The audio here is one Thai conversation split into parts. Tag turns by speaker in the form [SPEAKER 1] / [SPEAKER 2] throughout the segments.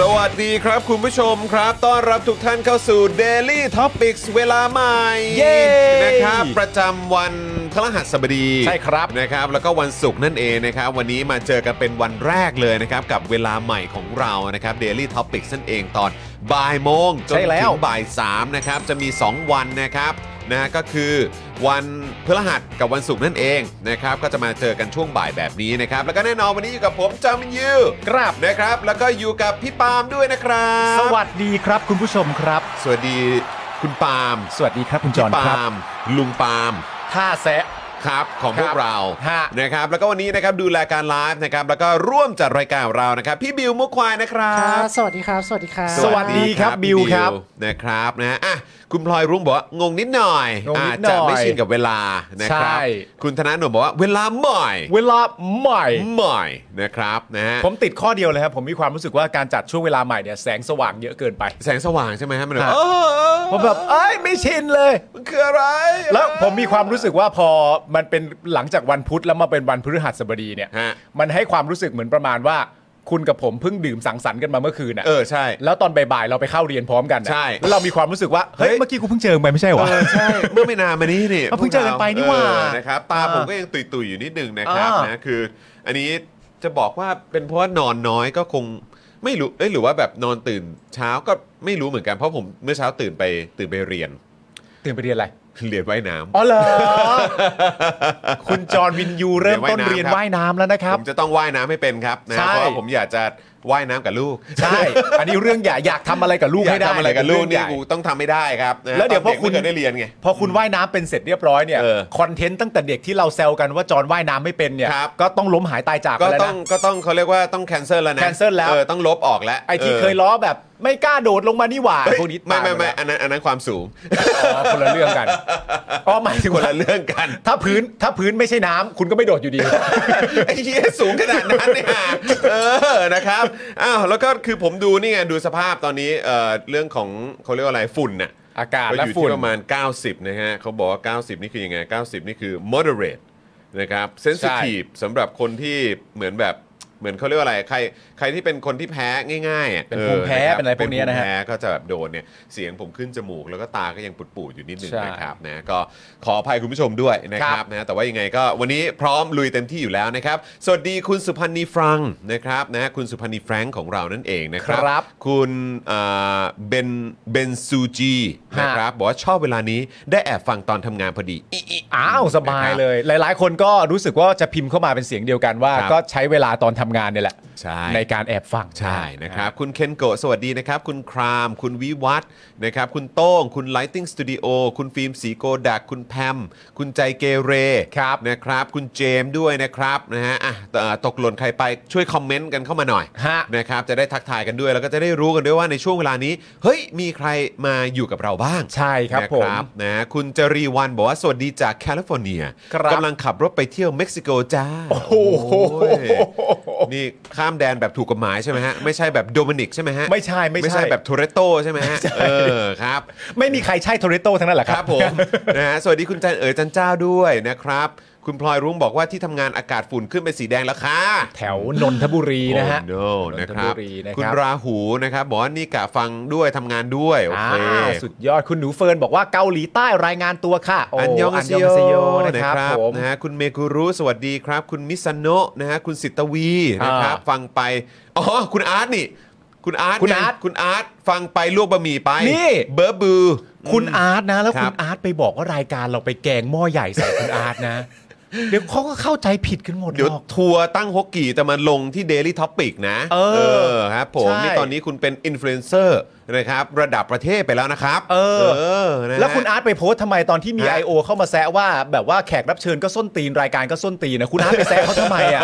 [SPEAKER 1] สวัสดีครับคุณผู้ชมครับ ต้อนรับทุกท่านเข้าสู่ Daily Topics เวลาใหม่
[SPEAKER 2] เย้
[SPEAKER 1] นะครับ ประจำวันพฤหัสบดี
[SPEAKER 2] ใช่ครับ
[SPEAKER 1] นะครับ แล้วก็วันศุกร์นั่นเองนะครับ วันนี้มาเจอกันเป็นวันแรกเลยนะครับ กับเวลาใหม่ของเรานะครับ Daily Topics นั่นเองตอนบ่ายโมงจน
[SPEAKER 2] ใช่แล้
[SPEAKER 1] ถึ
[SPEAKER 2] ว
[SPEAKER 1] ง บ่าย3นะครับจะมี 2 วันนะครับนะก็คือวันพฤหัสกับวันศุกร์นั่นเองนะครับก็จะมาเจอกันช่วงบ่ายแบบนี้นะครับแล้วก็แน่นอนวันนี้อยู่กับผมจามินยู
[SPEAKER 2] ครับ
[SPEAKER 1] นะครับ แล้วก็อยู่กับพี่ปาล์มด้วยนะครับ
[SPEAKER 2] สวัสดีครับคุณผู้ชมครับ
[SPEAKER 1] สวัสดีคุณปาล์ม
[SPEAKER 2] สวัสดีครับคุณจอห์น
[SPEAKER 1] พี่
[SPEAKER 2] ครับ
[SPEAKER 1] ปาล์มลุงปาล์ม
[SPEAKER 2] ท่าแซะ
[SPEAKER 1] ครับของพว
[SPEAKER 2] ครั
[SPEAKER 1] ก
[SPEAKER 2] บ
[SPEAKER 1] เรา
[SPEAKER 2] ฮะ
[SPEAKER 1] นะครับแล้วก็วันนี้นะครับดูแลการไลฟ์นะครับแล้วก็ร่วมจัดรายการของเรานะครับพี่บิวมุกควายนะครับ
[SPEAKER 3] สวัสดีครับ สวัสดีครับ
[SPEAKER 2] สวัสดี ครับบิวครับ
[SPEAKER 1] นะครับนะอ่ะคุณพลอยรุ้งบอกว่างงนิดหน่อย
[SPEAKER 2] งงนิ
[SPEAKER 1] อา
[SPEAKER 2] ด
[SPEAKER 1] จ
[SPEAKER 2] หน่
[SPEAKER 1] จะ
[SPEAKER 2] อย
[SPEAKER 1] ไม่ชินกับเวลานะครับ
[SPEAKER 2] ใช่
[SPEAKER 1] คุณธนาหนุ่มบอกว่าเวลาใหม่
[SPEAKER 2] เวลาใหม่
[SPEAKER 1] ใหม่นะครับนะฮะ
[SPEAKER 2] ผมติดข้อเดียวเลยครับ ผมมีความรู้สึกว่าการจัดช่วงเวลาใหม่เนี่ยแสงสว่างเยอะเกินไป
[SPEAKER 1] แสงสว่างใช่ไหมฮะมันแบบ
[SPEAKER 2] ฮะ
[SPEAKER 1] เออ
[SPEAKER 2] ผมแบบเอ้ยไม่ชินเลย
[SPEAKER 1] มันคืออะไร
[SPEAKER 2] แล้วผมมีความรู้สึกว่าพอมันเป็นหลังจากวันพุธแล้วมาเป็นวันพฤหัสบดีเนี่ย
[SPEAKER 1] ฮะ
[SPEAKER 2] มันให้ความรู้สึกเหมือนประมาณว่า คุณกับผมเพิ่งดื่มสังสรรค์กันมาเมื่อคืนน่ะ
[SPEAKER 1] เออใช่
[SPEAKER 2] แล้วตอนบ่ายๆเราไปเข้าเรียนพร้อมกันน่ะ
[SPEAKER 1] ใช่
[SPEAKER 2] แล้วเรามีความรู้สึกว่า เฮ้ย
[SPEAKER 1] เฮ้ย
[SPEAKER 2] เมื่อกี้กูเพิ่งเจอมึงไปไม่ใช่หรอ
[SPEAKER 1] เออใช่เมื่อไม่นานมานี้นี่
[SPEAKER 2] เอาเพิ่งเจอกันไปนี่หว่า
[SPEAKER 1] เออนะครับตา
[SPEAKER 2] เออ
[SPEAKER 1] ผมก็ยังตุยๆอยู่นิดนึงนะครับ
[SPEAKER 2] เออ
[SPEAKER 1] นะคือ อันนี้จะบอกว่าเป็นเพราะว่านอนน้อยก็คงไม่รู้เอ้ยหรือว่าแบบนอนตื่นเช้าก็ไม่รู้เหมือนกันเพราะผมเมื่อเช้าตื่นไปตื่นไปเรียน
[SPEAKER 2] ตื่นไปเรียนอะไร
[SPEAKER 1] เรียนว่ายน้ำ
[SPEAKER 2] อ๋อเหรอ คุณจอห์นวินยูเริ่มต้น
[SPEAKER 1] เรี
[SPEAKER 2] เรี
[SPEAKER 1] ย
[SPEAKER 2] ย
[SPEAKER 1] น
[SPEAKER 2] น
[SPEAKER 1] ว่า
[SPEAKER 2] ว่าย ย
[SPEAKER 1] น้ำ
[SPEAKER 2] น้ำแล้วนะครับ
[SPEAKER 1] ผมจะต้องว่ายน้ำให้เป็นครับนะ
[SPEAKER 2] ใช่
[SPEAKER 1] เพราะว่าผมอยากจะว่ายน้ำกับลูก
[SPEAKER 2] ใช่ อันนี้เรื่องอยากอยากทำอะไรกับลูก
[SPEAKER 1] อยา
[SPEAKER 2] ให้
[SPEAKER 1] ก
[SPEAKER 2] ได้
[SPEAKER 1] ทำอะไรกับลูก
[SPEAKER 2] เป็
[SPEAKER 1] นี่
[SPEAKER 2] เรื่อง
[SPEAKER 1] กู
[SPEAKER 2] ใหญ่
[SPEAKER 1] ต้องทำไม่ได้ครับนะ
[SPEAKER 2] แล้วเดี๋ยว
[SPEAKER 1] ตนก
[SPEAKER 2] พอคุณ
[SPEAKER 1] ไม่เคยได้เรียนไง
[SPEAKER 2] พอคุณว่ายน้ำเป็นเสร็จเรียบร้อยเนี่ย
[SPEAKER 1] เออ
[SPEAKER 2] คอนเทนต์ตั้งแต่เด็กที่เราแซวกันว่าจอห์นว่ายน้ำไม่เป็นเนี่ย
[SPEAKER 1] ครับ
[SPEAKER 2] ก็ต้องล้มหายตายจากไป
[SPEAKER 1] ก็
[SPEAKER 2] แล้ว
[SPEAKER 1] ต้อ
[SPEAKER 2] นะ
[SPEAKER 1] งก็ต้องเขาเรียกว่าต้อง cancel แล้วนะ
[SPEAKER 2] cancel แล้ว
[SPEAKER 1] เออต้องลบออกแล้ว
[SPEAKER 2] ไอที่
[SPEAKER 1] ออ
[SPEAKER 2] เคยล้อแบบไม่กล้าโดดลงมานี่หว่า
[SPEAKER 1] เฮ้ย
[SPEAKER 2] พวกนี้
[SPEAKER 1] ไม่
[SPEAKER 2] ตาย
[SPEAKER 1] ไม่ไม่
[SPEAKER 2] หด
[SPEAKER 1] อันนั้นอันนั้นความสูง
[SPEAKER 2] แล้วอ๋อคนละเรื่อง กันอ๋อหมายถึง
[SPEAKER 1] ค
[SPEAKER 2] ว่าน
[SPEAKER 1] ละเรื่องกัน
[SPEAKER 2] ถ้าพื้นถ้าพื้นไม่ใช่น้ำคุณก็ไม่โดดอยู่ดี
[SPEAKER 1] ไอ้เหี้ยสูงขนาดนั้นเนี่ย เออนะครับอ้าวแล้วก็คือผมดูนี่ไงดูสภาพตอนนี้เอ่อเรื่องของเขาเรียกว่าอะไรฝุ่นน่ะ
[SPEAKER 2] อากาศ
[SPEAKER 1] ก็
[SPEAKER 2] และ
[SPEAKER 1] อยู่
[SPEAKER 2] ฝุ่น
[SPEAKER 1] ที่ประมาณ 90 นะฮะเขาบอกว่า 90 นี่คือยังไง 90 นี่คือ moderate นะครับ sensitive สำหรับคนที่เหมือนแบบเหมือนเขาเรียกว่าอะไร ใครใครที่เป็นคนที่แพ้ง่ายๆอ่ะ
[SPEAKER 2] เป็นภูมิแพ้
[SPEAKER 1] คบ
[SPEAKER 2] เป็นอะไรพวกเนี้ยนะฮะ
[SPEAKER 1] เป็ภูมิแพ้ก็จะแบบโดนเนี่ยเสียงผมขึ้นจมูก แล้วก็ตาก็ยังปุดๆอยู่นิดหนึง
[SPEAKER 2] ใช่
[SPEAKER 1] นะครับนะก็ขออภัยคุณผู้ชมด้วยนะค
[SPEAKER 2] ค
[SPEAKER 1] รั
[SPEAKER 2] รั
[SPEAKER 1] บบ นะแต่ว่ายังไงก็วันนี้พร้อมลุยเต็มที่อยู่แล้วนะครับ สวัสดีคุณสุพันธ์นีฟรังนะครับนะคุณสุพันธ์นีแฟรงค์ของเรานั่นเองนะครั
[SPEAKER 2] ครับ
[SPEAKER 1] คุณเอ่อเบนเบนซูจี
[SPEAKER 2] ฮะ
[SPEAKER 1] นะครับบอกว่าชอบเวลานี้ได้แอบฟังตอนทำงานพอดี
[SPEAKER 2] อ้าวสบายเลย หลาย ๆ คนก็รู้สึกว่าจะพิมพ์เข้ามาเป็นเสียงเดียวกันว่า
[SPEAKER 1] ครับ
[SPEAKER 2] ก็ใช้เวลาตอนทำงานเนี่ยแหละ
[SPEAKER 1] ใช่
[SPEAKER 2] ในการแอบฟัง
[SPEAKER 1] ใช่นะครับ คุณเคนโกะสวัสดีนะครับ คุณคราม คุณวิวัฒน์นะครับ คุณโต้ง คุณ Lighting Studio คุณฟิล์มสีโกดัก คุณแพม คุณใจเกเร
[SPEAKER 2] ครับ
[SPEAKER 1] นะครับ คุณเจมส์ด้วยนะครับนะฮะอ่ะเอ่อตกหล่นใครไปช่วยคอมเมนต์กันเข้ามาหน่อย
[SPEAKER 2] ฮะ
[SPEAKER 1] นะครับจะได้ทักทายกันด้วยแล้วก็จะได้รู้กันด้วยว่าในช่วงเวลานี้ เฮ้ยมีใครมาอยู่กับเราบ้าง
[SPEAKER 2] ใช่ครับ
[SPEAKER 1] นะ
[SPEAKER 2] ผม
[SPEAKER 1] นะคุณจรีวันบอกว่า สวัสดีจากแคลิฟอร์เนีย
[SPEAKER 2] ครับ
[SPEAKER 1] กำลังขับรถไปเที่ยวเม็กซิโกจ้าโอ้โหนี่ข้ามแดนแบบถูกกฎหมายใช่ไหมฮะ ไม่ใช่แบบโดมินิกใช่ไหมฮะ
[SPEAKER 2] ไม่ใช่ไม่ใช่
[SPEAKER 1] ไม่ใช่แบบโทเรโตใช่ไหมฮะ เออครับ
[SPEAKER 2] ไม่มีใครใช่โทเรโตทั้งนั้นแหละ
[SPEAKER 1] ค
[SPEAKER 2] ค
[SPEAKER 1] รั
[SPEAKER 2] รั
[SPEAKER 1] บบ ผม นะฮะสวัสดีคุณจันเอ๋ยจันเจ้าด้วยนะครับ คุณพลอยรุ้งบอกว่าที่ทำงานอากาศฝุ่นขึ้นเป็นสีแดงแล้วค่ะ
[SPEAKER 2] แถวนนทบุรีนะฮะ
[SPEAKER 1] โอ้ no นะครั
[SPEAKER 2] นนท
[SPEAKER 1] บ
[SPEAKER 2] บุรีนะครับ
[SPEAKER 1] คุณราหูนะครับบอกว่านี่กะฟังด้วยทำงานด้วย โอ
[SPEAKER 2] อ่า
[SPEAKER 1] เค
[SPEAKER 2] สุดยอดคุณหนูเฟิร์นบอกว่าเกาหลีใต้รายงานตัวค่ะโ
[SPEAKER 1] อันยอง
[SPEAKER 2] อั
[SPEAKER 1] อาเซีย
[SPEAKER 2] าเซ
[SPEAKER 1] โย
[SPEAKER 2] โย
[SPEAKER 1] นะ
[SPEAKER 2] นะ
[SPEAKER 1] ค
[SPEAKER 2] ค
[SPEAKER 1] รั
[SPEAKER 2] รั
[SPEAKER 1] บบ
[SPEAKER 2] ผม
[SPEAKER 1] นะฮะคุณเมกุรุสวัสดีครับ คุณมิซาโนะนะฮะคุณสิตวีนะครับ
[SPEAKER 2] อ่า
[SPEAKER 1] ฟังไป อ๋อ คุณอาร์ตนี่ คุณอาร์ต
[SPEAKER 2] คุณ
[SPEAKER 1] ไง
[SPEAKER 2] อาร์ต
[SPEAKER 1] คุณอาร์ตฟังไปลวกบะหมี่ไป
[SPEAKER 2] นี่
[SPEAKER 1] เบอร์บือ
[SPEAKER 2] คุณอาร์ตนะ แล้ว
[SPEAKER 1] ครั
[SPEAKER 2] คุ
[SPEAKER 1] บ
[SPEAKER 2] ณอาร์ตไปบอกว่ารายการเราไปแกงหม้อใหญ่ใส่คุณอาร์ต นะ เดี๋ยวเขาก็เข้าใจผิดกันหมด
[SPEAKER 1] เดี๋ยว
[SPEAKER 2] หรอก
[SPEAKER 1] ทัวร์ตั้งฮกกี่จะมาลงที่ Daily Topic นะ
[SPEAKER 2] เออ
[SPEAKER 1] ครับผม
[SPEAKER 2] ใช่
[SPEAKER 1] นี่ตอนนี้คุณเป็นอินฟลูเอนเซอร์นะครับ ระดับประเทศไปแล้วนะครับ
[SPEAKER 2] เออ
[SPEAKER 1] นะฮะ
[SPEAKER 2] แล้วคุณอาร์ตไปโพสต์ทำไมตอนที่มี
[SPEAKER 1] ฮะ
[SPEAKER 2] I.O. เข้ามาแซะว่า แบบว่าแขกรับเชิญก็ส้นตีนรายการก็ส้นตีนนะคุณอาร์ตไปแซะเขาทำไม อ่ะ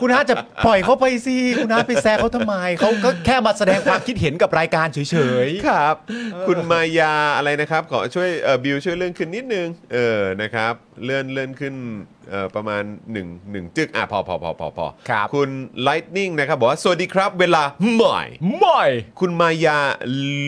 [SPEAKER 2] คุณอาร์ตจะปล่อยเขาไปสิคุณอาร์ตไปแซะเขาทำไมเขาก็แค่มาแสดงความคิดเห็นกับรายการเฉยๆ
[SPEAKER 1] ครับคุณมายาอะไรนะครับขอช่วยเอ่อบิวช่วยเลื่อนขึ้นนิดนึงเออนะครับเลื่อนเลื่อนขึ้นเอ่อประมาณ1นึ่งหนึ่งจึกอ่ะพอพอพอพอพอ
[SPEAKER 2] ครับ
[SPEAKER 1] คุณ Lightning นะครับบอกว่าสวัสดีครับเวลาใหม่
[SPEAKER 2] ไม่
[SPEAKER 1] คุณมายา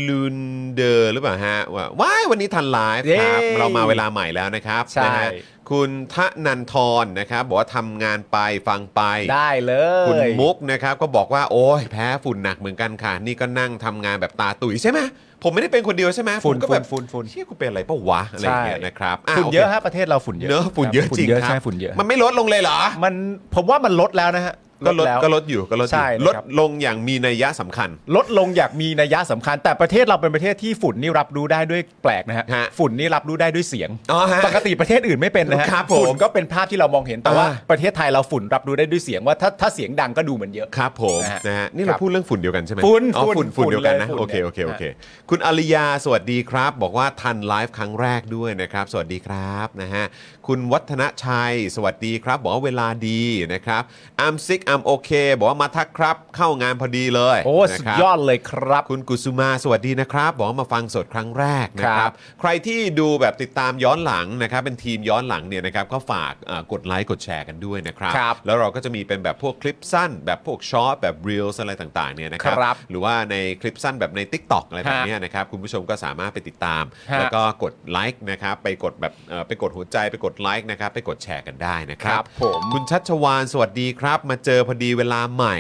[SPEAKER 1] ลุนเดอร์หรือเปล่าฮะว่าว้ายวันนี้ทันไลฟ์ครับ
[SPEAKER 2] เย้
[SPEAKER 1] เรามาเวลาใหม่แล้วนะครับ
[SPEAKER 2] ใช่
[SPEAKER 1] นะฮะคุณทะนันทรนะครับบอกว่าทำงานไปฟังไป
[SPEAKER 2] ได้เลย
[SPEAKER 1] คุณมุกนะครับก็บอกว่าโอ้ยแพ้ฝุ่นหนักเหมือนกันค่ะ นี่ก็นั่งทำงานแบบตาตุ๋ยใช่ไหมผมไม่ได้เป็นคนเดียวใช่ไหม
[SPEAKER 2] ฝุ่น
[SPEAKER 1] ผมก็แบบ
[SPEAKER 2] ฝุ่นฝุ่นฝุ่น
[SPEAKER 1] เชี่ยกูเป็นอะไรปะวะอะไรอย่างเงี้ยนะครับ
[SPEAKER 2] ฝุ่นเยอะฮะประเทศเราฝุ่น
[SPEAKER 1] โอ
[SPEAKER 2] เยอะ
[SPEAKER 1] เคเนอะฝุ่นเยอะจ
[SPEAKER 2] ฝุ่
[SPEAKER 1] ริง
[SPEAKER 2] นเยอะ
[SPEAKER 1] ครั
[SPEAKER 2] ใช่ฝุ่นเยอะ
[SPEAKER 1] มันไม่ลดลงเลยเหรอ
[SPEAKER 2] มันผมว่ามันลดแล้วนะฮะ
[SPEAKER 1] ก็ลด
[SPEAKER 2] แว
[SPEAKER 1] ก็ลดอยู่ก็ลดอ
[SPEAKER 2] ใช่
[SPEAKER 1] ยู่
[SPEAKER 2] นะ
[SPEAKER 1] ลด
[SPEAKER 2] ครับ
[SPEAKER 1] ลงอย่างมีนัยยะสำคัญ
[SPEAKER 2] ลดลงอย่างมีนัยสำคัญ แต่ประเทศเราเป็นประเทศที่ฝุ่นนี่รับรู้ได้ด้วยแปลกนะฮะ
[SPEAKER 1] ฮะ
[SPEAKER 2] ฝุ่นนี่รับรู้ได้ด้วยเสียง
[SPEAKER 1] อ๋อฮะ
[SPEAKER 2] ปกติประเทศอื่นไม่เป็นนะฮะ
[SPEAKER 1] ครับผม
[SPEAKER 2] ฝุ่นก็เป็นภาพที่เรามองเห็นแต่ว่า
[SPEAKER 1] อ่า
[SPEAKER 2] ประเทศไทยเราฝุ่นรับรู้ได้ด้วยเสียงว่าถ้าถ้าเสียงดังก็ดูเหมือนเยอะ
[SPEAKER 1] ครับผม
[SPEAKER 2] นะฮะ
[SPEAKER 1] นะฮะนี่เราพูดเรื่องฝุ่นเดียวกันใช่ไหม
[SPEAKER 2] ฝุ่น
[SPEAKER 1] อ๋อ
[SPEAKER 2] ฝุ่
[SPEAKER 1] ฝุ่น
[SPEAKER 2] น
[SPEAKER 1] ฝุ่นเดียวกันนะ
[SPEAKER 2] ฝุ่นเลยฝุ่น
[SPEAKER 1] โอเค
[SPEAKER 2] เนี่ย
[SPEAKER 1] โอเคโอเคคุณอริยาสวัสดีครับ บอกว่าทันไลฟ์ครั้งแรกด้วยนะครับ สวัสดีครับนะฮะคุณวัฒนชัย สวัสดีครับ บอกว่าเวลาดีนะครับ I'm sick I'm okay บอกว่ามาทักครับ เข้างานพอดีเลย
[SPEAKER 2] โอ้
[SPEAKER 1] นะ
[SPEAKER 2] สุด
[SPEAKER 1] ครับ
[SPEAKER 2] ยอดเลยครับ
[SPEAKER 1] คุณกุสุมาสวัสดีนะครับ บอกว่ามาฟังสดครั้งแรกนะค
[SPEAKER 2] ครั
[SPEAKER 1] รับ
[SPEAKER 2] บ
[SPEAKER 1] ใครที่ดูแบบติดตามย้อนหลังนะครับ เป็นทีมย้อนหลังเนี่ยนะครับ ก็ฝากเอ่อกดไลค์กดแชร์กันด้วยนะครับ
[SPEAKER 2] ครับ
[SPEAKER 1] แล้วเราก็จะมีเป็นแบบพวกคลิปสั้น แบบพวกช็อตแบบเรียลอะไรต่างๆเนี่ยนะครั
[SPEAKER 2] ครับ
[SPEAKER 1] หรือว่าในคลิปสั้นแบบใน Tik t o อกอะไรแบบเนี้ยนะครับ คุณผู้ชมก็สามารถไปติดตาม
[SPEAKER 2] ฮะ
[SPEAKER 1] แล้วก็กดไลค์นะครับไปกดแบบเอ่อไปกดหัวใจไปกดไลค์นะครับไปกดแชร์กันได้นะครับ
[SPEAKER 2] ครับผม
[SPEAKER 1] คุณชัชวานสวัสดีครับ มาเจอพอดีเวลาใหม่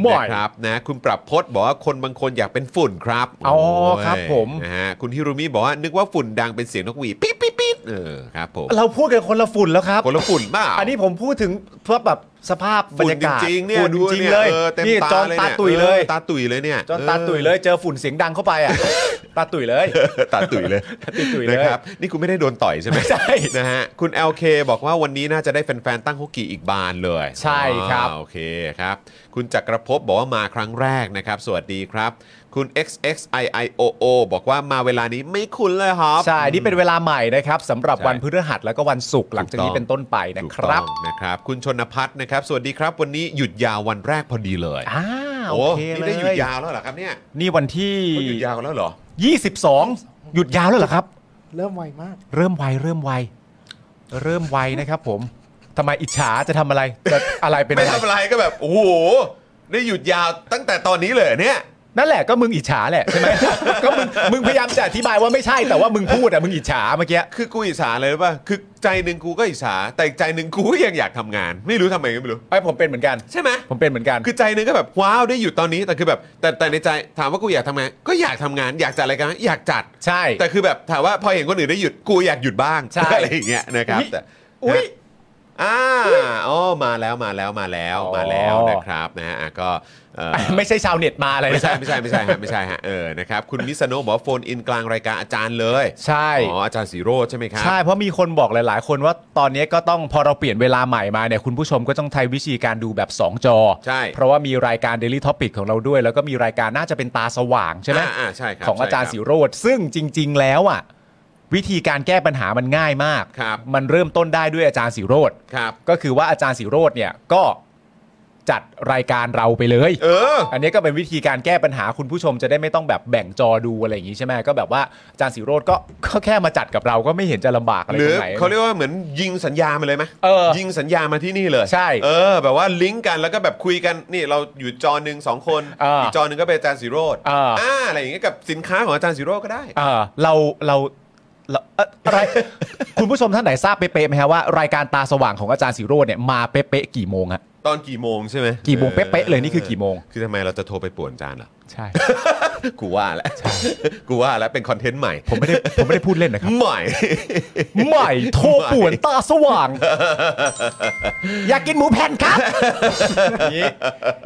[SPEAKER 2] ใหม่
[SPEAKER 1] นะครับ ครับนะคุณปรับพจน์บอกว่าคนบางคนอยากเป็นฝุ่นครับ
[SPEAKER 2] อ๋อ
[SPEAKER 1] โย
[SPEAKER 2] ครับผม
[SPEAKER 1] นะฮะคุณฮิรุมิบอกว่านึกว่าฝุ่นดังเป็นเสียงนกหวีดปี๊ดปี๊ดปี๊ดเออครับผม
[SPEAKER 2] เราพูดกันคนละฝุ่นแล้วครับ
[SPEAKER 1] คนละฝุ่นบ้า
[SPEAKER 2] อันนี้ผมพูดถึงเพื่อแบบสภาพบรรยากาศ
[SPEAKER 1] ฝุ่นจริงๆเนี่ย
[SPEAKER 2] ฝุ่น
[SPEAKER 1] ดู
[SPEAKER 2] จริง
[SPEAKER 1] นี่
[SPEAKER 2] ๆเลย
[SPEAKER 1] ออเต็ม
[SPEAKER 2] นี่
[SPEAKER 1] ตา
[SPEAKER 2] จอน
[SPEAKER 1] เลย
[SPEAKER 2] ตา
[SPEAKER 1] เนี่ย
[SPEAKER 2] ตุยเลย
[SPEAKER 1] ออตาตุยเลยเนี่ย
[SPEAKER 2] จอนตาตุยเลยเจอฝุ่นเสียงดังเข้าไปอ่ะ ตาตุยเลย
[SPEAKER 1] เออตาตุยเลย
[SPEAKER 2] ตาตุ๋ยเลย
[SPEAKER 1] นะครับนี่คุณไม่ได้โดนต่อยใช่ไหม
[SPEAKER 2] ไม่ใช่
[SPEAKER 1] นะฮะคุณ LK บอกว่าวันนี้น่าจะได้แฟนๆตั้งฮกกี้อีกบานเลย
[SPEAKER 2] ใช่ครับ
[SPEAKER 1] อ่าโอเคครับ คุณจักรภพบอกว่ามาครั้งแรกนะครับ สวัสดีครับ คุณ XXIIOO บอกว่ามาเวลานี้ไม่คุ้นเลยครับ
[SPEAKER 2] ใช่ นี่เป็นเวลาใหม่นะครับสำหรับ
[SPEAKER 1] ใช่
[SPEAKER 2] วันพฤหัสแล้วก็วันศุกร์หลังจากนี้เป็นต้นไปนะ
[SPEAKER 1] ถูก
[SPEAKER 2] ค
[SPEAKER 1] ต้อง
[SPEAKER 2] รับ
[SPEAKER 1] นะครับ คุณชนพัฒน์นะครับ สวัสดีครับ วันนี้หยุดยาววันแรกพอดีเลย
[SPEAKER 2] อ่าโอเค
[SPEAKER 1] นี่
[SPEAKER 2] เล
[SPEAKER 1] ได้หยุด
[SPEAKER 2] ย
[SPEAKER 1] ยาวแล้วเหรอครับเนี่ย
[SPEAKER 2] นี่วันที
[SPEAKER 1] หยุดยาวแล้วเหรอ
[SPEAKER 2] ่ 22 หยุดยาวแล้วเหรอครับ
[SPEAKER 4] เริ่มไวมาก
[SPEAKER 2] เริ่มไวเริ่มไว เริ่มไวนะครับผมทำไมอิจฉาจะทำอะไรจะอะไรเป็น
[SPEAKER 1] ไม่
[SPEAKER 2] อะไร
[SPEAKER 1] ทำอะไรก็แบบ โอ้โห ได้หยุดยาวตั้งแต่ตอนนี้เลยเหรอเนี่ย
[SPEAKER 2] นั่นแหละก็มึงอิจฉาแหละใช่ไหม ก็มึงมึงพยายามจะอธิบายว่าไม่ใช่แต่ว่ามึงพูดอ่ะมึงอิจฉาเมื่อกี้
[SPEAKER 1] คือกูอิจฉาเลยรู้ป่ะ คือใจหนึ่งกูก็อิจฉา แต่อีกใจหนึ่งกูก็ยังอยากทำงาน ไม่รู้ทำไมก็ไม่รู้
[SPEAKER 2] ไปผมเป็นเหมือนกัน
[SPEAKER 1] ใช่ไหม
[SPEAKER 2] ผมเป็นเหมือนกัน
[SPEAKER 1] คือใจหนึงก็แบบว้าวได้หยุดตอนนี้ แต่คือแบบ แต่แต่ในใจถามว่ากูอยากทำงาน ก็อยากทำงาน อยากจัดรายการอยากจัด
[SPEAKER 2] ใช่
[SPEAKER 1] แต่คือแบบถามว่าพอเห็นคนอื่นได้หยุดกูอยากหยุดบ้าง
[SPEAKER 2] ใช่
[SPEAKER 1] อะไรอย่างเงี้ยนะครับ
[SPEAKER 2] อุ๊ย
[SPEAKER 1] แต่
[SPEAKER 2] อุ๊ย
[SPEAKER 1] อ่าอ๋อมาแล้วมาแล้วมาแล้ว
[SPEAKER 2] อ๋อ
[SPEAKER 1] มาแล้วนะครับนะฮะอ่ะก็เอ่อ
[SPEAKER 2] ไม่ใช่ชาวเน็ตมาอะไรนะ
[SPEAKER 1] ไม่ใช่ไม่ใช่ไม่ใช่ฮะไม่ใช่ฮะเออนะครับคุณมิสโนะบอกว่าโฟนอินกลางรายการอาจารย์เลย
[SPEAKER 2] ใช่
[SPEAKER 1] อ๋ออาจารย์สีโรจน์ใช่ไหมครับ
[SPEAKER 2] ใช่ เพราะมีคนบอกหลาย ๆ คนว่าตอนนี้ก็ต้องพอเราเปลี่ยนเวลาใหม่มาเนี่ยคุณผู้ชมก็ต้องใช้วิธีการดูแบบ 2 จอ
[SPEAKER 1] ใช่
[SPEAKER 2] เพราะว่ามีรายการ Daily Topic ของเราด้วย แล้วก็มีรายการน่าจะเป็นตาสว่างใช่ไหม
[SPEAKER 1] อ่าอ่าใช่ครับ
[SPEAKER 2] ของอาจารย์
[SPEAKER 1] ใช่
[SPEAKER 2] สิ
[SPEAKER 1] คบ
[SPEAKER 2] โรธซึ่งจริง ๆ แล้วอ่ะวิธีการแก้ปัญหามันง่ายมาก
[SPEAKER 1] ครับ
[SPEAKER 2] มันเริ่มต้นได้ด้วยอาจารย์สิโรธ
[SPEAKER 1] ครับ
[SPEAKER 2] ก็คือว่าอาจารย์สิโรธเนี่ยก็จัดรายการเราไปเลย
[SPEAKER 1] เออ
[SPEAKER 2] อันนี้ก็เป็นวิธีการแก้ปัญหาคุณผู้ชมจะได้ไม่ต้องแบบแบ่งจอดูอะไรอย่างนี้ใช่ไหมก็แบบว่าอาจารย์สิโรธก็ก็แค่มาจัดกับเราก็ไม่เห็นจะลำบากอะไร
[SPEAKER 1] หรื
[SPEAKER 2] ต
[SPEAKER 1] อ
[SPEAKER 2] รงไหน
[SPEAKER 1] เขาเรียกว่าเหมือนยิงสัญญามาเลยไหม
[SPEAKER 2] เออ
[SPEAKER 1] ยิงสัญญามาที่นี่เลย
[SPEAKER 2] ใช่
[SPEAKER 1] เออ แบบว่าลิงก์กันแล้วก็แบบคุยกันนี่เราอยู่จอหนึ่งสองคน
[SPEAKER 2] เอออี
[SPEAKER 1] กจอหนึ่งก็เป็นอาจารย์สีโรด
[SPEAKER 2] เอออ่
[SPEAKER 1] อะไรอย่างเงี้ยกับสินค้าของอาจารย์สีโรดก็ได้
[SPEAKER 2] เออเราเรา แล้วเอ่ออะไร คุณผู้ชมท่านไหนทราบเป๊ะๆไหมฮะว่ารายการตาสว่างของอาจารย์สีโรจน์เนี่ยมาเป๊ะๆกี่โมงฮะ
[SPEAKER 1] ตอนกี่โมงใช่ไหม
[SPEAKER 2] กี่โมงเป๊ะๆเลยนี่คือกี่โมง
[SPEAKER 1] คือทำไมเราจะโทรไปป่วนจานเหรอ
[SPEAKER 2] ใช่
[SPEAKER 1] กูว่าแล้ว กูว่าแล้วเป็นคอนเทนต์ใหม่
[SPEAKER 2] ผมไม่ได้ผมไม่ได้พูดเล่นนะครับ
[SPEAKER 1] ใหม่
[SPEAKER 2] ใหม่โทรป่วนตาสว่าง อยากกินหมูแผ่นครับ อย่างนี้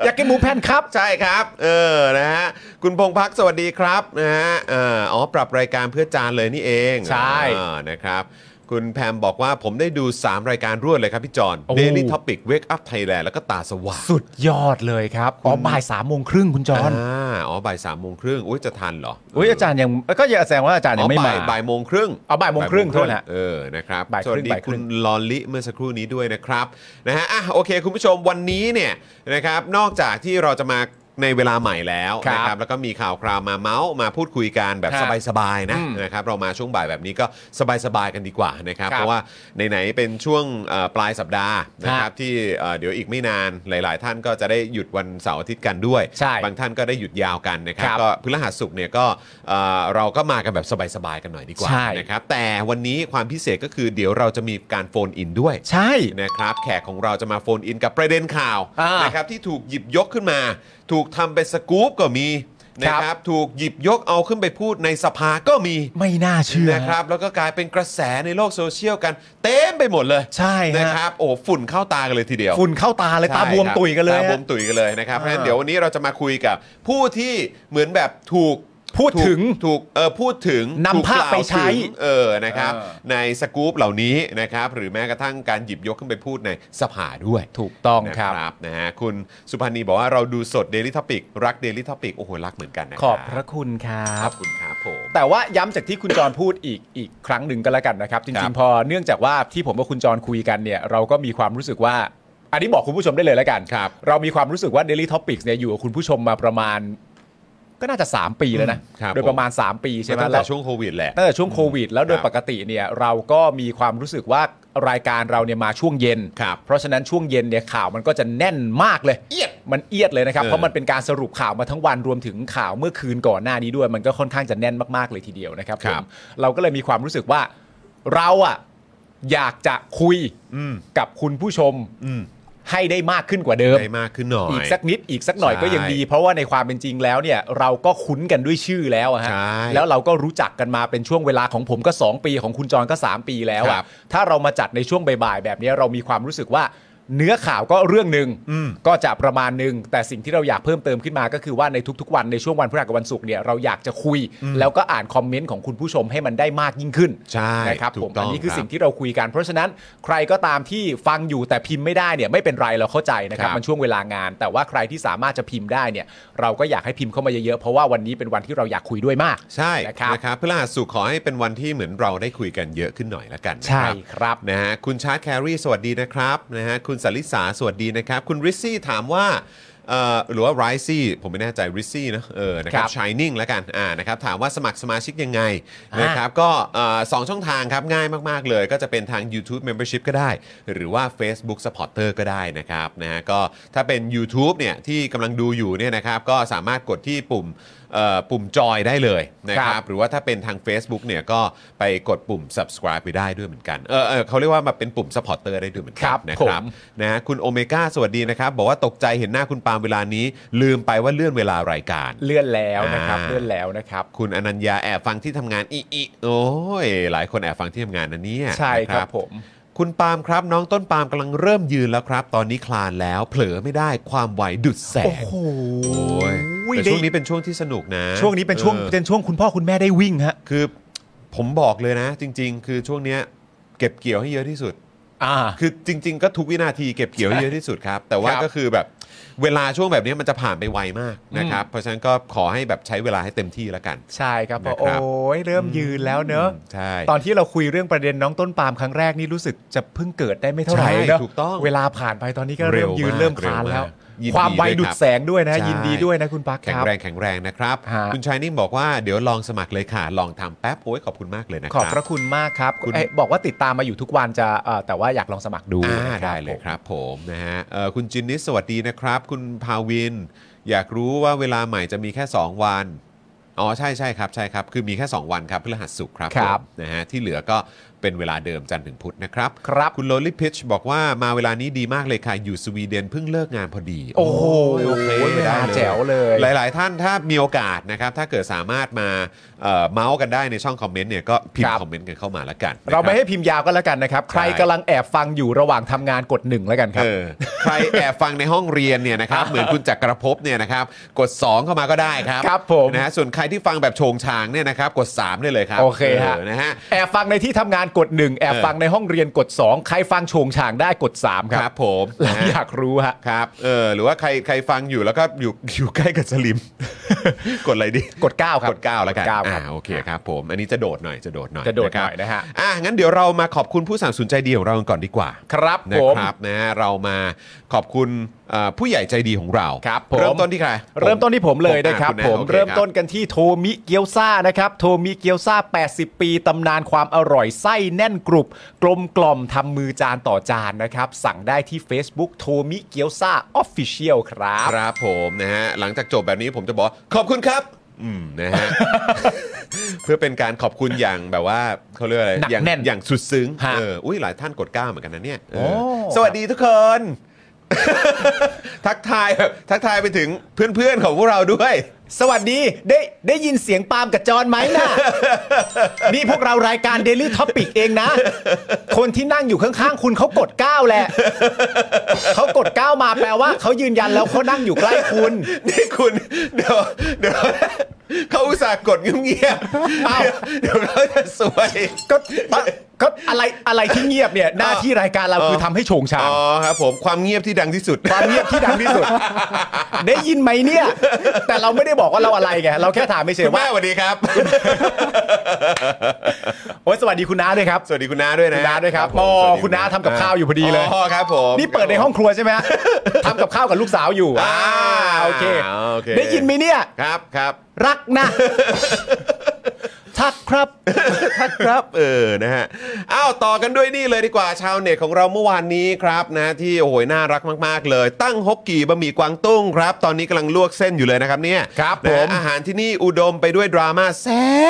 [SPEAKER 2] อยากกินหมูแผ่นครับ
[SPEAKER 1] ใช่ครับ เออ นะฮะ คุณพงพักสวัสดีครับ นะฮะเอ่ออ๋อ ปรับรายการเพื่อจานเลยนี่เอง
[SPEAKER 2] ใช่
[SPEAKER 1] อ่านะครับ คุณแพมบอกว่าผมได้ดู 3 รายการรวดเลยครับพี่จอน
[SPEAKER 2] โอ้โห
[SPEAKER 1] Daily Topic Wake Up Thailand แล้วก็ตาสว่าง
[SPEAKER 2] สุดยอดเลยครับอ๋อบ่ายสามโมงครึ่งคุณจอห์น
[SPEAKER 1] อ่าอ๋อ บ่ายสามโมงครึ่งอุ้ย จะทันเหรอ
[SPEAKER 2] อุ้ยอาจารย์ยังก็ยังแสดงว่าอาจารย์
[SPEAKER 1] อ๋
[SPEAKER 2] ยั
[SPEAKER 1] องบ่า
[SPEAKER 2] ไม่า
[SPEAKER 1] ม
[SPEAKER 2] ย
[SPEAKER 1] บ่ายโมงครึ่ง
[SPEAKER 2] เอาบ่ายโมงครึ่งเท่านั้นฮะ
[SPEAKER 1] เออ นะครับ
[SPEAKER 2] บ่าย
[SPEAKER 1] ส
[SPEAKER 2] ครึ่ง
[SPEAKER 1] วัสดี
[SPEAKER 2] บ่ายค
[SPEAKER 1] คุ
[SPEAKER 2] รึ่
[SPEAKER 1] ณ
[SPEAKER 2] ง
[SPEAKER 1] ลอลลิเมื่อสักครู่นี้ด้วยนะครับ นะฮะ อ่ะ โอเค คุณผู้ชม วันนี้เนี่ยนะครับ นอกจากที่เราจะมาในเวลาใหม่แล้ว
[SPEAKER 2] ครับ
[SPEAKER 1] นะครับ แล้วก็มีข่าวคราวมาเมาส์มาพูดคุยกันแบบ
[SPEAKER 2] ฮะ
[SPEAKER 1] สบายๆนะ
[SPEAKER 2] อืม
[SPEAKER 1] นะครับ เรามาช่วงบ่ายแบบนี้ก็สบายๆกันดีกว่านะครับ
[SPEAKER 2] ครับ
[SPEAKER 1] เพราะว่าไหนๆเป็นช่วงเอ่อปลายสัปดาห์นะครับ
[SPEAKER 2] ฮะ
[SPEAKER 1] ที่เอ่อเดี๋ยวอีกไม่นานหลาย ๆ ท่านก็จะได้หยุดวันเสาร์อาทิตย์กันด้วย
[SPEAKER 2] ใช่
[SPEAKER 1] บางท่านก็ได้หยุดยาวกันนะครับ
[SPEAKER 2] ครับ
[SPEAKER 1] ก็พฤหัสศุกร์เนี่ยก็เอ่อเราก็มากันแบบสบายๆกันหน่อยดีกว่า
[SPEAKER 2] ใช่
[SPEAKER 1] นะครับ ครับแต่วันนี้ความพิเศษก็คือเดี๋ยวเราจะมีการโฟนอินด้วย
[SPEAKER 2] ใช่
[SPEAKER 1] นะครับแขกของเราจะมาโฟนอินกับประเด็นข่าว
[SPEAKER 2] อ่าน
[SPEAKER 1] นะครับที่ถูกหยิบยกขึ้นมา ถูกทำเป็นสกู๊ปก็มีนะค
[SPEAKER 2] ครั
[SPEAKER 1] รับบ ถูกหยิบยกเอาขึ้นไปพูดในสภาก็มี
[SPEAKER 2] ไม่น่าเชื่อ
[SPEAKER 1] นะครับแล้วก็กลายเป็นกระแสในโลกโซเชียลกัน เต็มไปหมดเลย
[SPEAKER 2] ใช่ฮะ
[SPEAKER 1] นะครับโอ้ฝุ่นเข้าตากันเลยทีเดียว
[SPEAKER 2] ฝุ่นเข้าตาเลยตาบวม
[SPEAKER 1] ใช่ครับ
[SPEAKER 2] ตุยกันเลย
[SPEAKER 1] ตาบว
[SPEAKER 2] ฮะ
[SPEAKER 1] มตุยกันเลยนะครับเพราะฉะนั้น
[SPEAKER 2] อ่า
[SPEAKER 1] เดี๋ยววันนี้เราจะมาคุยกับผู้ที่เหมือนแบบถูก
[SPEAKER 2] พูดถึง
[SPEAKER 1] ถูกเออพูดถึง
[SPEAKER 2] นำ
[SPEAKER 1] ถูก
[SPEAKER 2] ภาพ
[SPEAKER 1] กล่ว
[SPEAKER 2] ไปใช้
[SPEAKER 1] ถึงเออนะครับ
[SPEAKER 2] เออ
[SPEAKER 1] ในสกู๊ปเหล่านี้นะครับหรือแม้กระทั่งการหยิบยกขึ้นไปพูดในสภาด้วย
[SPEAKER 2] ถูกต้องครับ
[SPEAKER 1] นะนะฮะคุณสุพันธ์นีบอกว่าเราดูสด Daily Topic รัก Daily Topic โอ้โหรักเหมือนกันนะ
[SPEAKER 2] ขอบพระคุณครั
[SPEAKER 1] ข
[SPEAKER 2] บ
[SPEAKER 1] อบคุณครับผม
[SPEAKER 2] แต่ว่าย้ำจากที่คุณจรพูดอีกอีกครั้งหนึ่งก็แล้วกันนะครับ จ
[SPEAKER 1] ครั
[SPEAKER 2] ริ
[SPEAKER 1] บ
[SPEAKER 2] งๆ พอเนื่องจากว่าที่ผมกับคุณจรคุยกันเนี่ยเราก็มีความรู้สึกว่า อันนี้บอกคุณผู้ชมได้เลยแล้วกัน
[SPEAKER 1] ครับ
[SPEAKER 2] เรามีความรู้สึกว่า Daily Topics เนี่ยอยู่กับคุณผู้ชมมาประมาณ ก็น่าจะ 3 ปีแล้วนะ
[SPEAKER 1] ครับ
[SPEAKER 2] โดยประมาณ 3 ปีใช่ไหม
[SPEAKER 1] ตั้ง
[SPEAKER 2] แล้
[SPEAKER 1] แต่
[SPEAKER 2] ว
[SPEAKER 1] ช่วงโควิดแหละ
[SPEAKER 2] ตั้งแต่ช่วงโควิด แล้วโดย
[SPEAKER 1] ครับ
[SPEAKER 2] ปกติเนี่ยเราก็มีความรู้สึกว่ารายการเราเนี่ยมาช่วงเย็น
[SPEAKER 1] ครับ
[SPEAKER 2] เพราะฉะนั้นช่วงเย็นเนี่ยข่าวมันก็จะแน่นมากเลย
[SPEAKER 1] เอียด
[SPEAKER 2] มันเอียดเลยนะครับ
[SPEAKER 1] เออ
[SPEAKER 2] เพราะมันเป็นการสรุปข่าวมาทั้งวันรวมถึงข่าวเมื่อคืนก่อนหน้านี้ด้วย มันก็ค่อนข้างจะแน่นมากๆเลยทีเดียวนะครับ
[SPEAKER 1] ครั
[SPEAKER 2] ผ
[SPEAKER 1] บ
[SPEAKER 2] มเราก็เลยมีความรู้สึกว่าเราอะอยากจะคุย
[SPEAKER 1] อืม
[SPEAKER 2] กับคุณผู้ชม
[SPEAKER 1] อืม
[SPEAKER 2] ให้ได้มากขึ้นกว่าเดิม
[SPEAKER 1] ได้มากขึ้นหน่อย
[SPEAKER 2] อีกสักนิดอีกสักหน่อย
[SPEAKER 1] ใช่
[SPEAKER 2] ก็ยังดี เพราะว่าในความเป็นจริงแล้วเนี่ย เราก็คุ้นกันด้วยชื่อแล้วอะฮะ
[SPEAKER 1] ใช่
[SPEAKER 2] แล้วเราก็รู้จักกันมาเป็นช่วงเวลาของผมก็ 2 ปีของคุณจรก็ 3 ปีแล้ว
[SPEAKER 1] ครั
[SPEAKER 2] อะ
[SPEAKER 1] บ
[SPEAKER 2] ถ้าเรามาจัดในช่วงบ่ายๆแบบเนี้ยเรามีความรู้สึกว่าเนื้อข่าวก็เรื่องหนึ่ง
[SPEAKER 1] อืม
[SPEAKER 2] ก็จะประมาณหนึ่งแต่สิ่งที่เราอยากเพิ่มเติมขึ้นมาก็คือว่าในทุกๆ วันในช่วงวันพฤหัสกับวันศุกร์เนี่ยเราอยากจะคุย แล้วก็อ่านคอมเมนต์ของคุณผู้ชมให้มันได้มากยิ่งขึ้น
[SPEAKER 1] ใช่
[SPEAKER 2] นะครับ
[SPEAKER 1] ถูก
[SPEAKER 2] ผม
[SPEAKER 1] ต้
[SPEAKER 2] อั
[SPEAKER 1] อนง
[SPEAKER 2] นี้คือ
[SPEAKER 1] ครับ
[SPEAKER 2] สิ่งที่เราคุยกัน เพราะฉะนั้นใครก็ตามที่ฟังอยู่แต่พิมพ์ไม่ได้เนี่ยไม่เป็นไรเราเข้าใจนะครับ
[SPEAKER 1] ครับ
[SPEAKER 2] มันช่วงเวลางาน แต่ว่าใครที่สามารถจะพิมพ์ได้เนี่ยเราก็อยากให้พิมพ์เข้ามาเยอะๆเพราะว่าวันนี้เป็นวันที่เราอยากคุยด้วยมาก
[SPEAKER 1] ใช่
[SPEAKER 2] นะครับ
[SPEAKER 1] นะครับพฤหัสสุขขอให้เป็นวันที่เหมือนเราได้คุยกันเยอะขึ้นหน่อยละกันนะ
[SPEAKER 2] ใช่
[SPEAKER 1] ครับ
[SPEAKER 2] ครับ
[SPEAKER 1] นะฮะคุณชาร์ตแครีสวัสดีนะครับนะฮะคุณสลิษาสวัสดีนะครับ คุณริซซี่ถามว่าเอ่อหรือว่าไรซี่ผมไม่แน่ใจริซซี่นะเออนะครั
[SPEAKER 2] ครับ บ
[SPEAKER 1] ชายนิ่งแล้วกันอ่านะครับถามว่าสมัครสมาชิกยังไง
[SPEAKER 2] อ่าน
[SPEAKER 1] นะครับก็เอ่อสองช่องทางครับง่ายมาก ๆ เลย ก็จะเป็นทาง YouTube Membership ก็ได้ หรือว่า Facebook Supporter ก็ได้นะครับนะฮะก็ถ้าเป็น YouTube เนี่ยที่กำลังดูอยู่เนี่ยนะครับก็สามารถกดที่ปุ่มเอ่อปุ่มจอยได้เลยนะ
[SPEAKER 2] ค
[SPEAKER 1] ค
[SPEAKER 2] รั
[SPEAKER 1] รับ
[SPEAKER 2] บ
[SPEAKER 1] หรือว่าถ้าเป็นทาง Facebook เนี่ยก็ไปกดปุ่ม subscribe ไปได้ด้วยเหมือนกัน เออเออเขาเรียกว่ามาเป็นปุ่ม supporter ได้ด้วยเหมือนกั
[SPEAKER 2] ครับ
[SPEAKER 1] นะครั
[SPEAKER 2] ผ
[SPEAKER 1] บ
[SPEAKER 2] ม
[SPEAKER 1] นะฮะคุณโอเมก้าสวัสดีนะครับ บอกว่าตกใจเห็นหน้าคุณปาล์มเวลานี้ ลืมไปว่าเลื่อนเวลารายการ
[SPEAKER 2] เลื่อนแล้วนะครับ
[SPEAKER 1] อ่า
[SPEAKER 2] เลื่อนแล้วนะครับ
[SPEAKER 1] คุณอนัญญาแอบฟังที่ทำงานอีอีโอ้ยหลายคนแอบฟังที่ทำงานนะเนี่ย
[SPEAKER 2] ใช่
[SPEAKER 1] นะครับ
[SPEAKER 2] ผม
[SPEAKER 1] คุณปาล์มครับ น้องต้นปาล์มกำลังเริ่มยืนแล้วครับ ตอนนี้คลานแล้วเผลอไม่ได้ความไหวดุดแสง
[SPEAKER 2] โอ้โห
[SPEAKER 1] โอ้ยแต่ช่วงนี้เป็นช่วงที่สนุกนะ
[SPEAKER 2] ได้ช่วงนี้เป็นช่วง
[SPEAKER 1] ออ
[SPEAKER 2] เป็นช่วงคุณพ่อคุณแม่ได้วิ่งฮะ
[SPEAKER 1] คือผมบอกเลยนะ จริง ๆ คือช่วงเนี้ยเก็บเกี่ยวให้เยอะที่สุด
[SPEAKER 2] อ่า
[SPEAKER 1] คือจริง ๆ ก็ทุกวินาทีเก็บเกี่ยวให้เยอะที่สุดครับ แต่ว่า
[SPEAKER 2] ครับ
[SPEAKER 1] ก็คือแบบเวลาช่วงแบบเนี้ยมันจะผ่านไปไวมากนะครับ เพราะฉะนั้นก็ขอให้แบบใช้เวลาให้เต็มที่แล้วกัน
[SPEAKER 2] ใช่ครับพอ
[SPEAKER 1] นะครับ
[SPEAKER 2] โอ้ยเริ่มยืนแล้วเนอะ
[SPEAKER 1] ใช่
[SPEAKER 2] ตอนที่เราคุยเรื่องประเด็นน้องต้นปาล์มครั้งแรกนี่รู้สึกจะเพิ่งเกิดได้ไม่เท่าไหร่
[SPEAKER 1] ใช่
[SPEAKER 2] เนอะ
[SPEAKER 1] ถูกต้อง
[SPEAKER 2] เวลาผ่านไปตอนนี้ก็
[SPEAKER 1] เร็
[SPEAKER 2] เริ่
[SPEAKER 1] ว
[SPEAKER 2] มยืน
[SPEAKER 1] มาก
[SPEAKER 2] เริ่มคลาน
[SPEAKER 1] เร็วมาก
[SPEAKER 2] แล้ว
[SPEAKER 1] ยินดี
[SPEAKER 2] ความไว
[SPEAKER 1] ด้วย
[SPEAKER 2] ดุ
[SPEAKER 1] ค
[SPEAKER 2] ด
[SPEAKER 1] รับ
[SPEAKER 2] แสงด้วยนะ
[SPEAKER 1] ใช่
[SPEAKER 2] ยินดีด้วยนะคุณปักค
[SPEAKER 1] แข็ง
[SPEAKER 2] รับ
[SPEAKER 1] แรงแข็งแรงนะครับ
[SPEAKER 2] ฮะ
[SPEAKER 1] คุณชายนิ่มบอกว่าเดี๋ยวลองสมัครเลยค่ะ ลองทำแป๊บโอ้ยขอบคุณมากเลยนะ
[SPEAKER 2] ข
[SPEAKER 1] ครั
[SPEAKER 2] อบ บพระคุณมากครับ
[SPEAKER 1] คุณ
[SPEAKER 2] เอ้ยบอกว่าติดตามมาอยู่ทุกวันจะเอ่อแต่ว่าอยากลองสมัครดู
[SPEAKER 1] อ่า
[SPEAKER 2] นะ
[SPEAKER 1] ได้เลยครับผมนะฮะเอ่อคุณจินนิสสวัสดีนะครับ คุณพาวิน อยากรู้ว่าเวลาใหม่จะมีแค่ 2 วัน อ๋อใช่ใช่ครับใช่ครับ คือมีแค่ 2 วันครับพฤหัสศุกร์ครับ
[SPEAKER 2] ครับ
[SPEAKER 1] ผมนะฮะที่เหลือก็เป็นเวลาเดิมจันทร์ถึงพุธนะครับ
[SPEAKER 2] ครับ
[SPEAKER 1] คุณโลลิพิชบอกว่ามาเวลานี้ดีมากเลยค่ะ อยู่สวีเดนเพิ่งเลิกงานพอดี
[SPEAKER 2] โอ้โห
[SPEAKER 1] ยโอเค
[SPEAKER 2] เวลาแจ๋วเลย
[SPEAKER 1] หลาย ๆ ท่านถ้ามีโอกาสนะครับ ถ้าเกิดสามารถมาเอ่อเมาส์กันได้ในช่องคอมเมนต์เนี่ยก็พิมพ์คอมเมนต์กันเข้ามาละกันนะค
[SPEAKER 2] เรา
[SPEAKER 1] บ
[SPEAKER 2] ไม่ให้พิมพ์ยาวก็แล้วกันนะครับ ใครกำลังแอบฟังอยู่ระหว่างทำงานกดหนึ่งแล้วกันครับ
[SPEAKER 1] เออใครแอบฟังในห้องเรียนเนี่ยนะครับ เหมือนคุณจักรภพเนี่ยนะครับ กด 2 เข้ามาก็ได้ครับ
[SPEAKER 2] ครับผม
[SPEAKER 1] นะฮะส่วนใครที่ฟังแบบโชงชางเนี่ยนะครับ กด 3 ได้เลยครับ
[SPEAKER 2] โอเคฮะ
[SPEAKER 1] นะฮะ
[SPEAKER 2] แอบฟังในที่ทำงานกดหนึ่งแอบ
[SPEAKER 1] เออ
[SPEAKER 2] ฟังในห้องเรียนกดสองใครฟังโชงช่างได้กดสามค
[SPEAKER 1] ครับ รับผม
[SPEAKER 2] เรา
[SPEAKER 1] นะฮะ
[SPEAKER 2] อยากรู้ฮะ
[SPEAKER 1] ครับเออหรือว่าใครใครฟังอยู่แล้วก็อยู่อยู่ใกล้กับสลิม กดอะไรดี
[SPEAKER 2] กดเก้าครับ
[SPEAKER 1] กด 9 แล้วกัน
[SPEAKER 2] กดเก้าครับ
[SPEAKER 1] อ่าโอเคครับผม อันนี้จะโดดหน่อยจะโดดหน่อย
[SPEAKER 2] จะโดดห
[SPEAKER 1] ค
[SPEAKER 2] น่
[SPEAKER 1] รับ
[SPEAKER 2] อยนะฮะ
[SPEAKER 1] อ่ะงั้นเดี๋ยวเรามาขอบคุณผู้สนับสนุนใจดีของเรากันก่อนดีกว่า
[SPEAKER 2] ครับ
[SPEAKER 1] นะ
[SPEAKER 2] ผม
[SPEAKER 1] ครับนะฮะเรามาขอบคุณเอ่อผู้ใหญ่ใจดีของเรา
[SPEAKER 2] ครับผม
[SPEAKER 1] เริ่มต้นที่ใคร
[SPEAKER 2] เริ่มต้นที่ผมเลยนะครับ
[SPEAKER 1] อ่
[SPEAKER 2] ผม
[SPEAKER 1] ณแโอค
[SPEAKER 2] เริ่มต้นกันที่โทมิเกียวซานะครับ โทมิเกียวซา80 ปี ตำนานความอร่อยไส้แน่นกรุบ กลมกล่อมทำมือจานต่อจานนะครับ สั่งได้ที่ Facebook โทมิเกียวซาออฟฟิเชียลครั
[SPEAKER 1] ครับ บผมนะฮะหลังจากจบแบบนี้ผมจะบอกขอบคุณครับ อืมนะฮะ เพื่อเป็นการขอบคุณอย่างแบบว่าเขาเรียกอะไร
[SPEAKER 2] หนัก
[SPEAKER 1] อย่าง
[SPEAKER 2] แน่น
[SPEAKER 1] อย่างสุดซึ้ง
[SPEAKER 2] ฮะ
[SPEAKER 1] เอออุ้ยหลายท่านกดก้าวเหมือนกันนะเนี่ยเออ
[SPEAKER 2] โอ้
[SPEAKER 1] สวัสดีทุกคน ทักทายแบบทักทายไปถึงเพื่อนๆของพวกเราด้วย
[SPEAKER 2] สวัสดีได้ได้ยินเสียงปาล์มกับจอนไหม นะ นี่พวกเรารายการ Daily Topic เองนะ คนที่นั่งอยู่ข้างๆ คุณเขากดก้าวแหละเขากดก้าวมาแปลว่าเขายืนยันแล้วเขานั่งอยู่ใกล้คุณ
[SPEAKER 1] นี่คุณเดี๋ยวเดี๋ยวเขาอุตส่าห์กดเงียบๆ
[SPEAKER 2] อ้าว
[SPEAKER 1] เดี๋ยวเขาจะสวย
[SPEAKER 2] ก็ก็อะไรอะไรที่เงียบเนี่ยหน้าที่รายการเราคือทำให้โฉงฉาง
[SPEAKER 1] อ๋อครับผมความเงียบที่ดังที่สุด
[SPEAKER 2] ความเงียบที่ดังที่สุด ได้ยินไหมเนี่ย แต่เราไม่ได้บอกว่าเราอะไรไงเราแค่ถามไม่เฉ
[SPEAKER 1] คุ
[SPEAKER 2] ย
[SPEAKER 1] ณ
[SPEAKER 2] ว่า
[SPEAKER 1] แม่สวัสดีครับ
[SPEAKER 2] โอ้ยสวัสดีคุณน้าด้วยครับ
[SPEAKER 1] สวัสดีคุณน้าด้วยนะ
[SPEAKER 2] คุณน้าด้วยครับ
[SPEAKER 1] ผม
[SPEAKER 2] โอ้
[SPEAKER 1] สวัสดี
[SPEAKER 2] คุณน้าทำกับข้าวอยู่พอดีเลย
[SPEAKER 1] อ๋อครับผม
[SPEAKER 2] นี่เปิดในห้องครัวใช่ไหมฮะ ทำกับข้าวกับลูกสาวอยู่
[SPEAKER 1] อ่า
[SPEAKER 2] โอเค
[SPEAKER 1] โอเค
[SPEAKER 2] ได้ยินไหมเนี่ย
[SPEAKER 1] ครับครับ
[SPEAKER 2] รัก นะ ทักครับ
[SPEAKER 1] ทักครับเออนะฮะอ้าวต่อกันด้วยนี่เลยดีกว่าชาวเน็ตของเราเมื่อวานนี้ครับนะที่โอ้โหน่ารักมาก ๆ เลย ตั้งฮกกี่บะหมี่กวางตุ้งครับ ตอนนี้กำลังลวกเส้นอยู่เลยนะครับเนี่ย
[SPEAKER 2] ครับ
[SPEAKER 1] นะฮะ
[SPEAKER 2] ผม
[SPEAKER 1] อาหารที่นี่อุดมไปด้วยดราม่าแส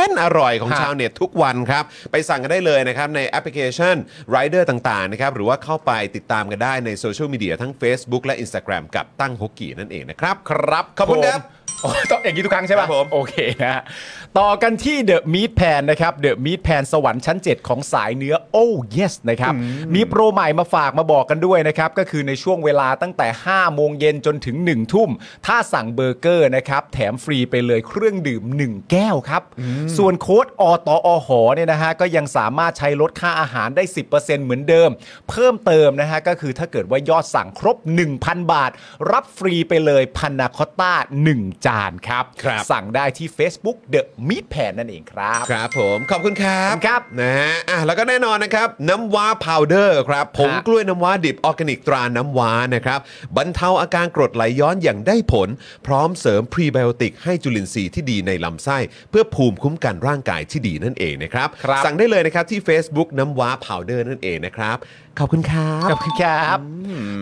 [SPEAKER 1] นอร่อยของชาว ชาวเน็ตทุกวันครับ ไปสั่งกันได้เลยนะครับในแอปพลิเคชัน Rider ต่างๆนะครับหรือว่าเข้าไปติดตามกันได้ในโซเชียลมีเดียทั้ง Facebook และ Instagram กับตั้งฮกกี้นั่นเองนะครับ
[SPEAKER 2] ครับ
[SPEAKER 1] ขอบคุณครับ
[SPEAKER 2] ผมโอ้ยต้องอย่างนี้ทุกครั้งใช่
[SPEAKER 1] ครั
[SPEAKER 2] ป่ะ
[SPEAKER 1] บผม
[SPEAKER 2] โอเคนะฮะต่อกันที่เดอะม a t แพนนะครับเดอะม a t แพนสวรรค์ชั้น 7 ของสายเนื้อโอ้ yes นะครับ มีโปรใหม่มาฝากมาบอกกันด้วยนะครับ ก็คือในช่วงเวลาตั้งแต่ 5 โมงเย็นจนถึง 1 ทุ่ม ถ้าสั่งเบอร์เกอร์นะครับ แถมฟรีไปเลยเครื่องดื่ม 1 แก้วครับ ส่วนโค้ดอตอหอเนี่ยนะฮะก็ยังสามารถใช้ลดค่าอาหารได้ 10%เหมือนเดิม เพิ่มเติมนะฮะก็คือถ้าเกิดว่ายอดสั่งครบ 1,000 บาท รับฟรีไปเลยพันนาคอตต้า 1 จานครับ
[SPEAKER 1] ครับ
[SPEAKER 2] สั่งได้ที่ Facebook The Meat Pan นั่นเองครับ
[SPEAKER 1] ครับผมขอบคุณครับ
[SPEAKER 2] ขอบคุณครับ
[SPEAKER 1] นะฮะอ่ะแล้วก็แน่นอนนะครับ น้ำว้าพาวเดอร์ครับผงกล้วยน้ำว้าดิบออร์แกนิกตราน้ำว้านะครับบรรเทาอาการกรดไหลย้อนอย่างได้ผล พร้อมเสริมพรีไบโอติกให้จุลินทรีย์ที่ดีในลำไส้ เพื่อภูมิคุ้มกันร่างกายที่ดีนั่นเองนะครับ
[SPEAKER 2] ครับ
[SPEAKER 1] สั่งได้เลยนะครับที่ Facebook น้ำว้าพาวเดอร์นั่นเองนะครับขอบคุณครับ
[SPEAKER 2] ขอบคุณครับ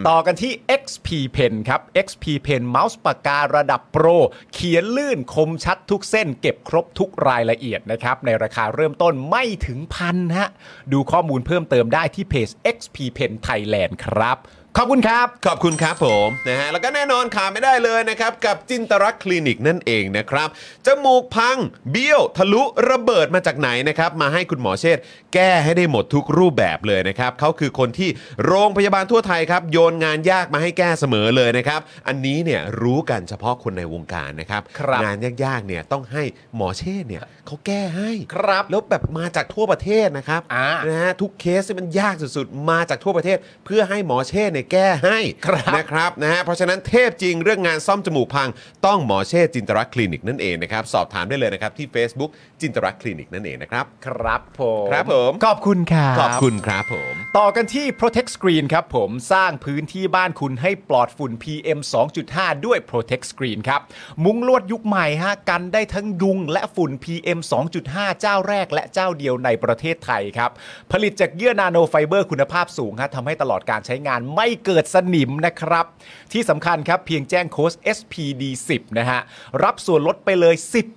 [SPEAKER 2] ต่อกันที่ XP Pen ครับ XP Pen เมาส์ปากการะดับโปร เขียนลื่นคมชัดทุกเส้น เก็บครบทุกรายละเอียดนะครับ ในราคาเริ่มต้นไม่ถึงพันฮะ ดูข้อมูลเพิ่มเติมได้ที่เพจ XP Pen Thailand ครับ ขอบคุณครับ
[SPEAKER 1] ขอบคุณครับผมนะฮะแล้วก็แน่นอนขาดไม่ได้เลยนะครับ กับจินตรักษณ์คลินิกนั่นเองนะครับ จมูกพัง เบี้ยว ทะลุระเบิดมาจากไหนนะครับ มาให้คุณหมอเชษฐ์แก้ให้ได้หมดทุกรูปแบบเลยนะครับเขาคือคนที่โรงพยาบาลทั่วไทยครับ โยนงานยากมาให้แก้เสมอเลยนะครับ อันนี้เนี่ยรู้กันเฉพาะคนในวงการนะครับ
[SPEAKER 2] ครับ
[SPEAKER 1] งานยากๆเนี่ยต้องให้หมอเชษฐ์เนี่ยเขาแก้ให้
[SPEAKER 2] ครับ
[SPEAKER 1] แล้วแบบมาจากทั่วประเทศนะครับ
[SPEAKER 2] อ่า
[SPEAKER 1] นะฮะทุกเคสที่มันยากสุดๆ มาจากทั่วประเทศ เพื่อให้หมอเช่เนี่ยแก้ให้
[SPEAKER 2] ครับ
[SPEAKER 1] นะครับนะฮะเพราะฉะนั้นเทพจริงเรื่องงานซ่อมจมูกพัง ต้องหมอเช่จินตรักษณ์คลินิกนั่นเองนะครับ สอบถามได้เลยนะครับที่ Facebook จินตรักษณ์คลินิกนั่นเองนะครับ
[SPEAKER 2] ครับผม
[SPEAKER 1] ครับผม
[SPEAKER 2] ขอบคุณครับ
[SPEAKER 1] ขอบคุณครับผม
[SPEAKER 2] ต่อกันที่ Protect Screen ครับผมสร้างพื้นที่บ้านคุณให้ปลอดฝุ่น PM 2.5 ด้วย Protect Screen ครับ มุ้งลวดยุคใหม่ฮะกันได้ทั้งยุงและฝุ่น PM 2.5 เจ้าแรกและเจ้าเดียวในประเทศไทยครับ ผลิตจากเยื่อนาโนไฟเบอร์คุณภาพสูงฮะทำให้ตลอดการใช้งานไม่ เกิดสนิมนะครับ ที่สำคัญครับเพียงแจ้งโค้ด SPD10 นะฮะ รับส่วนลดไปเลย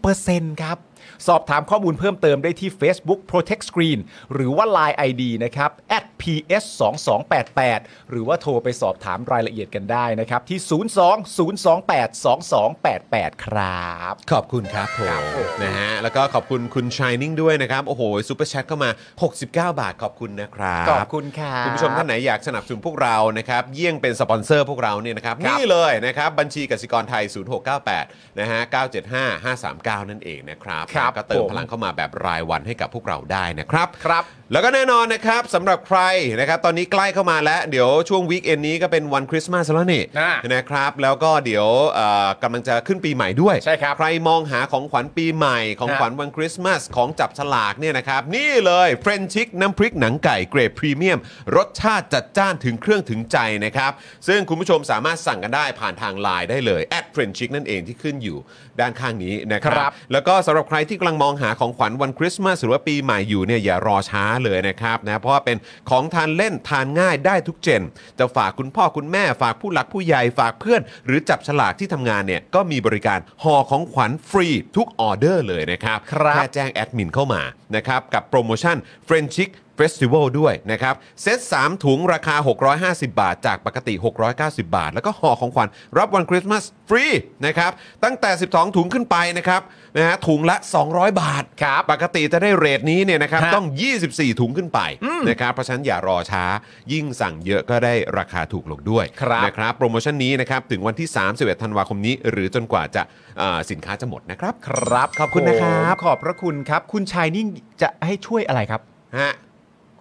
[SPEAKER 2] 10%ครับ สอบถามข้อมูลเพิ่มเติมได้ที่ Facebook Protect Screen หรือว่า Line ID นะครับ @ps2288 หรือว่าโทรไปสอบถามรายละเอียดกันได้นะครับ ที่ 020282288 ครับ
[SPEAKER 1] ขอบคุณครับผมนะฮะแล้วก็ขอบคุณคุณชายนิ่งด้วยนะครับ โอ้โหซูเปอร์แชทเข้ามา 69 บาทขอบคุณนะครับ
[SPEAKER 2] ขอบคุณครับ
[SPEAKER 1] คุณผู้ชมท่านไหนอยากสนับสนุนพวกเรานะครับเยี่ยงเป็นสปอนเซอร์พวกเราเนี่ยนะครับนี่เลยนะครับบัญชีกสิกรไทย 0698นะฮะ975 539 นั่นเองนะครับ
[SPEAKER 2] ครับ
[SPEAKER 1] ก็เติม
[SPEAKER 2] ผม
[SPEAKER 1] พลังเข้ามาแบบรายวันให้กับพวกเราได้นะครับ
[SPEAKER 2] ครับ
[SPEAKER 1] แล้วก็แน่นอนนะครับสำหรับใครนะครับตอนนี้ใกล้เข้ามาแล้ว เดี๋ยวช่วงวีคเอนนี้ก็เป็นวันคริสต์มาสแล้วนี่
[SPEAKER 2] อ่า
[SPEAKER 1] นะครับแล้วก็เดี๋ยวเอ่อกำลังจะขึ้นปีใหม่ด้วย
[SPEAKER 2] ใช่ครับ
[SPEAKER 1] ใครมองหาของขวัญปีใหม่ ของ
[SPEAKER 2] ฮะ
[SPEAKER 1] ขวัญวันคริสต์มาส ของจับฉลากเนี่ยนะครับ นี่เลยเฟรนชิกน้ำพริกหนังไก่เกรดพรีเมียม รสชาติจัดจ้านถึงเครื่องถึงใจนะครับ ซึ่งคุณผู้ชมสามารถสั่งกันได้ผ่านทางไลน์ได้เลยแอดเฟรนชิกนั่นเองที่ขึ้นอยู่ด้านข้างนี้นะค
[SPEAKER 2] ครั
[SPEAKER 1] รับ
[SPEAKER 2] บ
[SPEAKER 1] แล้วก็สำหรับใครที่กำลังมองหาของขวัญวันคริสต์มาสหรือว่าปีใหม่อยู่เนี่ยอย่ารอช้าเลยนะครับนะเพราะว่าเป็นของทานเล่นทานง่ายได้ทุกเจน จะฝากคุณพ่อคุณแม่ฝากผู้หลักผู้ใหญ่ฝากเพื่อน หรือจับฉลากที่ทำงานเนี่ยก็มีบริการห่อของขวัญฟรีทุกออเดอร์เลยนะครับ
[SPEAKER 2] ครับ
[SPEAKER 1] แค่แจ้งแอดมินเข้ามานะครับกับโปรโมชั่น f r e n c h i c Festival ด้วยนะครับเซต3ถุงราคา 650 บาท จากปกติ 690 บาท แล้วก็ห่อของขวัญรับวันคริสต์มาสฟรีนะครับตั้งแต่ 12 ถุงขึ้นไปนะครับนะฮะถุงละ 200 บาท
[SPEAKER 2] ครับ
[SPEAKER 1] ปกติจะได้เรทนี้เนี่ยนะครับ
[SPEAKER 2] ฮะ
[SPEAKER 1] ต้อง 24 ถุงขึ้นไปนะครับเพราะฉะนั้นอย่ารอช้า ยิ่งสั่งเยอะก็ได้ราคาถูกลงด้วย
[SPEAKER 2] ครับ
[SPEAKER 1] นะครับโปรโมชั่นนี้นะครับถึงวันที่ 31 ธันวาคมนี้ หรือจนกว่าจะเอ่อสินค้าจะหมดนะครับ
[SPEAKER 2] ครับ
[SPEAKER 1] ขอบคุณนะครับ
[SPEAKER 2] ขอบพระคุณครับ คุณชายนิ่งจะให้ช่วยอะไรครับ
[SPEAKER 1] ฮะ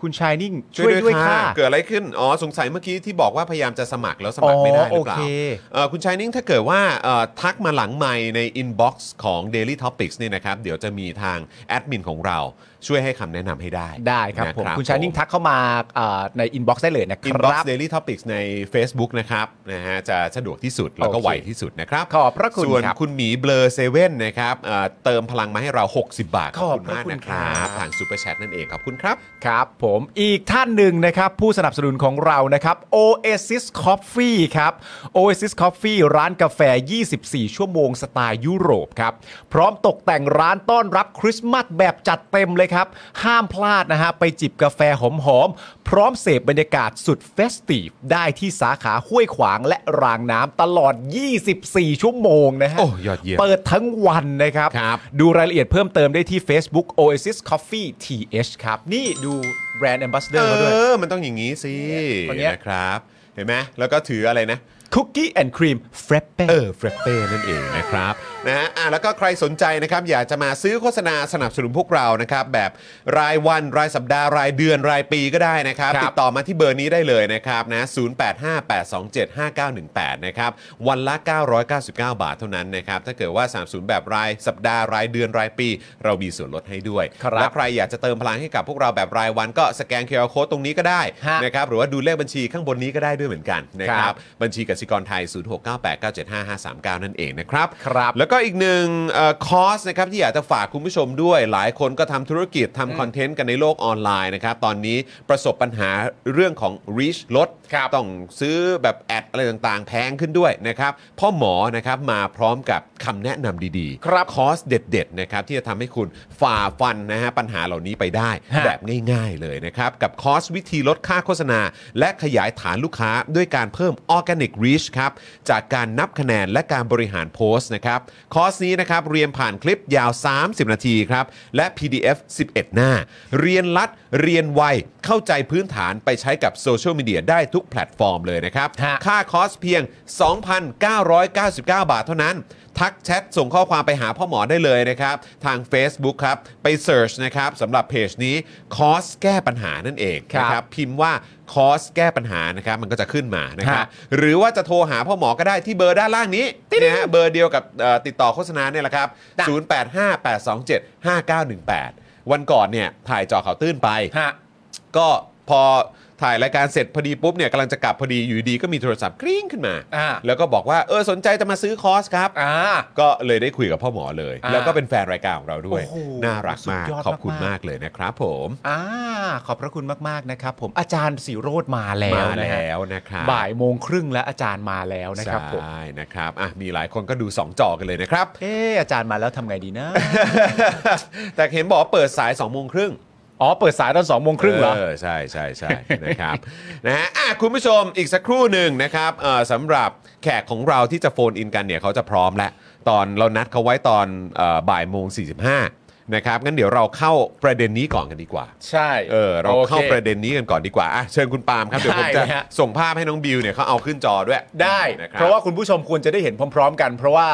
[SPEAKER 2] คุณชายนิ่งช่วยด้วยค่ะ
[SPEAKER 1] เกิดอะไรขึ้น อ๋อ สงสัยเมื่อกี้ที่บอกว่าพยายามจะสมัครแล้วสมัครไม่ได้หรือเปล่า
[SPEAKER 2] อ๋อโอเค
[SPEAKER 1] เอ่อคุณชายนิ่งถ้าเกิดว่าเอ่อทักมาหลังไมค์ใน inbox ของ Daily Topics เนี่ยนะครับ เดี๋ยวจะมีทางแอดมินของเราช่วยให้คำแนะนำให้ได้
[SPEAKER 2] ได้ครับผมคุณชายนิ่งทักเข้ามาเอ่อในอินบ็อกซ์ได้เลยนะค
[SPEAKER 1] อินบ็อก
[SPEAKER 2] รับ
[SPEAKER 1] ซ์ Daily Topics ใน Facebook นะครับนะฮะจะสะดวกที่สุดแล้วก็
[SPEAKER 2] โอเค
[SPEAKER 1] ไวที่สุดนะครับ
[SPEAKER 2] ขอบพระคุณ
[SPEAKER 1] ส่วน
[SPEAKER 2] ครับ
[SPEAKER 1] คุณหมีเบลอเซเว่นนะครับเอ่อเติมพลังมาให้เรา 60 บาทขอบคุ
[SPEAKER 2] ขอ
[SPEAKER 1] ณ
[SPEAKER 2] บพระ
[SPEAKER 1] มาก
[SPEAKER 2] คุณ
[SPEAKER 1] นะค
[SPEAKER 2] ครั
[SPEAKER 1] รับ บผ่านซูเปอร์แชทนั่นเองขอบคุณครับ
[SPEAKER 2] ครับผมอีกท่านหนึ่งนะครับ ผู้สนับสนุนของเรานะครับ Oasis Coffee ครับ Oasis Coffee ร้านกาแฟ 24 ชั่วโมงสไตล์ยุโรปครับ พร้อมตกแต่งร้านต้อนรับคริสต์มาสแบบจัดเต็มเลยครับ ห้ามพลาดนะฮะ ไปจิบกาแฟหอมๆ พร้อมเสพบรรยากาศสุดเฟสตีฟได้ที่สาขาห้วยขวางและรางน้ำตลอด 24 ชั่วโมงนะฮะ
[SPEAKER 1] โอ้ยอดเยี่ยม
[SPEAKER 2] เปิดทั้งวันนะครับ
[SPEAKER 1] ครับ
[SPEAKER 2] ดูรายละเอียดเพิ่มเติมได้ที่ Facebook Oasis Coffee TH ครับ นี่ดูแบรนด์ a อ b บ s สเดอร์เขาด้วย
[SPEAKER 1] เออ มันต้องอย่างนี้สิ
[SPEAKER 2] คนเนี้ย
[SPEAKER 1] นะครับ เห็นไหม แล้วก็ถืออะไรนะ
[SPEAKER 2] คุกกี้แอนด์ครีมเฟรปเป้
[SPEAKER 1] เออเฟรปเป้นั่นเองนะครับนะฮะอ่ะแล้วก็ใครสนใจนะครับ อยากจะมาซื้อโฆษณาสนับสนุนพวกเรานะครับ แบบรายวันรายสัปดาห์รายเดือนรายปีก็ได้นะครับ
[SPEAKER 2] ครับ
[SPEAKER 1] ติดต่อมาที่เบอร์นี้ได้เลยนะครับนะ0858275918 นะครับ วันละ 999 บาทเท่านั้นนะครับ ถ้าเกิดว่าสนับสนุนแบบรายสัปดาห์รายเดือนรายปี เรามีส่วนลดให้ด้วย
[SPEAKER 2] ครับ
[SPEAKER 1] และ ใครอยากจะเติมพลังให้กับพวกเราแบบรายวันก็สแกน QR Code ตรงนี้ก็ได้
[SPEAKER 2] ฮะ
[SPEAKER 1] นะครับหรือว่าดูเลขบัญชีข้างบนนี้ก็ได้ด้วยเหมือนกันนะค
[SPEAKER 2] ครั
[SPEAKER 1] รับบ บัญชีกสิกรไทย 0698975539 นั่นเองนะครับ
[SPEAKER 2] ครับ
[SPEAKER 1] แล้วก็อีกหนึ่งเอ่อคอร์สนะครับที่อยากจะฝากคุณผู้ชมด้วย หลายคนก็ทำธุรกิจทำคอนเทนต์กันในโลกออนไลน์นะครับตอนนี้ประสบปัญหาเรื่องของ reach ลด
[SPEAKER 2] ครับ
[SPEAKER 1] ต้องซื้อแบบแอดอะไรต่างๆ แพงขึ้นด้วยนะครับพ่อหมอนะครับมาพร้อมกับคำแนะนำดีๆ
[SPEAKER 2] ครับ
[SPEAKER 1] คอร์สเด็ดๆนะครับที่จะทำให้คุณฝ่าฟันนะฮะปัญหาเหล่านี้ไปได้
[SPEAKER 2] ฮะ
[SPEAKER 1] แบบง่ายๆเลยนะครับ กับคอร์สวิธีลดค่าโฆษณา และขยายฐานลูกค้าด้วยการเพิ่ม Organic Reach ครับ จากการนับคะแนนและการบริหารโพสต์นะครับ คอร์สนี้นะครับ เรียนผ่านคลิปยาว 30 นาทีครับ และ PDF 11 หน้า เรียนรัดเรียนไวเข้าใจพื้นฐานไปใช้กับโซเชียลมีเดียได้ทุกแพลตฟอร์มเลยนะครับ
[SPEAKER 2] ฮะ
[SPEAKER 1] ค่าคอร์สเพียง 2,999 บาทเท่านั้น ทักแชทส่งข้อความไปหาพ่อหมอได้เลยนะครับ ทาง Facebook ครับ ไปเ e ิร์ชนะครับสำหรับเพจนี้คอร์สแก้ปัญหานั่นเอง
[SPEAKER 2] ครับ
[SPEAKER 1] นะพิมพ์ว่าคอร์สแก้ปัญหานะครับมันก็จะขึ้นมานะครับ
[SPEAKER 2] ฮะ
[SPEAKER 1] หรือว่าจะโทรหาพ่อหมอก็ได้ที่เบอร์ด้านล่างนี้นะฮะเบอร์เดียวกับเอ่อติดต่อโฆษณาเนี่ยแหละครับ
[SPEAKER 2] จ้ะ
[SPEAKER 1] 0858275918 วันก่อนเนี่ยถ่ายจอข่าวตื้นไป
[SPEAKER 2] ฮะ
[SPEAKER 1] ก็พอ ถ่ายรายการเสร็จพอดีปุ๊บเนี่ยกำลังจะกลับพอดีอยู่ดีก็มีโทรศัพท์กริ้งขึ้นมา
[SPEAKER 2] อ่า
[SPEAKER 1] แล้วก็บอกว่าเออสนใจจะมาซื้อคอร์สครับ
[SPEAKER 2] อ่า
[SPEAKER 1] ก็เลยได้คุยกับพ่อหมอเลย
[SPEAKER 2] อ่า
[SPEAKER 1] แล้วก็เป็นแฟนรายการของเราด้วย
[SPEAKER 2] โอ้โห
[SPEAKER 1] น่ารักมาก
[SPEAKER 2] สุดยอด
[SPEAKER 1] ขอบคุณ
[SPEAKER 2] มากๆ
[SPEAKER 1] มากเลยนะครับผม
[SPEAKER 2] อ่าขอบพระคุณมาก ๆ นะครับ ผมอาจารย์สีโรดมาแล้
[SPEAKER 1] มาว
[SPEAKER 2] นะฮะ
[SPEAKER 1] แล้วนะครับ
[SPEAKER 2] บ่ายโมงครึ่งแล้วอาจารย์มาแล้วนะครับผม
[SPEAKER 1] ใช่นะครับอ่ะมีหลายคนก็ดูสองจอกันเลยนะครับ
[SPEAKER 2] เอออาจารย์มาแล้วทำไงดีนะ
[SPEAKER 1] แต่เห็นบอกว่าเปิดสาย2องโมงครึ่ง
[SPEAKER 2] อ๋อเปิดสายตอนสองโมงครึ่งเหรอ
[SPEAKER 1] อใช่ใช่ใช่ นะครับ นะฮะอ่ะคุณผู้ชมอีกสักครู่หนึ่งนะครับเอ่อสำหรับแขกของเราที่จะโฟนอินกันเนี่ยเขาจะพร้อมแล้ว ตอนเรานัดเขาไว้ตอนเอ่อบ่ายโมง45นะครับงั้นเดี๋ยวเราเข้าประเด็นนี้ก่อนกันดีกว่า
[SPEAKER 2] ใช่
[SPEAKER 1] เออเราเข้า
[SPEAKER 2] โอค
[SPEAKER 1] ประเด็นนี้กันก่อนดีกว่าอ่ะเชิญคุณปาล์มครับเดี๋ยวผม
[SPEAKER 2] ได้
[SPEAKER 1] จะ
[SPEAKER 2] เลยฮะ
[SPEAKER 1] ส่งภาพให้น้องบิวเนี่ยเขาเอาขึ้นจอด้วย
[SPEAKER 2] ได้
[SPEAKER 1] นคบ
[SPEAKER 2] เพราะว่าคุณผู้ชมควรจะได้เห็นพร้อม ๆ กัน เพราะว่า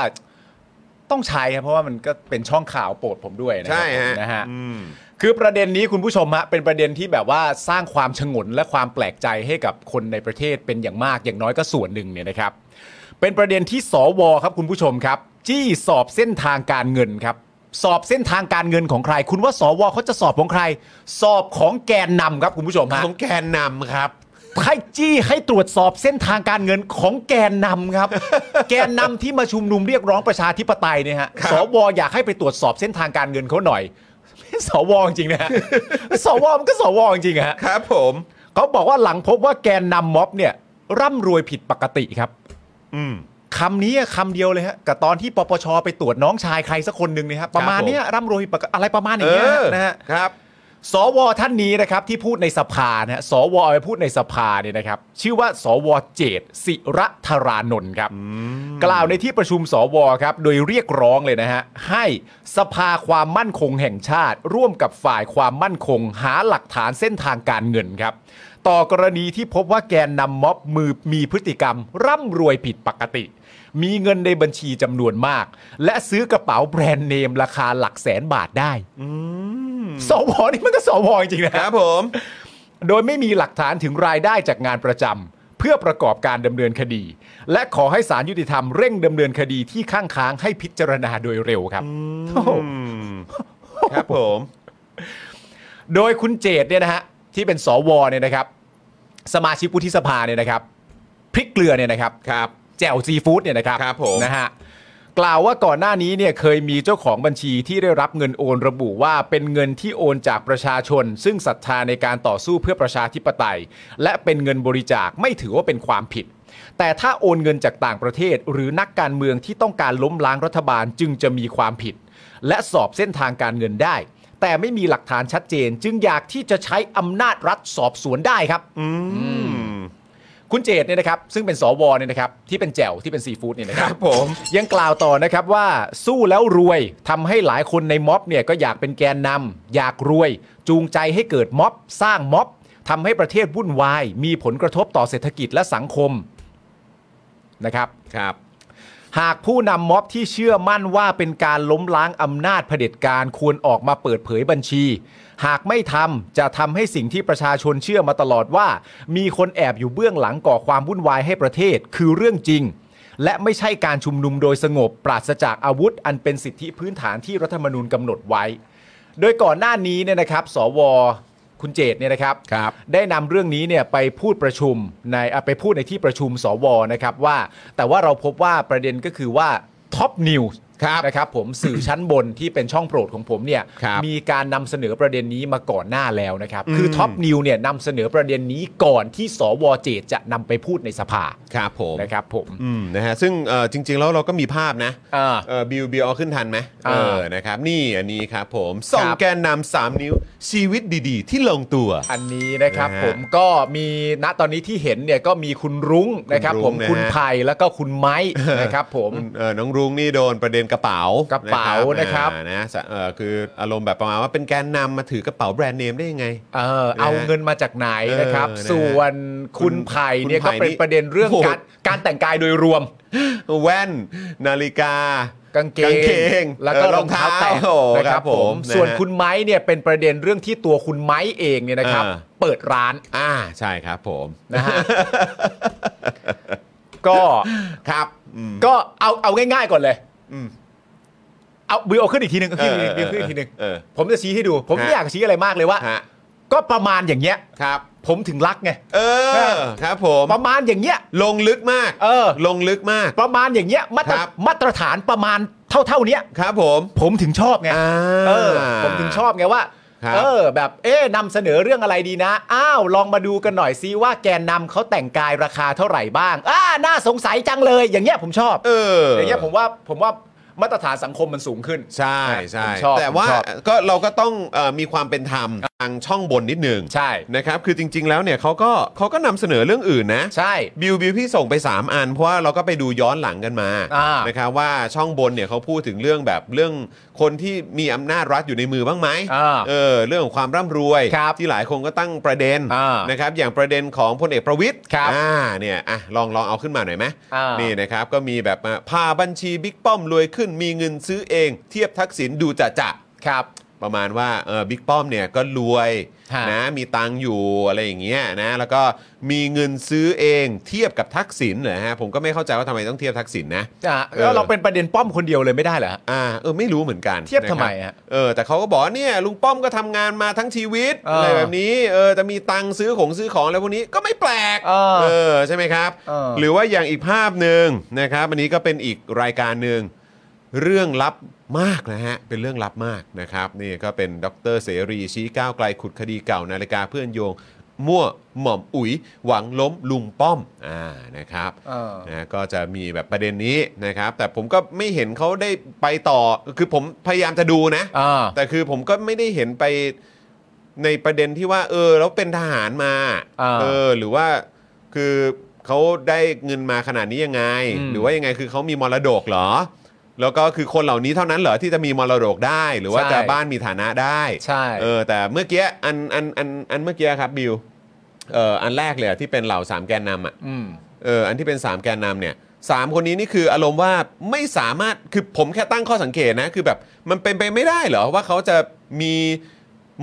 [SPEAKER 2] ต้องใช้ครับเพราะว่ามันก็เป็นช่องข่าวโปรดผมด้วยนะครั
[SPEAKER 1] ใช่
[SPEAKER 2] ผม
[SPEAKER 1] ฮะ
[SPEAKER 2] นะฮะ
[SPEAKER 1] อืม
[SPEAKER 2] คือประเด็นนี้คุณผู้ชมฮะเป็นประเด็นที่แบบว่าสร้างความชงนและความแปลกใจให้กับคนในประเทศเป็นอย่างมากอย่างน้อยก็ส่วนหนึ่งเนี่ยนะครับ เป็นประเด็นที่สวครับคุณผู้ชมครับ จี้สอบเส้นทางการเงินครับ สอบเส้นทางการเงินของใคร คุณว่าสวเขาจะสอบของใคร สอบของแกนนำครับคุณผู้ชมฮะ
[SPEAKER 1] ของแกนนำครับ
[SPEAKER 2] ให้จี้ให้ตรวจสอบเส้นทางการเงินของแกนนำครับ แกนนำที่มาชุมนุมเรียกร้องประชาธิปไตยเนี่ยฮะ
[SPEAKER 1] ครับ
[SPEAKER 2] สวอยากให้ไปตรวจสอบเส้นทางการเงินเขาหน่อย สวจริงๆนะ ฮะ สวมันก็สวจริงๆอะฮะ
[SPEAKER 1] ครับผม
[SPEAKER 2] เขาบอกว่าหลังพบว่าแกนนำม็อบเนี่ยร่ำรวยผิดปกติครับ
[SPEAKER 1] อืม
[SPEAKER 2] คำนี้อะคำเดียวเลยฮะกับตอนที่ปปชไปตรวจน้องชายใครสักคนหนึ่งเนี่ยฮะประมาณเนี้ยร่ำรวยผิดปกติอะไรประมาณอ
[SPEAKER 1] เอย่าง
[SPEAKER 2] เงี้ย
[SPEAKER 1] อ
[SPEAKER 2] นะฮะ
[SPEAKER 1] ครับ
[SPEAKER 2] สวท่านนี้นะครับที่พูดในสภานะฮะสวเอาไปพูดในสภาเนี่ยนะครับ ชื่อว่า สวเจตสิระธารานนท์ครับ กล่าวในที่ประชุมสวครับโดยเรียกร้องเลยนะฮะให้สภาความมั่นคงแห่งชาติ ร่วมกับฝ่ายความมั่นคง หาหลักฐานเส้นทางการเงินครับ ต่อกรณีที่พบว่าแกนนำม็อบมือมีพฤติกรรม ร่ำรวยผิดปกติ มีเงินในบัญชีจำนวนมาก และซื้อกระเป๋าแบรนด์เนมราคาหลักแสนบาทได้ สวนี่มันก็สวจริงๆนะ
[SPEAKER 1] ครับผม
[SPEAKER 2] โดยไม่มีหลักฐานถึงรายได้จากงานประจำเพื่อประกอบการดำเนินคดี และขอให้สารยุติธรรมเร่งดำเนินคดีที่ข้างค้างให้พิจารณาโดยเร็วครับโอ้โห
[SPEAKER 1] อืม ครับผม
[SPEAKER 2] โดยคุณเจตเนี่ยนะฮะที่เป็นสวเนี่ยนะครับ สมาชิกวุฒิสภาเนี่ยนะครับพริกเกลือเนี่ยนะครับ
[SPEAKER 1] ครับ
[SPEAKER 2] แจ่วซีฟู้ดเนี่ยนะครับ
[SPEAKER 1] ครับผม
[SPEAKER 2] นะฮะกล่าวว่าก่อนหน้านี้เนี่ยเคยมีเจ้าของบัญชีที่ได้รับเงินโอนระบุว่าเป็นเงินที่โอนจากประชาชน ซึ่งศรัทธาในการต่อสู้เพื่อประชาธิปไตย และเป็นเงินบริจาคไม่ถือว่าเป็นความผิด แต่ถ้าโอนเงินจากต่างประเทศ หรือนักการเมืองที่ต้องการล้มล้างรัฐบาลจึงจะมีความผิด และสอบเส้นทางการเงินได้ แต่ไม่มีหลักฐานชัดเจน จึงอยากที่จะใช้อำนาจรัฐสอบสวนได้ครับ
[SPEAKER 1] อืม
[SPEAKER 2] คุณเจตเนี่ยนะครับซึ่งเป็นสวเนี่ยนะครับที่เป็นแจ่วที่เป็นซีฟู้ดเนี่ยนะค
[SPEAKER 1] ค
[SPEAKER 2] รั
[SPEAKER 1] รับ บผม
[SPEAKER 2] ยังกล่าวต่อนะครับว่าสู้แล้วรวยทำให้หลายคนในม็อบเนี่ยก็อยากเป็นแกนนำอยากรวย จูงใจให้เกิดม็อบสร้างม็อบทำให้ประเทศวุ่นวาย มีผลกระทบต่อเศรษฐกิจและสังคมนะครับ
[SPEAKER 1] ครับ
[SPEAKER 2] หากผู้นำม็อบที่เชื่อมั่นว่าเป็นการล้มล้างอำนาจเผด็จการควรออกมาเปิดเผยบัญชี หากไม่ทำจะทำให้สิ่งที่ประชาชนเชื่อมาตลอดว่า มีคนแอบอยู่เบื้องหลังก่อความวุ่นวายให้ประเทศคือเรื่องจริง และไม่ใช่การชุมนุมโดยสงบ ปราศจากอาวุธ อันเป็นสิทธิพื้นฐานที่รัฐธรรมนูญกำหนดไว้ โดยก่อนหน้านี้เนี่ยนะครับ สว คุณเจตเนี่ยนะครับ
[SPEAKER 1] ครับ
[SPEAKER 2] ได้นำเรื่องนี้เนี่ยไปพูดประชุมในอ่ะไปพูดในที่ประชุมสวนะครับว่า แต่ว่าเราพบว่าประเด็นก็คือว่าท็อปนิวส์
[SPEAKER 1] ครับ
[SPEAKER 2] นะครับผม สื่อชั้นบนที่เป็นช่องโปรดของผมเนี่ย
[SPEAKER 1] ครับ
[SPEAKER 2] มีการนำเสนอประเด็นนี้มาก่อนหน้าแล้วนะครับ คือท็อปนิวเนี่ยนำเสนอประเด็นนี้ก่อนที่สวเจตจะนำไปพูดในสภา
[SPEAKER 1] ครับผม
[SPEAKER 2] นะครับผม
[SPEAKER 1] อืม นะฮะ ซึ่งเอ่อจริง ๆ แล้วเราก็มีภาพนะ
[SPEAKER 2] อ่า
[SPEAKER 1] เออบิวบิวเอาขึ้นทันไหม
[SPEAKER 2] อ่า
[SPEAKER 1] เออ นะครับ นี่อันนี้ครับผมส่อง
[SPEAKER 2] ครับ
[SPEAKER 1] แกนนำสามนิ้วชีวิตดีๆ ที่ลงตัว
[SPEAKER 2] อันนี้นะครับ
[SPEAKER 1] นะฮะ
[SPEAKER 2] ผมก็มีณตอนนี้ที่เห็นเนี่ยก็มีคุณรุ้งนะครับผม
[SPEAKER 1] คุ
[SPEAKER 2] คุณ ณ
[SPEAKER 1] รุ้งนะฮะ
[SPEAKER 2] ไผ่แล้วก็คุณไม้นะครับผม
[SPEAKER 1] คุณเอ่อน้องรุ้งนี่โดนประเด็นกระเป๋าก ก
[SPEAKER 2] ระเป๋านะครับ
[SPEAKER 1] อ่านะสะเอ่อคืออารมณ์แบบประมาณว่าเป็นแกนนำมาถือกระเป๋าแบรนด์เนมได้ยังไง
[SPEAKER 2] เออเอาเงินมาจากไหนนะครับ
[SPEAKER 1] เออนะฮะ
[SPEAKER 2] ส่วนคุณ
[SPEAKER 1] คุณ
[SPEAKER 2] ไผ่เนี่ย
[SPEAKER 1] คุณ
[SPEAKER 2] ก็
[SPEAKER 1] ไผ่
[SPEAKER 2] เป็น
[SPEAKER 1] นี่
[SPEAKER 2] ประเด็นเรื่อง
[SPEAKER 1] โอ้โห
[SPEAKER 2] การการแต่งกายโดยรวม
[SPEAKER 1] แว่น นาฬิกา
[SPEAKER 2] กางเก
[SPEAKER 1] กางงเกง
[SPEAKER 2] แล้วก็
[SPEAKER 1] เออ
[SPEAKER 2] รองเท้าร
[SPEAKER 1] องเท้า
[SPEAKER 2] แตะ
[SPEAKER 1] โอ้โห
[SPEAKER 2] นะค
[SPEAKER 1] ครั
[SPEAKER 2] รั
[SPEAKER 1] บบ ผ
[SPEAKER 2] ผม ม
[SPEAKER 1] นะฮะ
[SPEAKER 2] ส่วนคุณไม้เนี่ยเป็นประเด็นเรื่องที่ตัวคุณไม้เองเนี่ยนะครับ
[SPEAKER 1] อ่า
[SPEAKER 2] เปิดร้าน
[SPEAKER 1] อ่า ใช่ครับผม
[SPEAKER 2] นะฮะ ก็
[SPEAKER 1] ครับอืม
[SPEAKER 2] ก็เอาเอาง่ายๆก่อนเลย
[SPEAKER 1] อืม
[SPEAKER 2] เอาวิวเอาขึ้นอีกทีหนึ่งเอาขึ้นอีกทีหนึ่งเอาขึ้นอีกทีหนึ่ง
[SPEAKER 1] เออ
[SPEAKER 2] ผมจะชี้ให้ดู ผมไม่
[SPEAKER 1] ฮะ
[SPEAKER 2] อยากชี้อะไรมากเลยว่า
[SPEAKER 1] ฮะ
[SPEAKER 2] ก็ประมาณอย่างเงี้ย
[SPEAKER 1] ครับ
[SPEAKER 2] ผมถึงรักไง
[SPEAKER 1] เอ
[SPEAKER 2] เอ
[SPEAKER 1] อ
[SPEAKER 2] อ
[SPEAKER 1] ครับผม
[SPEAKER 2] ประมาณอย่างเงี้ย
[SPEAKER 1] ลงลึกมาก
[SPEAKER 2] เออ
[SPEAKER 1] ลงลึกมาก
[SPEAKER 2] ประมาณอย่างเงี้ยมาตร
[SPEAKER 1] ครับ
[SPEAKER 2] มาตรฐานประมาณเท่าเท่าๆเนี้ย
[SPEAKER 1] ครับผม
[SPEAKER 2] ผมถึงชอบไง
[SPEAKER 1] อ่า
[SPEAKER 2] เออผมถึงชอบไงว่า
[SPEAKER 1] ครับ
[SPEAKER 2] เออ แบบเอ๊ะนำเสนอเรื่องอะไรดีนะ อ้าวลองมาดูกันหน่อยซิว่าแกนนำเขาแต่งกายราคาเท่าไหร่บ้างอ่าน่าสงสัยจังเลย อย่างเงี้ยผมชอบ
[SPEAKER 1] เอออ
[SPEAKER 2] ย่างเงี้ยผมว่าผมว่ามาตรฐานสังคมมันสูงขึ้น
[SPEAKER 1] ใช่ใช่
[SPEAKER 2] ผมชอบ
[SPEAKER 1] แต่ว่า
[SPEAKER 2] ผมชอบ
[SPEAKER 1] ก็เราก็ต้องเอ่อมีความเป็นธรรมทางช่องบนนิดนึง
[SPEAKER 2] ใช่
[SPEAKER 1] นะครับคือจริง ๆ แล้วเนี่ยเขาก็เขาก็นำเสนอเรื่องอื่นนะ
[SPEAKER 2] ใช่
[SPEAKER 1] บิวบิวพี่ส่งไป 3 อัน เพราะว่าเราก็ไปดูย้อนหลังกันมา
[SPEAKER 2] อ่าน
[SPEAKER 1] นะครับว่าช่องบนเนี่ยเขาพูดถึงเรื่องแบบเรื่องคนที่มีอำนาจรัฐอยู่ในมือบ้างไหม
[SPEAKER 2] อ่า
[SPEAKER 1] เออเรื่องของความร่ำรวย
[SPEAKER 2] ครับ
[SPEAKER 1] ที่หลายคนก็ตั้งประเด็น
[SPEAKER 2] อ่า
[SPEAKER 1] นะครับอย่างประเด็นของพลเอกประวิทย์
[SPEAKER 2] ครับ
[SPEAKER 1] อ่าเนี่ยอ่ะลองลองเอาขึ้นมาหน่อยไหม
[SPEAKER 2] อ่านี่
[SPEAKER 1] นี่นะครับก็มีแบบมาพาบัญชีบิ๊กป้อมรวยขึ้นมีเงินซื้อเอง เทียบทักษิณดูจะจะ
[SPEAKER 2] ครับ
[SPEAKER 1] ประมาณว่าเออบิ๊กป้อมเนี่ยก็รวย
[SPEAKER 2] ฮะ
[SPEAKER 1] นะมีตังค์อยู่อะไรอย่างเงี้ยนะแล้วก็มีเงินซื้อเองเทียบกับทักษิณเหรอฮะผมก็ไม่เข้าใจว่าทำไมต้องเทียบทักษิณนะ
[SPEAKER 2] อ่ะ
[SPEAKER 1] เออ
[SPEAKER 2] แล้วเราเป็นประเด็นป้อมคนเดียวเลยไม่ได้เหรอฮะ
[SPEAKER 1] อ่าเออไม่รู้เหมือนกัน
[SPEAKER 2] เทียบทำไม
[SPEAKER 1] นครั
[SPEAKER 2] ฮะ
[SPEAKER 1] เออแต่เขาก็บอกว่าเนี่ยลุงป้อมก็ทำงานมาทั้งชีวิต
[SPEAKER 2] เอออ
[SPEAKER 1] อะไรแบบนี้เออจะมีตังค์ซื้อของซื้อของอะไรพวกนี้ก็ไม่แปลก
[SPEAKER 2] เออ
[SPEAKER 1] อใช่ไหมครับ
[SPEAKER 2] เออ
[SPEAKER 1] หรือว่าอย่างอีกภาพหนึ่งนะครับอันนี้ก็เป็นอีกรายการหนึ่ง เรื่องลับมากนะฮะ เป็นเรื่องลับมากนะครับ นี่ก็เป็นดรเสรีชี้ก้าวไกลขุดคดีเก่านาฬิกาเพื่อนโยง มั่วหม่อมอุ๋ย หวังล้มลุงป้อมอ่านะครับ
[SPEAKER 2] เออ
[SPEAKER 1] นะก็จะมีแบบประเด็นนี้นะครับ แต่ผมก็ไม่เห็นเขาได้ไปต่อคือผมพยายามจะดูนะ
[SPEAKER 2] อ่า
[SPEAKER 1] แต่คือผมก็ไม่ได้เห็นไปในประเด็นที่ว่า เออแล้วเป็นทหารมา
[SPEAKER 2] อ่า
[SPEAKER 1] เออหรือว่าคือเขาได้เงินมาขนาดนี้ยังไง
[SPEAKER 2] อืม
[SPEAKER 1] หรือว่ายังไงคือเขามีมรดกเหรอ แล้วก็คือคนเหล่านี้เท่านั้นเหรอที่จะมีมรดกได้ หรือว่า
[SPEAKER 2] ใช่
[SPEAKER 1] จะบ้านมีฐานะได้
[SPEAKER 2] ใช่
[SPEAKER 1] เออแต่เมื่อกี้อันอันอันอันเมื่อกี้ครับบิวเอ่ออันแรกเลยอะที่เป็นเหล่าสามแกนนำอ่ะ
[SPEAKER 2] อืม
[SPEAKER 1] เอออันที่เป็น 3 แกนนำเนี่ยสามคนนี้นี่คืออารมณ์ว่าไม่สามารถคือผมแค่ตั้งข้อสังเกตนะ คือแบบมันเป็นไปไม่ได้เหรอ ว่าเขาจะมี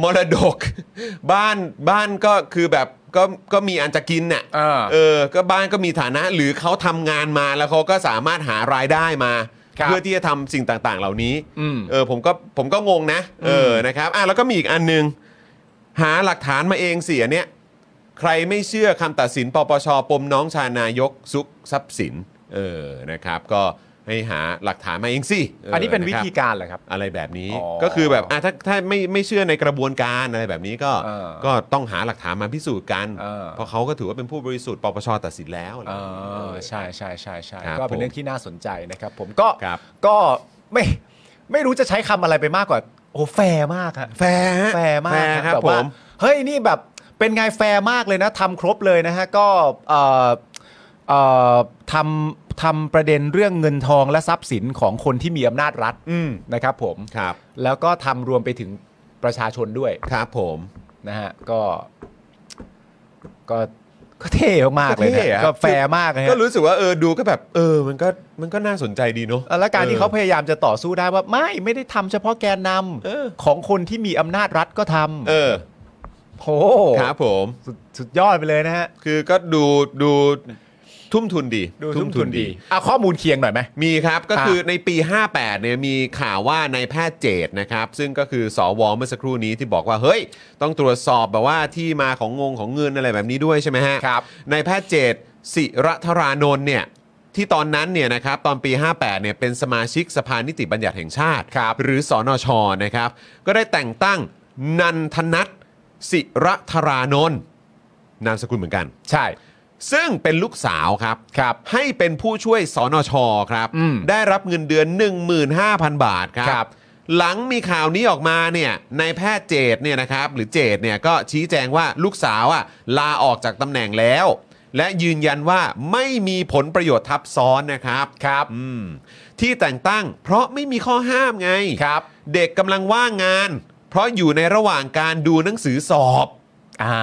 [SPEAKER 1] มรดก บ้านบ้านก็คือแบบก็ก็มีอันจะกินน่ะ
[SPEAKER 2] อ่า
[SPEAKER 1] เออก็บ้านก็มีฐานะหรือเขาทำงานมาแล้วเขาก็สามารถหารายได้มา
[SPEAKER 2] ครับ
[SPEAKER 1] เพื่อที่จะทำสิ่งต่างๆ เหล่านี้
[SPEAKER 2] อืม
[SPEAKER 1] เออผมก็ผมก็งงนะเออนะครับอ่ะแล้วก็มีอีกอันหนึง หาหลักฐานมาเองเสียเนี่ย ใครไม่เชื่อคำตัดสินปปชปมน้องชานายกซุกทรัพย์สิน เออนะครับ ก็ให้หาหลักฐานมาเองสิ
[SPEAKER 2] อันนี้เป็นวิธี
[SPEAKER 1] ะคบ
[SPEAKER 2] การเหรอครับ
[SPEAKER 1] อะไรแบบนี้
[SPEAKER 2] อ๋อ
[SPEAKER 1] ก็คือแบบอ่ะถ้าถ้าไม่ไม่เชื่อในกระบวนการอะไรแบบนี้ก็
[SPEAKER 2] เออ
[SPEAKER 1] ก็ต้องหาหลักฐานมาพิสูจน์กัน
[SPEAKER 2] เออ
[SPEAKER 1] เพราะเขาก็ถือว่าเป็นผู้บริสุทธิ์ปปชตัดสินแล้วอะไร
[SPEAKER 2] เอ
[SPEAKER 1] แบบนี้
[SPEAKER 2] อ
[SPEAKER 1] เออ
[SPEAKER 2] ใช่ใช่ใช่ใช่
[SPEAKER 1] ครับ
[SPEAKER 2] ก็เป็น
[SPEAKER 1] ผม
[SPEAKER 2] เรื่องที่น่าสนใจนะครับ ผมก็
[SPEAKER 1] ครับ
[SPEAKER 2] ก็ไม่ไม่รู้จะใช้คำอะไรไปมากกว่า โอ้แฟร์มากฮะ
[SPEAKER 1] แฟร์ฮะ
[SPEAKER 2] แฟร์มา
[SPEAKER 1] แฟ
[SPEAKER 2] ก
[SPEAKER 1] ร์
[SPEAKER 2] ฮะ
[SPEAKER 1] ครับ
[SPEAKER 2] แบบ
[SPEAKER 1] ผ
[SPEAKER 2] ว่าม เฮ้ยนี่แบบเป็นไงแฟร์มากเลยนะทำครบเลยนะฮะก็เอ่อเอ่อทำทำประเด็นเรื่องเงินทองและทรัพย์สินของคนที่มีอำนาจรัฐ
[SPEAKER 1] อืม
[SPEAKER 2] นะครับ ผม
[SPEAKER 1] ครับ
[SPEAKER 2] แล้วก็ทำรวมไปถึงประชาชนด้วย
[SPEAKER 1] ครับผม
[SPEAKER 2] นะฮะก็ก็ก็เท่มากๆเลยนะ
[SPEAKER 1] ท่อะ
[SPEAKER 2] ก็แฟร์มากเลย
[SPEAKER 1] ก็
[SPEAKER 2] ฮะ
[SPEAKER 1] รู้สึกว่าเออดูก็แบบเออมันก็มันก็น่าสนใจดีเนาะ
[SPEAKER 2] แล้วการที่เขาพยายามจะต่อสู้ได้ว่าไม่ไม่ได้ทำเฉพาะแกนนำ
[SPEAKER 1] เออ
[SPEAKER 2] ของคนที่มีอำนาจรัฐก็ทำ
[SPEAKER 1] เออ
[SPEAKER 2] โห
[SPEAKER 1] ครับผม
[SPEAKER 2] สุดสุดยอดไปเลยนะฮะ
[SPEAKER 1] คือก็ดูดูทุ่มทุนดี
[SPEAKER 2] อ่ะข้อมูลเคียงหน่อยไหม
[SPEAKER 1] มีครับก็คือ
[SPEAKER 2] ค่ะ
[SPEAKER 1] ในปี 58เนี่ยมีข่าวว่านายแพทย์เจตนะครับ ซึ่งก็คือสอวเมื่อสักครู่นี้ที่บอกว่า เฮ้ย ต้องตรวจสอบแบบว่าที่มาของงงของเงินอะไรแบบนี้ด้วยใช่ไหมฮะ
[SPEAKER 2] ครับ
[SPEAKER 1] นายแพทย์เจตศิรธารานนท์เนี่ยที่ตอนนั้นเนี่ยนะครับตอนปี 58เนี่ยเป็นสมาชิกสภานิติบัญญัติแห่งชาติ
[SPEAKER 2] ครับ
[SPEAKER 1] หรือสอนชนะครับ ก็ได้แต่งตั้งนันทนัทศิรธารานนท์นามสกุลเหมือนกัน
[SPEAKER 2] ใช่
[SPEAKER 1] ซึ่งเป็นลูกสาวครับ
[SPEAKER 2] ครับ
[SPEAKER 1] ให้เป็นผู้ช่วยสนชครับ
[SPEAKER 2] อืม
[SPEAKER 1] ได้รับเงินเดือน 15,000 บาทครับ
[SPEAKER 2] ครับ
[SPEAKER 1] หลังมีข่าวนี้ออกมาเนี่ยนายแพทย์เจตเนี่ยนะครับ หรือเจตเนี่ยก็ชี้แจงว่าลูกสาวอ่ะลาออกจากตำแหน่งแล้ว และยืนยันว่าไม่มีผลประโยชน์ทับซ้อนนะครับ
[SPEAKER 2] ครับ
[SPEAKER 1] อืมที่แต่งตั้งเพราะไม่มีข้อห้ามไง
[SPEAKER 2] ครับ
[SPEAKER 1] เด็กกำลังว่างงาน เพราะอยู่ในระหว่างการดูหนังสือสอบ
[SPEAKER 2] อ่า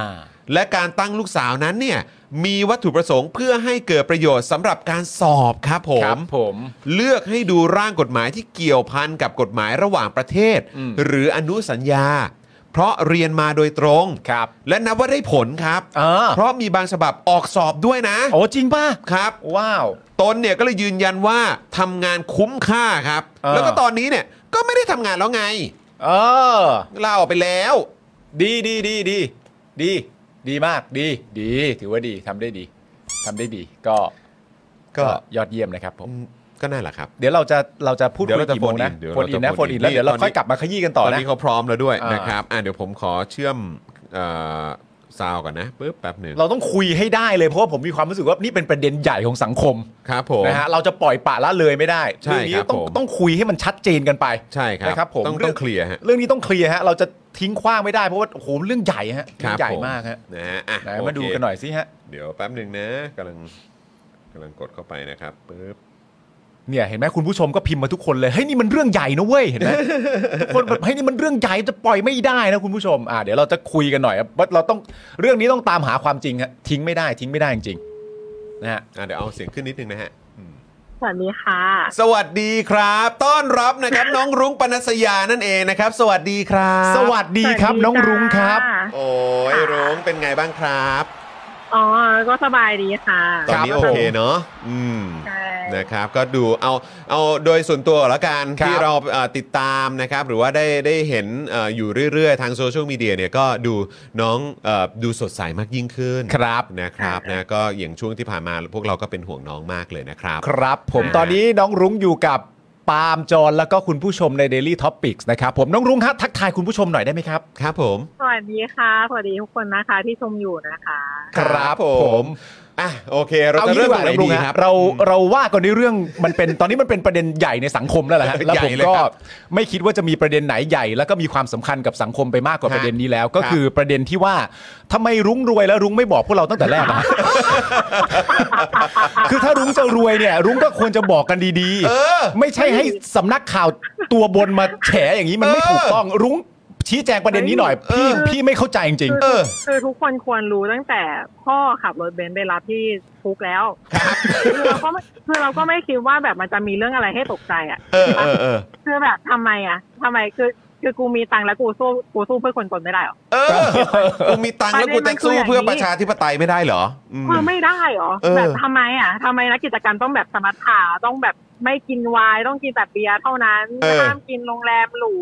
[SPEAKER 1] และการตั้งลูกสาวนั้นเนี่ยมีวัตถุประสงค์เพื่อให้เกิดประโยชน์สำหรับการสอบครับผ
[SPEAKER 2] ครั
[SPEAKER 1] ม
[SPEAKER 2] บผม
[SPEAKER 1] เลือกให้ดูร่างกฎหมายที่เกี่ยวพันกับกฎหมายระหว่างประเทศ
[SPEAKER 2] อืม
[SPEAKER 1] หรืออนุสัญญา เพราะเรียนมาโดยตรง
[SPEAKER 2] ครับ
[SPEAKER 1] และนับว่าได้ผลครับ
[SPEAKER 2] เออ
[SPEAKER 1] เพราะมีบางฉบับออกสอบด้วยนะ
[SPEAKER 2] โอ้จริงป่ะ
[SPEAKER 1] ครับ
[SPEAKER 2] ว้าว
[SPEAKER 1] ตนเนี่ยก็เลยยืนยันว่าทำงานคุ้มค่าครับ
[SPEAKER 2] เออ
[SPEAKER 1] แล้วก็ตอนนี้เนี่ยก็ไม่ได้ทำงานแล้วไง
[SPEAKER 2] เออ
[SPEAKER 1] ลาออกไปแล้ว
[SPEAKER 2] ดีดีดีดี ดีดีมากดีดี ถือว่าดีทำได้ดีทำได้ดี ก็
[SPEAKER 1] ก็
[SPEAKER 2] ก็ยอดเยี่ยมนะครับผม
[SPEAKER 1] อืมก็นั่นแหละครับ
[SPEAKER 2] เดี๋ยวเราจะเราจะพูด
[SPEAKER 1] เดี๋ยว
[SPEAKER 2] คุย
[SPEAKER 1] เราจะ
[SPEAKER 2] กี่โมงนะ
[SPEAKER 1] phone in เดี๋ยว
[SPEAKER 2] โฟน
[SPEAKER 1] เราจะ
[SPEAKER 2] อินนะ
[SPEAKER 1] phone
[SPEAKER 2] โฟน
[SPEAKER 1] in
[SPEAKER 2] อินแล้ว
[SPEAKER 1] นี่
[SPEAKER 2] เดี๋ยวเรา
[SPEAKER 1] ตอนนี้
[SPEAKER 2] ค่อยกลับมาขยี้กันต่
[SPEAKER 1] ต
[SPEAKER 2] อ
[SPEAKER 1] อน
[SPEAKER 2] นะ
[SPEAKER 1] นี้เขาพร้อมแล้วด้วย
[SPEAKER 2] อ่าน
[SPEAKER 1] นะครับอ่ะเดี๋ยวผมขอเชื่อมเอ่อซาวก่อนนะปึ๊บแป๊บหนึ่ง
[SPEAKER 2] เราต้องคุยให้ได้เลยเพราะว่าผมมีความรู้สึกว่านี่เป็นประเด็นใหญ่ของสังคม
[SPEAKER 1] ครับผม
[SPEAKER 2] นะฮะเราจะปล่อยปละละเลยไม่ได้
[SPEAKER 1] ใช่
[SPEAKER 2] เรื่องนี้
[SPEAKER 1] ครับ
[SPEAKER 2] ต้อง
[SPEAKER 1] ผม
[SPEAKER 2] ต้องคุยให้มันชัดเจนกันไป
[SPEAKER 1] ใช่ครับ
[SPEAKER 2] นะครับผม
[SPEAKER 1] ต้อง
[SPEAKER 2] เรื่
[SPEAKER 1] ต้
[SPEAKER 2] อ
[SPEAKER 1] อง งเคลียร์ฮะ
[SPEAKER 2] เรื่องนี้ต้องเคลียร์ฮะเราจะทิ้งขว้างไม่ได้เพราะว่าโอ้โหเรื่องใหญ่ฮะเรื่อ
[SPEAKER 1] ครับ
[SPEAKER 2] งใหญ่
[SPEAKER 1] ผม
[SPEAKER 2] ากฮะ
[SPEAKER 1] นะฮะอ่ะ
[SPEAKER 2] ไหนมาดู
[SPEAKER 1] โเค
[SPEAKER 2] กันหน่อยสิฮะ
[SPEAKER 1] เดี๋ยวแป๊บหนึ่งนะกำลังกำลังกดเข้าไปนะครับปึ๊บ
[SPEAKER 2] เนี่ยเห็นไหมคุณผู้ชมก็พิมพ์มาทุกคนเลยเฮ้ยนี่มันเรื่องใหญ่นะเว้ยเห็นไหม ทุกคนแบบ เฮ้ยนี่มันเรื่องใหญ่จะปล่อยไม่ได้นะคุณผู้ชมอ่าเดี๋ยวเราจะคุยกันหน่อยครับว่าเราต้องเรื่องนี้ต้องตามหาความจริงฮะทิ้งไม่ได้ทิ้งไม่ได้จริงๆนะฮะ
[SPEAKER 1] อ่ะเดี๋ยวเอาเสียงขึ้นนิดนึงนะฮะ
[SPEAKER 3] สวัสดีค่ะ
[SPEAKER 1] สวัสดีครับ ต้อนรับ นะครับ น้องรุ้งปนัสยานั่นเองนะครับ สวัสดีครับ
[SPEAKER 2] สวัสดีครับ
[SPEAKER 3] สวัสดี
[SPEAKER 2] น้องรุ้งครับ
[SPEAKER 3] จ้า
[SPEAKER 1] โอ้ยรุ้งเป็นไงบ้างครับ
[SPEAKER 3] อ๋อ ก็สบายดีค่ะ
[SPEAKER 1] ตอนนี้
[SPEAKER 2] ครับ
[SPEAKER 1] โอเคเนาะอืม
[SPEAKER 3] ใช่
[SPEAKER 1] นะครับก็ดูเอาเอาโดยส่วนตัวก่อนละกัน
[SPEAKER 2] ครับ
[SPEAKER 1] ที่เราเอ่อติดตามนะครับ หรือว่าได้ได้เห็นเอ่ออยู่เรื่อยๆ ทางโซเชียลมีเดียเนี่ยก็ดูน้องเอ่อดูสดใสมากยิ่งขึ้น
[SPEAKER 2] ครับ
[SPEAKER 1] นะครับนะก็อย่างช่วงที่ผ่านมาพวกเราก็เป็นห่วงน้องมากเลยนะครับ
[SPEAKER 2] ครับ ผม
[SPEAKER 1] อ่า
[SPEAKER 2] ตอนนี้น้องรุ้งอยู่กับปาล์มจอนแล้วก็คุณผู้ชมใน Daily Topics นะครับผมน้องรุ้งฮะทักทายคุณผู้ชมหน่อยได้ไหมครับ
[SPEAKER 1] ครับผม
[SPEAKER 3] สวัสดีค่ะ สวัสดีทุกคนนะคะที่ชมอยู่นะคะ
[SPEAKER 2] ครับผม
[SPEAKER 1] อ่ะโอเค เราจะเริ่มตรงไหนดี
[SPEAKER 2] น้อง
[SPEAKER 1] ครับ
[SPEAKER 2] เราเราว่ากันในเรื่องมันเป็น ตอนนี้มันเป็นประเด็นใหญ่ในสังคมแล้วแหละฮะ
[SPEAKER 1] ใหญ่
[SPEAKER 2] แล้วผม
[SPEAKER 1] เลย
[SPEAKER 2] ก็
[SPEAKER 1] ครับ
[SPEAKER 2] ไม่คิดว่าจะมีประเด็นไหนใหญ่ แล้วก็มีความสำคัญกับสังคมไปมากกว่า
[SPEAKER 1] ฮะ
[SPEAKER 2] ประเด็นนี้แล้ว ก็
[SPEAKER 1] ครับ
[SPEAKER 2] คือประเด็นที่ว่าทำไมรุ้งรวยแล้วรุ้งไม่บอกพวกเราตั้งแต่แรก นะคือถ้ารุ้งจะรวยเนี่ย รุ้งก็ควรจะบอกกันดี
[SPEAKER 1] เออ
[SPEAKER 2] ๆ ไม่ใช่ให้สำนักข่าวตัวบนมาแฉอย่างนี้มันไม่ถูกต้องรุ้งชี้แจงประเด็นนี้หน่อย
[SPEAKER 1] เอ
[SPEAKER 2] พี่
[SPEAKER 1] อ
[SPEAKER 2] พี่ไม่เข้าใจจริง
[SPEAKER 3] คื
[SPEAKER 1] เออ
[SPEAKER 3] คือทุกคนควรรู้ตั้งแต่พ่อขับรถเบนซ์ไปรับที่คุกแล้วคือเราก็ไม่คือเราก็ไม่คิดว่าแบบมันจะมีเรื่องอะไรให้ตกใจอ่ะ
[SPEAKER 1] เออเออเออ
[SPEAKER 3] คือแบบทำไมอ่ะทำไมคือคือกูมีตังค์แล้วกูสู้กูสู้เพื่อคนจนไม่ได้เหรอ
[SPEAKER 1] เออกูมีตังค์แล้วกูจะสู้เพื่อประชาธิปไตยไม่ได้เหรออืม
[SPEAKER 3] เออไม่ได้เหรอ
[SPEAKER 1] เออ
[SPEAKER 3] แบบทำไมอ่ะทำไมนักกิจกรรมต้องแบบสมัครขาต้องแบบไม่กินไวน์ต้องกินแต่เบียร์เท่านั้นห้ามกินโรงแรมหรู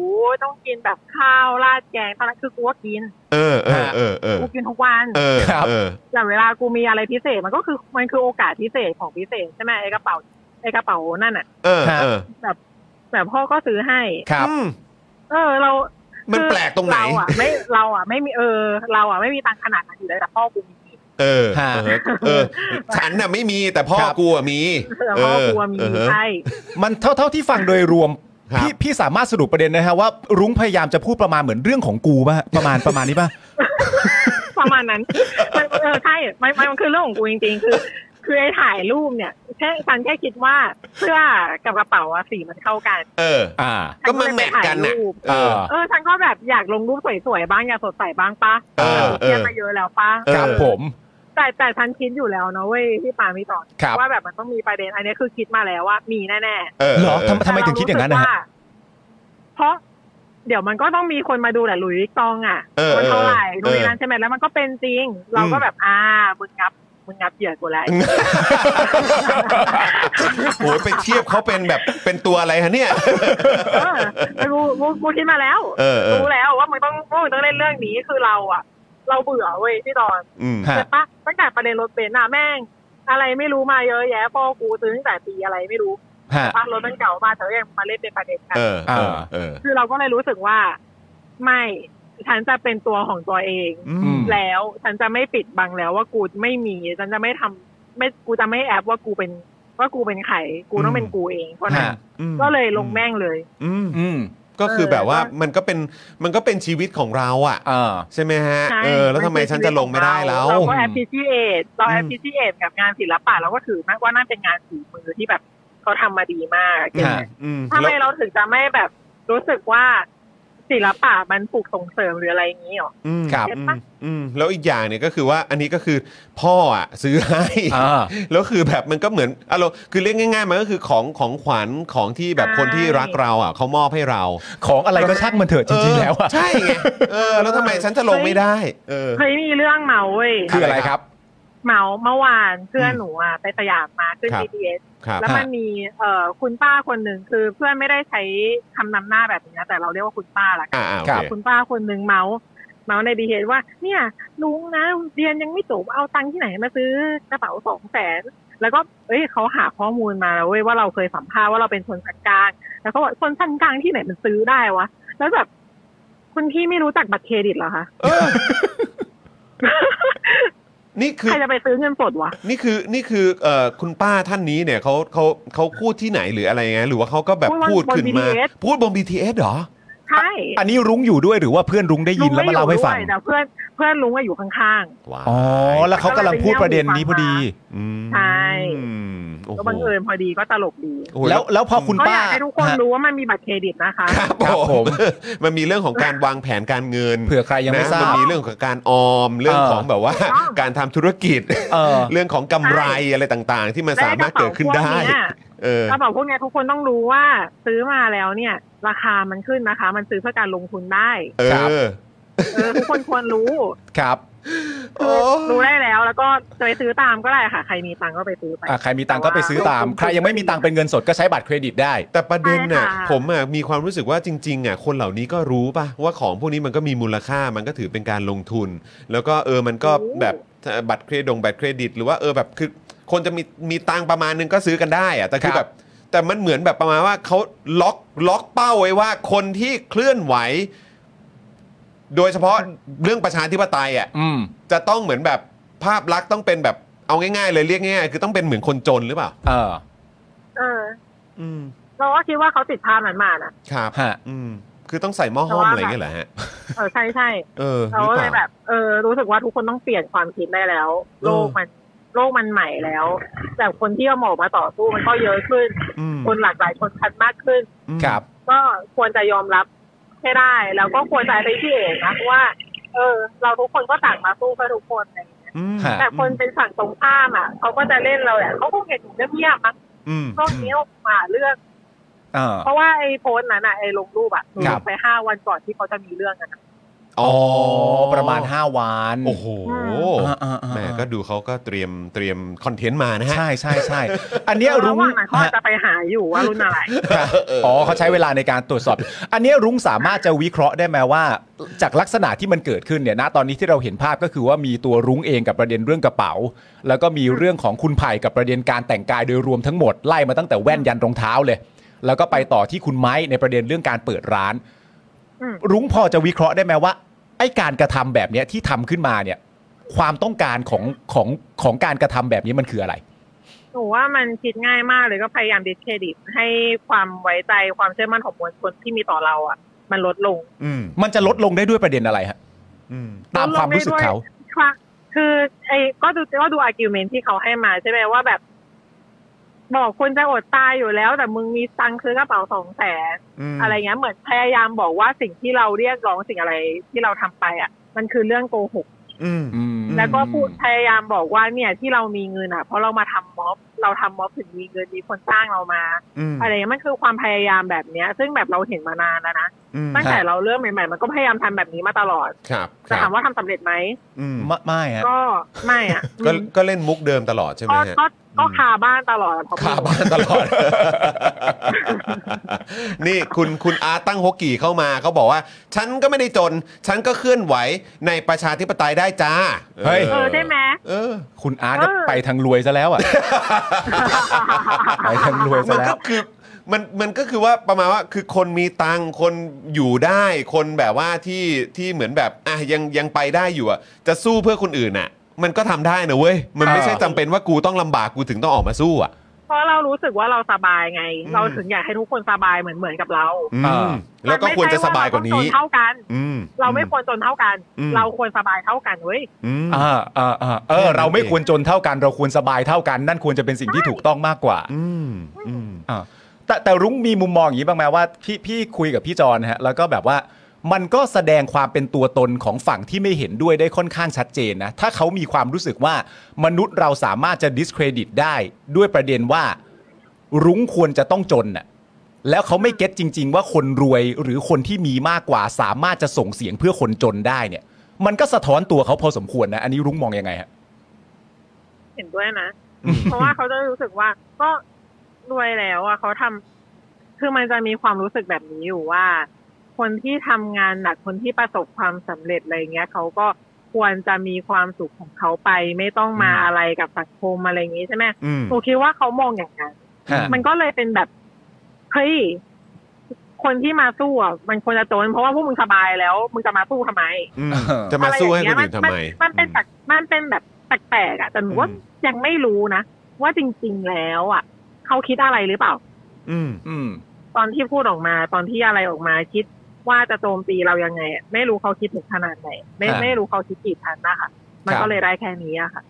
[SPEAKER 3] ต้องกินแบบข้าวราดแกงตอนนั้นคือกูก็กิน
[SPEAKER 1] เออเออเออเออ
[SPEAKER 3] กูกินทุกวัน
[SPEAKER 1] เออ
[SPEAKER 2] ครับ
[SPEAKER 1] เออ
[SPEAKER 3] แต่เวลากูมีอะไรพิเศษมันก็คือมันคือโอกาสพิเศษของพิเศษใช่ไหมไอกระเป๋าไอกระเป๋านั่นอ่ะ
[SPEAKER 1] เออเออ
[SPEAKER 3] แบบพ่อก็ซื้อให้
[SPEAKER 2] ๆ ครับ
[SPEAKER 1] อืม
[SPEAKER 3] เออเรา
[SPEAKER 1] มันแปลกตรงไหน
[SPEAKER 3] เราอ่ะไม่เราอ่ะไม่มีเออ เราอ่ะไม่มีตังค์ขนาดนั้นอยู่แล้วแต่พ่อกูมี
[SPEAKER 1] เออ
[SPEAKER 2] ฮะ
[SPEAKER 1] เออเออ ฉันน่ะไม่มีแต่พ่อ
[SPEAKER 2] ครับ
[SPEAKER 1] กูอะมี
[SPEAKER 3] แต่พ่อกูอะมี
[SPEAKER 1] เออเออ
[SPEAKER 3] ใช่
[SPEAKER 2] มันเท่าเท่าที่ฟังโดยรวม
[SPEAKER 1] ครับ
[SPEAKER 2] พี่พี่สามารถสรุปประเด็นนะฮะว่ารุ้งพยายามจะพูดประมาณเหมือนเรื่องของกูป่ะประมาณประมาณนี้ป่ะ
[SPEAKER 3] ประมาณนั้น มันเออใช่มันมันมันคือเรื่องของกูจริงๆ คือ คือไอ้ถ่ายรูปเนี่ยแค่ฉันแค่คิดว่าเสื้อกับกระเป๋าอะสีมันเข้ากัน
[SPEAKER 1] เออ
[SPEAKER 2] อ่า
[SPEAKER 1] ก็มันแมทกัน
[SPEAKER 3] ฉั
[SPEAKER 1] น่ะ
[SPEAKER 3] เลยไปถ่ายรูป
[SPEAKER 1] เออ
[SPEAKER 3] เออฉันก็แบบอยากลงรูปสวยๆบ้างอยากสดใสบ้างปะ
[SPEAKER 1] เออ
[SPEAKER 3] เครียดมาเยอะแล้วปะ
[SPEAKER 1] เออ
[SPEAKER 2] ครับผม
[SPEAKER 3] แต่แต่ฉันคิดอยู่แล้วเนาะเว้ยที่ปามีตอน
[SPEAKER 2] ครับ
[SPEAKER 3] ว่าแบบมันต้องมีประเด็นอันนี้คือคิดมาแล้วว่ามีแน่
[SPEAKER 1] เออ
[SPEAKER 2] เหรอ
[SPEAKER 1] เออ
[SPEAKER 3] ๆ
[SPEAKER 2] ทำไมถึงคิดอย่างนั้นนะฮะ
[SPEAKER 3] แต่เรรู้สึกว่าเพราะเดี๋ยวมันก็ต้องมีคนมาดูแหละหลุยส์วิกตองอ่ะ
[SPEAKER 1] เออ
[SPEAKER 3] มัน
[SPEAKER 1] เอ
[SPEAKER 3] เท่า
[SPEAKER 1] อ
[SPEAKER 3] ไหร่
[SPEAKER 1] เอ
[SPEAKER 3] นู่น
[SPEAKER 1] อ
[SPEAKER 3] นี่นั่นใช่ไหมแล้วมันก็เป็นจริง เราก็แบบอ่ามึงงับมึงงับเหยื่อกู แล้ว
[SPEAKER 1] โอ้ยไปเทียบเขาเป็นแบบเป็นตัวอะไรฮะเนี่ย
[SPEAKER 3] เออแต่กูกูกูคิดมาแล้ว
[SPEAKER 1] เออเออ
[SPEAKER 3] รู้แล้วว่ามึงต้องว่ามึงต้องเล่นเรื่องนี้คือเราอ่ะ เราเบื่อเว้ยพี่ดอน
[SPEAKER 1] อืม
[SPEAKER 2] ฮะ
[SPEAKER 3] เห็นปะตั้งแต่ประเด็นรถเบนซ์อะแม่ง อะไรไม่รู้มาเยอะแยะพ่อกูซื้อตั้งแต่ปีอะไรไม่รู้
[SPEAKER 2] ฮะ
[SPEAKER 3] บ้านรถมันเก่ามากแต่ก็ยังมาเล่นเป็นประเด็นกัน
[SPEAKER 1] เออเออเออ
[SPEAKER 3] คือเราก็เลยรู้สึกว่า ไม่ฉันจะเป็นตัวของตัวเอง
[SPEAKER 1] อื
[SPEAKER 2] อื
[SPEAKER 1] ม
[SPEAKER 2] ม
[SPEAKER 3] แล้วฉันจะไม่ปิดบังแล้วว่ากูไม่มีฉันจะไม่ทำไม่กูจะไม่แอบว่ากูเป็นว่ากูเป็นใครกูต้องเป็นกูเองเพราะนั้น
[SPEAKER 2] ฮะ
[SPEAKER 1] อืม
[SPEAKER 3] ก็เลยลงแม่งเลย
[SPEAKER 1] อืม
[SPEAKER 2] อืม
[SPEAKER 1] ก็คือแบบว่า
[SPEAKER 3] เออก็
[SPEAKER 1] มันก็เป็นมันก็เป็นชีวิตของเราอ่ะ
[SPEAKER 2] อ่า
[SPEAKER 1] ใช่ไหมฮะ
[SPEAKER 3] ใช่
[SPEAKER 1] เออ แล้วทำไมฉันจะลงไม่ได้แล้ว
[SPEAKER 3] เราก็ appreciate เรา
[SPEAKER 1] อืม
[SPEAKER 3] appreciate กับงานศิลปะเราก็ถือมากว่านั่นเป็นงานฝีมือที่แบบเขาทำมาดีมากเก่ง
[SPEAKER 2] ฮะ
[SPEAKER 1] อืม
[SPEAKER 3] ทำไม
[SPEAKER 1] แล้ว
[SPEAKER 3] เราถึงจะไม่แบบรู้สึกว่าศิลปะมันปลูกส่งเสริมหรืออะไรอย่างนี้หรอ
[SPEAKER 1] อืม
[SPEAKER 2] ครับ
[SPEAKER 1] อืมอืมแล้วอีกอย่างเนี่ยก็คือว่าอันนี้ก็คือพ่ออ่ะ ซื้อให้
[SPEAKER 2] อ่า
[SPEAKER 1] แล้วคือแบบมันก็เหมือนอารมณ์คือเรียกง่ายๆมันก็คือของของขวัญของที่แบบ
[SPEAKER 3] ใช่
[SPEAKER 1] คนที่รักเราอ่ะเขามอบให้เรา
[SPEAKER 2] ของอะไรก็ช่างมันเถอะจริงๆแล้วอะ
[SPEAKER 1] เออใช่ไงเออ แล้วทำไมฉันจะลงไม่ได้ เออ
[SPEAKER 3] เคยมีเรื่องเมาเว้ย
[SPEAKER 2] คืออะไรครับ
[SPEAKER 3] เมาเมื่อวานเพื่อน
[SPEAKER 1] อืม
[SPEAKER 3] หนูอะไปสยามมาขึ้น
[SPEAKER 1] ครับ
[SPEAKER 3] BTS
[SPEAKER 1] ครับ
[SPEAKER 3] แล้วมัน
[SPEAKER 2] ฮะ
[SPEAKER 3] มีเอ่อคุณป้าคนหนึ่งคือเพื่อนไม่ได้ใช้คำนำหน้าแบบนี้นะแต่เราเรียกว่าคุณป้าละกัน
[SPEAKER 1] อ่าอ่าโอ
[SPEAKER 2] ครับ
[SPEAKER 1] เค
[SPEAKER 3] คุณป้าคนหนึ่งเมาส์ เมาส์ในดีเฮดว่า เนี่ยลุงนะเรียนยังไม่จบเอาตังค์ที่ไหนมาซื้อกระเป๋าสองแสนแล้วก็เอ้ยเขาหาข้อมูลมาแล้วเว้ยว่าเราเคยสัมภาษณ์ว่าเราเป็นคนชั้นกลาง แล้วเขาบอกคนชั้นกลางที่ไหนมันซื้อได้วะแล้วแบบคุณพี่ไม่รู้จักบัตรเครดิตเหรอคะ
[SPEAKER 1] เออนี่คือ
[SPEAKER 3] ใครจะไปซื้อเงินสดวะ
[SPEAKER 1] นี่คือนี่คือเอ่อคุณป้าท่านนี้เนี่ยเขาเขาเขาพูดที่ไหนหรืออะไรไงหรือว่าเขาก็แบบ
[SPEAKER 3] พู
[SPEAKER 1] พูด
[SPEAKER 3] ดบน
[SPEAKER 1] ขึ้นมา
[SPEAKER 3] BTS
[SPEAKER 1] พูดบน BTS เหรอ
[SPEAKER 3] ใช่
[SPEAKER 2] อันนี้รุ้งอยู่ด้วยหรือว่าเพื่อนรุ้งได้ยินแล้วมาเล่าให้ฟัง
[SPEAKER 3] ลุไม่อยู่ด้วยแต่เพื่อนเพื่อนลุงอะอยู่ข้าง
[SPEAKER 1] ว้าว
[SPEAKER 2] อ๋อ แล้วเขากำลังพูดประเด็นนี้พอดี
[SPEAKER 1] อืม
[SPEAKER 3] ใช่
[SPEAKER 1] โอ้
[SPEAKER 3] ๆ
[SPEAKER 1] โห
[SPEAKER 3] ก็บังเอิญพอดีก็ตลกดี
[SPEAKER 1] โอ้โห
[SPEAKER 2] แล้วแล้วพอคุณ
[SPEAKER 3] เขา
[SPEAKER 2] ป้าย
[SPEAKER 3] อากให้ทุกคน
[SPEAKER 2] ฮะ
[SPEAKER 3] รู้ว่ามันมีบัตรเครดิตนะคะ
[SPEAKER 1] ครับ
[SPEAKER 2] ครับ
[SPEAKER 1] ผ
[SPEAKER 2] ผม ม
[SPEAKER 1] มันมีเรื่องของการวางแผนการเงิน
[SPEAKER 2] เผื่อใครยังไม่
[SPEAKER 1] นะ
[SPEAKER 2] ทรา
[SPEAKER 1] มัน
[SPEAKER 2] บ
[SPEAKER 1] มีเรื่องของการออมเรื่อง
[SPEAKER 2] เออ
[SPEAKER 1] ของแบบว่า
[SPEAKER 3] ถูกต้อง
[SPEAKER 1] การทำธุรกิจ
[SPEAKER 2] เออ
[SPEAKER 1] เรื่องของกำไรอะไรต่างๆ ที่มันสามารถเกิดขึ้นได้
[SPEAKER 3] และ
[SPEAKER 1] เออก
[SPEAKER 3] ระเป๋าพวกเนี้ยกระเป๋าพวกเนี้ยทุกคนต้องรู้ว่าซื้อมาแล้วเนี่ย ราคามันขึ้นนะคะ มันซื้อเพื่อการลงทุนได้
[SPEAKER 1] เอ
[SPEAKER 2] ครับ
[SPEAKER 1] อ
[SPEAKER 3] เอ อทุกคนควรรู้
[SPEAKER 2] ครับ
[SPEAKER 3] คือรู้ได้แล้วแล้วก็จะไปซื้อตามก็ได้ค่ะ ใครมีตังค์ก็ไปซื้อไป
[SPEAKER 2] อ่ะใครมีตังค์ก็ไปซื้อตาม ใครยังไม่มีตังค์เป็นเงินสดก็ใช้บัตรเครดิตได้
[SPEAKER 1] แต่ประเด็นน่ะ
[SPEAKER 3] ใช่ค่ะ
[SPEAKER 1] ผมอ่ะมีความรู้สึกว่าจริงๆอ่ะคนเหล่านี้ก็รู้ป่ะว่าของพวกนี้มันก็มีมูลค่ามันก็ถือเป็นการลงทุน แล้วก็เออมันก็แบบบัตรเครดงบัตรเครดิต หรือว่าเออแบบคือคนจะมีมีตังค์ประมาณนึงก็ซื้อกันได้อ่ะแต่คื
[SPEAKER 2] ครั
[SPEAKER 1] อ
[SPEAKER 2] บ
[SPEAKER 1] แบบแต่มันเหมือนแบบประมาณว่าเขาล็อกล็อกเป้าไว้ว่าคนที่เคลื่อนไหว โดยเฉพาะเรื่องประชาธิปไตยอ่ะ
[SPEAKER 2] อืม
[SPEAKER 1] จะต้องเหมือนแบบภาพลักษณ์ต้องเป็นแบบเอาง่ายๆ เลยเรียกง่ายๆคือต้องเป็นเหมือนคนจนหรือเปล่า
[SPEAKER 2] เออ
[SPEAKER 3] เออ
[SPEAKER 1] อืม
[SPEAKER 3] เราก็คิดว่าเขาติดภาพนั้นมานะครับ
[SPEAKER 2] ฮะ
[SPEAKER 1] อืมคือต้องใส่หม้อห้อมอะไรอย่างเงี้ยเหรอฮะ
[SPEAKER 3] เออใช่ใช่
[SPEAKER 1] เออ
[SPEAKER 3] เรา
[SPEAKER 1] หรือเป
[SPEAKER 3] ก็เลยแบ
[SPEAKER 1] ล่า
[SPEAKER 3] บ เออ รู้สึกว่าทุกคนต้องเปลี่ยนความคิดได้แล้ว โลกมันโลกมันใหม่แล้ว แต่คนที่เอาหมอกมาต่อสู้มันก็เยอะขึ้น
[SPEAKER 1] อืม
[SPEAKER 3] คนหลากหลายชนชั้นมากขึ้น
[SPEAKER 2] ครับ
[SPEAKER 3] ก็ควรจะยอมรับให้ได้ แล้วก็ควรจะไปที่เอกนะเพราะว่า เออ เราทุกคนก็ต่างมาสู้เพื่อทุกคนอะไรอย่างเงี้ย
[SPEAKER 1] อืม
[SPEAKER 2] ฮะ
[SPEAKER 3] แต่คนเป็นฝั่งตรงข้ามอ่ะเขาก็จะเล่นเราแหละเขาคงเห็นหนูเงียบๆมั้ง
[SPEAKER 1] อืม
[SPEAKER 3] พวกนี้ออกมาเรื่อง
[SPEAKER 2] เออ
[SPEAKER 3] เพราะว่าไอ้โพสต์นั้นอ่ะไอ้ลงรูปอ่ะหนู
[SPEAKER 2] ครั
[SPEAKER 3] ล
[SPEAKER 2] บ
[SPEAKER 3] งไปห้าวันก่อนที่เขาจะมีเรื่องกันอะ
[SPEAKER 2] อ๋อ ประมาณ 5 วัน
[SPEAKER 1] โอ้โห
[SPEAKER 3] อื
[SPEAKER 2] อ่าๆๆ
[SPEAKER 1] แหมก็ดูเขาก็เตรียมเตรียมคอนเทนต์มานะฮะ
[SPEAKER 2] ใช่ใช่ใช่ อันเนี้ยรุ้
[SPEAKER 3] ระ
[SPEAKER 2] ง
[SPEAKER 3] หว่างนั้นเขาอาจจะไปหาอยู่ว่ารุ่นอะไร
[SPEAKER 2] ครับอ๋อเขาใช้เวลาในการตรวจสอบ อันเนี้ยรุ้งสามารถจะวิเคราะห์ได้ไหมว่า จากลักษณะที่มันเกิดขึ้นเนี่ยนะตอนนี้ที่เราเห็นภาพก็คือว่ามีตัวรุ้งเองกับประเด็นเรื่องกระเป๋า แล้วก็มีเรื่องของคุณไผ่กับประเด็นการแต่งกายโดยรวมทั้งหมดไล่มาตั้งแต่แว่นยันรองเท้าเลย แล้วก็ไปต่อที่คุณไม้ในประเด็นเรื่องการเปิดร้าน
[SPEAKER 3] อืม
[SPEAKER 2] รุ้งพอจะวิเคราะห์ได้ไหมว่าไอ้การกระทำแบบเนี้ยที่ทำขึ้นมาเนี่ย ความต้องการของของของการกระทำแบบนี้มันคืออะไร
[SPEAKER 3] หนูว่ามันคิดง่ายมากเลยก็พยายามดิสเครดิต ให้ความไว้ใจความเชื่อมั่นของมวลชนที่มีต่อเราอ่ะ มันลดลง
[SPEAKER 1] อืม
[SPEAKER 2] มันจะลดลงได้ด้วยประเด็นอะไรฮะ
[SPEAKER 1] อืม
[SPEAKER 2] ตามความรู้สึกเขา
[SPEAKER 3] ค่ะคือไอ้ก็ดูก็ดูอาร์กิวเมนที่เขาให้มาใช่ไหมว่าแบบ บอกคุณจะอดตายอยู่แล้ว แต่มึงมีตังค์ซื้อกระเป๋าสองแสน
[SPEAKER 1] ม
[SPEAKER 3] อะไรเงี้ยเหมือนพยายามบอกว่าสิ่งที่เราเรียกร้องสิ่งอะไรที่เราทำไปอ่ะ มันคือเรื่องโกหก
[SPEAKER 1] อืม
[SPEAKER 2] อืม
[SPEAKER 3] แล้วก็พูดพยายามบอกว่าเนี่ยที่เรามีเงินอ่ะ เพราะเรามาทำม็อบเราทำม็อบถึงมีเงินมีคนจ้างเรามา
[SPEAKER 1] อืม
[SPEAKER 3] อะไรเงี้ยมันคือความพยายามแบบเนี้ย ซึ่งแบบเราเห็นมานานแล้วนะ
[SPEAKER 1] อืม
[SPEAKER 3] ตั้งแต่
[SPEAKER 2] ครับ
[SPEAKER 3] เราเริ่มใหม่ๆมันก็พยายามทำแบบนี้มาตลอด
[SPEAKER 1] ครับค
[SPEAKER 3] แต่
[SPEAKER 1] รับ
[SPEAKER 3] ถามว่าทำสำเร็จไหม
[SPEAKER 1] อืม
[SPEAKER 2] ไม่ไม่ฮะ
[SPEAKER 3] ก็ไม่อ่ะ
[SPEAKER 1] ก็ก็เล่นมุกเดิมตลอดใช่ไหม
[SPEAKER 3] ก็
[SPEAKER 1] ฮะ
[SPEAKER 3] ก็ก็
[SPEAKER 1] อืม
[SPEAKER 3] คาบ้านตลอดอะเพระ
[SPEAKER 1] คาบ้านตลอด นี่คุณคุณอาตั้งฮกกี่เข้ามาเขาบอกว่า ฉันก็ไม่ได้จน ฉันก็เคลื่อนไหวในประชาธิปไตยได้จ้า
[SPEAKER 2] เฮ้ย
[SPEAKER 3] เออใช่ไหม
[SPEAKER 1] เออ
[SPEAKER 2] คุณอาร์ตก็
[SPEAKER 3] เออ
[SPEAKER 2] ไปทางรวยซะแล้วอ่ะ ไปทางรวยซะ
[SPEAKER 1] มัน
[SPEAKER 2] แล้
[SPEAKER 1] ก็
[SPEAKER 2] ว
[SPEAKER 1] คือมันมันก็คือว่าประมาณว่าคือคนมีตังค์คนอยู่ได้คนแบบว่าที่ที่เหมือนแบบอ่ะยังยังไปได้อยู่อ่ะจะสู้เพื่อคนอื่นอ่ะ มันก็ทำได้นะเว้ยมันไม่ใช่จำเป็นว่ากูต้องลำบากกูถึงต้องออกมาสู้อ่ะ
[SPEAKER 3] เพราะเรารู้สึกว่าเราสบายไง
[SPEAKER 1] อืม
[SPEAKER 3] เราถึงอยากให้ทุกคนสบายเหมือนเหมือนกับเรา
[SPEAKER 1] อื
[SPEAKER 2] อ่า
[SPEAKER 1] มแล้วก็
[SPEAKER 3] มันไม่
[SPEAKER 1] ควรจะ
[SPEAKER 3] ใช่
[SPEAKER 1] สบายกว่า
[SPEAKER 3] เร
[SPEAKER 1] นี้
[SPEAKER 3] ต้องจเท่ากัน
[SPEAKER 1] อืม
[SPEAKER 3] เราไม่ควรจนเท่ากัน
[SPEAKER 1] อืม
[SPEAKER 3] เราควรสบายเท่ากันเว้ย
[SPEAKER 1] อืม
[SPEAKER 2] อ่าอ่าอ่าเออ เราไม่ควรจนเท่ากันเราควรสบายเท่ากัน นั่นควรจะเป็นสิ่งที่ถูกต้องมากกว่า
[SPEAKER 1] อืมอืม
[SPEAKER 2] อ่าแต่แต่รุ้งมีมุมมองอย่างนี้บ้างไหมว่าพี่พี่คุยกับพี่จอนฮะ แล้วก็แบบว่า มันก็แสดงความเป็นตัวตนของฝั่งที่ไม่เห็นด้วยได้ค่อนข้างชัดเจนนะ ถ้าเขามีความรู้สึกว่ามนุษย์เราสามารถจะ discredit ได้ด้วยประเด็นว่า รุ้งควรจะต้องจนน่ะ แล้วเขาไม่เก็ตจริง ๆ ว่าคนรวยหรือคนที่มีมากกว่า สามารถจะส่งเสียงเพื่อคนจนได้เนี่ย มันก็สะท้อนตัวเขาพอสมควรนะ อันนี้รุ้งมองยังไงฮะ
[SPEAKER 3] เห็นด้วยนะ เพราะว่าเขาจะรู้สึกว่าก็รวยแล้วอ่ะเขาทำคือมันจะมีความรู้สึกแบบนี้อยู่ว่า คนที่ทำงานหนักคนที่ประสบความสำเร็จอะไรเงี้ยเขาก็ควรจะมีความสุขของเขาไป ไม่ต้องมา
[SPEAKER 2] อืม
[SPEAKER 3] อะไรกับสังคมอะไรอย่างนี้ใช่ไหม
[SPEAKER 2] อืม
[SPEAKER 3] หนูคิดว่าเขามองอย่างนั้น
[SPEAKER 2] ฮะ
[SPEAKER 3] มันก็เลยเป็นแบบเฮ้ยคนที่มาสู้อ่ะมันควรจะโจนเพราะว่าพวกมึงสบายแล้วมึงจะมาสู้ทำไม
[SPEAKER 1] อืมจะมาสู้ให้คนอื่นทำไม
[SPEAKER 3] อะไรอย่างเงี้ยมันเป็นแบบมันเป็นแบบแปลกๆอ่ะแต่หนูว่า
[SPEAKER 1] อืม
[SPEAKER 3] ยังไม่รู้นะว่าจริง ๆแล้วอ่ะเขาคิดอะไรหรือเปล่า
[SPEAKER 1] อืม
[SPEAKER 2] อืม
[SPEAKER 3] ตอนที่พูดออกมาตอนที่อะไรออกมาคิดว่าจะโจมตีเรายังไงอะไม่รู้เขาคิดถึงขนาดไหนไม่ไม่รู้เขาคิดกี่ทันนะคะมันก็เลยได้แค่นี้อะค่ะ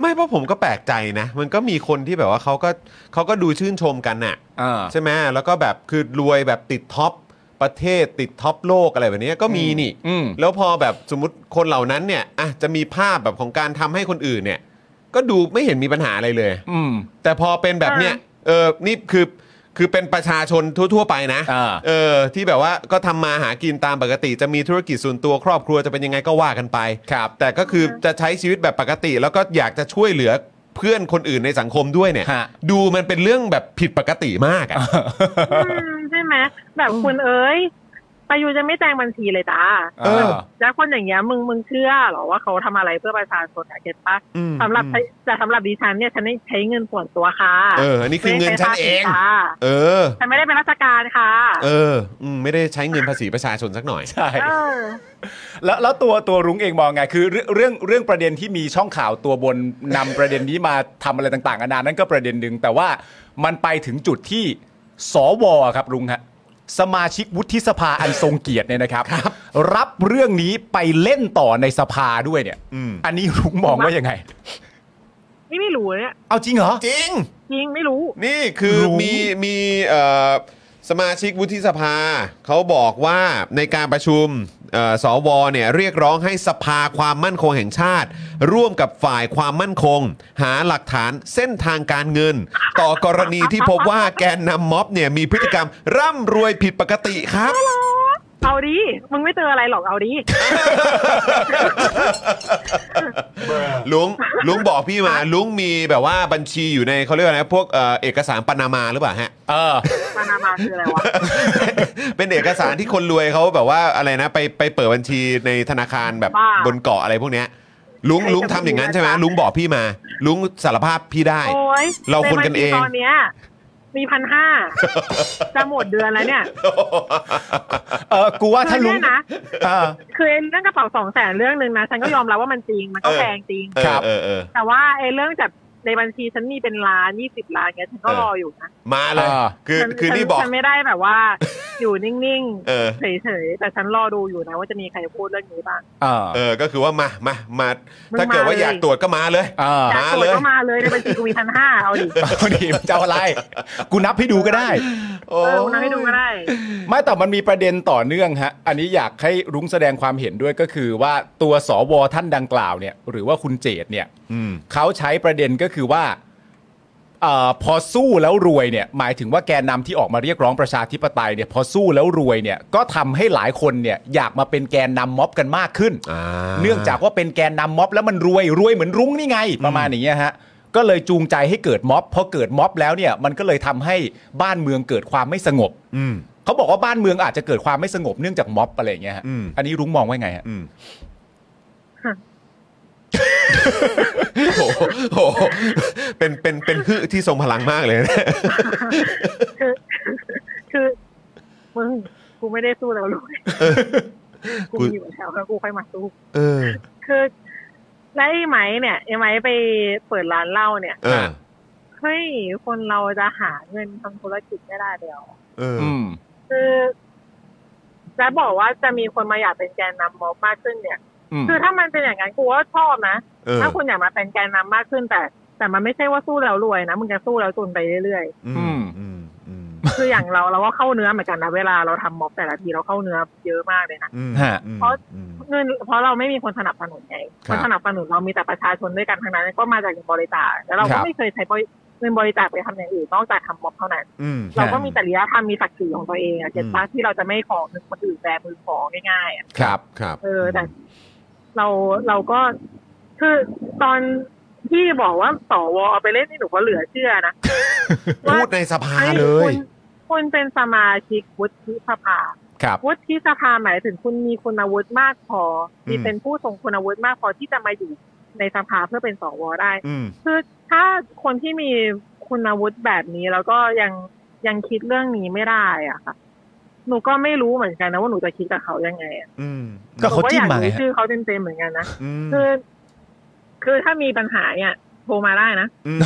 [SPEAKER 1] ไม่เพราะผมก็แปลกใจนะ มันก็มีคนที่แบบว่าเขาก็เขาก็ดูชื่นชมกันน่ะ
[SPEAKER 2] อ่า
[SPEAKER 1] ใช่ไหมแล้วก็แบบคือรวยแบบติดท็อปประเทศติดท็อปโลกอะไรแบบเนี้ยก็มีนี่
[SPEAKER 2] อืม
[SPEAKER 1] แล้วพอแบบสมมติคนเหล่านั้นเนี่ยอ่ะจะมีภาพแบบของการทำให้คนอื่นเนี่ย ก็ดูไม่เห็นมีปัญหาอะไรเลย
[SPEAKER 2] อืม
[SPEAKER 1] แต่พอเป็นแบบเนี้ยเออนี่คือคือเป็นประชาชนทั่ว ๆ ไปนะ
[SPEAKER 2] อ่า
[SPEAKER 1] เออ ที่แบบว่าก็ทำมาหากินตามปกติ จะมีธุรกิจส่วนตัวครอบครัวจะเป็นยังไงก็ว่ากันไปครับ แต่ก็คือจะใช้ชีวิตแบบปกติ แล้วก็อยากจะช่วยเหลือเพื่อนคนอื่นในสังคมด้วยเนี่ย
[SPEAKER 2] ฮะ
[SPEAKER 1] ดูมันเป็นเรื่องแบบผิดปกติมากอะ
[SPEAKER 3] อืมใช่ไหมแบบคุณเอ๋ยประยูจะไม่แจงบัญชีเลยจ้า
[SPEAKER 1] เออ
[SPEAKER 3] แล้วคนอย่างเงี้ยมึงมึงเชื่อเหรอว่าเขาทำอะไรเพื่อประชาชนอะเก็ตปะ
[SPEAKER 1] อืม
[SPEAKER 3] สำหรับแต่สำหรับดิฉันเนี่ยฉันได้ใช้เงินส่วนตัวค่ะ
[SPEAKER 1] เอออันนี้คือเงินฉันเอง
[SPEAKER 3] ไม่ได้ใช้ภาษีค่ะ
[SPEAKER 1] เออ
[SPEAKER 3] ฉันไม่ได้เป็นราชการค่ะ
[SPEAKER 1] เอออืมไม่ได้ใช้เงินภาษีประชาชนสักหน่อย
[SPEAKER 2] ใช่
[SPEAKER 3] เออ
[SPEAKER 2] แล้วแล้วตัวตัวรุ้งเองมองไงคือเรื่องเรื่องเรื่องประเด็นที่มีช่องข่าวตัวบนนำประเด็นนี้มาทำอะไรต่างๆนานานั่นก็ประเด็นหนึ่งแต่ว่ามันไปถึงจุดที่สวครับรุ้งฮะสมาชิกวุฒิสภาอันทรงเกียรติเนี่ยนะครับ รับเรื่องนี้ไปเล่นต่อในสภาด้วยเนี่ย
[SPEAKER 1] อืม
[SPEAKER 2] อันนี้รุ้งมองว่ายังไง
[SPEAKER 3] นี่ไม่รู้เนี่ย
[SPEAKER 2] เอาจริงเหรอ
[SPEAKER 1] จริง
[SPEAKER 3] จริงไม่รู้
[SPEAKER 1] นี่คือ
[SPEAKER 2] รู้
[SPEAKER 1] มีมีเอ่อสมาชิกวุฒิสภา เขาบอกว่าในการประชุมเอ่อสวเนี่ยเรียกร้องให้สภาความมั่นคงแห่งชาติ ร่วมกับฝ่ายความมั่นคง หาหลักฐานเส้นทางการเงิน ต่อกรณีที่พบว่าแกนนำม็อบเนี่ยมีพฤติกรรมร่ำรวยผิดปกติครับ
[SPEAKER 3] เอาดิมึงไม่เจออะไรหรอกเอาดิ
[SPEAKER 1] ลุงลุงบอกพี่มาลุงมีแบบว่าบัญชีอยู่ในเขาเรียกว่าอะไรพวกเอ่อเอกสารปานามาหรือเปล่าฮะ
[SPEAKER 2] เออ
[SPEAKER 3] ปานามาคืออะไรวะ
[SPEAKER 1] เป็นเอกสารที่คนรวยเขาแบบว่าอะไรนะไปไปเปิดบัญชีในธนาคารแบบบนเกาะอะไรพวกเนี้ยลุงลุงทำอย่างนั้นใช่ไหมลุงบอกพี่มา ลุงสารภาพพี่ได้
[SPEAKER 3] โอ้ย
[SPEAKER 1] เราคนกันเอง
[SPEAKER 3] ใบัญชีตอนเนี้ยมีพันห้าจะหมดเดือนแล้วเนี่ย
[SPEAKER 2] เออกูว่าถ้า
[SPEAKER 3] คือ
[SPEAKER 2] ลุ
[SPEAKER 3] เนี่
[SPEAKER 2] ง
[SPEAKER 3] ยนะ
[SPEAKER 2] เออ
[SPEAKER 3] คือไอ้เรื่องกระเป๋าสองแสนเรื่องหนึ่งนะ ฉันก็ยอมรับว่ามันจริง มันก็
[SPEAKER 1] เออ
[SPEAKER 3] แพงจริง
[SPEAKER 1] เออ
[SPEAKER 2] ครับ
[SPEAKER 1] เออเออ
[SPEAKER 3] แต่ว่าไอ้เรื่องจับในบัญชีฉันมีเป็นล้านยี่สิบล้านเงี้ยฉันก็
[SPEAKER 1] เออ
[SPEAKER 3] รออยู่นะ
[SPEAKER 1] มาเลย
[SPEAKER 2] อ่า
[SPEAKER 1] คือ
[SPEAKER 3] ฉั
[SPEAKER 1] คือ
[SPEAKER 3] ฉั
[SPEAKER 1] นี่บอก
[SPEAKER 3] ฉันไม่ได้แบบว่า อยู่นิ่ง
[SPEAKER 1] เออ
[SPEAKER 3] ๆเฉยๆแต่ฉันรอดูอยู่นะว่าจะมีใครพูดเรื่องนี้บ้าง
[SPEAKER 2] เออ
[SPEAKER 1] เออก็คือว่ามามามา
[SPEAKER 3] มึง
[SPEAKER 1] ถ้าเกิดว่า
[SPEAKER 3] มา
[SPEAKER 1] อ
[SPEAKER 3] เลย
[SPEAKER 1] ยากตรวจก็มาเลย
[SPEAKER 2] เออ
[SPEAKER 1] มาเล
[SPEAKER 3] แต่ตรวจ
[SPEAKER 1] ย
[SPEAKER 3] ก็มาเลยในบัญชีกูมีพันห้าเอาดิ
[SPEAKER 2] เอาดิมันจะเอาอะไร กูนับให้ดูก็ได้
[SPEAKER 3] เอ
[SPEAKER 1] โอ้
[SPEAKER 3] อคุณเอาให้ดูก็ได้
[SPEAKER 2] ไม่แต่มันมีประเด็นต่อเนื่องฮะ อันนี้อยากให้รุ้งแสดงความเห็นด้วยก็คือว่าตัวสวท่านดังกล่าวเนี่ย หรือว่าคุณเจตเนี่ย
[SPEAKER 1] อืม
[SPEAKER 2] เขาใช้ประเด็นก็คือว่าเออพอสู้แล้วรวยเนี่ย หมายถึงว่าแกนนำที่ออกมาเรียกร้องประชาธิปไตยเนี่ย พอสู้แล้วรวยเนี่ยก็ทำให้หลายคนเนี่ยอยากมาเป็นแกนนำม็อบกันมากขึ้น
[SPEAKER 1] า
[SPEAKER 2] เนื่องจากว่าเป็นแกนนำม็อบแล้วมันรวยรวยเหมือนรุ้งนี่ไง ประมาณอย่างเงี้ยฮะก็เลยจูงใจให้เกิดม็อบพอเกิดม็อบแล้วเนี่ยมันก็เลยทำให้บ้านเมืองเกิดความไม่สงบ
[SPEAKER 1] อืม
[SPEAKER 2] เขาบอกว่าบ้านเมืองอาจจะเกิดความไม่สงบเนื่องจากม็อบอะไรอย่างเงี้ยฮะ
[SPEAKER 1] อืม
[SPEAKER 2] นนี้รุ้งมองว่าไงฮะ
[SPEAKER 1] อืม
[SPEAKER 3] ฮะ
[SPEAKER 1] โหโหเป็นเป็นเป็นฮึที่ทรงพลังมากเลยนะ
[SPEAKER 3] คือมึงกูไม่ได้สู้แล้วรวยกู
[SPEAKER 1] กู
[SPEAKER 3] มีอยู่แล้วแล้วกูค่อยมาสู้
[SPEAKER 1] เออ
[SPEAKER 3] คือแล้วไอ้ไหมเนี่ยไอ้ไหมไปเปิดร้านเหล้าเนี่ย
[SPEAKER 1] เออ
[SPEAKER 3] เฮ้ย คนเราจะหาเงินทำธุรกิจไม่ได้เดียว
[SPEAKER 1] เออ
[SPEAKER 2] อืม
[SPEAKER 3] คือจะบอกว่าจะมีคนมาอยากเป็นแกนนำม็อบมากขึ้นเนี่ย
[SPEAKER 2] อืม
[SPEAKER 3] คือถ้ามันเป็นอย่างนั้นกูว่าชอบนะ
[SPEAKER 1] เออ
[SPEAKER 3] ถ้าคุณอยากมาเป็นแกนนำมากขึ้นแต่ แต่มันไม่ใช่ว่าสู้แล้วรวยนะมึงจะสู้แล้วจนไปเรื่อย
[SPEAKER 1] อืมอืมอืม
[SPEAKER 3] ๆ คืออย่างเราเราก็เข้าเนื้อเหมือนกันนะเวลาเราทำม็อบแต่ละทีเราเข้าเนื้อเยอะมากเลยนะ
[SPEAKER 1] อืม
[SPEAKER 2] ฮะ
[SPEAKER 1] อืม
[SPEAKER 3] เพราะ
[SPEAKER 1] อืม
[SPEAKER 3] เงินเพราะเราไม่มีคนสนับสนุนไง
[SPEAKER 1] ค
[SPEAKER 3] ครับ นสนับสนุนเรามีแต่ประชาชนด้วยกันทางนั้นก็มาจากเงินบริจาคแล้วเรา
[SPEAKER 2] ครั
[SPEAKER 3] ก็
[SPEAKER 2] บ
[SPEAKER 3] ไม่เคยใช้บริเงินบริจาคไปทำอย่างอื่นนอกจากทำม็อบเท่านั้น
[SPEAKER 1] อืม
[SPEAKER 3] เราก็มีจริยธรรมมีศักดิ์ศรีของตัวเองอะเจ็ด
[SPEAKER 1] อืม
[SPEAKER 3] ปาที่เราจะไม่ขอเงินคนอื่นแบมือของง่ายๆอะ
[SPEAKER 2] ครับ
[SPEAKER 1] ครับ
[SPEAKER 3] เออ แต่ เราเราก็คือตอนที่ บอกว่าสวเอาไปเล่นนี่หนูก็เหลือเชื่อนะ
[SPEAKER 1] พูดในสภา
[SPEAKER 3] ไอ้
[SPEAKER 1] เล
[SPEAKER 3] คุ
[SPEAKER 1] ย
[SPEAKER 3] ณ คุณเป็นสมาชิกวุฒิสภา
[SPEAKER 1] ครับ
[SPEAKER 3] วุฒิสภาหมายถึงคุณมีคุณวุฒิมากพออ
[SPEAKER 1] ม
[SPEAKER 3] มีเป็นผู้ทรงคุณวุฒิมากพอที่จะมาอยู่ในสภาเพื่อเป็นสวได้
[SPEAKER 1] อืม
[SPEAKER 3] คือถ้าคนที่มีคุณวุฒิแบบนี้แล้วก็ยังยังคิดเรื่องนี้ไม่ได้อ่ะค่ะ หนูก็ไม่รู้เหมือนกันนะว่าหนูจะคิดกับเขายังไงอะ
[SPEAKER 1] อืม
[SPEAKER 2] ก็เขาจิ้มมา
[SPEAKER 3] หนู
[SPEAKER 2] ไง
[SPEAKER 3] อยก
[SPEAKER 2] ฮะ
[SPEAKER 3] ชื่อเขาเต็มๆเหมือนกันนะ
[SPEAKER 1] อืม
[SPEAKER 3] คือ คือถ้ามีปัญหาเนี่ยโทรมาได้นะ
[SPEAKER 1] อืม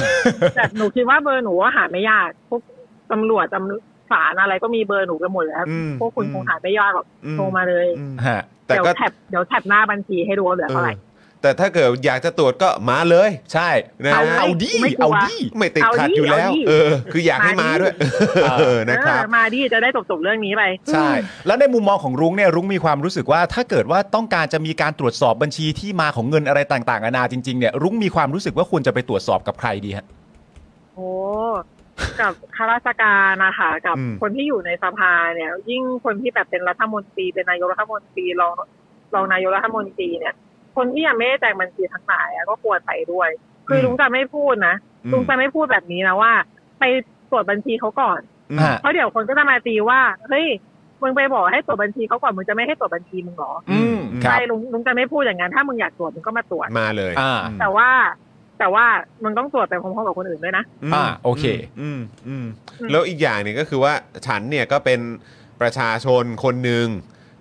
[SPEAKER 3] แต่หนูคิดว่าเบอร์หนูว่าหาไม่ยากพวกตำรวจตำศาลอะไรก็มีเบอร์หนูกันหมดแล้ว
[SPEAKER 1] อืม
[SPEAKER 3] พวกคุณคงหาไม่ยากหรอก
[SPEAKER 1] อื
[SPEAKER 3] โทรมาเลย
[SPEAKER 1] อืม
[SPEAKER 2] ฮะ
[SPEAKER 1] แต่
[SPEAKER 3] เดี๋ยว
[SPEAKER 1] ก็
[SPEAKER 3] แท็บเดี๋ยวแท็บหน้าบัญชีให้ดูว่าเหลือ
[SPEAKER 1] เออ
[SPEAKER 3] เท่าไหร่
[SPEAKER 1] แต่ถ้าเกิดอยากจะตรวจก็มาเลย
[SPEAKER 2] ใช่
[SPEAKER 1] นะ
[SPEAKER 2] เอาเอาดี
[SPEAKER 3] ไม่กลัว
[SPEAKER 2] เอาดี
[SPEAKER 1] ไม่ติด
[SPEAKER 3] เอา
[SPEAKER 1] ขัด
[SPEAKER 3] ดิ
[SPEAKER 1] อยู่แล้ว
[SPEAKER 3] เอาดิ
[SPEAKER 1] เออ คืออยากให้มา
[SPEAKER 3] มาดิ
[SPEAKER 1] ด้วยเออนะครับ
[SPEAKER 3] เออมาดิจะได้จบๆเรื่องนี้ไป
[SPEAKER 2] ใช่ แล้วในมุมมองของรุ้งเนี่ยรุ้งมีความรู้สึกว่า ถ้าเกิดว่าต้องการจะมีการตรวจสอบบัญชีที่มาของเงินอะไรต่างๆนานาจริงๆเนี่ยรุ้งมีความรู้สึกว่าควรจะไปตรวจสอบกับใครดีฮะ
[SPEAKER 3] โอ้ กับข้าราชการนะคะกับ
[SPEAKER 1] อืม
[SPEAKER 3] คนที่อยู่ในสภาเนี่ย ยิ่งคนที่แบบเป็นรัฐมนตรีเป็นนายกรัฐมนตรีรองรองนายกรัฐมนตรีเนี่ย คนที่ยังไม่ได้แต่งบัญชีทั้งหลายอะก็ควรไปด้วย คืออ
[SPEAKER 1] ม
[SPEAKER 3] ลุงจะไม่พูดนะ
[SPEAKER 1] อื
[SPEAKER 3] ลุ
[SPEAKER 1] ม
[SPEAKER 3] งจะไม่พูดแบบนี้นะว่า ไปตรวจบัญชีเขาก่อน
[SPEAKER 1] อืม
[SPEAKER 2] อ่ะ
[SPEAKER 3] เพราะเดี๋ยวคนก็จะมาตีว่าเฮ้ยมึงไปบอกให้ตรวจบัญชีเขาก่อนมึงจะไม่ให้ตรวจบัญชีมึงเหรอ
[SPEAKER 2] อืมค
[SPEAKER 3] ใช่
[SPEAKER 2] รับ
[SPEAKER 3] ลุงลุงจะไม่พูดอย่างนั้นถ้ามึงอยากตรวจมึงก็มาตรวจ
[SPEAKER 1] มาเลย
[SPEAKER 2] อ่า
[SPEAKER 1] ม
[SPEAKER 3] แต่ว่า แต่ว่ามึงต้องตรวจไปพร้อมๆกับคนอื่นด้วยนะ
[SPEAKER 1] ม
[SPEAKER 2] อ่าโอเค
[SPEAKER 1] อืมอืม
[SPEAKER 3] อืม
[SPEAKER 1] แล้วอีกอย่างหนึ่งก็คือว่าฉันเนี่ยก็เป็นประชาชนคนหนึ่ง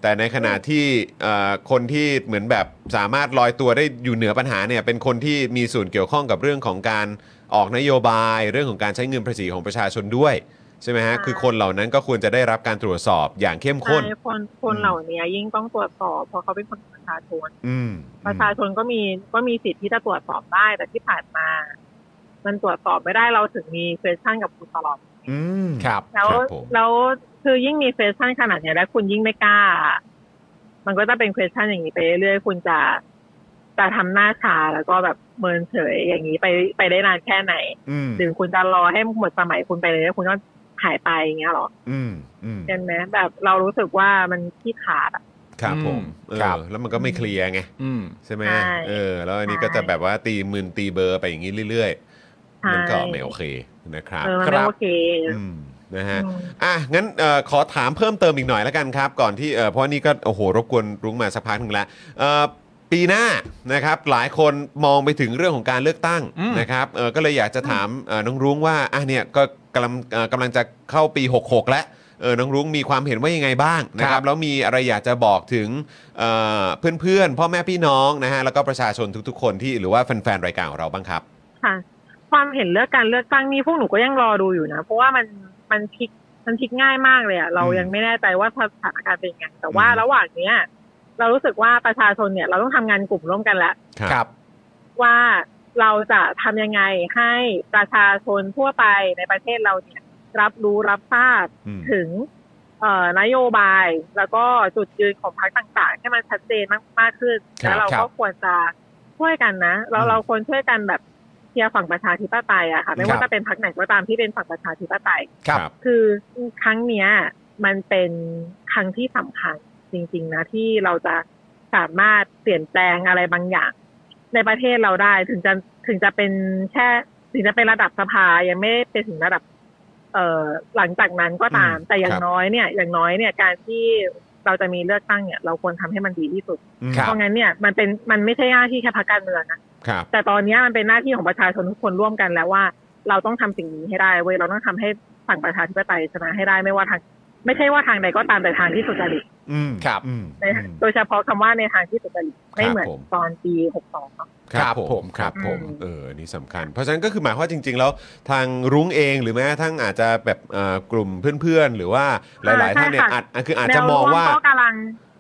[SPEAKER 1] แต่ในขณะที่เอ่อคนที่เหมือนแบบสามารถลอยตัวได้อยู่เหนือปัญหาเนี่ย เป็นคนที่มีส่วนเกี่ยวข้องกับเรื่องของการออกนโยบาย เรื่องของการใช้เงินภาษีของประชาชนด้วย ใช่ไหมฮะคือคนเหล่านั้นก็ควรจะได้รับการตรวจสอบอย่างเข้มข้น
[SPEAKER 3] ใช่คนคน
[SPEAKER 1] อืม
[SPEAKER 3] เหล่านี้ยิ่งต้องตรวจสอบเพราะเขาเป็นคนประชาชน
[SPEAKER 1] อืม
[SPEAKER 3] ประชาชนก็มีก็มีสิทธิ์ที่จะตรวจสอบได้แต่ที่ผ่านมา มันตรวจสอบไม่ได้เราถึงมีเฟสชั่นกับคุณตลอด
[SPEAKER 1] อืม
[SPEAKER 2] ครับ
[SPEAKER 3] แล้ว
[SPEAKER 1] ครับผม
[SPEAKER 3] แล้วคือยิ่งมีเฟสชั่นขนาดเนี้ยแล้วคุณยิ่งไม่กล้า มันก็จะเป็นเฟสชั่นอย่างนี้ไปเรื่อยๆคุณจะจะทำหน้าชาแล้วก็แบบเมินเฉยอย่างนี้ไปไปได้นานแค่ไหน
[SPEAKER 1] อืม
[SPEAKER 3] หรือคุณจะรอให้หมดสมัยคุณไปเลยแล้วคุณก็หายไปอย่างเงี้ยเหรอ
[SPEAKER 1] อืมอืม
[SPEAKER 3] เห็นไหมแบบเรารู้สึกว่ามันขี้ขาดอะ
[SPEAKER 1] ครับผ
[SPEAKER 2] อื
[SPEAKER 1] ม
[SPEAKER 2] ม
[SPEAKER 1] เออ
[SPEAKER 2] ครับ
[SPEAKER 1] แล้วมันก็ไม่เคลียร์ไง
[SPEAKER 2] อืม
[SPEAKER 1] ใช่ไหม
[SPEAKER 3] ใช่
[SPEAKER 1] เออ แล้วอันนี้
[SPEAKER 3] ใช่
[SPEAKER 1] ก็จะแบบว่าตีหมื่นตีเบอร์ไปอย่างนี้เรื่อยๆ มั
[SPEAKER 3] ใช่
[SPEAKER 1] นก็ไม่โอเคนะครับ
[SPEAKER 3] เออมัน
[SPEAKER 2] ครั
[SPEAKER 3] ไม่
[SPEAKER 2] บ
[SPEAKER 3] โอเค
[SPEAKER 1] อืมนะฮะ
[SPEAKER 3] อืม
[SPEAKER 1] อ่ะงั้นเอ่อขอถามเพิ่มเติมอีกหน่อยละกันครับ ก่อนที่เอ่อเพราะนี่ก็โอ้โหรบกวนรุ้งมาสักพักหนึ่งละเอ่อปีหน้านะครับหลายคนมองไปถึงเรื่องของการเลือกตั้ง
[SPEAKER 2] อืม
[SPEAKER 1] นะครับเออก็เลยอยากจะถามเอ่อน้องรุ้งว่าอ่ะเนี่ยก็กำลังเอ่อกำลังจะเข้าปี 66 แล้วเออน้องรุ้งมีความเห็นว่ายังไงบ้างนะครับแล้วมีอะไรอยากจะบอกถึง เอ่อเพื่อนๆ พ่อแม่พี่น้องนะฮะ แล้วก็ประชาชนทุกๆ คนที่หรือว่าแฟนๆ รายการของเราบ้างครับ
[SPEAKER 3] ค่ะ ความเห็นเลือกการเลือกตั้งนี่พวกหนูก็ยังรอดูอยู่นะ เพราะว่ามันมันพลิกมันพลิกง่ายมากเลยอะเรา
[SPEAKER 1] อืม
[SPEAKER 3] ยังไม่แน่ใจว่าสถานการณ์เป็นยังไงแต่ว่า
[SPEAKER 1] อืม
[SPEAKER 3] ระหว่างเนี้ย เรารู้สึกว่าประชาชนเนี่ย เราต้องทำงานกลุ่มร่วมกันแล้ว
[SPEAKER 2] ครับ
[SPEAKER 3] ว่าเราจะทำยังไงให้ประชาชนทั่วไปในประเทศเราเนี่ย รับรู้รับทราบ
[SPEAKER 1] อืม
[SPEAKER 3] ถึงเอ่อนโยบาย แล้วก็จุดยืนของพรรคต่างๆ ให้มันชัดเจนมากมากขึ้น
[SPEAKER 2] ครับ
[SPEAKER 3] แล้วเรา
[SPEAKER 2] ครั
[SPEAKER 3] ก็
[SPEAKER 2] บ
[SPEAKER 3] ควรจะช่วยกันนะเราเราควรช่วยกันแบบเชียร์ฝั่งประชาธิปไตยอะค่ะ ไม่ว่าจะเป็นพรรคไหนก็ตามที่เป็นฝั่งประชาธิปไตย
[SPEAKER 2] ครับ
[SPEAKER 3] คือครั้งเนี้ย มันเป็นครั้งที่สำคัญจริง ๆ นะ ที่เราจะสามารถเปลี่ยนแปลงอะไรบางอย่าง ในประเทศเราได้ถึงจะถึงจะเป็นแค่ถึงจะเป็นระดับสภายังไม่ไปถึงระดับ เอ่อหลังจากนั้นก็ตาม
[SPEAKER 1] อืม
[SPEAKER 3] แต่อย่า
[SPEAKER 1] ครั
[SPEAKER 3] ง
[SPEAKER 1] บ
[SPEAKER 3] น้อยเนี่ย อย่างน้อยเนี่ยการที่เราจะมีเลือกตั้งเนี่ย เราควรทำให้มันดีที่สุด
[SPEAKER 1] อืม
[SPEAKER 2] ครั
[SPEAKER 3] เพ
[SPEAKER 2] บ
[SPEAKER 3] ราะงั้นเนี่ยมันเป็นมันไม่ใช่หน้าที่แค่พรรคการเมืองนะ
[SPEAKER 1] ครับ
[SPEAKER 3] แต่ตอนเนี้ยมันเป็นหน้าที่ของประชาชนทุกคนร่วมกันแล้วว่าเราต้องทำสิ่งนี้ให้ได้เว้ยเราต้องทำให้ฝั่งประชาธิปไตยชนะให้ได้ไม่ว่าทาง ไม่ใช่ว่าทางใดก็ตามแต่ทางที่สุจริต
[SPEAKER 1] อืม
[SPEAKER 2] ครับ
[SPEAKER 1] อืม
[SPEAKER 3] นะ
[SPEAKER 1] อืม
[SPEAKER 3] โดยเฉพาะคำว่าในทางที่สุจริตไม่เหมือน
[SPEAKER 1] ผม
[SPEAKER 3] ตอนปีหกสองเนาะ
[SPEAKER 1] ครั
[SPEAKER 2] ครั
[SPEAKER 1] บ
[SPEAKER 2] บ
[SPEAKER 1] ผ
[SPEAKER 2] ผม ม
[SPEAKER 1] ครับ
[SPEAKER 3] อืม
[SPEAKER 1] ผมเออนี่สำคัญ เพราะฉะนั้นก็คือหมายความว่าจริง ๆ แล้วทางรุ้งเองหรือแม้กระทั้งอาจจะแบบเอ่อกลุ่มเพื่อนๆ หรือว่าหลายๆ
[SPEAKER 3] อ่า
[SPEAKER 1] ท่านเนี่ย
[SPEAKER 3] ใช่
[SPEAKER 1] อาจ
[SPEAKER 3] ค่ะ
[SPEAKER 1] คืออาจจะมองว่า
[SPEAKER 3] แนร่ก็กำลัง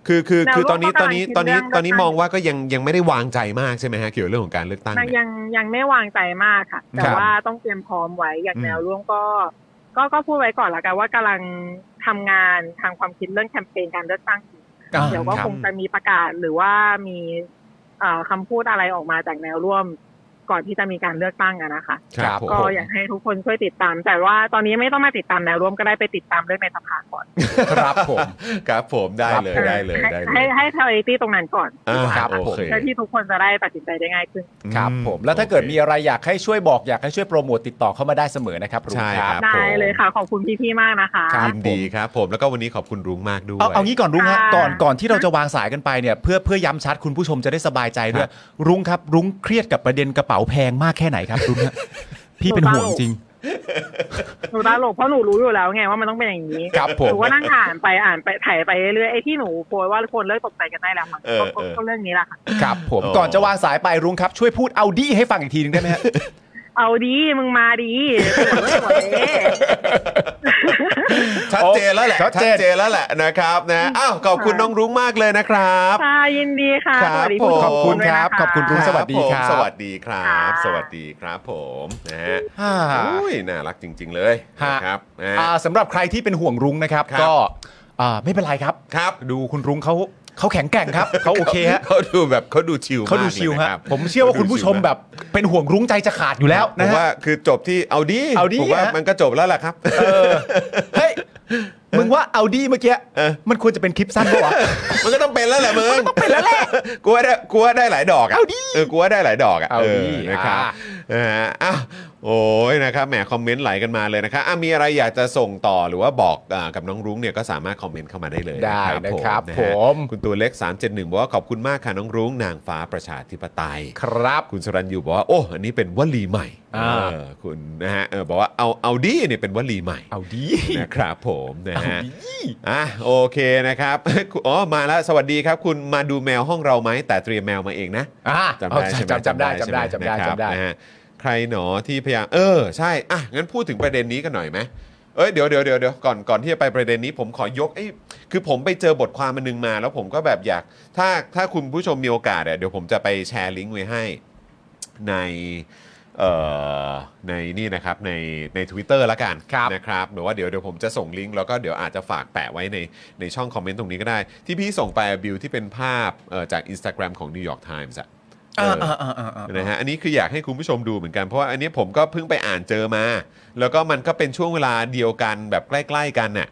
[SPEAKER 1] คือคือคือ
[SPEAKER 3] แนวร่วม
[SPEAKER 1] ตอนนี้ตอก
[SPEAKER 3] ก็ำลั
[SPEAKER 1] น
[SPEAKER 3] ง
[SPEAKER 1] นี้ตอน
[SPEAKER 3] คิด
[SPEAKER 1] นี้
[SPEAKER 3] เรื่อง
[SPEAKER 1] ตอนนี้
[SPEAKER 3] เลือ
[SPEAKER 1] ม
[SPEAKER 3] กตั้ง
[SPEAKER 1] องว่าก็ยังยังไม่ได้วางใจมากใช่ไหมฮะเกี่ยวกับเรื่องของการเลือกตั้งเนี่ย
[SPEAKER 3] ยังยังไม่วางใจมากค่ะ แต่
[SPEAKER 1] ครับ
[SPEAKER 3] ว่าต้องเตรียมพร้อมไว้อย่าง
[SPEAKER 1] อืม
[SPEAKER 3] แนวร่วมก็ ก็ก็พูดไว้ก่อนละกันว่ากำลังทำงานทางความคิดเรื่องแคมเปญการเลือกตั้งอยู่
[SPEAKER 2] อ่า
[SPEAKER 3] เดี๋ยวก็
[SPEAKER 1] ครับ
[SPEAKER 3] คงจะมีประกาศหรือว่ามีเอ่อคำพูดอะไรออกมาจากแนวร่วม ก่อนที่จะมีการเลือกตั้งอะนะคะ
[SPEAKER 1] ครับผม
[SPEAKER 3] ก็อยากให้ทุกคนช่วยติดตาม แต่ว่าตอนนี้ไม่ต้องมาติดตามแนวร่วมก็ได้ไปติดตามเรื่องในสภาก่อน
[SPEAKER 2] ครับผม
[SPEAKER 1] ครับผมได้เลยได้เลย
[SPEAKER 3] ให้
[SPEAKER 1] ได้เล
[SPEAKER 3] ให้
[SPEAKER 1] ย
[SPEAKER 3] ให้ priority ตรงนั้นก่อน
[SPEAKER 1] อ่า
[SPEAKER 2] ครับผม
[SPEAKER 1] โอเค
[SPEAKER 3] เพื่อที่ทุกคนจะได้ตัดสินใจได้ง่ายขึ้น
[SPEAKER 2] ครับ
[SPEAKER 1] อื
[SPEAKER 2] ผมแล้วถ้าเกิด
[SPEAKER 1] โอค
[SPEAKER 2] มีอะไรอยากให้ช่วยบอกอยากให้ช่วยโปรโมทติดต่อเข้ามาได้เสมอนะครับง
[SPEAKER 1] ใช่ครับ
[SPEAKER 3] ได้
[SPEAKER 1] ผม
[SPEAKER 3] เลยค่ะ ขอบคุณพี่ๆมากนะคะ
[SPEAKER 2] ครั
[SPEAKER 1] ยินดีครับผมแล้วก็วันนี้ขอบคุณรุ้งมากด้วย
[SPEAKER 2] เอาเอางี้ก่อนรุ้งฮะ
[SPEAKER 3] ค่ะ
[SPEAKER 2] ก่อนก่อนที่เราจะวางสายกันไปเนี่ยเพื่อเพื่อย้ำชัดคุณผู้ชมจะได้สบายใจด้วย รุ้งครับ รุ้งเครียดกับประเด็นกระเป๋าแพงมากแค่ไหนครับรุ้งฮะ พี่เป็นห่วงจริง
[SPEAKER 3] หนูตลกเพราะหนูรู้อยู่แล้วไงว่ามันต้องเป็นอย่างนี้
[SPEAKER 2] ครับผม
[SPEAKER 3] หนูก็นั่งอ่านไปอ่านไปถ่ายไปเรื่อยๆไอ้ที่หนูโพสต์ว่าคนเลิกตกใจกันได้แล้วมัน
[SPEAKER 1] เออเออ
[SPEAKER 3] ก็เรื่องนี้แหละค่ะ
[SPEAKER 2] ครับผม
[SPEAKER 1] โอ้
[SPEAKER 2] ก่อนจะวางสายไปรุ้งครับ ช่วยพูดเอาดีให้ฟังอีกทีหนึงได้ไหมฮะ
[SPEAKER 3] เอาดีมึงมา ดีสวยสวย
[SPEAKER 1] ชัดเจนแล้วแหละ
[SPEAKER 2] ชัดเจ
[SPEAKER 1] ชั
[SPEAKER 2] น
[SPEAKER 1] ดเจนแล้วแหละนะครับนะอ้าวขอบคุณ
[SPEAKER 3] ค่ะ
[SPEAKER 1] น้องรุ้งมากเลยนะครับ
[SPEAKER 3] ค่ะยินดีค่ะ
[SPEAKER 1] ครับ
[SPEAKER 3] สวัสดี
[SPEAKER 1] ผม
[SPEAKER 3] ผู้ชม
[SPEAKER 2] ขอบคุณครับ
[SPEAKER 3] ด้วยนะะ
[SPEAKER 2] ขอบคุณรุ้ง สวัสดีครับ
[SPEAKER 1] ผมสวัสดีครั
[SPEAKER 3] ค่ะ
[SPEAKER 1] บ สวัสดีครับผมนะฮะ
[SPEAKER 2] อ่า
[SPEAKER 1] อุ้ยน่ารักจริง ๆ เลย
[SPEAKER 2] ฮะ
[SPEAKER 1] นะครับนะ
[SPEAKER 2] อ่าสำหรับใครที่เป็นห่วงรุ้งนะครับ
[SPEAKER 1] ครับ
[SPEAKER 2] ก็อ่าไม่เป็นไรครับ
[SPEAKER 1] ครับ
[SPEAKER 2] ดูคุณรุ้งเขาเขาแข็งแกร่ง ครับเขาโอเคฮะ
[SPEAKER 1] เขาดูแบบเขาดูชิล
[SPEAKER 2] เขาดูชิล
[SPEAKER 1] มก
[SPEAKER 2] ฮะ
[SPEAKER 1] เลยนรับ
[SPEAKER 2] ผมเชื่อว่าคุณผู้ชมแบบเป็นห่วงรุ้งใจจะขาดอยู่แล้ว
[SPEAKER 1] ผ
[SPEAKER 2] นะ
[SPEAKER 1] ม
[SPEAKER 2] ฮะ
[SPEAKER 1] ว่าคือจบที่เอาดี
[SPEAKER 2] เอาดี
[SPEAKER 1] ผมว่า
[SPEAKER 2] ฮะ
[SPEAKER 1] มันก็จบแล้วล่ะครับ
[SPEAKER 2] เออเฮ้ย มึงว่าเอาดีเมื่อกี้
[SPEAKER 1] เออ
[SPEAKER 2] มันควรจะเป็นคลิปสั้นปะวะ
[SPEAKER 1] มันก็ต้องเป็นแล้วแหละมึง
[SPEAKER 2] มันก็ต้องเป็นแล้วแหละ
[SPEAKER 1] กูว่าได้กูว่าได้หลายดอกอะ
[SPEAKER 2] เอาดิ
[SPEAKER 1] เออกูว่าได้หลายดอกอะ
[SPEAKER 2] เอาดิ
[SPEAKER 1] เออนะครับ
[SPEAKER 2] อ่า
[SPEAKER 1] นะฮะอ้าวโอ้ยนะครับแหมคอมเมนต์ไหลกันมาเลยนะครับอ่ะมีอะไรอยากจะส่งต่อหรือว่าบอกอากับน้องรุ้งเนี่ยก็สามารถคอมเมนต์เข้ามาได้เลย
[SPEAKER 2] ได้
[SPEAKER 1] นะ
[SPEAKER 2] นะ
[SPEAKER 1] ค
[SPEAKER 2] ค
[SPEAKER 1] รั
[SPEAKER 2] รั
[SPEAKER 1] บบ นะ
[SPEAKER 2] ผ
[SPEAKER 1] ฮะ
[SPEAKER 2] ม
[SPEAKER 1] คุณตัวเล็ก 371 บอกว่าขอบคุณมากค่ะน้องรุ้งนางฟ้าประชาธิปไตย
[SPEAKER 2] ครับ
[SPEAKER 1] คุณสรัญยูบอกว่าโอ้อันนี้เป็นวลีใหม่
[SPEAKER 2] อ่า
[SPEAKER 1] เออคุณนะฮะเออบอกว่าเอาเอาดีเนี่ยเป็นวลีใหม่
[SPEAKER 2] เอาดี
[SPEAKER 1] นะครับผมนะฮะ
[SPEAKER 2] เอาดิ
[SPEAKER 1] อ่ะโอเคนะครับ อ๋อมาแล้วสวัสดีครับ คุณมาดูแมวห้องเราไหมแต่เตรียมแมวมาเองนะ
[SPEAKER 2] อ่า
[SPEAKER 1] จำได้
[SPEAKER 2] เอา
[SPEAKER 1] ใช่ไหม
[SPEAKER 2] จำจำได้จำได้
[SPEAKER 1] ใช่ห
[SPEAKER 2] จำ
[SPEAKER 1] ม
[SPEAKER 2] ได้
[SPEAKER 1] นะครับ
[SPEAKER 2] จำได้
[SPEAKER 1] นะฮะใครหนอที่พยายามเออใช่อ่ะงั้นพูดถึงประเด็นนี้กันหน่อยไหมเอ้ยเดี๋ยวเดี๋ยวเดี๋ยวเดี๋ยวก่อนก่อนที่จะไปประเด็นนี้ผมขอยกไอ้ยคือผมไปเจอบทความมันนึงมา แล้วผมก็แบบอยากถ้าถ้าคุณผู้ชมมีโอกาสอ่ะเดี๋ยวผมจะไปแชร์ลิงก์ไว้ให้ในเอ่อในนี่นะครับในใน Twitter ละกัน
[SPEAKER 2] ครับ
[SPEAKER 1] นะครับหรือว่าเดี๋ยวเดี๋ยวผมจะส่งลิงก์แล้วก็เดี๋ยวอาจจะฝากแปะไว้ในในช่องคอมเมนต์ตรงนี้ก็ได้ ที่พี่ส่งไปอะบิวที่เป็นภาพเอ่อจาก Instagram ของ New York Times อะเอออนะฮะอันนี้คืออยากให้คุณผู้ชมดูเหมือนกัน เพราะว่าอันนี้ผมก็เพิ่งไปอ่านเจอมา แล้วก็มันก็เป็นช่วงเวลาเดียวกันแบบใกล้ ๆ กันน่ะ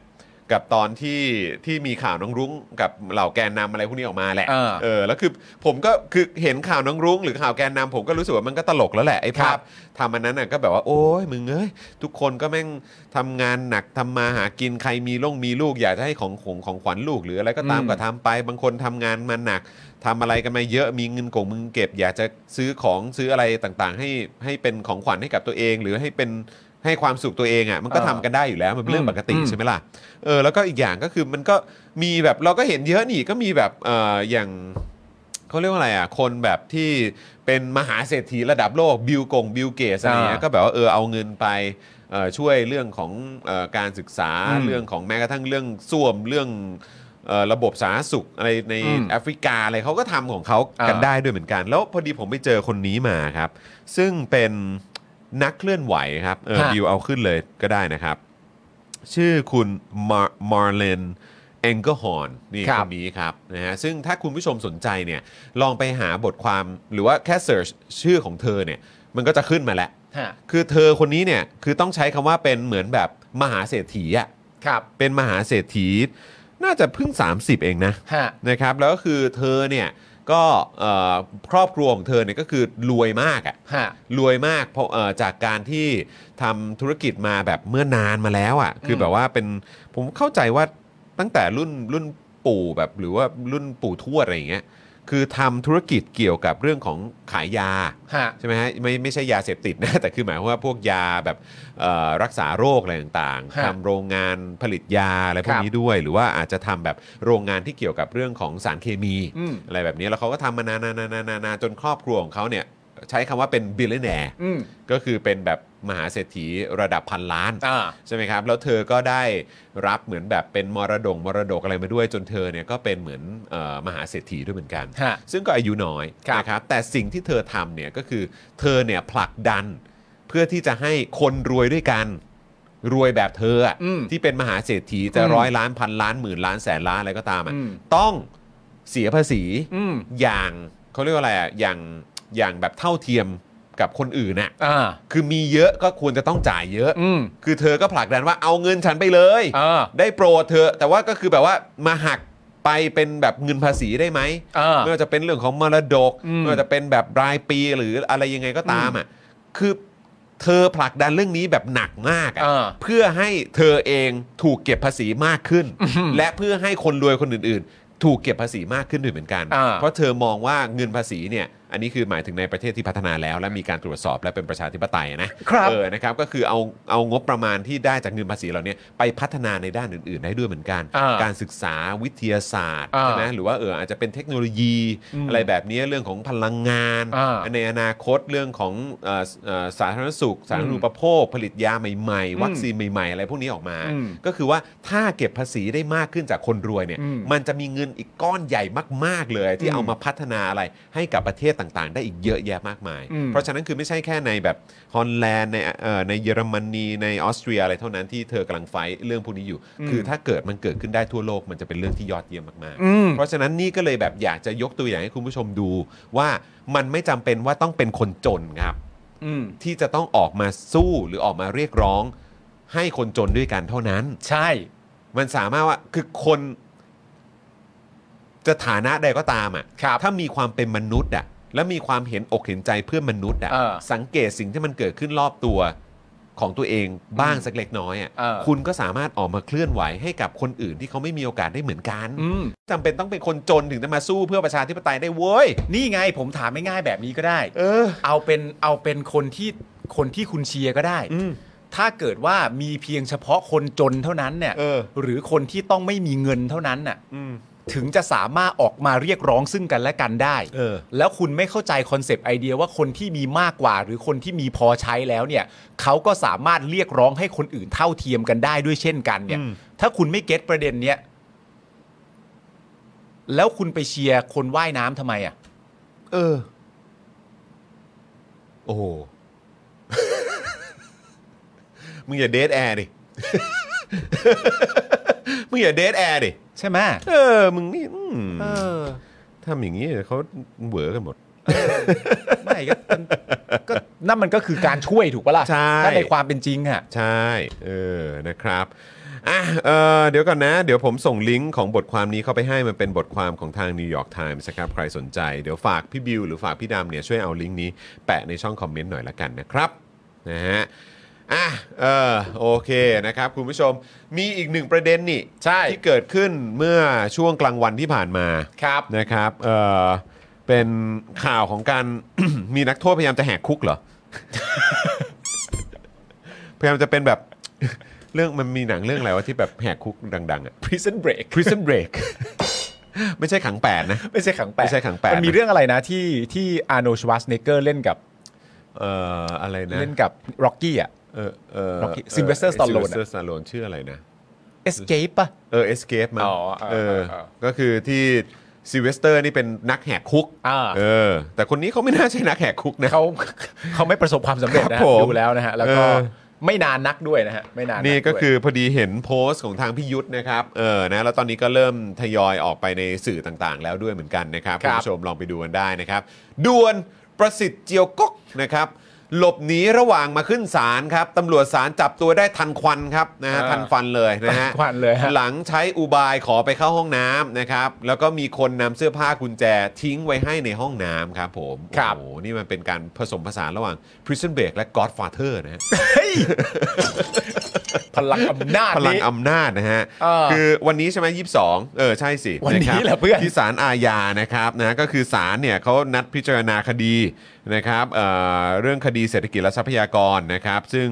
[SPEAKER 1] กับตอนที่ที่มีข่าวน้องรุ้งกับเหล่าแกนนำอะไรพวกนี้ออกมาแหละ
[SPEAKER 2] เออ
[SPEAKER 1] เออแล้วคือผมก็คือเห็นข่าวน้องรุ้งหรือข่าวแกนนำผมก็รู้สึกว่ามันก็ตลกแล้วแหละไอ้ภา
[SPEAKER 2] ครั
[SPEAKER 1] พ
[SPEAKER 2] บ
[SPEAKER 1] ทำอันนั้นน่ะก็แบบว่าโอ้ยมึงเอ้ย ทุกคนก็แม่งทำงานหนักทำมาหากินใครมีลงมีลูก อยากจะให้ของของของขวัญลูกหรืออะไรก็ตาม
[SPEAKER 2] อืม
[SPEAKER 1] ก็ทำไป บางคนทำงานมาหนักทำอะไรกันมาเยอะมีเงินกงมึงเก็บ อยากจะซื้อของซื้ออะไรต่างๆ ให้ให้เป็นของขวัญให้กับตัวเอง หรือให้เป็นให้ความสุขตัวเองอะ่ะมันก็
[SPEAKER 2] เออ
[SPEAKER 1] ทำกันได้อยู่แล้วมันเป็นเรื่อง
[SPEAKER 2] อืม
[SPEAKER 1] ปกติ
[SPEAKER 2] อืม
[SPEAKER 1] ใช่ไหมล่ะเออแล้วก็อีกอย่างก็คือมันก็มีแบบเราก็เห็นเยอะนี่ก็มีแบบเอ่ออย่าง เขาเรียกว่าอะไรอ่ะ คนแบบที่เป็นมหาเศรษฐีระดับโลกบิลกงบิลเกสอะไรเงี้ย
[SPEAKER 2] อ่า
[SPEAKER 1] ก็แบบว่าเออเอาเงินไปเอ่อช่วยเรื่องของเออการศึกษา
[SPEAKER 2] อืม
[SPEAKER 1] เรื่องของแม้กระทั่งเรื่องส้วมเรื่องเอ่อระบบสาธารณสุขอะไรใน
[SPEAKER 2] อืม
[SPEAKER 1] แอฟริกาอะไรเขาก็ทำของเขา
[SPEAKER 2] อ่า
[SPEAKER 1] กันได้ด้วยเหมือนกัน แล้วพอดีผมไปเจอคนนี้มาครับ ซึ่งเป็นนักเคลื่อนไหวครับเออ
[SPEAKER 2] ฮะ
[SPEAKER 1] บิวเอาขึ้นเลยก็ได้นะครับ ชื่อคุณมาร์เลนแองเกอร์ฮอนนี่
[SPEAKER 2] ค
[SPEAKER 1] ครับ นนี้ครับนะฮะซึ่งถ้าคุณผู้ชมสนใจเนี่ยลองไปหาบทความหรือว่าแค่เ e ิร์ชชื่อของเธอเนี่ยมันก็จะขึ้นมาแล้ว
[SPEAKER 2] ฮะ
[SPEAKER 1] คือเธอคนนี้เนี่ยคือต้องใช้คำว่าเป็นเหมือนแบบมหาเศรษฐีอะ
[SPEAKER 2] ครับ
[SPEAKER 1] เป็นมหาเศรษฐี น่าจะเพิ่ง 30 เองนะ
[SPEAKER 2] ฮะ
[SPEAKER 1] นะครับแล้วก็คือเธอเนี่ยก็เอ่อครอบครัวของเธอเนี่ยก็คือรวยมากอะ
[SPEAKER 2] ฮะ
[SPEAKER 1] รวยมากเพราะเอ่อจากการที่ทำธุรกิจมาแบบเมื่อนานมาแล้วอะ่ะคือแบบว่าเป็นผมเข้าใจว่าตั้งแต่รุ่นรุ่นปู่แบบหรือว่ารุ่นปู่ทวดอะไรอย่างเงี้ยคือทำธุรกิจเกี่ยวกับเรื่องของขายยา
[SPEAKER 2] ฮะ
[SPEAKER 1] ใช่ไหมฮะไม่ไม่ใช่ยาเสพติดนะ แต่คือหมายความว่าพวกยาแบบเอ่อรักษาโรคอะไรต่างๆ
[SPEAKER 2] ฮะ
[SPEAKER 1] ทำโรงงานผลิตยาอะไรพ
[SPEAKER 2] ค
[SPEAKER 1] วก
[SPEAKER 2] รับ
[SPEAKER 1] นี้ด้วย หรือว่าอาจจะทำแบบโรงงานที่เกี่ยวกับเรื่องของสารเคมี
[SPEAKER 2] อืม
[SPEAKER 1] อะไรแบบนี้แล้วเขาก็ทำมานานๆๆๆๆจนครอบครัวของเขาเนี่ยใช้คำว่าเป็นบิลเลนแนร์
[SPEAKER 2] อืม
[SPEAKER 1] ก็คือเป็นแบบมหาเศรษฐีระดับพันล้าน
[SPEAKER 2] อ่า
[SPEAKER 1] ใช่ไหมครับ แล้วเธอก็ได้รับเหมือนแบบเป็นมรดงมรดกอะไรมาด้วยจนเธอเนี่ยก็เป็นเหมือนเออมหาเศรษฐีด้วยเหมือนกัน
[SPEAKER 2] ฮะ
[SPEAKER 1] ซึ่งก็อายุน้อย
[SPEAKER 2] ครับ
[SPEAKER 1] นะครับแต่สิ่งที่เธอทำเนี่ยก็คือเธอเนี่ยผลักดัน เพื่อที่จะให้คนรวยด้วยกัน รวยแบบเธออะ
[SPEAKER 2] อืม
[SPEAKER 1] ที่เป็นมหาเศรษฐีจะ
[SPEAKER 2] อืม
[SPEAKER 1] ร้อยล้านพันล้านหมื่นล้านแสนล้านอะไรก็ตามอะ
[SPEAKER 2] อืม
[SPEAKER 1] ต้องเสียภาษี
[SPEAKER 2] อืม
[SPEAKER 1] อย่างเขาเรียกว่าอะไรอ่ะอย่างอย่างแบบเท่าเทียม กับคนอื่นน่ะ
[SPEAKER 2] อ่า
[SPEAKER 1] คือมีเยอะก็ควรจะต้องจ่ายเยอะ
[SPEAKER 2] อืม
[SPEAKER 1] คือเธอก็ผลักดันว่าเอาเงินฉันไปเลย
[SPEAKER 2] อ่า
[SPEAKER 1] ได้โปรดเธอะแต่ว่าก็คือแบบว่ามาหักไปเป็นแบบเงินภาษีได้ไหม
[SPEAKER 2] อ่า
[SPEAKER 1] ไม่ว่าจะเป็นเรื่องของมรดก
[SPEAKER 2] อืม
[SPEAKER 1] ไม่ว่าจะเป็นแบบรายปีหรืออะไรยังไงก็ตามอ่ะคือเธอผลักดันเรื่องนี้แบบหนักมากอ่ะ
[SPEAKER 2] อ่า
[SPEAKER 1] เพื่อให้เธอเองถูกเก็บภาษีมากขึ้น
[SPEAKER 2] อื้อหือ
[SPEAKER 1] และเพื่อให้คนรวยคนอื่น ๆ ถูกเก็บภาษีมากขึ้นด้วยเหมือนกัน
[SPEAKER 2] อ่า
[SPEAKER 1] เพราะเธอมองว่าเงินภาษีเนี่ยอันนี้คือหมายถึงในประเทศที่พัฒนาแล้ว และมีการตรวจสอบและเป็นประชาธิปไตยนะครับ เออนะครับก็คือเอาเอางบประมาณที่ได้จากเงินภาษีเหล่านี้ไปพัฒนาในด้านอื่น ๆ ได้ด้วยเหมือนกัน
[SPEAKER 2] อ่า
[SPEAKER 1] การศึกษาวิทยาศาสตร์
[SPEAKER 2] อ่า
[SPEAKER 1] ใช่ไหม หรือว่าเอออาจจะเป็นเทคโนโลยี
[SPEAKER 2] อืม
[SPEAKER 1] อะไรแบบนี้เรื่องของพลังงาน
[SPEAKER 2] อ่า
[SPEAKER 1] ในอนาคตเรื่องของเอ่อเอ่อสาธารณสุข สาธารณูปโภค ผลิตยาใหม่
[SPEAKER 2] อืม
[SPEAKER 1] ๆ วัคซีนใหม่ ๆ อะไรพวกนี้ออกมา
[SPEAKER 2] อืม
[SPEAKER 1] ก็คือว่าถ้าเก็บภาษีได้มากขึ้นจากคนรวยเนี่ย
[SPEAKER 2] อืม
[SPEAKER 1] มันจะมีเงินอีกก้อนใหญ่มาก ๆ เลย ที่
[SPEAKER 2] อืม
[SPEAKER 1] เอามาพัฒนาอะไรให้กับประเทศต่างๆ ได้อีกเยอะแยะมากมาย
[SPEAKER 2] อืม
[SPEAKER 1] เพราะฉะนั้นคือไม่ใช่แค่ในแบบฮอลแลนด์ในเอ่อในเยอรมนีในออสเตรียอะไรเท่านั้นที่เธอกำลังไฟท์เรื่องพวกนี้อยู่ คือถ้าเกิดมันเกิดขึ้นได้ทั่วโลกมันจะเป็นเรื่องที่ยอดเยี่ยมมากๆ
[SPEAKER 2] อืม
[SPEAKER 1] เพราะฉะนั้นนี่ก็เลยแบบอยากจะยกตัวอย่างให้คุณผู้ชมดูว่ามันไม่จำเป็นว่าต้องเป็นคนจนครับ
[SPEAKER 2] อืม
[SPEAKER 1] ที่จะต้องออกมาสู้หรือออกมาเรียกร้อง ให้คนจนด้วยกันเท่านั้น
[SPEAKER 2] ใช่
[SPEAKER 1] มันสามารถว่าคือคน จะฐานะใดก็ตามอ่ะ
[SPEAKER 2] ครับ
[SPEAKER 1] ถ้ามีความเป็นมนุษย์อ่ะและมีความเห็นอกเห็นใจเพื่อนมนุษย์อ่ะ
[SPEAKER 2] เออ
[SPEAKER 1] สังเกตสิ่งที่มันเกิดขึ้นรอบตัวของตัวเองบ้างสักเล็กน้อยอ่ะ
[SPEAKER 2] เออ
[SPEAKER 1] คุณก็สามารถออกมาเคลื่อนไหวให้กับคนอื่นที่เขาไม่มีโอกาสได้เหมือนกัน
[SPEAKER 2] อืม
[SPEAKER 1] จำเป็นต้องเป็นคนจนถึงจะมาสู้เพื่อประชาธิปไตยได้เว้ย
[SPEAKER 2] นี่ไงผมถามง่ายๆแบบนี้ก็ได้
[SPEAKER 1] เออ
[SPEAKER 2] เอาเป็นเอาเป็นคนที่คนที่คุณเชียร์ก็ได้
[SPEAKER 1] อืม
[SPEAKER 2] ถ้าเกิดว่ามีเพียงเฉพาะคนจนเท่านั้นเนี่ย
[SPEAKER 1] เออ
[SPEAKER 2] หรือคนที่ต้องไม่มีเงินเท่านั้นน่ะ
[SPEAKER 1] อืม
[SPEAKER 2] ถึงจะสามารถออกมาเรียกร้องซึ่งกันและกันได้
[SPEAKER 1] เออ
[SPEAKER 2] แล้วคุณไม่เข้าใจคอนเซปต์ไอเดียว่าคนที่มีมากกว่า หรือคนที่มีพอใช้แล้วเนี่ยเขาก็สามารถเรียกร้องให้คนอื่นเท่าเทียมกันได้ด้วยเช่นกันเนี่ย
[SPEAKER 1] อืม
[SPEAKER 2] ถ้าคุณไม่เก็ตประเด็นเนี้ยแล้วคุณไปเชียร์คนว่ายน้ำทำไมอ่ะ
[SPEAKER 1] เออ โอ้โห มึงอย่าเดทแอร์ดิ มึงอย่าเดทแอร์ดิ
[SPEAKER 2] ใช่ไหม
[SPEAKER 1] เออ มึงนี่อืม
[SPEAKER 2] เออ
[SPEAKER 1] ทำอย่างนี้เดี๋ยวเขาเหวอกันหมด
[SPEAKER 2] ไม่ก็มันก็นั่นมันก็คือการช่วยถูกปะล่ะ
[SPEAKER 1] ใช่
[SPEAKER 2] ถ้าในความเป็นจริงอะ
[SPEAKER 1] ใช่ เออ นะครับอ่ะเออเดี๋ยวก่อนนะ เดี๋ยวผมส่งลิงก์ของบทความนี้เข้าไปให้มันเป็นบทความของทาง New York Times นะครับ ใครสนใจ เดี๋ยวฝากพี่บิวหรือฝากพี่ดำเนี่ยช่วยเอาลิงก์นี้แปะในช่องคอมเมนต์หน่อยละกันนะครับ นะฮะ อ่ะ เออ โอเคนะครับ คุณผู้ชม มีอีกหนึ่งประเด็นนี่
[SPEAKER 2] ใช่
[SPEAKER 1] ที่เกิดขึ้นเมื่อช่วงกลางวันที่ผ่านมา
[SPEAKER 2] ครับ
[SPEAKER 1] นะครับ เออเป็นข่าวของการ มีนักโทษพยายามจะแหกคุกเหรอ พยายามจะเป็นแบบ เรื่องมันมีหนังเรื่องอะไรวะที่แบบแหกคุกดังๆอะ
[SPEAKER 2] prison break
[SPEAKER 1] Prison Break ไม่ใช่ขังแปดนะ
[SPEAKER 2] ไม่ใช่ขังแปด
[SPEAKER 1] ไม่ใช่ขังแปด
[SPEAKER 2] มันมีเรื่องอะไรนะที่ที่อาร์โนชวัสเนเกอร์เล่นกับ
[SPEAKER 1] เอ่ออะไรนะ
[SPEAKER 2] เล่นกับร็อกกี้อ่ะ
[SPEAKER 1] เออเออ
[SPEAKER 2] Rocky Sylvester Stallone อะ
[SPEAKER 1] ซิลเวสเตอร์สตาโลนชื่ออะไรนะ
[SPEAKER 2] escape ป่ะ
[SPEAKER 1] เออเอสเคปมา
[SPEAKER 2] อ๋อเออ
[SPEAKER 1] เอ
[SPEAKER 2] เอ
[SPEAKER 1] อ
[SPEAKER 2] อเออ
[SPEAKER 1] ก็คือที่ซิลเวสเตอร์นี่เป็นนักแหกคุก
[SPEAKER 2] อ่า
[SPEAKER 1] เออ แต่คนนี้เขาไม่น่าใช่นักแหกคุกนะ
[SPEAKER 2] เขา เขาไม่ประสบความสำเร็จนะฮะ
[SPEAKER 1] ครับผม
[SPEAKER 2] ดูแล้วนะฮะ แล้วก็
[SPEAKER 1] เออ
[SPEAKER 2] ไม่นานนักด้วยนะฮะ ไม่นาน
[SPEAKER 1] นี่ก็คือ อพอดีเห็นโพสต์ของทางพี่ยุทธนะครับเออนะแล้วตอนนี้ก็เริ่มทยอยออกไปในสื่อต่างๆ แล้วด้วยเหมือนกันนะครับ
[SPEAKER 2] ค
[SPEAKER 1] คุ
[SPEAKER 2] รั
[SPEAKER 1] ณ
[SPEAKER 2] บ
[SPEAKER 1] ผู้ชมลองไปดูกันได้นะครับด่วนประสิทธิ์เจียวกกนะครับ หลบหนีระหว่างมาขึ้นศาลครับตำรวจศาลจับตัวได้ทันควันครับนะฮะทันฟันเลยนะฮะ
[SPEAKER 2] ควันเลยฮะ
[SPEAKER 1] หลังใช้อุบายขอไปเข้าห้องน้ำนะครับ แล้วก็มีคนนำเสื้อผ้ากุญแจทิ้งไว้ให้ในห้องน้ำครับผม
[SPEAKER 2] ครับ
[SPEAKER 1] โอ้โหนี่มันเป็นการผสมผสานระหว่าง Prison Break และ Godfather นะฮะ
[SPEAKER 2] พลังอำนาจ
[SPEAKER 1] พลัง
[SPEAKER 2] นี้
[SPEAKER 1] อำนาจนะฮะ
[SPEAKER 2] เออ
[SPEAKER 1] คือวันนี้ใช่ไหมยี่สิบสองเออ ใช่สิ
[SPEAKER 2] วันนี้
[SPEAKER 1] ะครับ
[SPEAKER 2] แหละเพื่อน
[SPEAKER 1] ที่ศาลอาญานะครับนะก็คือศาลเนี่ยเขานัดพิจารณาคดีนะครับเอ่อเรื่องคดีเศรษฐกิจและทรัพยากรนะครับ ซึ่ง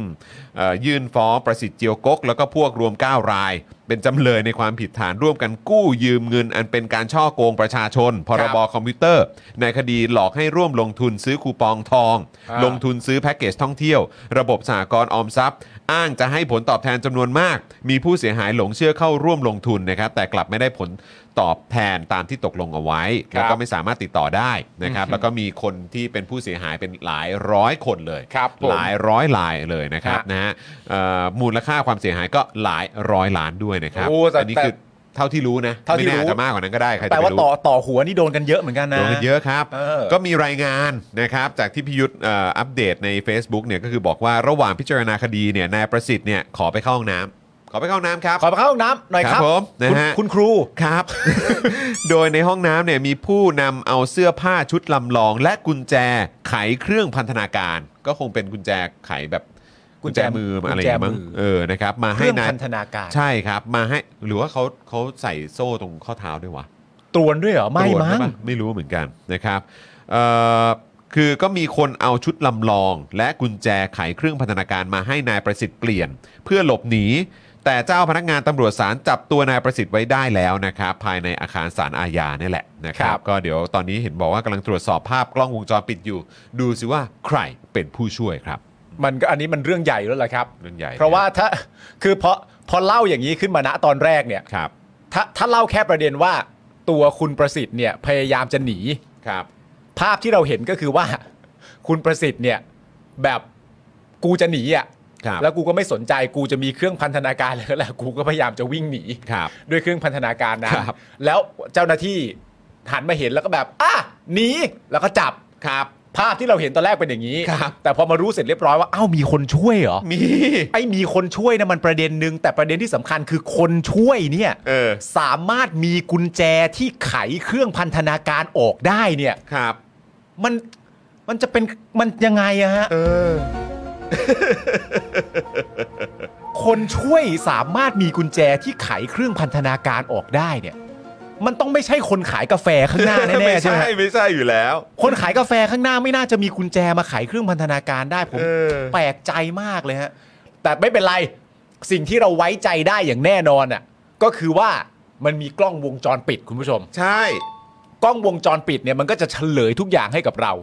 [SPEAKER 1] เอ่อยื่นฟ้องประสิทธิ์เจียวกก แล้วก็พวกรวม 9 ราย เป็นจำเลยในความผิดฐานร่วมกันกู้ยืมเงิน อันเป็นการช่อโกงประชาชน พรบคอมพิวเตอร์ ในคดีหลอกให้ร่วมลงทุนซื้อคูปองทอง
[SPEAKER 2] อ่า
[SPEAKER 1] ลง ทุนซื้อแพ็กเกจท่องเที่ยว ระบบสหกรณ์ออมทรัพย์ อ้างจะให้ผลตอบแทนจำนวนมาก มีผู้เสียหายหลงเชื่อเข้าร่วมลงทุนนะครับ แต่กลับไม่ได้ผลตอบแทนตามที่ตกลงเอาไว้
[SPEAKER 2] ครับ
[SPEAKER 1] แล้วก็ไม่สามารถติดต่อได้นะครับ แล้วก็มีคนที่เป็นผู้เสียหายเป็นหลายร้อยคนเลย
[SPEAKER 2] ครับผม
[SPEAKER 1] หลายร้อยลายเลยนะครับ
[SPEAKER 2] ฮะ
[SPEAKER 1] นะฮะเอ่อมูลค่าความเสียหายก็หลายร้อยล้านด้วยนะครับ
[SPEAKER 2] โอ้แต่
[SPEAKER 1] นี้
[SPEAKER 2] แต่
[SPEAKER 1] คือ เท่าที่รู้นะ
[SPEAKER 2] เท่าที่
[SPEAKER 1] ไม่แน่
[SPEAKER 2] รู้
[SPEAKER 1] อาจจะมากกว่านั้นก็ได้ใครจะ
[SPEAKER 2] แปล
[SPEAKER 1] ไป
[SPEAKER 2] ว่า
[SPEAKER 1] รู้
[SPEAKER 2] ต่อต่อหัวนี่โดนกันเยอะเหมือนกันนะ
[SPEAKER 1] โดนกันเยอะครับ
[SPEAKER 2] เออ
[SPEAKER 1] ก็มีรายงานนะครับจากที่พิยุทธ์เอ่ออัปเดตใน Facebook เนี่ยก็คือบอกว่าระหว่างพิจารณาคดีเนี่ยนายประสิทธิ์เนี่ยขอไปเข้าห้องน้ำขอไปเข้าห้องน้ำครับ
[SPEAKER 2] ขอไปเข้าห้องน้ำหน่อย
[SPEAKER 1] ค
[SPEAKER 2] ค
[SPEAKER 1] รั
[SPEAKER 2] รั
[SPEAKER 1] บบ ผมนะ
[SPEAKER 2] คุณ
[SPEAKER 1] ฮะ
[SPEAKER 2] คุณครู
[SPEAKER 1] ครับ โดยในห้องน้ำเนี่ยมีผู้นำเอาเสื้อผ้าชุดลำลอง และกุญแจไขเครื่องพันธนาการ ก็คงเป็นกุญแจไขแบบ
[SPEAKER 2] กุ
[SPEAKER 1] กุญ
[SPEAKER 2] ญ
[SPEAKER 1] แจ
[SPEAKER 2] แจ
[SPEAKER 1] มือ
[SPEAKER 2] กุญแจ
[SPEAKER 1] อะไรอย่างเงี้ยมั้ง
[SPEAKER 2] มือ
[SPEAKER 1] เออนะครับมา
[SPEAKER 2] เค
[SPEAKER 1] ให้
[SPEAKER 2] รื่อง
[SPEAKER 1] นาย
[SPEAKER 2] พันธนาการ
[SPEAKER 1] ใช่ครับ มาให้หรือว่าเขาเขาใส่โซ่ตรงข้อเท้าด้วยวะ
[SPEAKER 2] ตรวนด้วยเหรอ ไม่
[SPEAKER 1] ตรวจ
[SPEAKER 2] มั้
[SPEAKER 1] ด้
[SPEAKER 2] ง
[SPEAKER 1] ปะไม่รู้เหมือนกันนะครับเอ่อคือก็มีคนเอาชุดลำลอง และกุญแจไขเครื่องพันธนาการมาให้นายประสิทธิ์เปลี่ยน เพื่อหลบหนี แต่เจ้าพนักงานตำรวจศาลจับตัวนายประสิทธิ์ไว้ได้แล้วนะครับภายในอาคารศาลอาญาเนี่ยแหละนะครั
[SPEAKER 2] ครับ บ
[SPEAKER 1] ก็เดี๋ยวตอนนี้เห็นบอกว่ากำลังตรวจสอบภาพกล้องวงจรปิดอยู่ ดูสิว่าใครเป็นผู้ช่วยครับ
[SPEAKER 2] มันก็อันนี้มันเรื่องใหญ่แล้วล่ะครับ
[SPEAKER 1] เรื่องใหญ่
[SPEAKER 2] เพราะว่าถ้าคือพอพอเล่าอย่างนี้ขึ้นมาณตอนแรกเนี่ย
[SPEAKER 1] ครับ
[SPEAKER 2] ถ้าถ้าเล่าแค่ประเด็นว่าตัวคุณประสิทธิ์เนี่ยพยายามจะหนี
[SPEAKER 1] ครับ
[SPEAKER 2] ภาพที่เราเห็นก็คือว่า คุณประสิทธิ์เนี่ยแบบกูจะหนีอ่ะ
[SPEAKER 1] ครับ
[SPEAKER 2] แล้วกูก็ไม่สนใจกูจะมีเครื่องพันธนาการเลย แล้วแหละกูก็พยายามจะวิ่งหนี
[SPEAKER 1] ครับ
[SPEAKER 2] ด้วยเครื่องพันธนาการนะครับ แล้วเจ้าหน้าที่หันมาเห็นแล้วก็แบบอ่ะหนีแล้วก็จับ
[SPEAKER 1] ครับ
[SPEAKER 2] ภาพที่เราเห็นตอนแรกเป็นอย่างนี้
[SPEAKER 1] ครับ
[SPEAKER 2] แต่พอมารู้เสร็จเรียบร้อยว่าเอ้ามีคนช่วยเหรอ
[SPEAKER 1] มี
[SPEAKER 2] ไอ้มีคนช่วยนะมันประเด็นหนึ่งแต่ประเด็นที่สำคัญคือคนช่วยเนี่ย
[SPEAKER 1] เออ
[SPEAKER 2] สามารถมีกุญแจที่ไขเครื่องพันธนาการออกได้เนี่ย
[SPEAKER 1] ครับ
[SPEAKER 2] มันมันจะเป็นมันยังไงอะฮะ
[SPEAKER 1] เออ
[SPEAKER 2] คนช่วยสามารถมีกุญแจที่ไขเครื่องพันธนาการออกได้เนี่ย มันต้องไม่ใช่คนขายกาแฟข้างหน้าแน่
[SPEAKER 1] ไม่
[SPEAKER 2] ๆใช่ไหมฮะ
[SPEAKER 1] ไม่ใช่อยู่แล้ว
[SPEAKER 2] คนขายกาแฟข้างหน้าไม่น่าจะมีกุญแจมาไขเครื่องพันธนาการได้ผม
[SPEAKER 1] เออ
[SPEAKER 2] แปลกใจมากเลยฮะ แต่ไม่เป็นไร สิ่งที่เราไว้ใจได้อย่างแน่นอนอ่ะ ก็คือว่ามันมีกล้องวงจรปิดคุณผู้ชม
[SPEAKER 1] ใช่
[SPEAKER 2] กล้องวงจรปิดเนี่ยมันก็จะเฉลยทุกอย่างให้กับเรา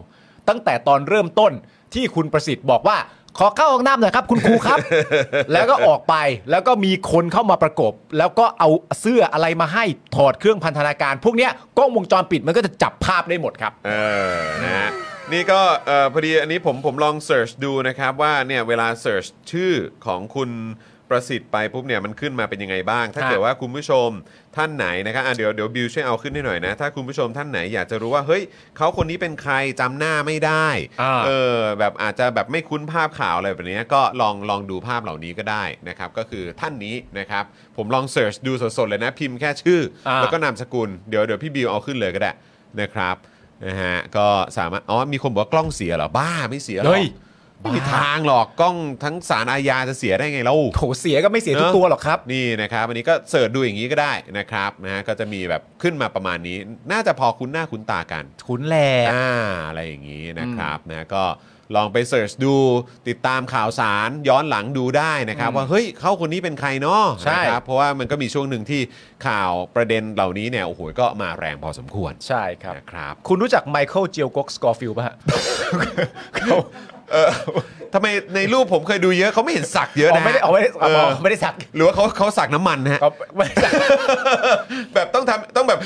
[SPEAKER 2] ตั้งแต่ตอนเริ่มต้นที่คุณประสิทธิ์บอกว่า ขอเข้าห้องน้ำหน่อยครับ คุณครูครับ แล้วก็ออกไปแล้วก็มีคนเข้ามาประกบ แล้วก็เอาเสื้ออะไรมาให้ถอดเครื่องพันธนาการ พวกเนี้ยกล้องวงจรปิดมันก็จะจับภาพได้หมดครับ
[SPEAKER 1] เออนะฮะนี่ก็เอ่อพอดีอันนี้ผมผมลองเสิร์ชดูนะครับว่าเนี่ยเวลาเสิร์ชชื่อของคุณประสิทธิ์ไปปุ๊บเนี่ยมันขึ้นมาเป็นยังไงบ้าง ถ้า
[SPEAKER 2] ครับ
[SPEAKER 1] เกิดว่าคุณผู้ชมท่านไหนนะครับอ่ะเดี๋ยวเดี๋ยวบิวช่วยเอาขึ้นให้หน่อยนะ ถ้าคุณผู้ชมท่านไหนอยากจะรู้ว่าเฮ้ยเขาคนนี้เป็นใครจำหน้าไม่ได้
[SPEAKER 2] อ่า
[SPEAKER 1] เออแบบอาจจะแบบไม่คุ้นภาพข่าวอะไรแบบนี้ก็ลองลองดูภาพเหล่านี้ก็ได้นะครับ ก็คือท่านนี้นะครับ ผมลองเสิร์ชดูสดๆเลยนะ พิมพ์แค่ชื่อ
[SPEAKER 2] อ่า
[SPEAKER 1] แล้วก็นามสกุลเดี๋ยวเดี๋ยวพี่บิวเอาขึ้นเลยก็ได้นะครับนะฮะก็สามารถอ๋อมีคนบอกว่ากล้องเสียเหรอ บ้าไม่เสียหรอก
[SPEAKER 2] เฮ้ย
[SPEAKER 1] ไม่มีทางหรอกกล้องทั้งสารอาญาจะเสียได้ไงเล่า
[SPEAKER 2] โถเสียก็ไม่เสียทุกตัวหรอกครับ
[SPEAKER 1] นี่นะครับอันนี้ก็เสิร์ชดูอย่างนี้ก็ได้นะครับนะฮะก็จะมีแบบขึ้นมาประมาณนี้ น่าจะพอคุ้นหน้าคุ้นตากัน
[SPEAKER 2] ขุนแหล
[SPEAKER 1] อ่าอะไรอย่างนี้นะครับนะก็ลองไปเสิร์ชดูติดตามข่าวสารย้อนหลังดูได้นะครับ ว่าเฮ้ยเขาคนนี้เป็นใครเนาะ
[SPEAKER 2] ใช่
[SPEAKER 1] นะครับเพราะว่ามันก็มีช่วงหนึ่งที่ข่าวประเด็นเหล่านี้เนี่ยโอ้โหก็มาแรงพอสมควร
[SPEAKER 2] ใช่ครับ
[SPEAKER 1] นะครับ
[SPEAKER 2] คุณรู้จักไมเคิลเจียวกกสกอร์ฟิลป่ะฮะ เขา
[SPEAKER 1] เออทำไมในรูปผมเคยดูเยอะเขาไม่เห็นสักเยอะ
[SPEAKER 2] อ๋อ
[SPEAKER 1] นะ
[SPEAKER 2] ไม่ได้เอาไม่ได้
[SPEAKER 1] เอ
[SPEAKER 2] เอา
[SPEAKER 1] อ
[SPEAKER 2] ไม่ได้สัก
[SPEAKER 1] หรือว่าเขาเขาสักน้ำมันนะฮะ
[SPEAKER 2] เอาไม่ได้สัก
[SPEAKER 1] แบบต้องทำต้องแบบ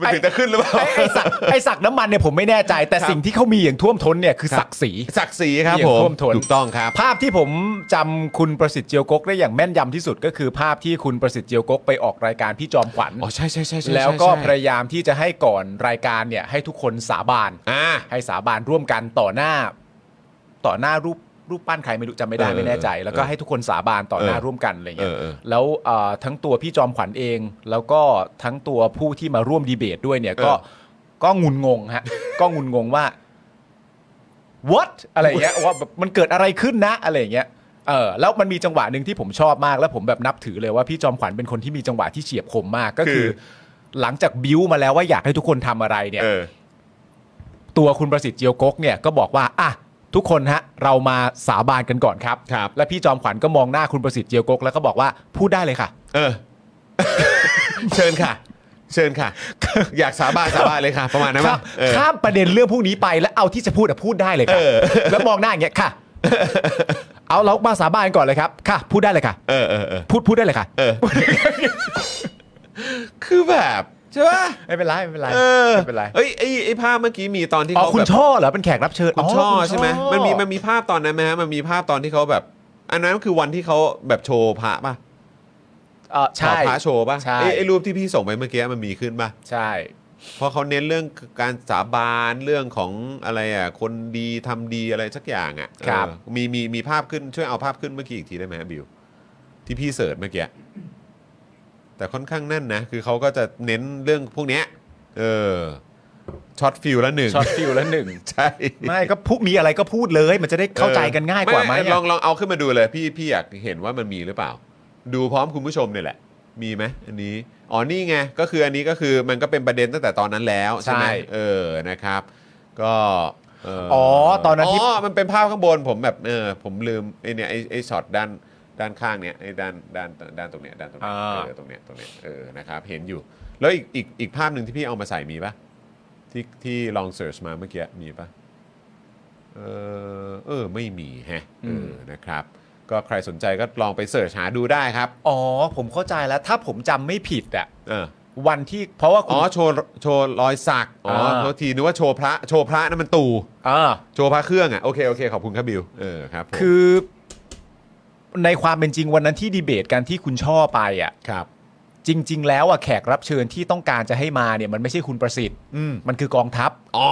[SPEAKER 1] มันถึงจะขึ้นหรือเปล่า
[SPEAKER 2] ไอ้ไอ้สักไอ้สักน้ำมันเนี่ยผมไม่แน่ใจ แต่
[SPEAKER 1] ครับ
[SPEAKER 2] สิ่งที่เขามีอย่างท่วมท้นเนี่ยคือสักสี
[SPEAKER 1] สักสีครับ
[SPEAKER 2] เหยียบ
[SPEAKER 1] ผม
[SPEAKER 2] ท่วมท้น
[SPEAKER 1] ถูกต้องครับ
[SPEAKER 2] ภาพที่ผมจำคุณประสิทธิ์เจียวกกได้อย่างแม่นยำที่สุดก็คือภาพที่คุณประสิทธิ์เจียวกกไปออกรายการพี่จอมขวัญ
[SPEAKER 1] อ๋อใช่ใช่ใช่ใช่
[SPEAKER 2] แล้วก็พ
[SPEAKER 1] ใช่
[SPEAKER 2] ยายามที่จะให้ก่อนรายการเนี่ยให้ทุกคนสาบาน
[SPEAKER 1] อ่า
[SPEAKER 2] ให้สาบานร่วมกันต่อหน้า ต่อหน้ารูปรูปปั้นใครไม่รู้จำไม่ได้
[SPEAKER 1] เออ
[SPEAKER 2] ไม่แน่ใจ แล้วก็
[SPEAKER 1] เออ
[SPEAKER 2] ให้ทุกคนสาบานต่อหน้า
[SPEAKER 1] เออ
[SPEAKER 2] ร่วมกันอะไรเงี้ย
[SPEAKER 1] เออเออ
[SPEAKER 2] แล้วเอ่อทั้งตัวพี่จอมขวัญเอง แล้วก็ทั้งตัวผู้ที่มาร่วมดีเบตด้วยเนี่ยก็
[SPEAKER 1] เออ
[SPEAKER 2] ก็งุนงงฮะ ก็งุนงงว่า what อะไรเงี้ ยว่าแบบมันเกิดอะไรขึ้นนะอะไรเงี้ยเออแล้วมันมีจังหวะหนึ่งที่ผมชอบมากแล้วผมแบบนับถือเลยว่าพี่จอมขวัญเป็นคนที่มีจังหวะที่เฉียบคมมากก็คือ
[SPEAKER 1] คือ
[SPEAKER 2] หลังจากบิ้วมาแล้วว่าอยากให้ทุกคนทำอะไรเนี่ย
[SPEAKER 1] เออ
[SPEAKER 2] ตัวคุณประสิทธิ์เจียวกกเนี่ยก็บอกว่าอ่ะทุกคนฮะเรามาสาบานกันก่อนครับ
[SPEAKER 1] ครับ
[SPEAKER 2] และพี่จอมขวัญก็มองหน้าคุณประสิทธิ์เจียวกก แล้วก็บอกว่าพูดได้เลยค่ะ
[SPEAKER 1] เอ อ เชิญค่ะ เชิญค่ะ อยากสาบานสาบานเลยค่ะ ประมาณนั้น
[SPEAKER 2] ครั
[SPEAKER 1] ป่ะ
[SPEAKER 2] บ
[SPEAKER 1] เออ
[SPEAKER 2] ข้ามประเด็นเรื่องพวกนี้ไปแล้วเอาที่จะพูดอะพูดได้เลยค่ะ
[SPEAKER 1] เออ
[SPEAKER 2] แล้วมองหน้าอย่างเงี้ย ค่ะ เอาเรามาสาบานก่อนเลยครับค่ะ พูดได้เลยค่ะ
[SPEAKER 1] เออเออเออ
[SPEAKER 2] พูดพูดได้เลยค่ะ
[SPEAKER 1] เออ คือแบบใช่ป่ะ
[SPEAKER 2] ไม่เป็นไรไม่เป็นไร
[SPEAKER 1] เออ
[SPEAKER 2] ไม่เป็นไร
[SPEAKER 1] เอ้ยไอ้ไอ้ภาพเมื่อกี้มีตอนที่
[SPEAKER 2] อ๋อ
[SPEAKER 1] เขา
[SPEAKER 2] คุณ
[SPEAKER 1] แบบ
[SPEAKER 2] ช่อเหรอเป็นแขกรับเชิญ
[SPEAKER 1] คุณช่อ
[SPEAKER 2] คุณ
[SPEAKER 1] ใช่ไหม
[SPEAKER 2] ช่อ
[SPEAKER 1] มันมีมันมีภาพตอนนั้นไหมฮะมันมีภาพตอนที่เขาแบบ อันนั้นคือวันที่เขาแบบโชว์พระป่ะ
[SPEAKER 2] เออใช่
[SPEAKER 1] ขอพระโชว์ป่ะ
[SPEAKER 2] ใช่
[SPEAKER 1] ไอ้ไอ้รูปที่พี่ส่งไปเมื่อกี้มันมีขึ้นป่ะ
[SPEAKER 2] ใช่
[SPEAKER 1] เพราะเขาเน้นเรื่องการสาบานเรื่องของอะไรอ่ะคนดีทำดีอะไรสักอย่างอ่ะ
[SPEAKER 2] ครับ
[SPEAKER 1] เออมีมีมีภาพขึ้นช่วยเอาภาพขึ้นเมื่อกี้อีกทีได้ไหมฮะบิวที่พี่เสิร์ชเมื่อกี้แต่ค่อนข้างแน่นนะ คือเขาก็จะเน้นเรื่องพวกเนี้ยเออช็อตฟิลละหนึ่ง
[SPEAKER 2] ช็อตฟิลละ หนึ่ง
[SPEAKER 1] ใช่
[SPEAKER 2] ไม่ก็พูดมีอะไรก็พูดเลย มันจะได้เข้าใจกันง่ายกว่าไหม
[SPEAKER 1] ไลองลองเอาขึ้นมาดูเลย พี่พี่อยากเห็นว่ามันมีหรือเปล่า ดูพร้อมคุณผู้ชมเนี่ยแหละ มีไหมอันนี้อ๋อนี่ไงก็คืออันนี้ก็คือมันก็เป็นประเด็นตั้งแต่ตอนนั้นแล้วใช่ไหม
[SPEAKER 2] ใช่
[SPEAKER 1] เออนะครับ ก็เ
[SPEAKER 2] อตอนนั้นที่
[SPEAKER 1] อ๋อมันเป็นภาพข้างบนผมแบบเออผมลืมไอเนี่ยไอไอช็อตด้านด้านข้างเนี่ยไอด้านด้านด้านตรงเนี้ยด้านตรงเนี้ย
[SPEAKER 2] อ่า
[SPEAKER 1] เออตรงเนี้ยตรงเนี้ยเออนะครับเห็นอยู่ แล้วอีกอีกอีกภาพหนึ่งที่พี่เอามาใส่มีปะที่ที่ลองเสิร์ชมาเมื่อกี้มีปะเออเออไม่มีแฮะเออนะครับ ก็ใครสนใจก็ลองไปเสิร์ชหาดูได้ครับ
[SPEAKER 2] อ๋อ ผมเข้าใจแล้ว ถ้าผมจำไม่ผิดอะ
[SPEAKER 1] เออ
[SPEAKER 2] วันที่เพราะว่าคุณ
[SPEAKER 1] อ๋อโชว์โชว์รอยสัก อ๋อ
[SPEAKER 2] อ่า
[SPEAKER 1] โทษทีนึกว่าโชว์พระโชว์พระนั่นมันตู่
[SPEAKER 2] อ่า
[SPEAKER 1] โชว์พระเครื่องอ่ะโอเคโอเคขอบคุณครับบิวเออครับผม
[SPEAKER 2] คือในความเป็นจริงวันนั้นที่ดีเบตกันที่คุณช่อไปอะ
[SPEAKER 1] ครับ
[SPEAKER 2] จริง ๆ แล้วอะแขกรับเชิญที่ต้องการจะให้มาเนี่ยมันไม่ใช่คุณประสิทธิ์
[SPEAKER 1] อืม
[SPEAKER 2] มันคือกองทัพ
[SPEAKER 1] อ๋อ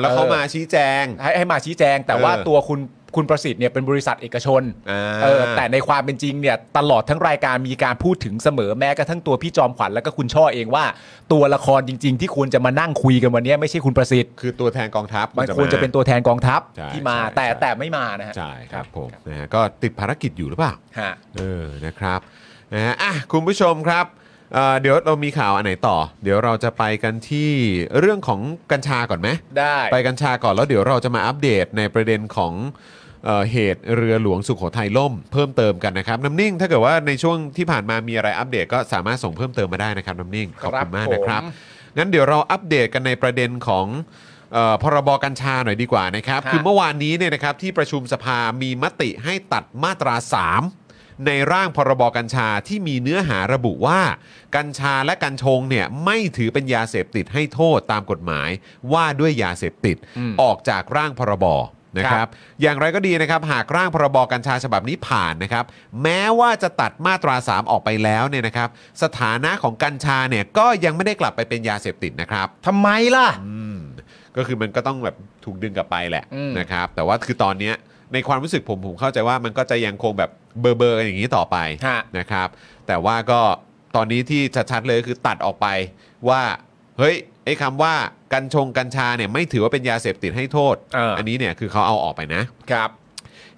[SPEAKER 1] แล้วเขา
[SPEAKER 2] เออ
[SPEAKER 1] มาชี้แจง
[SPEAKER 2] ให้ให้มาชี้แจง แต่ว่า
[SPEAKER 1] เออ
[SPEAKER 2] ตัวคุณคุณประสิทธิ์เนี่ยเป็นบริษัทเอกชน
[SPEAKER 1] อ่า
[SPEAKER 2] เออแต่ในความเป็นจริงเนี่ยตลอดทั้งรายการมีการพูดถึงเสมอแม้กระทั่งตัวพี่จอมขวัญแล้วก็คุณช่อเองว่า ตัวละครจริง ๆ ที่ควรจะมานั่งคุยกันวันเนี้ยไม่ใช่คุณประสิทธิ์
[SPEAKER 1] คือตัวแทนกองทัพ
[SPEAKER 2] มันควรจะเป็นตัวแทนกองทัพ
[SPEAKER 1] ใช่
[SPEAKER 2] ที่มา
[SPEAKER 1] ใช่
[SPEAKER 2] แต่
[SPEAKER 1] ใช่
[SPEAKER 2] แต่ไม่มานะฮะ
[SPEAKER 1] ใช่ครับผมนะฮะก็ติดภารกิจอยู่หรือเปล่า
[SPEAKER 2] ฮะ
[SPEAKER 1] เออ นะครับนะฮะอ่ะคุณผู้ชมครับเอ่อเดี๋ยวเรามีข่าวอันไหนต่อ เดี๋ยวเราจะไปกันที่เรื่องของกัญชาก่อนไหม
[SPEAKER 2] ได้
[SPEAKER 1] ไปกัญชาก่อนแล้วเดี๋ยวเราจะมาอัปเดตในประเด็นของเอ่อเหตุเรือหลวงสุโขทัยล่มเพิ่มเติมกันนะครับน้ำนิ่งถ้าเกิดว่าในช่วงที่ผ่านมามีอะไรอัปเดตก็สามารถส่งเพิ่มเติมมาได้นะครับน้ำนิ่งขอบ
[SPEAKER 2] ครั
[SPEAKER 1] คุ
[SPEAKER 2] บ
[SPEAKER 1] ณมาก
[SPEAKER 2] ผม
[SPEAKER 1] นะครับงั้นเดี๋ยวเราอัปเดตกันในประเด็นของเออพรบกัญชาหน่อยดีกว่านะครับ คือเมื่อวานนี้เนี่ยนะครับที่ประชุมสภามีมติให้ตัดมาตรา 3 ในร่างพรบกัญชาที่มีเนื้อหาระบุว่า กัญชาและกัญชงเนี่ยไม่ถือเป็นยาเสพติดให้โทษตามกฎหมายว่าด้วยยาเสพติด
[SPEAKER 2] อืม
[SPEAKER 1] ออกจากร่างพรบนะครับ อย่างไรก็ดีนะครับ หากร่างพรบกัญชาฉบับนี้ผ่านนะครับ แม้ว่าจะตัดมาตรา 3 ออกไปแล้วเนี่ยนะครับ สถานะของกัญชาเนี่ยก็ยังไม่ได้กลับไปเป็นยาเสพติดนะครับ
[SPEAKER 2] ทำไมล่ะ
[SPEAKER 1] อืมก็คือมันก็ต้องแบบถูกดึงกลับไปแหละ
[SPEAKER 2] อืม
[SPEAKER 1] นะครับ แต่ว่าคือตอนเนี้ยในความรู้สึกผมผมเข้าใจว่ามันก็จะยังคงแบบเบอร์เบอร์ๆกันอย่างนี้ต่อไป
[SPEAKER 2] ฮะ
[SPEAKER 1] นะครับ แต่ว่าก็ตอนนี้ที่ชัดๆเลยคือตัดออกไปว่า เฮ้ยไอ้คำว่ากัญชงกัญชาเนี่ยไม่ถือว่าเป็นยาเสพติดให้โทษ
[SPEAKER 2] เอออั
[SPEAKER 1] นนี้เนี่ยคือเขาเอาออกไปนะ
[SPEAKER 2] ครับ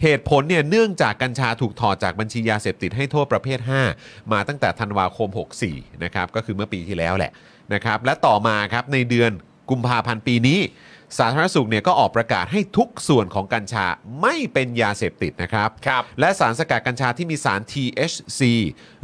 [SPEAKER 1] เหตุผลเนี่ยเนื่องจากกัญชาถูกถอดจากบัญชียาเสพติดให้โทษประเภท 5 มาตั้งแต่ธันวาคม 64 นะครับ ก็คือเมื่อปีที่แล้วแหละนะครับ และต่อมาครับในเดือนกุมภาพันธ์ปีนี้ สาธารณสุขเนี่ยก็ออกประกาศให้ทุกส่วนของกัญชาไม่เป็นยาเสพติดนะครับ
[SPEAKER 2] ครับ
[SPEAKER 1] และสารสกัดกัญชาที่มีสาร THC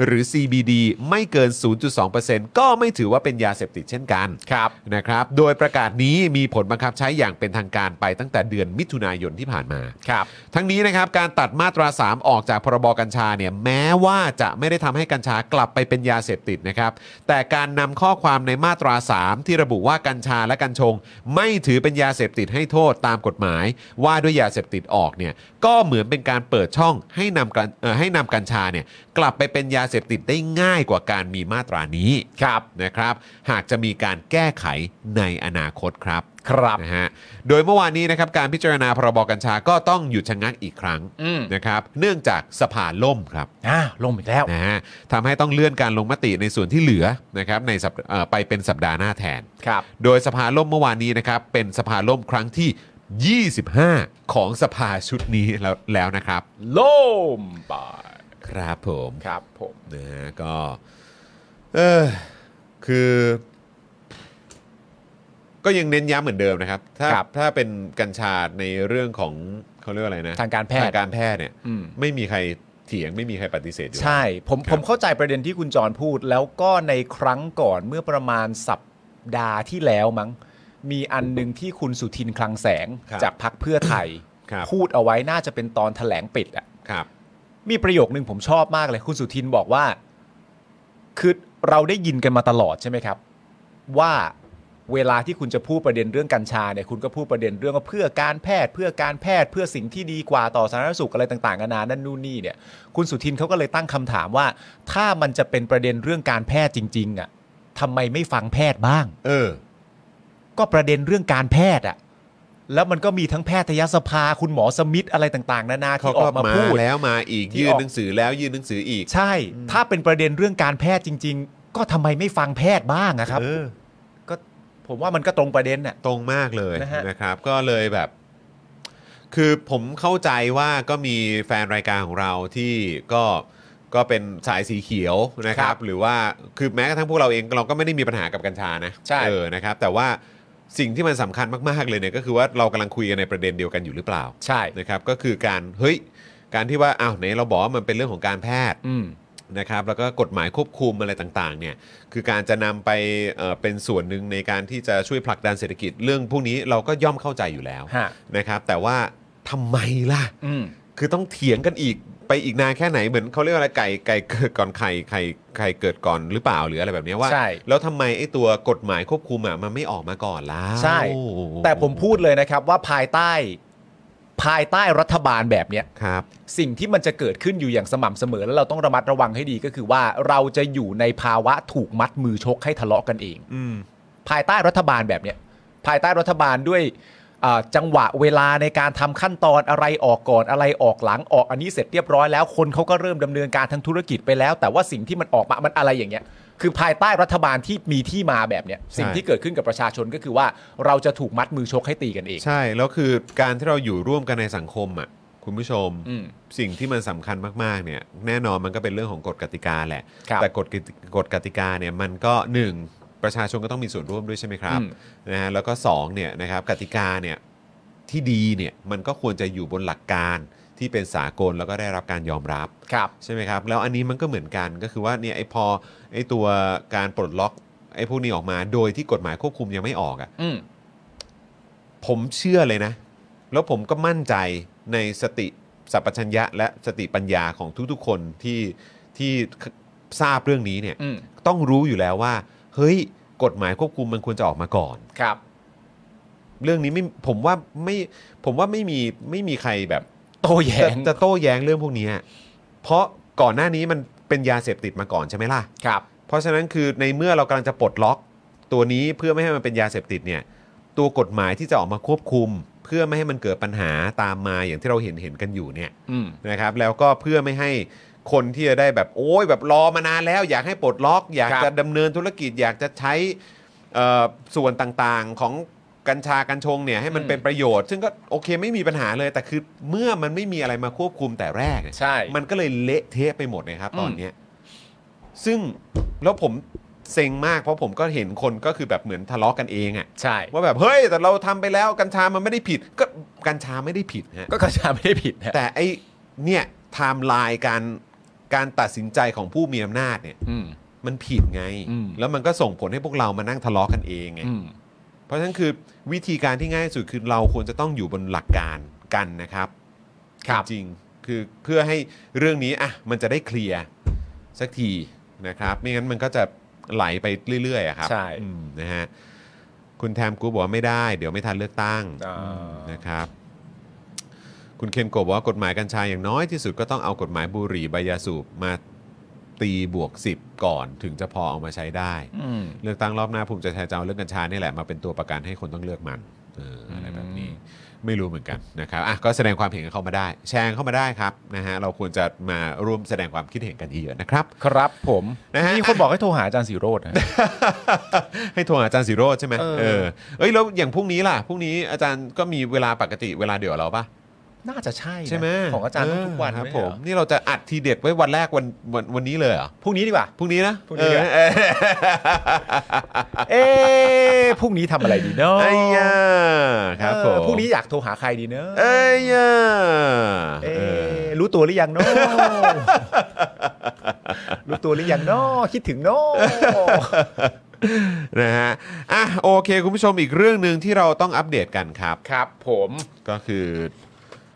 [SPEAKER 1] หรือ CBD ไม่เกิน 0.2%ก็ไม่ถือว่าเป็นยาเสพติดเช่นกัน
[SPEAKER 2] ครับ
[SPEAKER 1] นะครับ โดยประกาศนี้มีผลบังคับใช้อย่างเป็นทางการไปตั้งแต่เดือนมิถุนายนที่ผ่านมา
[SPEAKER 2] ครับ
[SPEAKER 1] ทั้งนี้นะครับการตัดมาตรา 3 ออกจากพรบกัญชาเนี่ยแม้ว่าจะไม่ได้ทำให้กัญชากลับไปเป็นยาเสพติดนะครับ แต่การนำข้อความในมาตรา 3 ที่ระบุว่ากัญชาและกัญชง ไม่ถือเป็นยาเสพติดให้โทษตามกฎหมาย ว่าด้วยยาเสพติดออกเนี่ยก็เหมือนเป็นการเปิดช่องให้นำกัญเอ่อให้นำกัญชาเนี่ยกลับไปเป็นยาเสพติดได้ง่ายกว่าการมีมาตรานี้
[SPEAKER 2] ครับ
[SPEAKER 1] นะครับ หากจะมีการแก้ไขในอนาคตครับ
[SPEAKER 2] ครับ
[SPEAKER 1] นะฮะโดยเมื่อวานนี้นะครับการพิจารณาพรบกัญชาก็ต้องหยุดชะงักอีกครั้ง
[SPEAKER 2] อืม
[SPEAKER 1] นะครับเนื่องจากสภาล่มครับ
[SPEAKER 2] อ่าลงอีกแล้ว
[SPEAKER 1] นะฮะทำให้ต้องเลื่อนการลงมติในส่วนที่เหลือนะครับในสัปเอ่อไปเป็นสัปดาห์หน้าแทน
[SPEAKER 2] ครับ
[SPEAKER 1] โดยสภาล่มเมื่อวานนี้นะครับเป็นสภาล่มครั้งที่ 25 ของสภาชุดนี้แล้วแล้วนะครับ
[SPEAKER 2] ล่มไป
[SPEAKER 1] ครับผม
[SPEAKER 2] ครับผม
[SPEAKER 1] นะฮะก็เออคือ ก็ยังเน้นย้ำเหมือนเดิมนะครับ ถ้า
[SPEAKER 2] ครับ
[SPEAKER 1] ถ้าเป็นกัญชาในเรื่องของเขาเรียกว่าอะไรนะ
[SPEAKER 2] ทางการแพท
[SPEAKER 1] ทา
[SPEAKER 2] ย์
[SPEAKER 1] งการแพทย์เนี่ย
[SPEAKER 2] อืม
[SPEAKER 1] ไม่มีใครเถียงไม่มีใครปฏิเสธอยู่
[SPEAKER 2] ใช่ผม
[SPEAKER 1] ครับ
[SPEAKER 2] ผมเข้าใจประเด็นที่คุณจรพูด แล้วก็ในครั้งก่อนเมื่อประมาณสัปดาห์ที่แล้วมั้ง มีอันหนึ่งที่คุณสุทินคลังแสง
[SPEAKER 1] ครับ
[SPEAKER 2] จากพักเพื่อไทย
[SPEAKER 1] ครับ
[SPEAKER 2] พูดเอาไว้น่าจะเป็นตอนแถลงปิดอะ
[SPEAKER 1] ครับ
[SPEAKER 2] มีประโยคนึงผมชอบมากเลย คุณสุทินบอกว่า คือเราได้ยินกันมาตลอดใช่ไหมครับ ว่า เวลาที่คุณจะพูดประเด็นเรื่องกัญชาเนี่ยคุณก็พูดประเด็นเรื่องว่าเพื่อการแพทย์ เพื่อการแพทย์เพื่อสิ่งที่ดีกว่าต่อสาธารณสุขอะไรต่างๆนานานั่นนู่นนี่เนี่ย คุณสุทินเขาก็เลยตั้งคำถามว่า ถ้ามันจะเป็นประเด็นเรื่องการแพทย์จริง ๆ อ่ะทำไมไม่ฟังแพทย์บ้าง
[SPEAKER 1] เออ
[SPEAKER 2] ก็ประเด็นเรื่องการแพทย์อะแล้วมันก็มีทั้งแพทยสภาคุณหมอสมิธอะไรต่างๆ นานา
[SPEAKER 1] เขา
[SPEAKER 2] ที่อ
[SPEAKER 1] ก็
[SPEAKER 2] อกมา
[SPEAKER 1] มา
[SPEAKER 2] พูด
[SPEAKER 1] แล้วมาอีก
[SPEAKER 2] ที่
[SPEAKER 1] ยื่น
[SPEAKER 2] ออก
[SPEAKER 1] หนังสือแล้วยื่นหนังสืออีก
[SPEAKER 2] ใช่ ถ้าเป็นประเด็นเรื่องการแพทย์จริง ๆ ก็ทำไมไม่ฟังแพทย์บ้างอะครับ
[SPEAKER 1] เออ
[SPEAKER 2] ก็ผมว่ามันก็ตรงประเด็นน่ะ
[SPEAKER 1] ตรงมากเลย
[SPEAKER 2] นะฮะ
[SPEAKER 1] นะครับ ก็เลยแบบ คือผมเข้าใจว่าก็มีแฟนรายการของเราที่ก็ก็เป็นสายสีเขียวนะครั
[SPEAKER 2] ครับ บ
[SPEAKER 1] หรือว่าคือแม้กระทั่งพวกเราเองเราก็ไม่ได้มีปัญหากับกัญชานะ
[SPEAKER 2] ใช่
[SPEAKER 1] เออนะครับ แต่ว่าสิ่งที่มันสำคัญมากๆเลยเนี่ยก็คือว่าเรากำลังคุยกันในประเด็นเดียวกันอยู่หรือเปล่า
[SPEAKER 2] ใช่
[SPEAKER 1] นะครับ ก็คือการเฮ้ยการที่ว่าอ้าวไหนเราบอกว่ามันเป็นเรื่องของการแพทย์
[SPEAKER 2] อืม
[SPEAKER 1] นะครับแล้วก็กฎหมายควบคุมอะไรต่างๆเนี่ยคือการจะนำไปเอ่อเป็นส่วนหนึ่งในการที่จะช่วยผลักดันเศรษฐกิจเรื่องพวกนี้เราก็ย่อมเข้าใจอยู่แล้ว
[SPEAKER 2] ฮะ
[SPEAKER 1] นะครับแต่ว่าทำไมล่ะ
[SPEAKER 2] อืม
[SPEAKER 1] คือต้องเถียงกันอีกไปอีกนานแค่ไหนเหมือนเขาเรียกว่าอะไรไก่ไก่เกิดก่อนไข่ไข่ไข่เกิดก่อนหรือเปล่าหรืออะไรแบบเนี้ยว่า
[SPEAKER 2] ใช่
[SPEAKER 1] แล้วทำไมไอ้ตัวกฎหมายควบคุมอ่ะมันไม่ออกมาก่อนล่ะ
[SPEAKER 2] ใช่
[SPEAKER 1] โอ้โห
[SPEAKER 2] แต่ผมพูดเลยนะครับว่าภายใต้ ภายใต้รัฐบาลแบบเนี้ย
[SPEAKER 1] ครับ
[SPEAKER 2] สิ่งที่มันจะเกิดขึ้นอยู่อย่างสม่ำเสมอ แล้วเราต้องระมัดระวังให้ดีก็คือว่าเราจะอยู่ในภาวะถูกมัดมือชกให้ทะเลาะกันเอง
[SPEAKER 1] อืม
[SPEAKER 2] ภายใต้รัฐบาลแบบเนี้ยภายใต้รัฐบาลด้วยเอ่อจังหวะเวลาในการทำขั้นตอนอะไรออกก่อนอะไรออกหลังออกอันนี้เสร็จเรียบร้อยแล้วคนเขาก็เริ่มดำเนินการทางธุรกิจไปแล้ว แต่ว่าสิ่งที่มันออกมามันอะไรอย่างเงี้ยคือภายใต้รัฐบาลที่มีที่มาแบบเนี้ยสิ่งที่เกิดขึ้นกับประชาชนก็คือว่าเราจะถูกมัดมือชกให้ตีกันเอง
[SPEAKER 1] ใช่แล้วคือการที่เราอยู่ร่วมกันในสังคมอ่ะคุณผู้ชม
[SPEAKER 2] อืม
[SPEAKER 1] สิ่งที่มันสำคัญมากๆเนี่ยแน่นอนมันก็เป็นเรื่องของกฎกติกาแหละ
[SPEAKER 2] ครับ
[SPEAKER 1] แต่กฎกติกฎกติกาเนี่ยมันก็ 1 ประชาชนก็ต้องมีส่วนร่วมด้วยใช่ไหมครับ
[SPEAKER 2] อืม
[SPEAKER 1] นะฮะแล้วก็2เนี่ยนะครับกติกาเนี่ยที่ดีเนี่ยมันก็ควรจะอยู่บนหลักการที่เป็นสากลแล้วก็ได้รับการยอมรับ
[SPEAKER 2] ครับ
[SPEAKER 1] ใช่ไหมครับ แล้วอันนี้มันก็เหมือนกันก็คือว่าเนี่ยไอ้พอไอ้ตัวการปลดล็อกไอ้พวกนี้ออกมา โดยที่กฎหมายควบคุมยังไม่ออกอ่ะ
[SPEAKER 2] อืม
[SPEAKER 1] ผมเชื่อเลยนะ แล้วผมก็มั่นใจในสติสัพพัญญะ และสติปัญญาของทุกๆคนที่ที่ทราบเรื่องนี้เนี่ย
[SPEAKER 2] อืม
[SPEAKER 1] ต้องรู้อยู่แล้วว่า เฮ้ยกฎหมายควบคุมมันควรจะออกมาก่อน
[SPEAKER 2] ครับ
[SPEAKER 1] เรื่องนี้ไม่ผมว่าไม่ผมว่าไม่มีไม่มีใครแบบ
[SPEAKER 2] โตแย้
[SPEAKER 1] จะ
[SPEAKER 2] ง
[SPEAKER 1] จะโต้แย้งเรื่องพวกเนี้ยเพราะก่อนหน้านี้มันเป็นยาเสพติดมาก่อนใช่ไหมล่ะ
[SPEAKER 2] ครับ
[SPEAKER 1] เพราะฉะนั้นคือในเมื่อเรากำลังจะปลดล็อกตัวนี้เพื่อไม่ให้มันเป็นยาเสพติดเนี่ยตัวกฎหมายที่จะออกมาควบคุม เพื่อไม่ให้มันเกิดปัญหาตามมาอย่างที่เราเห็นเห็นกันอยู่เนี่ย
[SPEAKER 2] อืม
[SPEAKER 1] นะครับแล้วก็เพื่อไม่ให้คนที่จะได้แบบโอ้ยแบบรอมานานแล้ว อยากให้ปลดล็อก อยาก
[SPEAKER 2] ครับ
[SPEAKER 1] จะดำเนินธุรกิจ อยากจะใช้เอ่อส่วนต่างๆของกัญชากัญชงเนี่ยให้มัน
[SPEAKER 2] อืม
[SPEAKER 1] เป็นประโยชน์ ซึ่งก็โอเคไม่มีปัญหาเลยแต่คือเมื่อมันไม่มีอะไรมาควบคุมแต่แรกเนี่ย
[SPEAKER 2] ใช่
[SPEAKER 1] มันก็เลยเละเทะไปหมดนะครับ
[SPEAKER 2] อืม
[SPEAKER 1] ตอนเนี้ยซึ่งแล้วผมเซ็งมากเพราะผมก็เห็นคนก็คือแบบเหมือนทะเลาะกันเองอะ
[SPEAKER 2] ใช่
[SPEAKER 1] ว่าแบบเฮ้ยแต่เราทำไปแล้วกัญชามันไม่ได้ผิด ก็กัญชาไม่ได้ผิดฮะ
[SPEAKER 2] ก็กัญชาไม่ได้ผิดนะ
[SPEAKER 1] แต่ไอเนี่ยไทม์ไลน์การการตัดสินใจของผู้มีอำนาจเนี่ย
[SPEAKER 2] อืม
[SPEAKER 1] มันผิดไง
[SPEAKER 2] อืม
[SPEAKER 1] แล้วมันก็ส่งผลให้พวกเรามานั่งทะเลาะกันเองไง
[SPEAKER 2] อืม
[SPEAKER 1] เพราะฉะนั้นคือวิธีการที่ง่ายที่สุดคือเราควรจะต้องอยู่บนหลักการกันนะครับ
[SPEAKER 2] ครับ
[SPEAKER 1] จริงๆคือเพื่อให้เรื่องนี้อ่ะมันจะได้เคลียร์สักทีนะครับไม่งั้นมันก็จะไหลไปเรื่อยๆอะครับ
[SPEAKER 2] ใช่
[SPEAKER 1] อืมนะฮะคุณแทมกูบอกว่าไม่ได้ เดี๋ยวไม่ทันเลือกตั้ง
[SPEAKER 2] อ่า
[SPEAKER 1] อืมนะครับ คุณเคนโกะบอกว่ากฎหมายกัญชาอย่างน้อยที่สุดก็ต้องเอากฎหมายบุหรี่ใบยาสูบมาตีบวก 10 ก่อนถึงจะพอเอามาใช้ได้
[SPEAKER 2] อืม
[SPEAKER 1] เลือกตั้งรอบหน้าภูมิใจไทยจะเอาเรื่องกัญชานี่แหละมาเป็นตัวประกันให้คนต้องเลือกมันเอออะไรแบบนี้
[SPEAKER 2] อื
[SPEAKER 1] ไม่รู้เหมือนกันนะครับอ่ะก็แสดงความเห็นกันเข้ามาได้ แชร์เข้ามาได้ครับนะฮะเราควรจะมาร่วมแสดงความคิดเห็นกันเยอะๆนะครับ
[SPEAKER 2] ครับผม
[SPEAKER 1] นะฮะ
[SPEAKER 2] มีคนบอกให้โทรหาอาจารย์สีโรจน์นะ
[SPEAKER 1] ให้โทรหาอาจารย์สิโรจน์ใช่ไหม
[SPEAKER 2] เออ
[SPEAKER 1] เออเอ้ยแล้วอย่างพรุ่งนี้ล่ะพรุ่งนี้อาจารย์ก็มีเวลาปกติเวลาเดียวกับเราปะ
[SPEAKER 2] น่าจะใช่นะ
[SPEAKER 1] ใช่ไหม
[SPEAKER 2] ของอาจารย์ทุกวัน
[SPEAKER 1] เออครับ
[SPEAKER 2] ไใช่
[SPEAKER 1] ผ
[SPEAKER 2] เหอ
[SPEAKER 1] มนี่เราจะอัดทีเด็ดไว้วันแรกวันวันวันนี้เลยเหรอ
[SPEAKER 2] พรุ่งนี้ดีกว่า
[SPEAKER 1] พรุ่งนี้นะ
[SPEAKER 2] พรุ่งนี้เหรอ
[SPEAKER 1] เออ
[SPEAKER 2] เอ๊ะพรุ่งนี้ทำอะไรดีเนาะ
[SPEAKER 1] ไอ้ยาครับผม
[SPEAKER 2] เออพรุ่งนี้อยากโทรหาใครดีเนาะ
[SPEAKER 1] เอ้ยอ่ะ
[SPEAKER 2] เอ๊
[SPEAKER 1] เออะ
[SPEAKER 2] รู้ตัวหรือยังเนาะ รู้ตัวหรือยังเนาะคิดถึงเนาะ
[SPEAKER 1] นะฮะอ่ะโอเค คุณผู้ชมอีกเรื่องหนึ่งที่เราต้องอัปเดตกันครับ
[SPEAKER 2] ครับผม
[SPEAKER 1] ก็คือ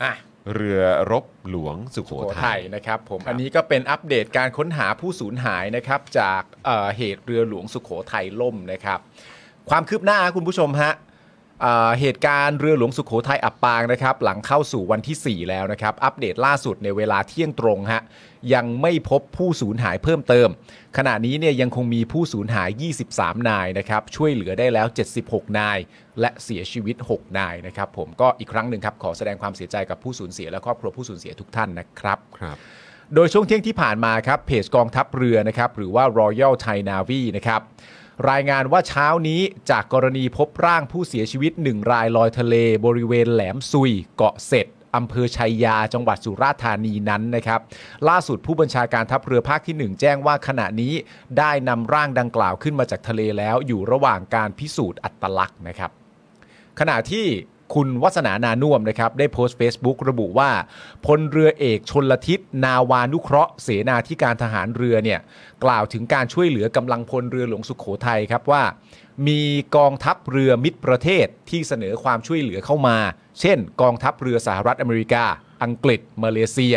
[SPEAKER 2] อ่ะ
[SPEAKER 1] เรือรบหลวงสุโข
[SPEAKER 2] โข
[SPEAKER 1] ทั
[SPEAKER 2] ทั
[SPEAKER 1] ย
[SPEAKER 2] ยนะครับผม
[SPEAKER 1] ครับ
[SPEAKER 2] อันนี้ก็เป็นอัปเดตการค้นหาผู้สูญหายนะครับ จากเอ่อเหตุเรือหลวงสุโขทัยล่มนะครับ ความคืบหน้าคุณผู้ชมฮะอ่าเหตุการณ์เรือหลวงสุขโขทัยอับปางนะครับ หลังเข้าสู่วันที่ 4 แล้วนะครับ อัปเดตล่าสุดในเวลาเที่ยงตรงฮะยังไม่พบผู้สูญหายเพิ่มเติม ขณะนี้เนี่ยยังคงมีผู้สูญหาย 23 นายนะครับ ช่วยเหลือได้แล้ว 76 นาย และเสียชีวิต 6 นายนะครับ ผมก็อีกครั้งหนึ่งครับขอแสดงความเสียใจกับผู้สูญเสียและครอบครัวผู้สูญเสียทุกท่านนะครับ
[SPEAKER 1] ครับ
[SPEAKER 2] โดยช่วงเที่ยงที่ผ่านมาครับเพจกองทัพเรือนะครับหรือว่า Royal Thai Navy นะครับรายงานว่าเช้านี้จากกรณีพบร่างผู้เสียชีวิตหนึ่งรายลอยทะเล บริเวณแหลมซุย เกาะเสร็จอำเภอชัยยาจังหวัดสุราษฎร์ธานีนั้นนะครับล่าสุดผู้บัญชาการทัพเรือภาคที่หนึ่งแจ้งว่าขณะนี้ได้นำร่างดังกล่าวขึ้นมาจากทะเลแล้วอยู่ระหว่างการพิสูจน์อัตลักษณ์นะครับ ขณะที่คุณวัฒนานานุ่วมนะครับ ได้โพสต์ Facebook ระบุว่าพลเรือเอกชนลทิศ นาวานุเคราะห์เสนาธิการทหารเรือเนี่ยกล่าวถึงการช่วยเหลือกำลังพลเรือหลวงสุขโขทัยครับว่า มีกองทัพเรือมิตรประเทศที่เสนอความช่วยเหลือเข้ามา เช่น กองทัพเรือสหรัฐอเมริกา อังกฤษมาเลเซีย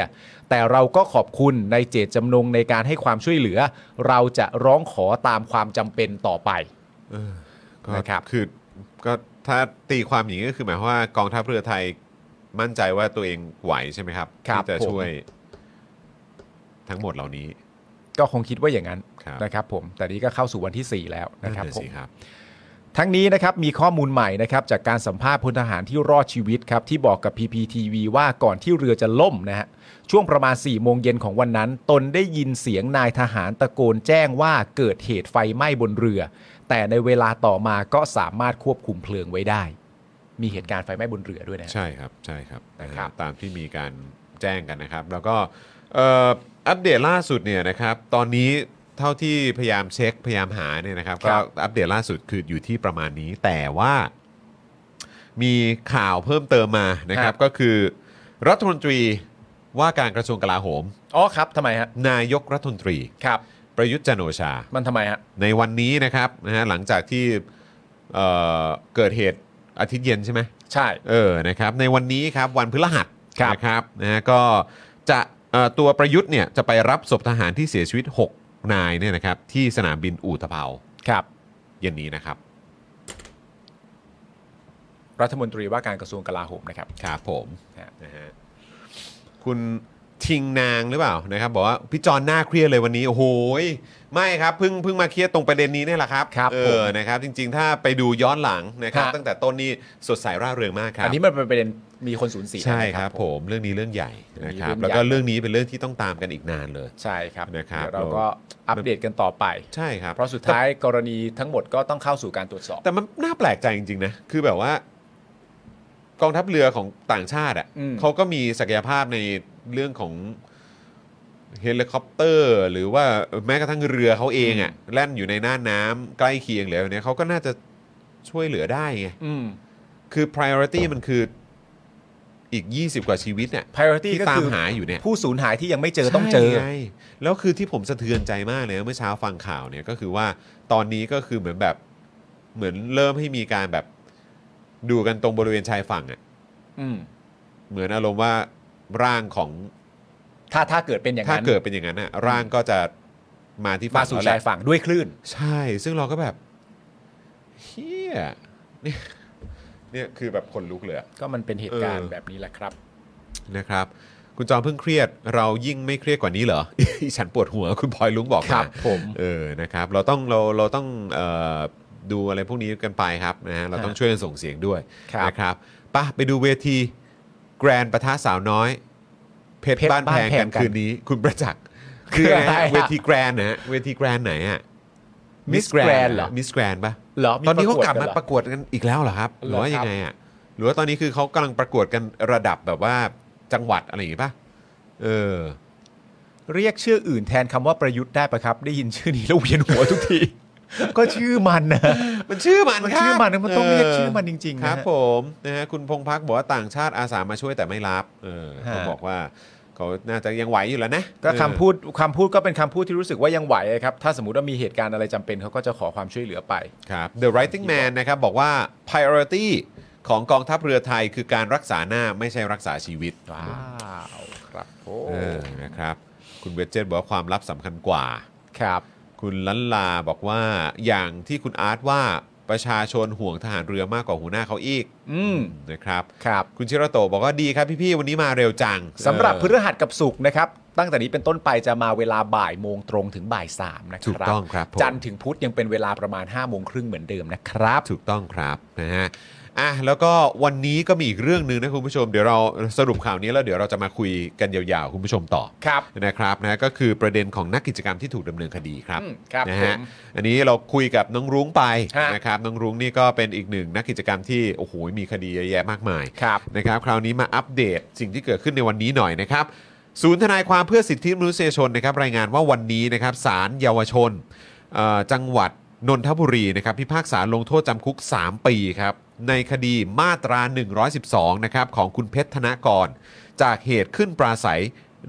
[SPEAKER 2] แต่เราก็ขอบคุณในเจตจำนงในการให้ความช่วยเหลือ เราจะร้องขอตามความจำเป็นต่อไป
[SPEAKER 1] ก็
[SPEAKER 2] นะครับ
[SPEAKER 1] คือก็ถ้าตีความอย่างนี้ก็คือหมายความว่ากองทัพเรือไทยมั่นใจว่าตัวเองไหวใช่ไหมครับ
[SPEAKER 2] ครับ
[SPEAKER 1] ที่จะ
[SPEAKER 2] ผม
[SPEAKER 1] ช่วยทั้งหมดเหล่านี้
[SPEAKER 2] ก็คงคิดว่าอย่างนั้น
[SPEAKER 1] ครับ
[SPEAKER 2] นะครับผมแต่นี้ก็เข้าสู่วันที่ 4 แล้วนะครับ
[SPEAKER 1] นั่น
[SPEAKER 2] ผม
[SPEAKER 1] น่ะสิครับ
[SPEAKER 2] ทั้งนี้นะครับมีข้อมูลใหม่นะครับจากการสัมภาษณ์พลทหารที่รอดชีวิตครับที่บอกกับ PPTV ว่าก่อนที่เรือจะล่มนะฮะช่วงประมาณ4ี่โมงเย็นของวันนั้น ตนได้ยินเสียงนายทหารตะโกนแจ้งว่าเกิดเหตุไฟไหม้บนเรือ แต่ในเวลาต่อมาก็สามารถควบคุมเพลิงไว้ได้ มีเหตุการณ์ไฟไหม้บนเรือด้วยนะฮะ
[SPEAKER 1] ใช่ครับใช่ครับ
[SPEAKER 2] นะครับ
[SPEAKER 1] ตามที่มีการแจ้งกันนะครับ แล้วก็เอ่ออัปเดตล่าสุดเนี่ยนะครับ ตอนนี้เท่าที่พยายามเช็คพยายามหาเนี่ยนะครับก็อัปเดตล่าสุดคืออยู่ที่ประมาณนี้ แต่ว่ามีข่าวเพิ่มเติมมานะครับ ก็คือ รัฐมนตรีว่าการกระทรวงกลาโหม
[SPEAKER 2] อ๋อครับทำไมฮะ
[SPEAKER 1] นายกรัฐมนตรี
[SPEAKER 2] ครับ
[SPEAKER 1] ประยุทธ์จันทร์โอชา
[SPEAKER 2] มันทำไมฮะ
[SPEAKER 1] ในวันนี้นะครับนะฮะหลังจากที่เอ่อเกิดเหตุอาทิตย์เย็นใช่ไหม
[SPEAKER 2] ใช่
[SPEAKER 1] เออ นะครับ ในวันนี้ครับวันพฤหัส
[SPEAKER 2] ครับ
[SPEAKER 1] นะครับนะฮะก็จะเอ่อตัวประยุทธ์เนี่ยจะไปรับศพทหารที่เสียชีวิต 6 นายเนี่ยนะครับที่สนามบินอู่ตะเภา
[SPEAKER 2] ครับ
[SPEAKER 1] เย็นนี้นะครับ
[SPEAKER 2] รัฐมนตรีว่าการกระทรวงกลาโหมนะครับ
[SPEAKER 1] ครับผม
[SPEAKER 2] ฮะ
[SPEAKER 1] นะฮะคุณทิงนางหรือเปล่านะครับบอกว่าพี่จอนหน้าเครียดเลยวันนี้ โอ้โหยไม่ครับเพิ่งเพิ่งมาเครียดตรงประเด็นนี้เนี่ยแหละครับ
[SPEAKER 2] ครับ
[SPEAKER 1] เอ
[SPEAKER 2] ผม
[SPEAKER 1] อนะครับ จริง ๆ ถ้าไปดูย้อนหลังนะครับ
[SPEAKER 2] ฮะ
[SPEAKER 1] ตั้งแต่ต้นนี่สดใสร่าเริงมากครับ
[SPEAKER 2] อันนี้มันเป็นประเด็นมีคนสูญเสีย
[SPEAKER 1] ใช่
[SPEAKER 2] นะครับ
[SPEAKER 1] ผมเรื่องนี้เรื่องใหญ่นะครับ
[SPEAKER 2] เรื่
[SPEAKER 1] แล้
[SPEAKER 2] อง
[SPEAKER 1] ว
[SPEAKER 2] ใหญ่
[SPEAKER 1] ก็เรื่องนี้เป็นเรื่องที่ต้องตามกันอีกนานเลย
[SPEAKER 2] ใช่ครับ
[SPEAKER 1] นะครับ
[SPEAKER 2] เดี๋ยวเราก็อัปเดตกันต่อไป
[SPEAKER 1] ใช่ครับ
[SPEAKER 2] เพราะสุดท้ายกรณีทั้งหมดก็ต้องเข้าสู่การตรวจสอบ
[SPEAKER 1] แต่มันน่าแปลกใจจริง ๆ นะ คือแบบว่า กองทัพเรือของต่างชาติอ่ะ
[SPEAKER 2] อืม
[SPEAKER 1] เขาก็มีศักยภาพในเรื่องของเฮลิคอปเตอร์ หรือว่าแม้กระทั่งเรือเขาเองอ่ะแล่นอยู่ในหน้าน้ำใกล้เคียงหรืออะไรแบบเนี้ยเขาก็น่าจะช่วยเหลือได้ไง
[SPEAKER 2] อืม
[SPEAKER 1] คือ priority มันคืออีก 20 กว่าชีวิตเนี่ย
[SPEAKER 2] priority
[SPEAKER 1] ที่
[SPEAKER 2] ก็
[SPEAKER 1] ตา
[SPEAKER 2] คื
[SPEAKER 1] ม
[SPEAKER 2] อ
[SPEAKER 1] หาอยู่เนี่ย
[SPEAKER 2] ผู้สูญหายที่ยังไม่เจอต้องเจอ
[SPEAKER 1] ใช่ไงแล้วคือที่ผมสะเทือนใจมากเลยนะเมื่อเช้าฟังข่าวเนี่ยก็คือว่าตอนนี้ก็คือเหมือนแบบเหมือนเริ่มให้มีการแบบดูกันตรงบริเวณชายฝั่งอะ่ะ
[SPEAKER 2] อืม
[SPEAKER 1] เหมือนอารมณ์ว่าร่างของ
[SPEAKER 2] ถ้าถ้าเกิดเป็นอย่าง
[SPEAKER 1] ถ้า
[SPEAKER 2] นั้น
[SPEAKER 1] เกิดเป็นอย่างนั้นอ่ะร่างก็จะมาที่ฝั่
[SPEAKER 2] มาง สู่
[SPEAKER 1] แล้ว
[SPEAKER 2] ชา
[SPEAKER 1] แหละ
[SPEAKER 2] ยฝั่งด้วยคลื่น
[SPEAKER 1] ใช่ ซึ่งเราก็แบบเฮียเนี่ยเนี่ยคือแบบคนลุกเลยอะ
[SPEAKER 2] ก็มันเป็นเหตุการ
[SPEAKER 1] เอ
[SPEAKER 2] ณ์
[SPEAKER 1] อ
[SPEAKER 2] แบบนี้แหละครับ
[SPEAKER 1] นะครับ คุณจอมเพิ่งเครียด เรายิ่งไม่เครียดกว่านี้เหรอ ฉันปวดหัวคุณพลอยลุงบอก
[SPEAKER 2] ครั
[SPEAKER 1] มา
[SPEAKER 2] บผม
[SPEAKER 1] เออ นะครับ เราต้อง เรา เราต้องเอ่อดูอะไรพวกนี้กันไปครับนะฮะ เราต้องช่วยกันส่งเสียงด้วย
[SPEAKER 2] ครับ
[SPEAKER 1] นะครับไป่ะ ไปดูเวทีแกรนประทะสาวน้อย เพชร
[SPEAKER 2] เพชร
[SPEAKER 1] บ้านแพง
[SPEAKER 2] บ้านแพง
[SPEAKER 1] กัน
[SPEAKER 2] กัน
[SPEAKER 1] คืนนี้ คุณประจักษ์
[SPEAKER 2] คื
[SPEAKER 1] คือ ออะไร
[SPEAKER 2] อะไรอะ
[SPEAKER 1] ฮะเวทีแกรนนะฮะเวทีแกรนไหนอะ
[SPEAKER 2] Miss
[SPEAKER 1] Grand
[SPEAKER 2] Grand เหรอ
[SPEAKER 1] มิสแกรนป่ะ
[SPEAKER 2] เหรอ
[SPEAKER 1] ตอนนี้เขากลับ
[SPEAKER 2] วด
[SPEAKER 1] มา
[SPEAKER 2] ด้วยหรอ
[SPEAKER 1] ประกวดกันอีกแล้วเหรอครับ หรือว่า
[SPEAKER 2] เหรอ
[SPEAKER 1] ยั
[SPEAKER 2] ครับ
[SPEAKER 1] งไงอะหรือว่าตอนนี้คือเขากำลังประกวดกันระดับแบบว่าจังหวัดอะไรอย่างงี้ป่ะ เออ
[SPEAKER 2] เรียกชื่ออื่นแทนคำว่าประยุทธ์ได้ปะครับ ได้ยินชื่อนี้แล้วเวียนหัวทุกที ก็ชื่อมันนะ
[SPEAKER 1] มันชื่อมัน
[SPEAKER 2] มัน
[SPEAKER 1] ครับ
[SPEAKER 2] ชื่อมันนะมันต้องเรียกชื่อมันจริงๆ
[SPEAKER 1] ครับ
[SPEAKER 2] นะฮะ
[SPEAKER 1] ผมนะฮะคุณพงพักบอกว่าต่างชาติอาสามาช่วยแต่ไม่รับเออเขา
[SPEAKER 2] ฮะ
[SPEAKER 1] บอกว่าเขาน่าจะยังไหวอยู่แล้วนะ
[SPEAKER 2] ก็
[SPEAKER 1] เออ
[SPEAKER 2] คำพูดคำพูดก็เป็นคำพูดที่รู้สึกว่ายังไหวอะครับ ถ้าสมมติว่ามีเหตุการณ์อะไรจำเป็นเขาก็จะขอความช่วยเหลือไป
[SPEAKER 1] ครับ The Writing Man นะครับ บอกว่า priority ของกองทัพเรือไทยคือการรักษาหน้าไม่ใช่รักษาชีวิต
[SPEAKER 2] ว้าวครับโอ้
[SPEAKER 1] เออนะครับ คุณเวจเจตบอกว่าความลับสำคัญกว่า
[SPEAKER 2] ครับ
[SPEAKER 1] คุณลันลาบอกว่าอย่างที่คุณอาร์ตว่าป ประชาชนห่วงทหารเรือมากกว่าหัวหน้าเขาอีก
[SPEAKER 2] อืม
[SPEAKER 1] นะครับ
[SPEAKER 2] ครับ
[SPEAKER 1] คุณชิระโตะบอกว่าดีครับพี่ๆวันนี้มาเร็วจัง
[SPEAKER 2] สำหรับพฤ
[SPEAKER 1] เออ
[SPEAKER 2] หัสกับศุกร์นะครับ ตั้งแต่นี้เป็นต้นไปจะมาเวลาบ่ายโมงตรงถึงบ่ายสามนะค
[SPEAKER 1] ถูก
[SPEAKER 2] รั
[SPEAKER 1] ต้องครับผม
[SPEAKER 2] จันทร์ถึงพุธยังเป็นเวลาประมาณ5้าโมงครึ่งเหมือนเดิมนะครับ
[SPEAKER 1] ถูกต้องครับนะฮะอ่ะแล้วก็วันนี้ก็มีอีกเรื่องหนึ่งนะคุณผู้ชมเดี๋ยวเราสรุปข่าวนี้แล้วเดี๋ยวเราจะมาคุยกันยาวๆ คุณผู้ชมต่อ
[SPEAKER 2] ครับ
[SPEAKER 1] นะครับนะก็คือประเด็นของนักกิจกรรมที่ถูกดำเนินคดีครับ
[SPEAKER 2] อืมครับ
[SPEAKER 1] นะ
[SPEAKER 2] ผ
[SPEAKER 1] ฮะ
[SPEAKER 2] ม
[SPEAKER 1] อันนี้เราคุยกับน้องรุ้งไป
[SPEAKER 2] ฮะ
[SPEAKER 1] นะครับน้องรุ้งนี่ก็เป็นอีกหนึ่งนักกิจกรรมที่โอ้โหมีคดีเยอะแยะมากมาย
[SPEAKER 2] ครับ
[SPEAKER 1] นะครับคราวนี้มาอัปเดตสิ่งที่เกิดขึ้นในวันนี้หน่อยนะครับ ศูนย์ทนายความเพื่อสิทธิมนุษยชนนะครับรายงานว่าวันนี้นะครับศาลเยาวชนเอ่อจังหวัดนนทบุรีนะครับพิพากษาลงโทษจำคุก 3 ปีครับในคดีมาตรา 112นะครับของคุณเพชรธนกร จากเหตุขึ้นปราศัย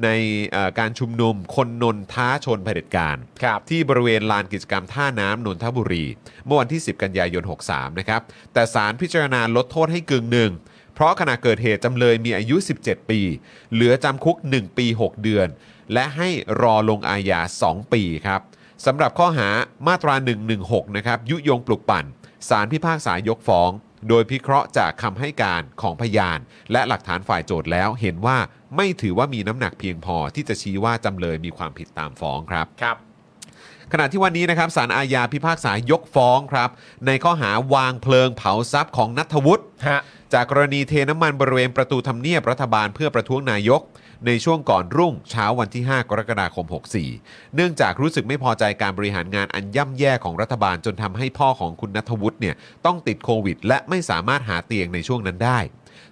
[SPEAKER 1] ในเอ่อการชุมนุมคนนนท้าชนเผด็จการ
[SPEAKER 2] ครับ
[SPEAKER 1] ที่บริเวณลานกิจกรรมท่าน้ำนนทบุรี เมื่อวันที่ 10 กันยายน 63 นะครับ แต่ศาลพิจารณาลดโทษให้กึ่งหนึ่ง เพราะขณะเกิดเหตุจำเลยมีอายุ 17 ปี เหลือจำคุก 1 ปี 6 เดือน และให้รอลงอาญา 2 ปีครับสำหรับข้อหามาตรา 116 นะครับ ยุยงปลุกปั่นศาลพิพากษายกฟ้อง โดยพิเคราะห์จากคำให้การของพยาน และหลักฐานฝ่ายโจทย์แล้ว เห็นว่าไม่ถือว่ามีน้ำหนักเพียงพอที่จะชี้ว่าจำเลยมีความผิดตามฟ้องครับ
[SPEAKER 2] ครับ
[SPEAKER 1] ขณะที่วันนี้นะครับสารอาญาพิพากษายกฟ้องครับ ในข้อหาวางเพลิงเผาทรัพย์ของนัทวุฒิ
[SPEAKER 2] ฮะ
[SPEAKER 1] จากกรณีเทน้ำมันบริเวณประตูทำเนียบรัฐบาลเพื่อประท้วงนายก ในช่วงก่อนรุ่งเช้าวันที่ 5 กรกฎาคม 64 เนื่องจากรู้สึกไม่พอใจการบริหารงานอันย่ำแย่ของรัฐบาลจนทำให้พ่อของคุณนัทวุฒิเนี่ยต้องติดโควิด และไม่สามารถหาเตียงในช่วงนั้นได้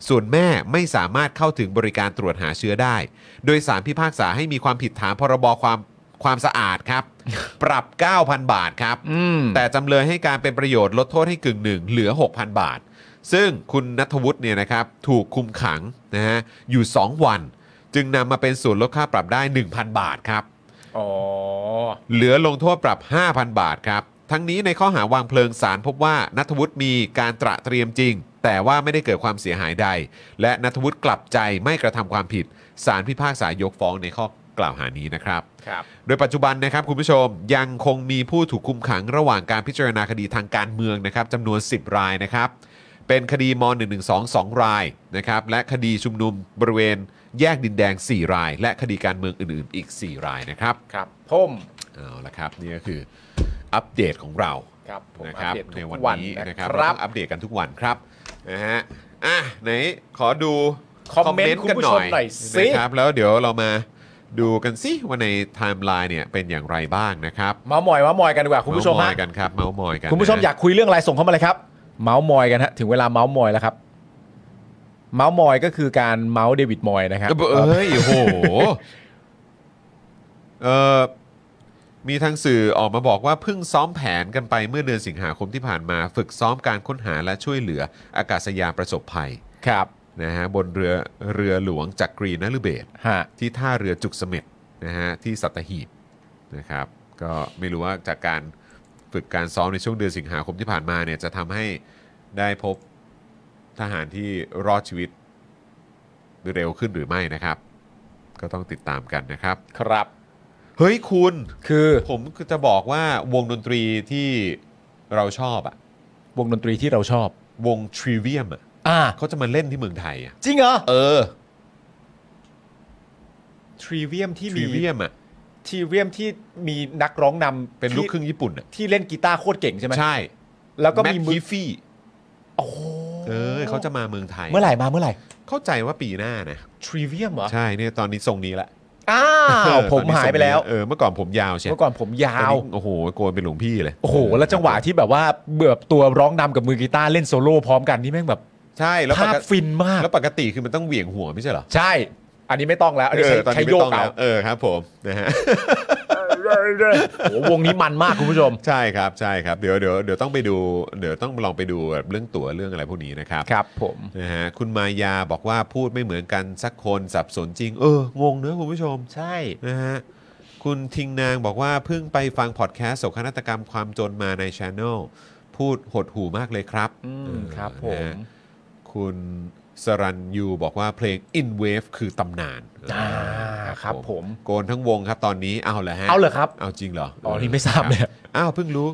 [SPEAKER 1] ส่วนแม่ไม่สามารถเข้าถึงบริการตรวจหาเชื้อได้ โดยสารพิพากษาให้มีความผิดฐานพรบความความสะอาดครับ ปรับ 9,000 บาทครับ
[SPEAKER 2] อืม
[SPEAKER 1] แต่จำเลยให้การเป็นประโยชน์ลดโทษให้กึ่งหนึ่งเหลือ 6,000 บาท ซึ่งคุณนัทวุฒิเนี่ยนะครับถูกคุมขังนะฮะอยู่ 2 วัน จึงนำมาเป็นส่วนลดค่าปรับได้ 1,000 บาทครับ
[SPEAKER 2] อ๋อ
[SPEAKER 1] เหลือลงโทษปรับ 5,000 บาทครับ ทั้งนี้ในข้อหาวางเพลิงสารพบว่านัทวุฒิมีการตระเตรียมจริง แต่ว่าไม่ได้เกิดความเสียหายใด และนัทวุฒิกลับใจไม่กระทำความผิดสารพิพากษายกฟ้องในข้อกล่าวหานี้นะครับ
[SPEAKER 2] ครับ
[SPEAKER 1] โดยปัจจุบันนะครับคุณผู้ชมยังคงมีผู้ถูกคุมขังระหว่างการพิจารณาคดีทางการเมืองนะครับจำนวน 10 รายนะครับ เป็นคดีม .112 2รายนะครับและคดีชุมนุมบริเวณแยกดินแดง 4 ราย และคดีการเมืองอื่นๆ อีก 4 รายนะครับ
[SPEAKER 2] ครับผม
[SPEAKER 1] เอาละครับนี่ก็คืออัปเดตของเรา
[SPEAKER 2] ครับผม
[SPEAKER 1] นะครั
[SPEAKER 2] อั
[SPEAKER 1] บ
[SPEAKER 2] ปเดตทุก
[SPEAKER 1] ในวันนี้นะครับ
[SPEAKER 2] ค
[SPEAKER 1] เรา
[SPEAKER 2] รับ
[SPEAKER 1] ต้องอัปเดตกันทุกวันครับนะฮะอ่ะไหนขอดู
[SPEAKER 2] คอมเมนต์คุณผู้ชมหน่อยสิ
[SPEAKER 1] นะครับแล้วเดี๋ยวเรามาดูกันสิว่าในไทม์ไลน์เนี่ยเป็นอย่างไรบ้างนะครับ
[SPEAKER 2] เมาส์มอยเมาส์มอยกันดีกว่าคุณผู้ชม
[SPEAKER 1] เา
[SPEAKER 2] ฮะ
[SPEAKER 1] อยกันครับเมาส์มอยกัน
[SPEAKER 2] คุณผู้ชม
[SPEAKER 1] นะ
[SPEAKER 2] อยากคุยเรื่องอะไรส่งเข้ามาเลยครับ เมาส์มอยกันฮะถึงเวลาเมาส์มอยแล้วครับ เมาส์มอยก็คือการเมาส์เดวิดมอยนะครับ
[SPEAKER 1] เอ้ยเอ้ยโอ้โหเออมีทางสื่อออกมาบอกว่าเพิ่งซ้อมแผนกันไปเมื่อเดือนสิงหาคมที่ผ่านมา ฝึกซ้อมการค้นหาและช่วยเหลืออากาศยานประสบภัย
[SPEAKER 2] ครับ
[SPEAKER 1] นะฮะบนเรือเรือหลวงจักรีนฤเบศร
[SPEAKER 2] ฮะ
[SPEAKER 1] ที่ท่าเรือจุกเสม็ดนะฮะที่สัตหีบนะครับ ก็ไม่รู้ว่าจากการฝึกการซ้อมในช่วงเดือนสิงหาคมที่ผ่านมาเนี่ยจะทำให้ได้พบทหารที่รอดชีวิต เร็วขึ้นหรือไม่นะครับ ก็ต้องติดตามกันนะครับ
[SPEAKER 2] ครับ
[SPEAKER 1] เฮ้ยคุณ
[SPEAKER 2] คือ
[SPEAKER 1] ผมคือจะบอกว่าวงดนตรีที่เราชอบอะ
[SPEAKER 2] วงดนตรีที่เราชอบ
[SPEAKER 1] วงทริเวียมอะ
[SPEAKER 2] อ่า
[SPEAKER 1] เขาจะมาเล่นที่เมืองไทยอะ
[SPEAKER 2] จริงเหรอ
[SPEAKER 1] เออ
[SPEAKER 2] ทริเวียมที่
[SPEAKER 1] ท
[SPEAKER 2] มี
[SPEAKER 1] ริเวียมอะ
[SPEAKER 2] ทริเวียมที่มีนักร้องนำ
[SPEAKER 1] เป็นลูกครึ่งญี่ปุ่นอะ
[SPEAKER 2] ที่เล่นกีตาร์โคตรเก่งใช่ไหม
[SPEAKER 1] ใช่
[SPEAKER 2] แล้วก็
[SPEAKER 1] แมท
[SPEAKER 2] มีมื
[SPEAKER 1] ฮี
[SPEAKER 2] อ
[SPEAKER 1] ฟี่
[SPEAKER 2] โอ้โห
[SPEAKER 1] เออเขาจะมาเมืองไทย
[SPEAKER 2] เมื่อไหร่มาเมื่อไหร่
[SPEAKER 1] เข้าใจว่าปีหน้านะ
[SPEAKER 2] ทริเวียมเหรอ
[SPEAKER 1] ใช่เนี่ยตอนนี้ทรงนี้ละ
[SPEAKER 2] อ้าว
[SPEAKER 1] เออ
[SPEAKER 2] ผม
[SPEAKER 1] ตอนนี้
[SPEAKER 2] หายไปแล้ว
[SPEAKER 1] ทรงนี้เออเมื่อก่อนผมยาวใช่
[SPEAKER 2] เมื่อก่อนผมยา
[SPEAKER 1] ตอน
[SPEAKER 2] ว
[SPEAKER 1] นี้โอ้โหโกนเป็นหลวงพี่เลย
[SPEAKER 2] โอ้โห แล้วจังหวะที่แบบว่าเบื่อตัวร้องนำกับมือกีตาร์เล่นโซโล่พร้อมกันนี่แม่งแบบ
[SPEAKER 1] ใช่แล้วป
[SPEAKER 2] ภาพ
[SPEAKER 1] กติ
[SPEAKER 2] ฟินมาก
[SPEAKER 1] แล้วปกติคือมันต้องเหวี่ยงหัวไม่ใช่เหรอ
[SPEAKER 2] ใช่ อันนี้ไม่ต้องแล้ว อันนี้ใช้
[SPEAKER 1] เตอน
[SPEAKER 2] ใช้
[SPEAKER 1] นี้
[SPEAKER 2] โย
[SPEAKER 1] ไม่
[SPEAKER 2] ก
[SPEAKER 1] ต้อง
[SPEAKER 2] เอา
[SPEAKER 1] แล้วเออครับผมนะฮะ
[SPEAKER 2] โอ้โหวงนี้มันมากคุณผู้ชม
[SPEAKER 1] ใช่ครับใช่ครับเดี๋ยวเดี๋ยวเดี๋ยวต้องไปดูเดี๋ยวต้องลองไปดูแบบเรื่องตั๋วเรื่องอะไรพวกนี้นะครับ
[SPEAKER 2] ครับผม
[SPEAKER 1] นะฮะคุณมายาบอกว่าพูดไม่เหมือนกันสักคนสับสนจริง เอองงเนอะคุณผู้ชม
[SPEAKER 2] ใช่
[SPEAKER 1] นะฮะคุณทิงนางบอกว่าเพิ่งไปฟังพอดแคสต์โศกนาฏกรรมความจนมาในช ANNEL พูดหดหูมากเลยครับ
[SPEAKER 2] อื
[SPEAKER 1] เอ
[SPEAKER 2] ม
[SPEAKER 1] อ
[SPEAKER 2] ครับผ
[SPEAKER 1] นะ
[SPEAKER 2] ม
[SPEAKER 1] ฮะคุณสรันยูบอกว่าเพลง In Wave คือตำนาน
[SPEAKER 2] อ่า ครับผม
[SPEAKER 1] โกนทั้งวงครับตอนนี้เอาเหรอฮะ
[SPEAKER 2] เอาเหรอครับ
[SPEAKER 1] เอาจริงเหรอ
[SPEAKER 2] อ๋
[SPEAKER 1] อ๋
[SPEAKER 2] อ นี่ไม่ทราบเลย
[SPEAKER 1] อ้าวเพิ่งรู้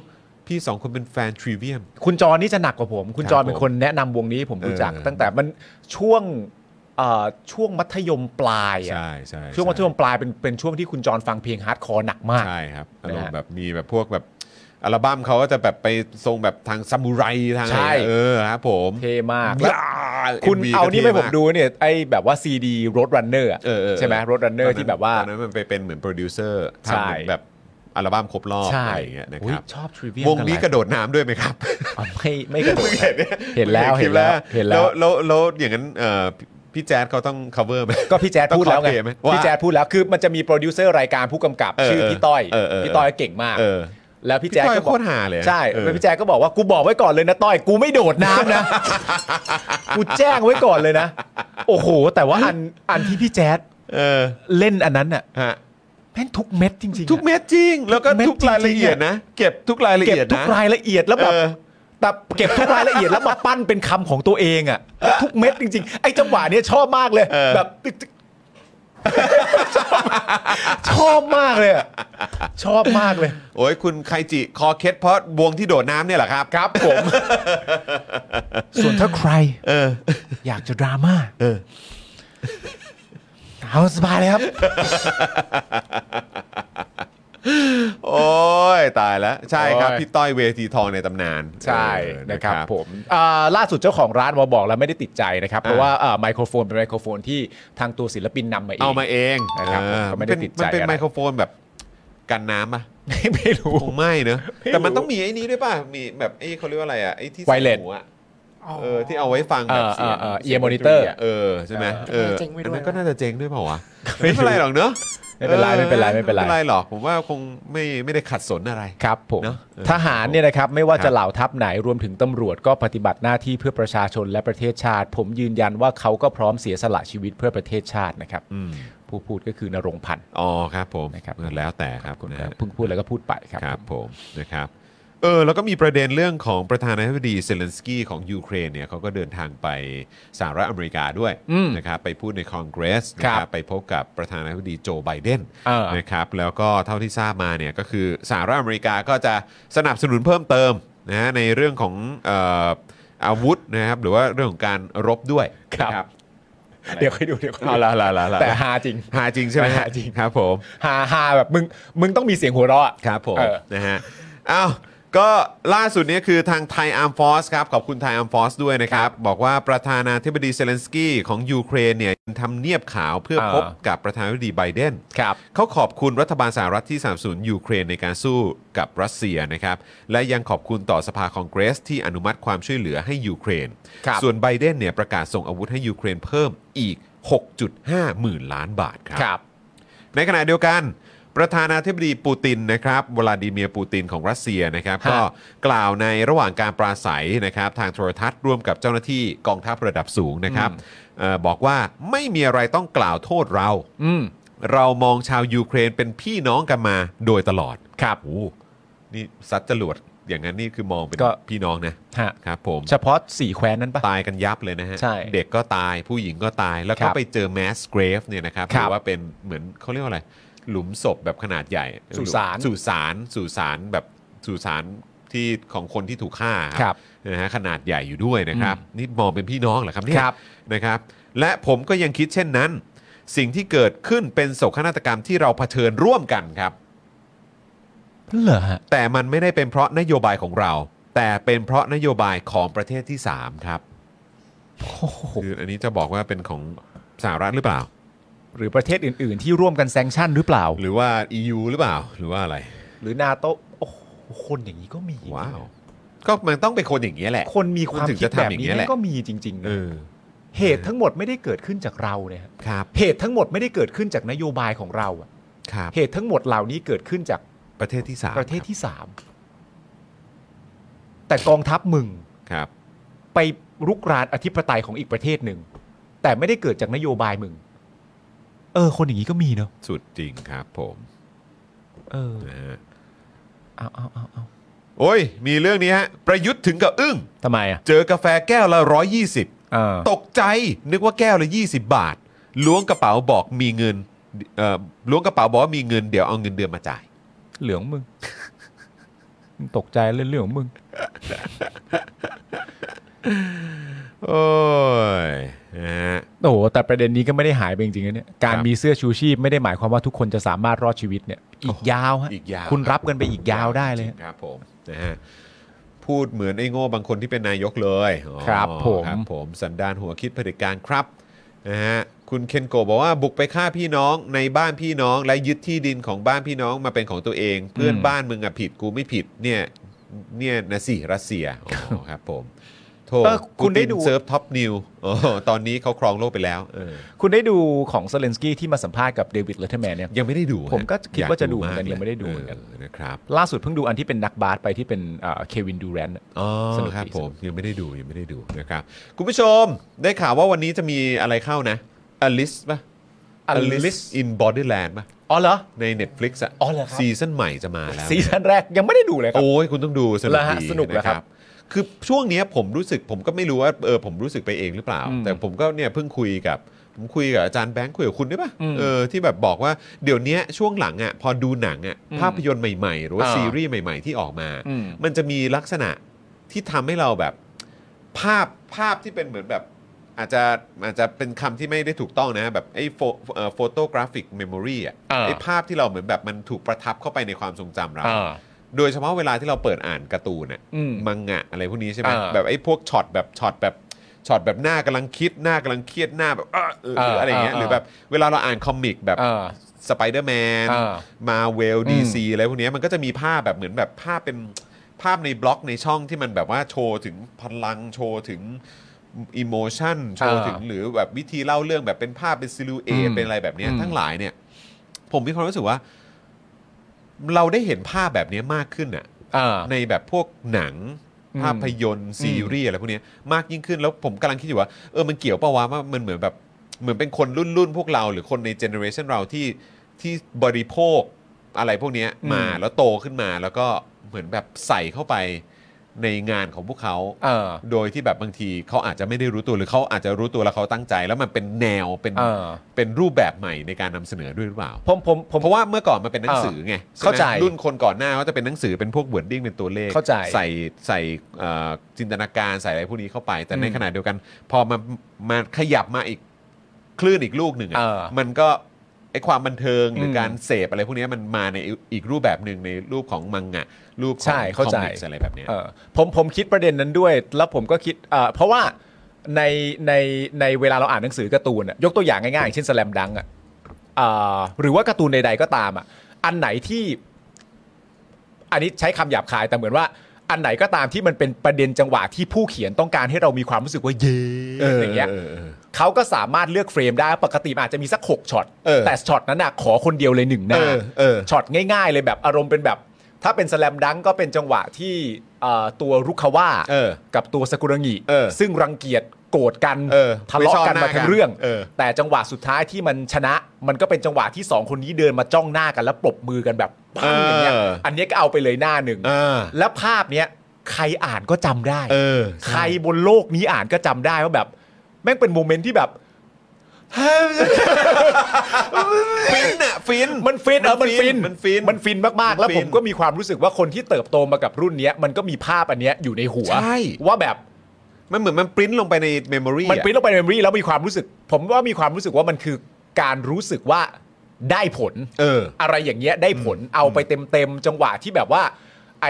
[SPEAKER 1] พี่สองคนเป็นแฟนทริเวียม
[SPEAKER 2] คุณจรนี่จะหนักกว่าผม คุณจร
[SPEAKER 1] ครับ
[SPEAKER 2] เป็นคนแนะนำวงนี้ให้ผม
[SPEAKER 1] เออ
[SPEAKER 2] รู้จัก ตั้งแต่มันช่วงเอ่อช่วงมัธยมปลายอะ
[SPEAKER 1] ใช่ใช่
[SPEAKER 2] ช่วงมัธยมปลายเป็นเป็นช่วงที่คุณจรฟังเพลงฮาร์ดคอร์หนักมาก
[SPEAKER 1] ใช่ครับอา
[SPEAKER 2] นะฮะ
[SPEAKER 1] รมณ์แบบมีแบบพวกแบบอัลบั้มเขาก็จะแบบไปทรงแบบทางซามูไรทางอะ
[SPEAKER 2] ใช่
[SPEAKER 1] ไรเออครับผม
[SPEAKER 2] เท่มาก
[SPEAKER 1] ย
[SPEAKER 2] แล้ว
[SPEAKER 1] าว MV
[SPEAKER 2] คุณเอานี่
[SPEAKER 1] ก็
[SPEAKER 2] ไม่
[SPEAKER 1] ท่
[SPEAKER 2] ผมดูเนี่ยไอ้แบบว่าซีดีรถรันเนอร์
[SPEAKER 1] เออเออ
[SPEAKER 2] ใช่ไหมรถรันเนอ
[SPEAKER 1] ต
[SPEAKER 2] ร์ที่แบบว่า
[SPEAKER 1] ตอนนั้นมันไปเป็นเหมือนโปรดิวเซอร์
[SPEAKER 2] ใช่
[SPEAKER 1] ทำเหมือนแบบอัลบั้มครบรอบอะไรอย่างเงี้ยนะ
[SPEAKER 2] อุ๊
[SPEAKER 1] ค
[SPEAKER 2] ย
[SPEAKER 1] รับ
[SPEAKER 2] ชอบทริวิ
[SPEAKER 1] วงนี้กระโดดน้ำด้วยไหมครับ
[SPEAKER 2] ไม่ไม่กระโดด
[SPEAKER 1] เห็นเนี่ย
[SPEAKER 2] เห็นแล้ว
[SPEAKER 1] คป
[SPEAKER 2] เห็นแล้ว
[SPEAKER 1] แล้วแล้วอย่างนั้นเอ่อพี่พี่แจ๊ดเขาต้อง cover ไหม
[SPEAKER 2] ก็พี่แจ๊ดพูดแล้วไง
[SPEAKER 1] ต้องขอเคลียร์ไหมว่า
[SPEAKER 2] พี่แจ๊ดพูดแล้วคือมันจะมีโปรดิวเซอร์รายการผู้กำกับ
[SPEAKER 1] เออ
[SPEAKER 2] ชื่อพี่ต้อย
[SPEAKER 1] เออเออ
[SPEAKER 2] พี่ต้อยเก่งมาก
[SPEAKER 1] เออ
[SPEAKER 2] แล้วพี่แจ๊ด
[SPEAKER 1] ต้อย
[SPEAKER 2] ก็บอ
[SPEAKER 1] โค
[SPEAKER 2] ก
[SPEAKER 1] ตรหาเลย
[SPEAKER 2] ใช่
[SPEAKER 1] เออ
[SPEAKER 2] แล้วพี่แจ๊กก็บอกว่ากูบอกไว้ก่อนเลยนะต้อย กูไม่โดดน้ำ นะ กูแจ้งไว้ก่อนเลยนะ โอ้โห แต่ว่าอันอันที่พี่แจ๊ด
[SPEAKER 1] เออ
[SPEAKER 2] เล่นอันนั้นน่ะ
[SPEAKER 1] ฮะ
[SPEAKER 2] แม่งทุกเม็ดจริงๆอะ
[SPEAKER 1] ทุกเม็ดจริง แล้วก็
[SPEAKER 2] เม็ด
[SPEAKER 1] ทุกรายละเอีย
[SPEAKER 2] จ
[SPEAKER 1] ด
[SPEAKER 2] ริงๆอะ
[SPEAKER 1] นะ เก็บทุกรายละ
[SPEAKER 2] เก็บ
[SPEAKER 1] เอียด
[SPEAKER 2] ทุก
[SPEAKER 1] นะ
[SPEAKER 2] รายละเอียดแล้วแบบ
[SPEAKER 1] เออ
[SPEAKER 2] แต่เก็บทุกรายละเอียดแล้วมาปั้นเป็นคำของตัวเองอ่ะ ทุกเม็ดจริงๆ ไอ้จังหวะเนี้ยชอบมากเลย แบบ ชอบมากเลยอะชอบมากเลย
[SPEAKER 1] โอ้ยคุณไคจิคอเคสเพราะวงที่โดดน้ำเนี่ยแหละครับ
[SPEAKER 2] ครับผม ส่วนถ้าใคร
[SPEAKER 1] เออ
[SPEAKER 2] อยากจะดราม่า
[SPEAKER 1] เออ
[SPEAKER 2] เอาสบายเลยครับ
[SPEAKER 1] โอ้ยตายแล้ว ใช่ครับ
[SPEAKER 2] โอ้ย
[SPEAKER 1] พี่ต้อยเวทีทองในตำนาน
[SPEAKER 2] ใช่
[SPEAKER 1] เออ
[SPEAKER 2] นะครับผมอ่าล่าสุดเจ้าของร้านมาบอกแล้วไม่ได้ติดใจนะครับ เพราะว่าอ่าไมโครโฟนเป็นไมโครโฟนที่ทางตัวศิลปินนำมาเอง
[SPEAKER 1] เอามาเอง
[SPEAKER 2] นะครับ
[SPEAKER 1] เออ
[SPEAKER 2] ก็ไม่ได้
[SPEAKER 1] เป็น
[SPEAKER 2] ติดใจ
[SPEAKER 1] มันเป็น
[SPEAKER 2] อะไร
[SPEAKER 1] ไมโครโฟนแบบกันน้ำปะ
[SPEAKER 2] ไม่รู้
[SPEAKER 1] คงไม่เนอะ
[SPEAKER 2] ไม่รู้
[SPEAKER 1] แต่มันต้องมีไอ้นี้ด้วยป่ะ มีแบบไอ้เขาเรียกว่าอะไรอ่ะไอ้ที่ใส่
[SPEAKER 2] Wireless
[SPEAKER 1] หูอะเออที่เอาไว้ฟังแบบเสียง
[SPEAKER 2] เออเออเออ
[SPEAKER 1] สียง
[SPEAKER 2] ear monitor
[SPEAKER 1] เออใช่ไหมเออ
[SPEAKER 5] เจ๋งไปด้วย
[SPEAKER 1] อันนั้นก็น่าจะเจ๊งด้วยเปล่าวะ
[SPEAKER 2] ไม่รู้
[SPEAKER 1] ไม่เป็นไรหรอกเนอะ
[SPEAKER 2] ไม่เป็นไร
[SPEAKER 1] ออ
[SPEAKER 2] ไม่เป็นไรไม่เป็นไร
[SPEAKER 1] ไม่เป็นไรหรอกผมว่าคงไม่ไม่ได้ขัดสนอะไร
[SPEAKER 2] ครับผม
[SPEAKER 1] เนอะเออ
[SPEAKER 2] ทหารเนี่ยนะครับไม่ว่า
[SPEAKER 1] ครั
[SPEAKER 2] จะ
[SPEAKER 1] บ
[SPEAKER 2] เหล่าทัพไหนรวมถึงตำรวจก็ปฏิบัติหน้าที่เพื่อประชาชนและประเทศชาติ ผมยืนยันว่าเขาก็พร้อมเสียสละชีวิตเพื่อประเทศชาตินะครับ
[SPEAKER 1] อืม
[SPEAKER 2] ผู้พูดก็คือนรงค์พันธ์
[SPEAKER 1] อ๋อครับผม
[SPEAKER 2] นะครับ
[SPEAKER 1] เออแล้วแต่ครับนะฮะ
[SPEAKER 2] เพิ่งพูดแล้วก็พูดไปครับ
[SPEAKER 1] ครับผมนะครับเออแล้วก็มีประเด็นเรื่องของประธานาธิบดีเซเลนสกี้ของยูเครนเนี่ยเขาก็เดินทางไปสหรัฐอเมริกาด้วย
[SPEAKER 2] อืม
[SPEAKER 1] นะครับไปพูดในคอนเกรสนะ
[SPEAKER 2] ค
[SPEAKER 1] ค
[SPEAKER 2] รั
[SPEAKER 1] รับบ ไปพบกับประธานาธิบดีโจไบเดน
[SPEAKER 2] เออ
[SPEAKER 1] นะครับแล้วก็เท่าที่ทราบมาเนี่ยก็คือสหรัฐอเมริกาก็จะสนับสนุนเพิ่มเติมนะฮะในเรื่องของเอ่ออาวุธนะครับหรือว่าเรื่องของการรบด้วย
[SPEAKER 2] ครับ
[SPEAKER 1] นะ
[SPEAKER 2] เดี๋ยวค่อยดูเดี๋ยวค่อย
[SPEAKER 1] เอา
[SPEAKER 2] ดู
[SPEAKER 1] ละละละละ
[SPEAKER 2] แต่ฮาจริง
[SPEAKER 1] หาจริงใช่ไหมฮะ
[SPEAKER 2] หาจริง
[SPEAKER 1] ครับผม
[SPEAKER 2] ฮาฮาแบบมึงมึงต้องมีเสียงหัวเราะอะ
[SPEAKER 1] ครับผม
[SPEAKER 2] เออ
[SPEAKER 1] นะฮะอ้าวก็ล่าสุดเนี้คือทางไทยอาร์มฟอสครับขอบคุณไทยอาร์มฟอสด้วยนะครับ บอกว่าประธานาธิบดีเซเลนสกี้ของยูเครนเนี่ยทำเนียบขาวเพื่อพบกับประธานาธิบดีไบเดน
[SPEAKER 2] ครับ
[SPEAKER 1] เขาขอบคุณรัฐบาลสหรัฐที่สนับสนุนยูเครนในการสู้กับรัสเซียนะครับ และยังขอบคุณต่อสภาคองเกรส ที่อนุมัติความช่วยเหลือให้ยูเครน
[SPEAKER 2] ครับ
[SPEAKER 1] ส่วนไบเดนเนี่ยประกาศส่งอาวุธให้ยูเครนเพิ่มอีก 6.5 หมื่นล้านบาทครับ
[SPEAKER 2] ครับ
[SPEAKER 1] ในขณะเดียวกัน ประธานาธิบดีปูตินนะครับวลาดิเมียร์ปูตินของรัสเซียนะครับ
[SPEAKER 2] ฮะ
[SPEAKER 1] ก็กล่าวในระหว่างการปราศัยนะครับทางโทรทัศน์ร่วมกับเจ้าหน้าที่กองทัพระดับสูงนะครับเอ่อบอกว่าไม่มีอะไรต้องกล่าวโทษเรา
[SPEAKER 2] อืม
[SPEAKER 1] เรามองชาวยูเครนเป็นพี่น้องกันมาโดยตลอด
[SPEAKER 2] ครับ
[SPEAKER 1] โอ้นี่ซัดจรวดอย่างนั้นนี่คือมองเป็น
[SPEAKER 2] ก็
[SPEAKER 1] พี่น้องนะ
[SPEAKER 2] ฮะ
[SPEAKER 1] ครับผม
[SPEAKER 2] เฉพาะสี่แคว้นนั้นปะ
[SPEAKER 1] ตายกันยับเลยนะฮะ
[SPEAKER 2] ใช่
[SPEAKER 1] เด็กก็ตายผู้หญิงก็ตาย แล้วก็
[SPEAKER 2] ครับ
[SPEAKER 1] ไปเจอแมสเกรฟเนี่ยนะครับ
[SPEAKER 2] ค
[SPEAKER 1] ห
[SPEAKER 2] รับ
[SPEAKER 1] รือว่าเป็นเหมือนเขาเรียกว่าอะไร หลุมศพแบบขนาดใหญ่
[SPEAKER 2] สุสาน
[SPEAKER 1] สุสานสุสานแบบสุสานที่ของคนที่ถูกฆ่า
[SPEAKER 2] ครับ
[SPEAKER 1] นะฮะขนาดใหญ่อยู่ด้วยนะครับ นี่มองเป็นพี่น้องเหรอครับเนี่ย
[SPEAKER 2] ครับ
[SPEAKER 1] นะครับและผมก็ยังคิดเช่นนั้น สิ่งที่เกิดขึ้นเป็นโศกนาฏกรรมที่เราเผชิญร่วมกันครับ
[SPEAKER 2] เหรอฮะ
[SPEAKER 1] แต่มันไม่ได้เป็นเพราะนโยบายของเรา แต่เป็นเพราะนโยบายของประเทศที่สามครับ
[SPEAKER 2] โอ้โห
[SPEAKER 1] คืออันนี้จะบอกว่าเป็นของสหรัฐหรือเปล่า
[SPEAKER 2] หรือประเทศอื่น ๆ ที่ร่วมกันแซงชั่นหรือเปล่า
[SPEAKER 1] หรือว่า EU หรือเปล่า หรือว่าอะไร
[SPEAKER 2] หรือนาโตโอ้โหคนอย่างนี้ก็มี
[SPEAKER 1] ว้าว ก็มันต้องเป็นคนอย่างนี้ยแหละ
[SPEAKER 2] คนมีความ
[SPEAKER 1] มันถึง
[SPEAKER 2] คิด
[SPEAKER 1] จะ
[SPEAKER 2] แบ
[SPEAKER 1] ทำ
[SPEAKER 2] บ
[SPEAKER 1] อย่างนี้
[SPEAKER 2] นี้
[SPEAKER 1] แหละ
[SPEAKER 2] ก็มีจริงๆนะ
[SPEAKER 1] เออ
[SPEAKER 2] เหตุทั้งหมดไม่ได้เกิดขึ้นจากเราเนี่ยฮะ
[SPEAKER 1] ครับ
[SPEAKER 2] เหตุทั้งหมดไม่ได้เกิดขึ้นจากนโยบายของเราอะ
[SPEAKER 1] ครับ
[SPEAKER 2] เหตุทั้งหมดเหล่านี้เกิดขึ้นจาก
[SPEAKER 1] ประเทศที่สาม
[SPEAKER 2] ประเทศที่สามแต่กองทัพมึง
[SPEAKER 1] ครับ
[SPEAKER 2] ไปรุกรานอธิปไตยของอีกประเทศหนึ่ง แต่ไม่ได้เกิดจากนโยบายมึง เออ คนอย่างนี้ก็มีเนาะ
[SPEAKER 1] สุดจริงครับผม
[SPEAKER 2] เออ
[SPEAKER 1] นะฮะ
[SPEAKER 2] เอาเอาเอาเอา
[SPEAKER 1] โอ้ย มีเรื่องนี้ฮะ ประยุทธ์ถึงกับอึ้ง
[SPEAKER 2] ทำไมอ่ะ
[SPEAKER 1] เจอกาแฟแก้วละ 120
[SPEAKER 2] เออ
[SPEAKER 1] ตกใจ นึกว่าแก้วละ 20 บาท ล้วงกระเป๋าบอกมีเงินเอ่อล้วงกระเป๋าบอกว่ามีเงินเดี๋ยวเอาเงินเดือนมาจ่าย
[SPEAKER 2] เหลืองมึง มึงตกใจเรื่องเรื่องของมึง
[SPEAKER 1] โอ้ยนะฮะ
[SPEAKER 2] โอ้โหแต่ประเด็นนี้ก็ไม่ได้หายไปจริงๆนะเนี่ยการ
[SPEAKER 1] ครับ
[SPEAKER 2] มีเสื้อชูชีพไม่ได้หมายความว่าทุกคนจะสามารถรอดชีวิตเนี่ยอีกยาวฮะ
[SPEAKER 1] อีกยาว
[SPEAKER 2] คุณรับกันไปอีกยาวได้เลยฮะ
[SPEAKER 1] ครับผมนะฮะพูดเหมือนไอ้โง่บางคนที่เป็นนายกเลยอ๋อ
[SPEAKER 2] ครับผม
[SPEAKER 1] ครับผมสันดานหัวคิดเผด็จการครับนะฮะคุณเคนโกะบอกว่าบุกไปฆ่าพี่น้องในบ้านพี่น้อง และยึดที่ดินของบ้านพี่น้องมาเป็นของตัวเอง เพื่อนบ้านมึงอะผิดกูไม่ผิดเนี่ยเนี่ยนะสิรัสเซียอ๋อครับผมโทษ
[SPEAKER 6] เออคุณได้ดู
[SPEAKER 1] เซิร์ฟท็อปนิวอ๋อตอนนี้เขาครองโลกไปแล้วเออ
[SPEAKER 2] คุณได้ดูของเซเลนสกี้ที่มาสัมภาษณ์กับเดวิดเลเทอร์แมนเนี่ย
[SPEAKER 1] ยังไม่ได้ดูฮ
[SPEAKER 2] ผมก็คิดว่าจะดูเหมือนกัน
[SPEAKER 1] อาก
[SPEAKER 2] ยังไม่ได้ดูเหมือนกัน
[SPEAKER 1] ลยนะครับ
[SPEAKER 2] ล่าสุดเพิ่งดูอันที่เป็นนักบาสไปที่เป็นเควินดูแรน
[SPEAKER 1] อ๋อ
[SPEAKER 2] สนุกดี
[SPEAKER 1] ครับผมยังไม่ได้ดูยังไม่ได้ดูนะครับคุณผู้ชมได้ข่าวว่าวันนี้จะมีอะไรเข้านะอลิสป่ะ Alice in Borderland ป่ะ
[SPEAKER 2] อ๋อเหรอ
[SPEAKER 1] ใน Netflix อะ
[SPEAKER 2] อ๋อเหรอครับ
[SPEAKER 1] ซีซั่นใหม่จะมาแล้ว
[SPEAKER 2] ซีซั่นแรกยังไม่ได้ดูเลยครับ
[SPEAKER 1] โอ้ยคุณต้องดูสนุ
[SPEAKER 2] เหร
[SPEAKER 1] ก
[SPEAKER 2] อฮะ
[SPEAKER 1] ดี
[SPEAKER 2] สนุกเหรอครับ
[SPEAKER 1] ะคือช่วงเนี้ยผมรู้สึกผมก็ไม่รู้ว่าเออผมรู้สึกไปเองหรือเปล่า
[SPEAKER 2] อืม
[SPEAKER 1] แต่ผมก็เนี่ยเพิ่งคุยกับผมคุยกับอาจารย์แบงค์คุยกับคุณด้วยป่ะ
[SPEAKER 2] อืม
[SPEAKER 1] เออที่แบบบอกว่าเดี๋ยวเนี้ยช่วงหลังอ่ะพอดูหนังอ่ะ
[SPEAKER 2] อืม
[SPEAKER 1] ภาพยนตร์ใหม่ๆ หรือว่า
[SPEAKER 2] อ่า
[SPEAKER 1] ซีรีส์ใหม่ ๆ ที่ออกมา
[SPEAKER 2] อืม
[SPEAKER 1] มันจะมีลักษณะที่ทำให้เราแบบภาพภาพที่เป็นเหมือนแบบ อาจจะอาจจะเป็นคำที่ไม่ได้ถูกต้องนะ แบบไอ้โฟโตกราฟิกเมมโมรีอ่ะ
[SPEAKER 2] อ่า
[SPEAKER 1] ไอ้ภาพที่เราเหมือนแบบมันถูกประทับเข้าไปในความทรงจำเรา
[SPEAKER 2] อ่า
[SPEAKER 1] โดยเฉพาะเวลาที่เราเปิดอ่านการ์ตูนอ่ะ
[SPEAKER 2] อืม
[SPEAKER 1] มังงะอะไรพวกนี้ใช่ไหม
[SPEAKER 2] อ่า
[SPEAKER 1] แบบไอ้พวกช็อตแบบช็อตแบบช็อตแบบหน้ากำลังคิดหน้ากำลังเครียดหน้าแบบอ้าเออเอออะไรอย่างเงี้ย
[SPEAKER 2] อ่า
[SPEAKER 1] หรือแบบเวลาเราอ่านคอมิกแบบ
[SPEAKER 2] อ่า
[SPEAKER 1] สไปเดอร์แมน
[SPEAKER 2] อ่า
[SPEAKER 1] มาเวลดีซีอะไรพวกเนี้ยมันก็จะมีภาพแบบเหมือนแบบภาพเป็นภาพในบล็อกในช่องที่มันแบบว่าโชว์ถึงพลังโชว์ถึงอิโมชันโชว์
[SPEAKER 2] อ่า
[SPEAKER 1] ถึงหรือแบบวิธีเล่าเรื่องแบบเป็นภาพเป็นซิลูเอ
[SPEAKER 2] อืม
[SPEAKER 1] เป็นอะไรแบบเนี้ย
[SPEAKER 2] อืม
[SPEAKER 1] ทั้งหลายเนี่ย ผมมีความรู้สึกว่า เราได้เห็นภาพแบบเนี้ยมากขึ้นอ่ะ
[SPEAKER 2] อ่า
[SPEAKER 1] ในแบบพวกหนัง
[SPEAKER 2] อืม
[SPEAKER 1] ภาพยนตร์ซีรีส์อะไรพวกเนี้ยมากยิ่งขึ้นแล้วผมกำลังคิดอยู่ว่าเออมันเกี่ยวเปล่าวะว่ามันเหมือนแบบเหมือนเป็นคนรุ่นรุ่นพวกเรา หรือคนในเจเนอเรชันเราที่ที่บริโภคอะไรพวกเนี้ย
[SPEAKER 2] อืม
[SPEAKER 1] มาแล้วโตขึ้นมาแล้วก็เหมือนแบบใส่เข้าไปในงานของพวกเขา
[SPEAKER 2] เออ
[SPEAKER 1] โดยที่แบบบางทีเขาอาจจะไม่ได้รู้ตัวหรือเขาอาจจะรู้ตัวแล้วเขาตั้งใจ แล้วมันเป็นแนวเป็น
[SPEAKER 2] เออ
[SPEAKER 1] เป็นรูปแบบใหม่ในการนำเสนอด้วยหรือเปล่า
[SPEAKER 2] ผมผมผม
[SPEAKER 1] เพราะว่าเมื่อก่อนมันเป็นหนังสือไงช่ไหม
[SPEAKER 2] เข้าใจ
[SPEAKER 1] รุ่นคนก่อนหน้าก็จะเป็นหนังสือเป็นพวก wording เป็นตัวเลข
[SPEAKER 2] เข้าใจ
[SPEAKER 1] ใส่ใส่เอ่อจินตนาการใส่อะไรพวกนี้เข้าไป แต่ใน
[SPEAKER 2] อืม
[SPEAKER 1] ขณะเดียวกัน พอมามาขยับมาอีกคลื่นอีกลูกหนึ่งอะ
[SPEAKER 2] เออ
[SPEAKER 1] มันก็ไอความบันเทิงหรืออ
[SPEAKER 2] ม
[SPEAKER 1] การเสพอะไรพวกนี้มันมาในอีกรูปแบบหนึ่งในรูปของมังงะรูปขอ
[SPEAKER 2] ใช่
[SPEAKER 1] งคอ
[SPEAKER 2] เข้าใจ
[SPEAKER 1] มิกส์อะไรแบบเนี้ย
[SPEAKER 2] เออผมผมคิดประเด็นนั้นด้วย แล้วผมก็คิดเอ่อเพราะว่าในในในเวลาเราอ่านหนังสือการ์ตูนอะยกตัวอย่างง่ายๆอย่างเช่นสแลมดังอะเอ่อหรือว่าการ์ตูนใดๆก็ตามอะอันไหนที่ อันนี้ใช้คำหยาบคายแต่เหมือนว่า อันไหนก็ตามที่มันเป็นประเด็นจังหวะที่ผู้เขียนต้องการให้เรามีความรู้สึกว่าเย่อย่างเงี้ย เขาก็สามารถเลือกเฟรมได้ปกติมันอาจจะมีสัก 6ช็อต
[SPEAKER 1] เออ
[SPEAKER 2] แต่ช็อตนั้นน่ะขอคนเดียวเลยหนึ่งหน้า
[SPEAKER 1] เออเออ
[SPEAKER 2] ช็อตง่ายๆ เลยแบบอารมณ์เป็นแบบ ถ้าเป็นสแลมดังก็เป็นจังหวะที่เอ่อตัวรุกขว่า
[SPEAKER 1] เออ
[SPEAKER 2] กับตัวสกุรังิ
[SPEAKER 1] เออ
[SPEAKER 2] ซึ่งรังเกียจโกรธกัน
[SPEAKER 1] เออ
[SPEAKER 2] ทะเลาะกัน
[SPEAKER 1] ไม่ชอบหน้า
[SPEAKER 2] มาทั้งเรื่อง
[SPEAKER 1] กันเออ
[SPEAKER 2] แต่จังหวะสุดท้ายที่มันชนะ มันก็เป็นจังหวะที่สองคนนี้เดินมาจ้องหน้ากันแล้วปรบมือกันแบบปังอย่างเงี้ยอันเนี้ยก็เอาไปเลยหน้าหนึ่ง
[SPEAKER 1] เออ
[SPEAKER 2] แล้วภาพเนี้ยใครอ่านก็จำได้
[SPEAKER 1] เออ
[SPEAKER 2] ใครบนโลกนี้อ่านก็จำได้ว่าแบบ แม่งเป็นโมเมนต์ที่แบบ
[SPEAKER 1] ฟินอะฟิน
[SPEAKER 2] มันฟินเออมันฟิน
[SPEAKER 1] มันฟิน
[SPEAKER 2] มันฟินมากๆ แล้ว
[SPEAKER 1] มั
[SPEAKER 2] ผ
[SPEAKER 1] นฟิ
[SPEAKER 2] ม
[SPEAKER 1] น
[SPEAKER 2] ก็มีความรู้สึกว่าคนที่เติบโตมากับรุ่นเนี้ยมันก็มีภาพอันเนี้ยอยู่ในหัว
[SPEAKER 1] ใช่
[SPEAKER 2] ว่าแบบ
[SPEAKER 1] มันเหมือนมันปริ้นลงไปในเมมโมรี
[SPEAKER 2] มันปริ้นลงไปในเมมโมรีแล้วมีความรู้สึก ผมว่ามีความรู้สึกว่ามันคือการรู้สึกว่าได้ผล
[SPEAKER 1] เออ
[SPEAKER 2] อะไรอย่างเงี้ยได้ผลเอาไปเต็มๆจังหวะที่แบบว่า ไอ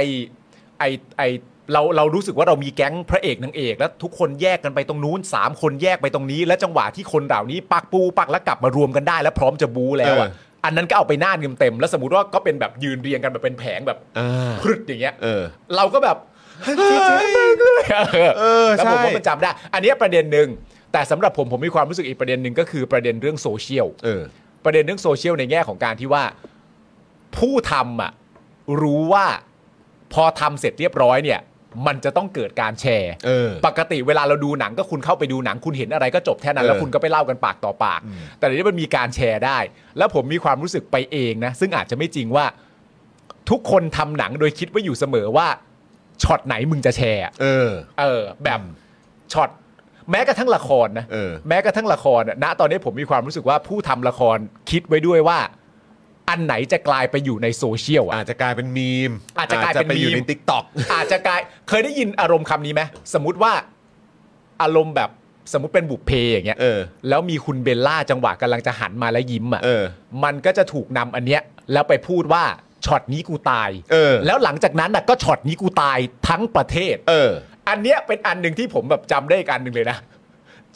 [SPEAKER 2] ไอไอเราเรารู้สึกว่าเรามีแก๊งพระเอกนางเอกแล้วทุกคนแยกกันไปตรงนู้นสามคนแยกไปตรงนี้ แล้วจังหวะที่คนเหล่านี้ปักปูปักแล้วกลับมารวมกันได้แล้วพร้อมจะบูแล้วอะ
[SPEAKER 1] เออ
[SPEAKER 2] อันนั้นก็เอาไปหน้าเงิมเต็มๆแล้วสมมติว่าก็เป็นแบบยืนเรียงกันแบบเป็นแผงแบบ
[SPEAKER 1] อ่า
[SPEAKER 2] พรึดอย่างเงี้ย
[SPEAKER 1] เออ
[SPEAKER 2] เราก็แบบ
[SPEAKER 1] เออ
[SPEAKER 2] แล้ว
[SPEAKER 1] ใช่
[SPEAKER 2] ผมว่ามันจำได้ อันเนี้ยประเด็นหนึ่งแต่สำหรับผมผมมีความรู้สึกอีกประเด็นหนึ่งก็คือประเด็นเรื่องโซเชียล
[SPEAKER 1] เออ
[SPEAKER 2] ประเด็นเรื่องโซเชียลในแง่ของการที่ว่า ผู้ทำอ่ะรู้ว่าพอทำเสร็จเรียบร้อยเนี่ย มันจะต้องเกิดการแชร์
[SPEAKER 1] เออ
[SPEAKER 2] ปกติเวลาเราดูหนังก็คุณเข้าไปดูหนังคุณเห็นอะไรก็จบแค่นั้น แล้ว
[SPEAKER 1] เออ
[SPEAKER 2] คุณก็ไปเล่ากันปากต่อปาก แต่เดี๋ยวนี้มันมีการแชร์ได้ แล้วผมมีความรู้สึกไปเองนะ ซึ่งอาจจะไม่จริงว่า ทุกคนทำหนังโดยคิดไว่าอยู่เสมอว่าช็อตไหนมึงจะแชร์
[SPEAKER 1] เออ
[SPEAKER 2] เออแบบช็อตแม้กระทั่งละครนะ
[SPEAKER 1] เออ
[SPEAKER 2] แม้กระทั่งละครน่ะณตอนนี้ผมมีความรู้สึกว่าผู้ทำละครคิดไว้ด้วยว่า อันไหนจะกลายไปอยู่ในโซเชียลอ่ะ
[SPEAKER 1] อาจจะกลายเป็นมีม
[SPEAKER 2] อาจจะกลายเป็น
[SPEAKER 1] ไปอยู่
[SPEAKER 2] มีม
[SPEAKER 1] ในติ๊กต็อก
[SPEAKER 2] อาจจะกลายเคยได้ยินอารมณ์คำนี้ไหมสมมติว่าอารมณ์แบบสมมติเป็นบุพเพอย่างเงี้ย
[SPEAKER 1] เออ
[SPEAKER 2] แล้วมีคุณเบลล่าจังหวะกำลังจะหันมาแล้วยิ้มอ่ะ
[SPEAKER 1] เออ
[SPEAKER 2] มันก็จะถูกนำอันเนี้ยแล้วไปพูดว่าช็อตนี้กูตาย
[SPEAKER 1] เออ
[SPEAKER 2] แล้วหลังจากนั้นน่ะก็ช็อตนี้กูตายทั้งประเทศ
[SPEAKER 1] เออ
[SPEAKER 2] อันเนี้ยเป็นอันหนึ่งที่ผมแบบจำได้อีกอันหนึ่งเลยนะ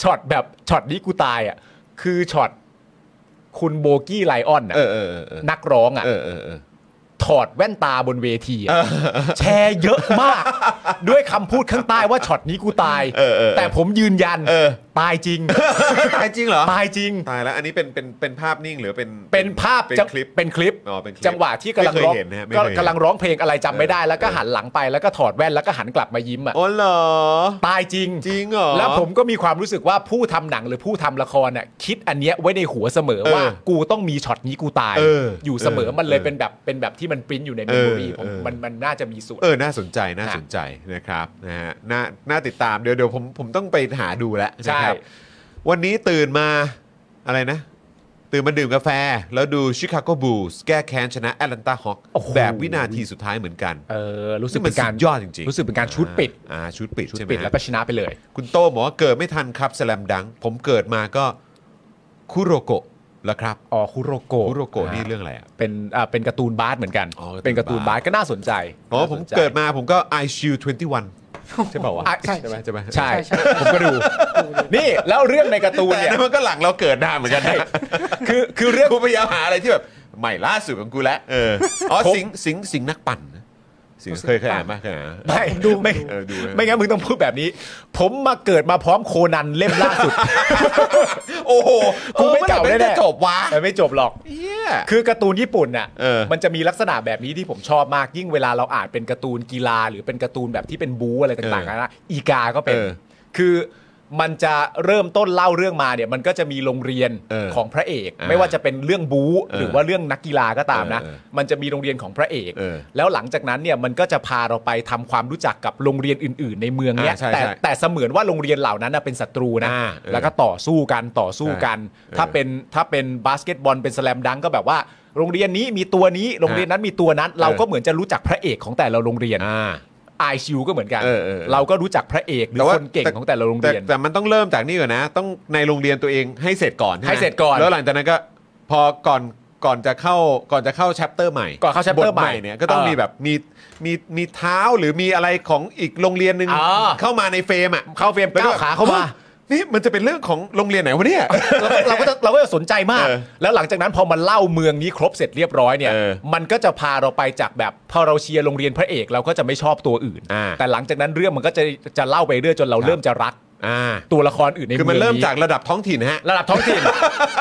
[SPEAKER 2] ช็อตแบบช็อตนี้กูตายอ่ะคือช็อตคุณโบกี้ไลออนน่ะ
[SPEAKER 1] เออเออเออเออ
[SPEAKER 2] นักร้องอ่ะ
[SPEAKER 1] เออเออเออ
[SPEAKER 2] ถอดแว่นตาบนเวทีอะแชร์เยอะมาก ด้วยคำพูดข้างใต้ว่าช็อตนี้กูตาย
[SPEAKER 1] เออเออ
[SPEAKER 2] แต่ผมยืนยัน
[SPEAKER 1] เออ
[SPEAKER 2] ตายจริง
[SPEAKER 1] ตายจริงเหรอ
[SPEAKER 2] ตายจริง
[SPEAKER 1] ตายแล้วอันนี้เป็นเป็นเป็นภาพนิ่งหรือเป็น
[SPEAKER 2] เป็นภาพ
[SPEAKER 1] เป็น
[SPEAKER 2] จะ
[SPEAKER 1] คลิป
[SPEAKER 2] เป็นคลิป
[SPEAKER 1] อ๋อเป็นคลิป
[SPEAKER 2] จังหวะที่กำลังร้อง
[SPEAKER 1] ไม่เคยเห็นนะไม่เคย
[SPEAKER 2] ก็
[SPEAKER 1] เห็น
[SPEAKER 2] กำลังร้องเพลงอะไรจำไม่ได้ แล้วก็หันหลังไปแล้วก็ถอดแว่นแล้วก็หันกลับมายิ้มอ่ะ
[SPEAKER 1] อ๋อเหรอ
[SPEAKER 2] ตายจริง
[SPEAKER 1] จริงเหรอ
[SPEAKER 2] แล้วผมก็มีความรู้สึกว่าผู้ทำหนังหรือผู้ทำละครน่ะคิดอันเนี้ยไว้ในหัวเสมอว่า
[SPEAKER 1] เออ
[SPEAKER 2] กูต้องมีช็อตนี้กูตาย
[SPEAKER 1] เอออยู่
[SPEAKER 2] เสมอมันเลย
[SPEAKER 1] เออ
[SPEAKER 2] เป็นแบบเป็นแบบที่มันปริ้นอยู่ในเมมโมรี
[SPEAKER 1] เออ
[SPEAKER 2] ผม
[SPEAKER 1] เออ
[SPEAKER 2] มันมันน่าจะมีส่วน
[SPEAKER 1] เออ น่าสนใจ น่าสนใจนะครับ นะฮะ น่า น่าติดตาม เดี๋ยวเดี๋ยวผม ผมต้องไปหาดูแล้ว
[SPEAKER 2] ใช่
[SPEAKER 1] นะครับ วันนี้ตื่นมา อะไรนะ ตื่นมาดื่มกาแฟ แล้วดูชิคาโกบูลส์แก้แค้นชนะแอตแลนตาฮอคแบบวินาทีสุดท้ายเหมือนกัน
[SPEAKER 2] เออรู้สึก
[SPEAKER 1] นี่มั
[SPEAKER 2] เป็น นการ
[SPEAKER 1] สุดยอดจริงๆ
[SPEAKER 2] รู้สึกเป็นการชุดปิด
[SPEAKER 1] อ่า ชุดปิด
[SPEAKER 2] ชุด
[SPEAKER 1] ใช่ไหม
[SPEAKER 2] ปิดแล้ว
[SPEAKER 1] ฮะ
[SPEAKER 2] ก็ชนะไปเลย
[SPEAKER 1] คุณโต้บอกว่าเกิดไม่ทันครับสแลมดัง ผมเกิดมาก็คุโรโกะละครับ
[SPEAKER 2] อ๋อคุโรโกะ
[SPEAKER 1] คุโรโกะนี่เรื่องอะไรอ่ะ
[SPEAKER 2] เป็นอ่าเป็นการ์ตูนบาสเหมือนกัน
[SPEAKER 1] อ๋อการ์ตูน
[SPEAKER 2] เป็นการ์ตูน
[SPEAKER 1] บา
[SPEAKER 2] บา
[SPEAKER 1] ส
[SPEAKER 2] สก็น่าสนใจ
[SPEAKER 1] อ๋อ ผม
[SPEAKER 2] น่าสนใจ
[SPEAKER 1] เกิดมาผมก็ I Shield 21 ใช่เปล่าวะ
[SPEAKER 2] อ่ะใช่
[SPEAKER 1] ใช่ไหมใช่ไหม
[SPEAKER 2] ใช่ผมก็ดู นี่แล้วเรื่องในการ์ตูน
[SPEAKER 1] แต่
[SPEAKER 2] เนี่ย
[SPEAKER 1] นั่นมันก็หลังเราเกิดนานเหมือนกันนะ
[SPEAKER 2] คือคือเรื่อง
[SPEAKER 1] กูพยายามหาอะไรที่แบบ ใหม่ล่าสุดของกูแล้วเอออ๋อ
[SPEAKER 2] ผม
[SPEAKER 1] สิงสิงสิงนักปั่นนะสิงเคยเคยอ่านมากเคยอ่านนะ
[SPEAKER 2] ไม่ดูไม่
[SPEAKER 1] เออดูนะ
[SPEAKER 2] ไม่งั้นมึงต้องพูดแบบนี้ ผมมาเกิดมาพร้อมโคนันเล่มล่าสุ ด
[SPEAKER 1] โอ้โห
[SPEAKER 2] กูไม่เก่า
[SPEAKER 1] ออ
[SPEAKER 2] แน่
[SPEAKER 1] น
[SPEAKER 2] ๆ
[SPEAKER 1] จะจบวะ
[SPEAKER 2] แต่ไม่จบหรอก
[SPEAKER 1] เหี้ย
[SPEAKER 2] คือการ์ตูนญี่ปุ่นน่ะ
[SPEAKER 1] เออ
[SPEAKER 2] มันจะมีลักษณะแบบนี้ที่ผมชอบมากยิ่งเวลาเราอ่านเป็นการ์ตูนกีฬา หรือเป็นการ์ตูนแบบที่เป็นบู๊อะไรต่างๆ
[SPEAKER 1] เออ
[SPEAKER 2] นะอีกาก็เป็น
[SPEAKER 1] เออ
[SPEAKER 2] คือมันจะเริ่มต้นเล่าเรื่องมาเนี่ยมันก็จะมีโรงเรียน
[SPEAKER 1] เออ
[SPEAKER 2] ของพระเอก
[SPEAKER 1] อ่า
[SPEAKER 2] ไม่ว่าจะเป็นเรื่องบู๊หรือว่าเรื่องนักกีฬาก็ตามนะ
[SPEAKER 1] เออเออ
[SPEAKER 2] มันจะมีโรงเรียนของพระเอก
[SPEAKER 1] เออ
[SPEAKER 2] แล้วหลังจากนั้นเนี่ยมันก็จะพาเราไปทำความรู้จักกับโรงเรียนอื่น ๆ ในเมืองเนี้ย
[SPEAKER 1] อ่าใช่
[SPEAKER 2] แต่
[SPEAKER 1] ใช่
[SPEAKER 2] แต่เสมือนว่าโรงเรียนเหล่านั้นนะเป็นศัตรูนะ
[SPEAKER 1] อ่าเออ
[SPEAKER 2] แล้วก็ต่อสู้กันต่อสู้กัน
[SPEAKER 1] ใช่
[SPEAKER 2] ถ้าเป็น เป็นถ้าเป็นบาสเกตบอลเป็นสแลมดังก็แบบว่า โรงเรียนนี้มีตัวนี้โรงเรียนนั้นมีตัวนั้น เราก็เหมือนจะรู้จักพระเอกของแต่ละโรงเรียน
[SPEAKER 1] อ่า
[SPEAKER 2] ไอชิวก็เหมือนกัน
[SPEAKER 1] เออเออเออ
[SPEAKER 2] ก็รู้จักพระเอกหรือคนเก่งของแต่ละโรงเรียน
[SPEAKER 1] แต่มันต้องเริ่มจากนี่ก่อนนะ ต้องในโรงเรียนตัวเองให้เสร็จก่อนช่ไม
[SPEAKER 2] ให้เสร็จก่อน
[SPEAKER 1] แล้วหลังจากนั้นก็พอก่อนก่อนจะเข้าก่อนจะเข้าแชปเตอร์ใหม่
[SPEAKER 2] ก่อนเข้า chapter
[SPEAKER 1] บท
[SPEAKER 2] ใหม่
[SPEAKER 1] เนี่ยก็ต้อง
[SPEAKER 2] เออ
[SPEAKER 1] มีแบบมีมีมีเท้าหรือมีอะไรของอีกโรงเรียนหนึ่ง
[SPEAKER 2] อ่า
[SPEAKER 1] เข้ามาในเฟรมอ่ะ
[SPEAKER 2] เข้าเฟรม
[SPEAKER 1] แล้ว
[SPEAKER 2] ก้าวขาเข้ามา
[SPEAKER 1] นี่มันจะเป็นเรื่องของโรงเรียนไหนวะเนี่ย
[SPEAKER 2] เราก็เราก็จะเราก็จะสนใจมาก
[SPEAKER 1] เออ
[SPEAKER 2] แล้วหลังจากนั้นพอมันเล่าเมืองนี้ครบเสร็จเรียบร้อยเนี่ย
[SPEAKER 1] เออ
[SPEAKER 2] มันก็จะพาเราไปจากแบบพอเราเชียร์โรงเรียนพระเอกเราก็จะไม่ชอบตัวอื่น
[SPEAKER 1] อ่า
[SPEAKER 2] แต่หลังจากนั้นเรื่องมันก็จะจะเล่าไปเรื่อยจนเราเริ่มจะรัก
[SPEAKER 1] อ่า
[SPEAKER 2] ตัวละครอื่นใน
[SPEAKER 1] คือมัน
[SPEAKER 2] ง
[SPEAKER 1] เริ่มจากระดับท้องถิ่นฮะ
[SPEAKER 2] ระดับท้องถิ่น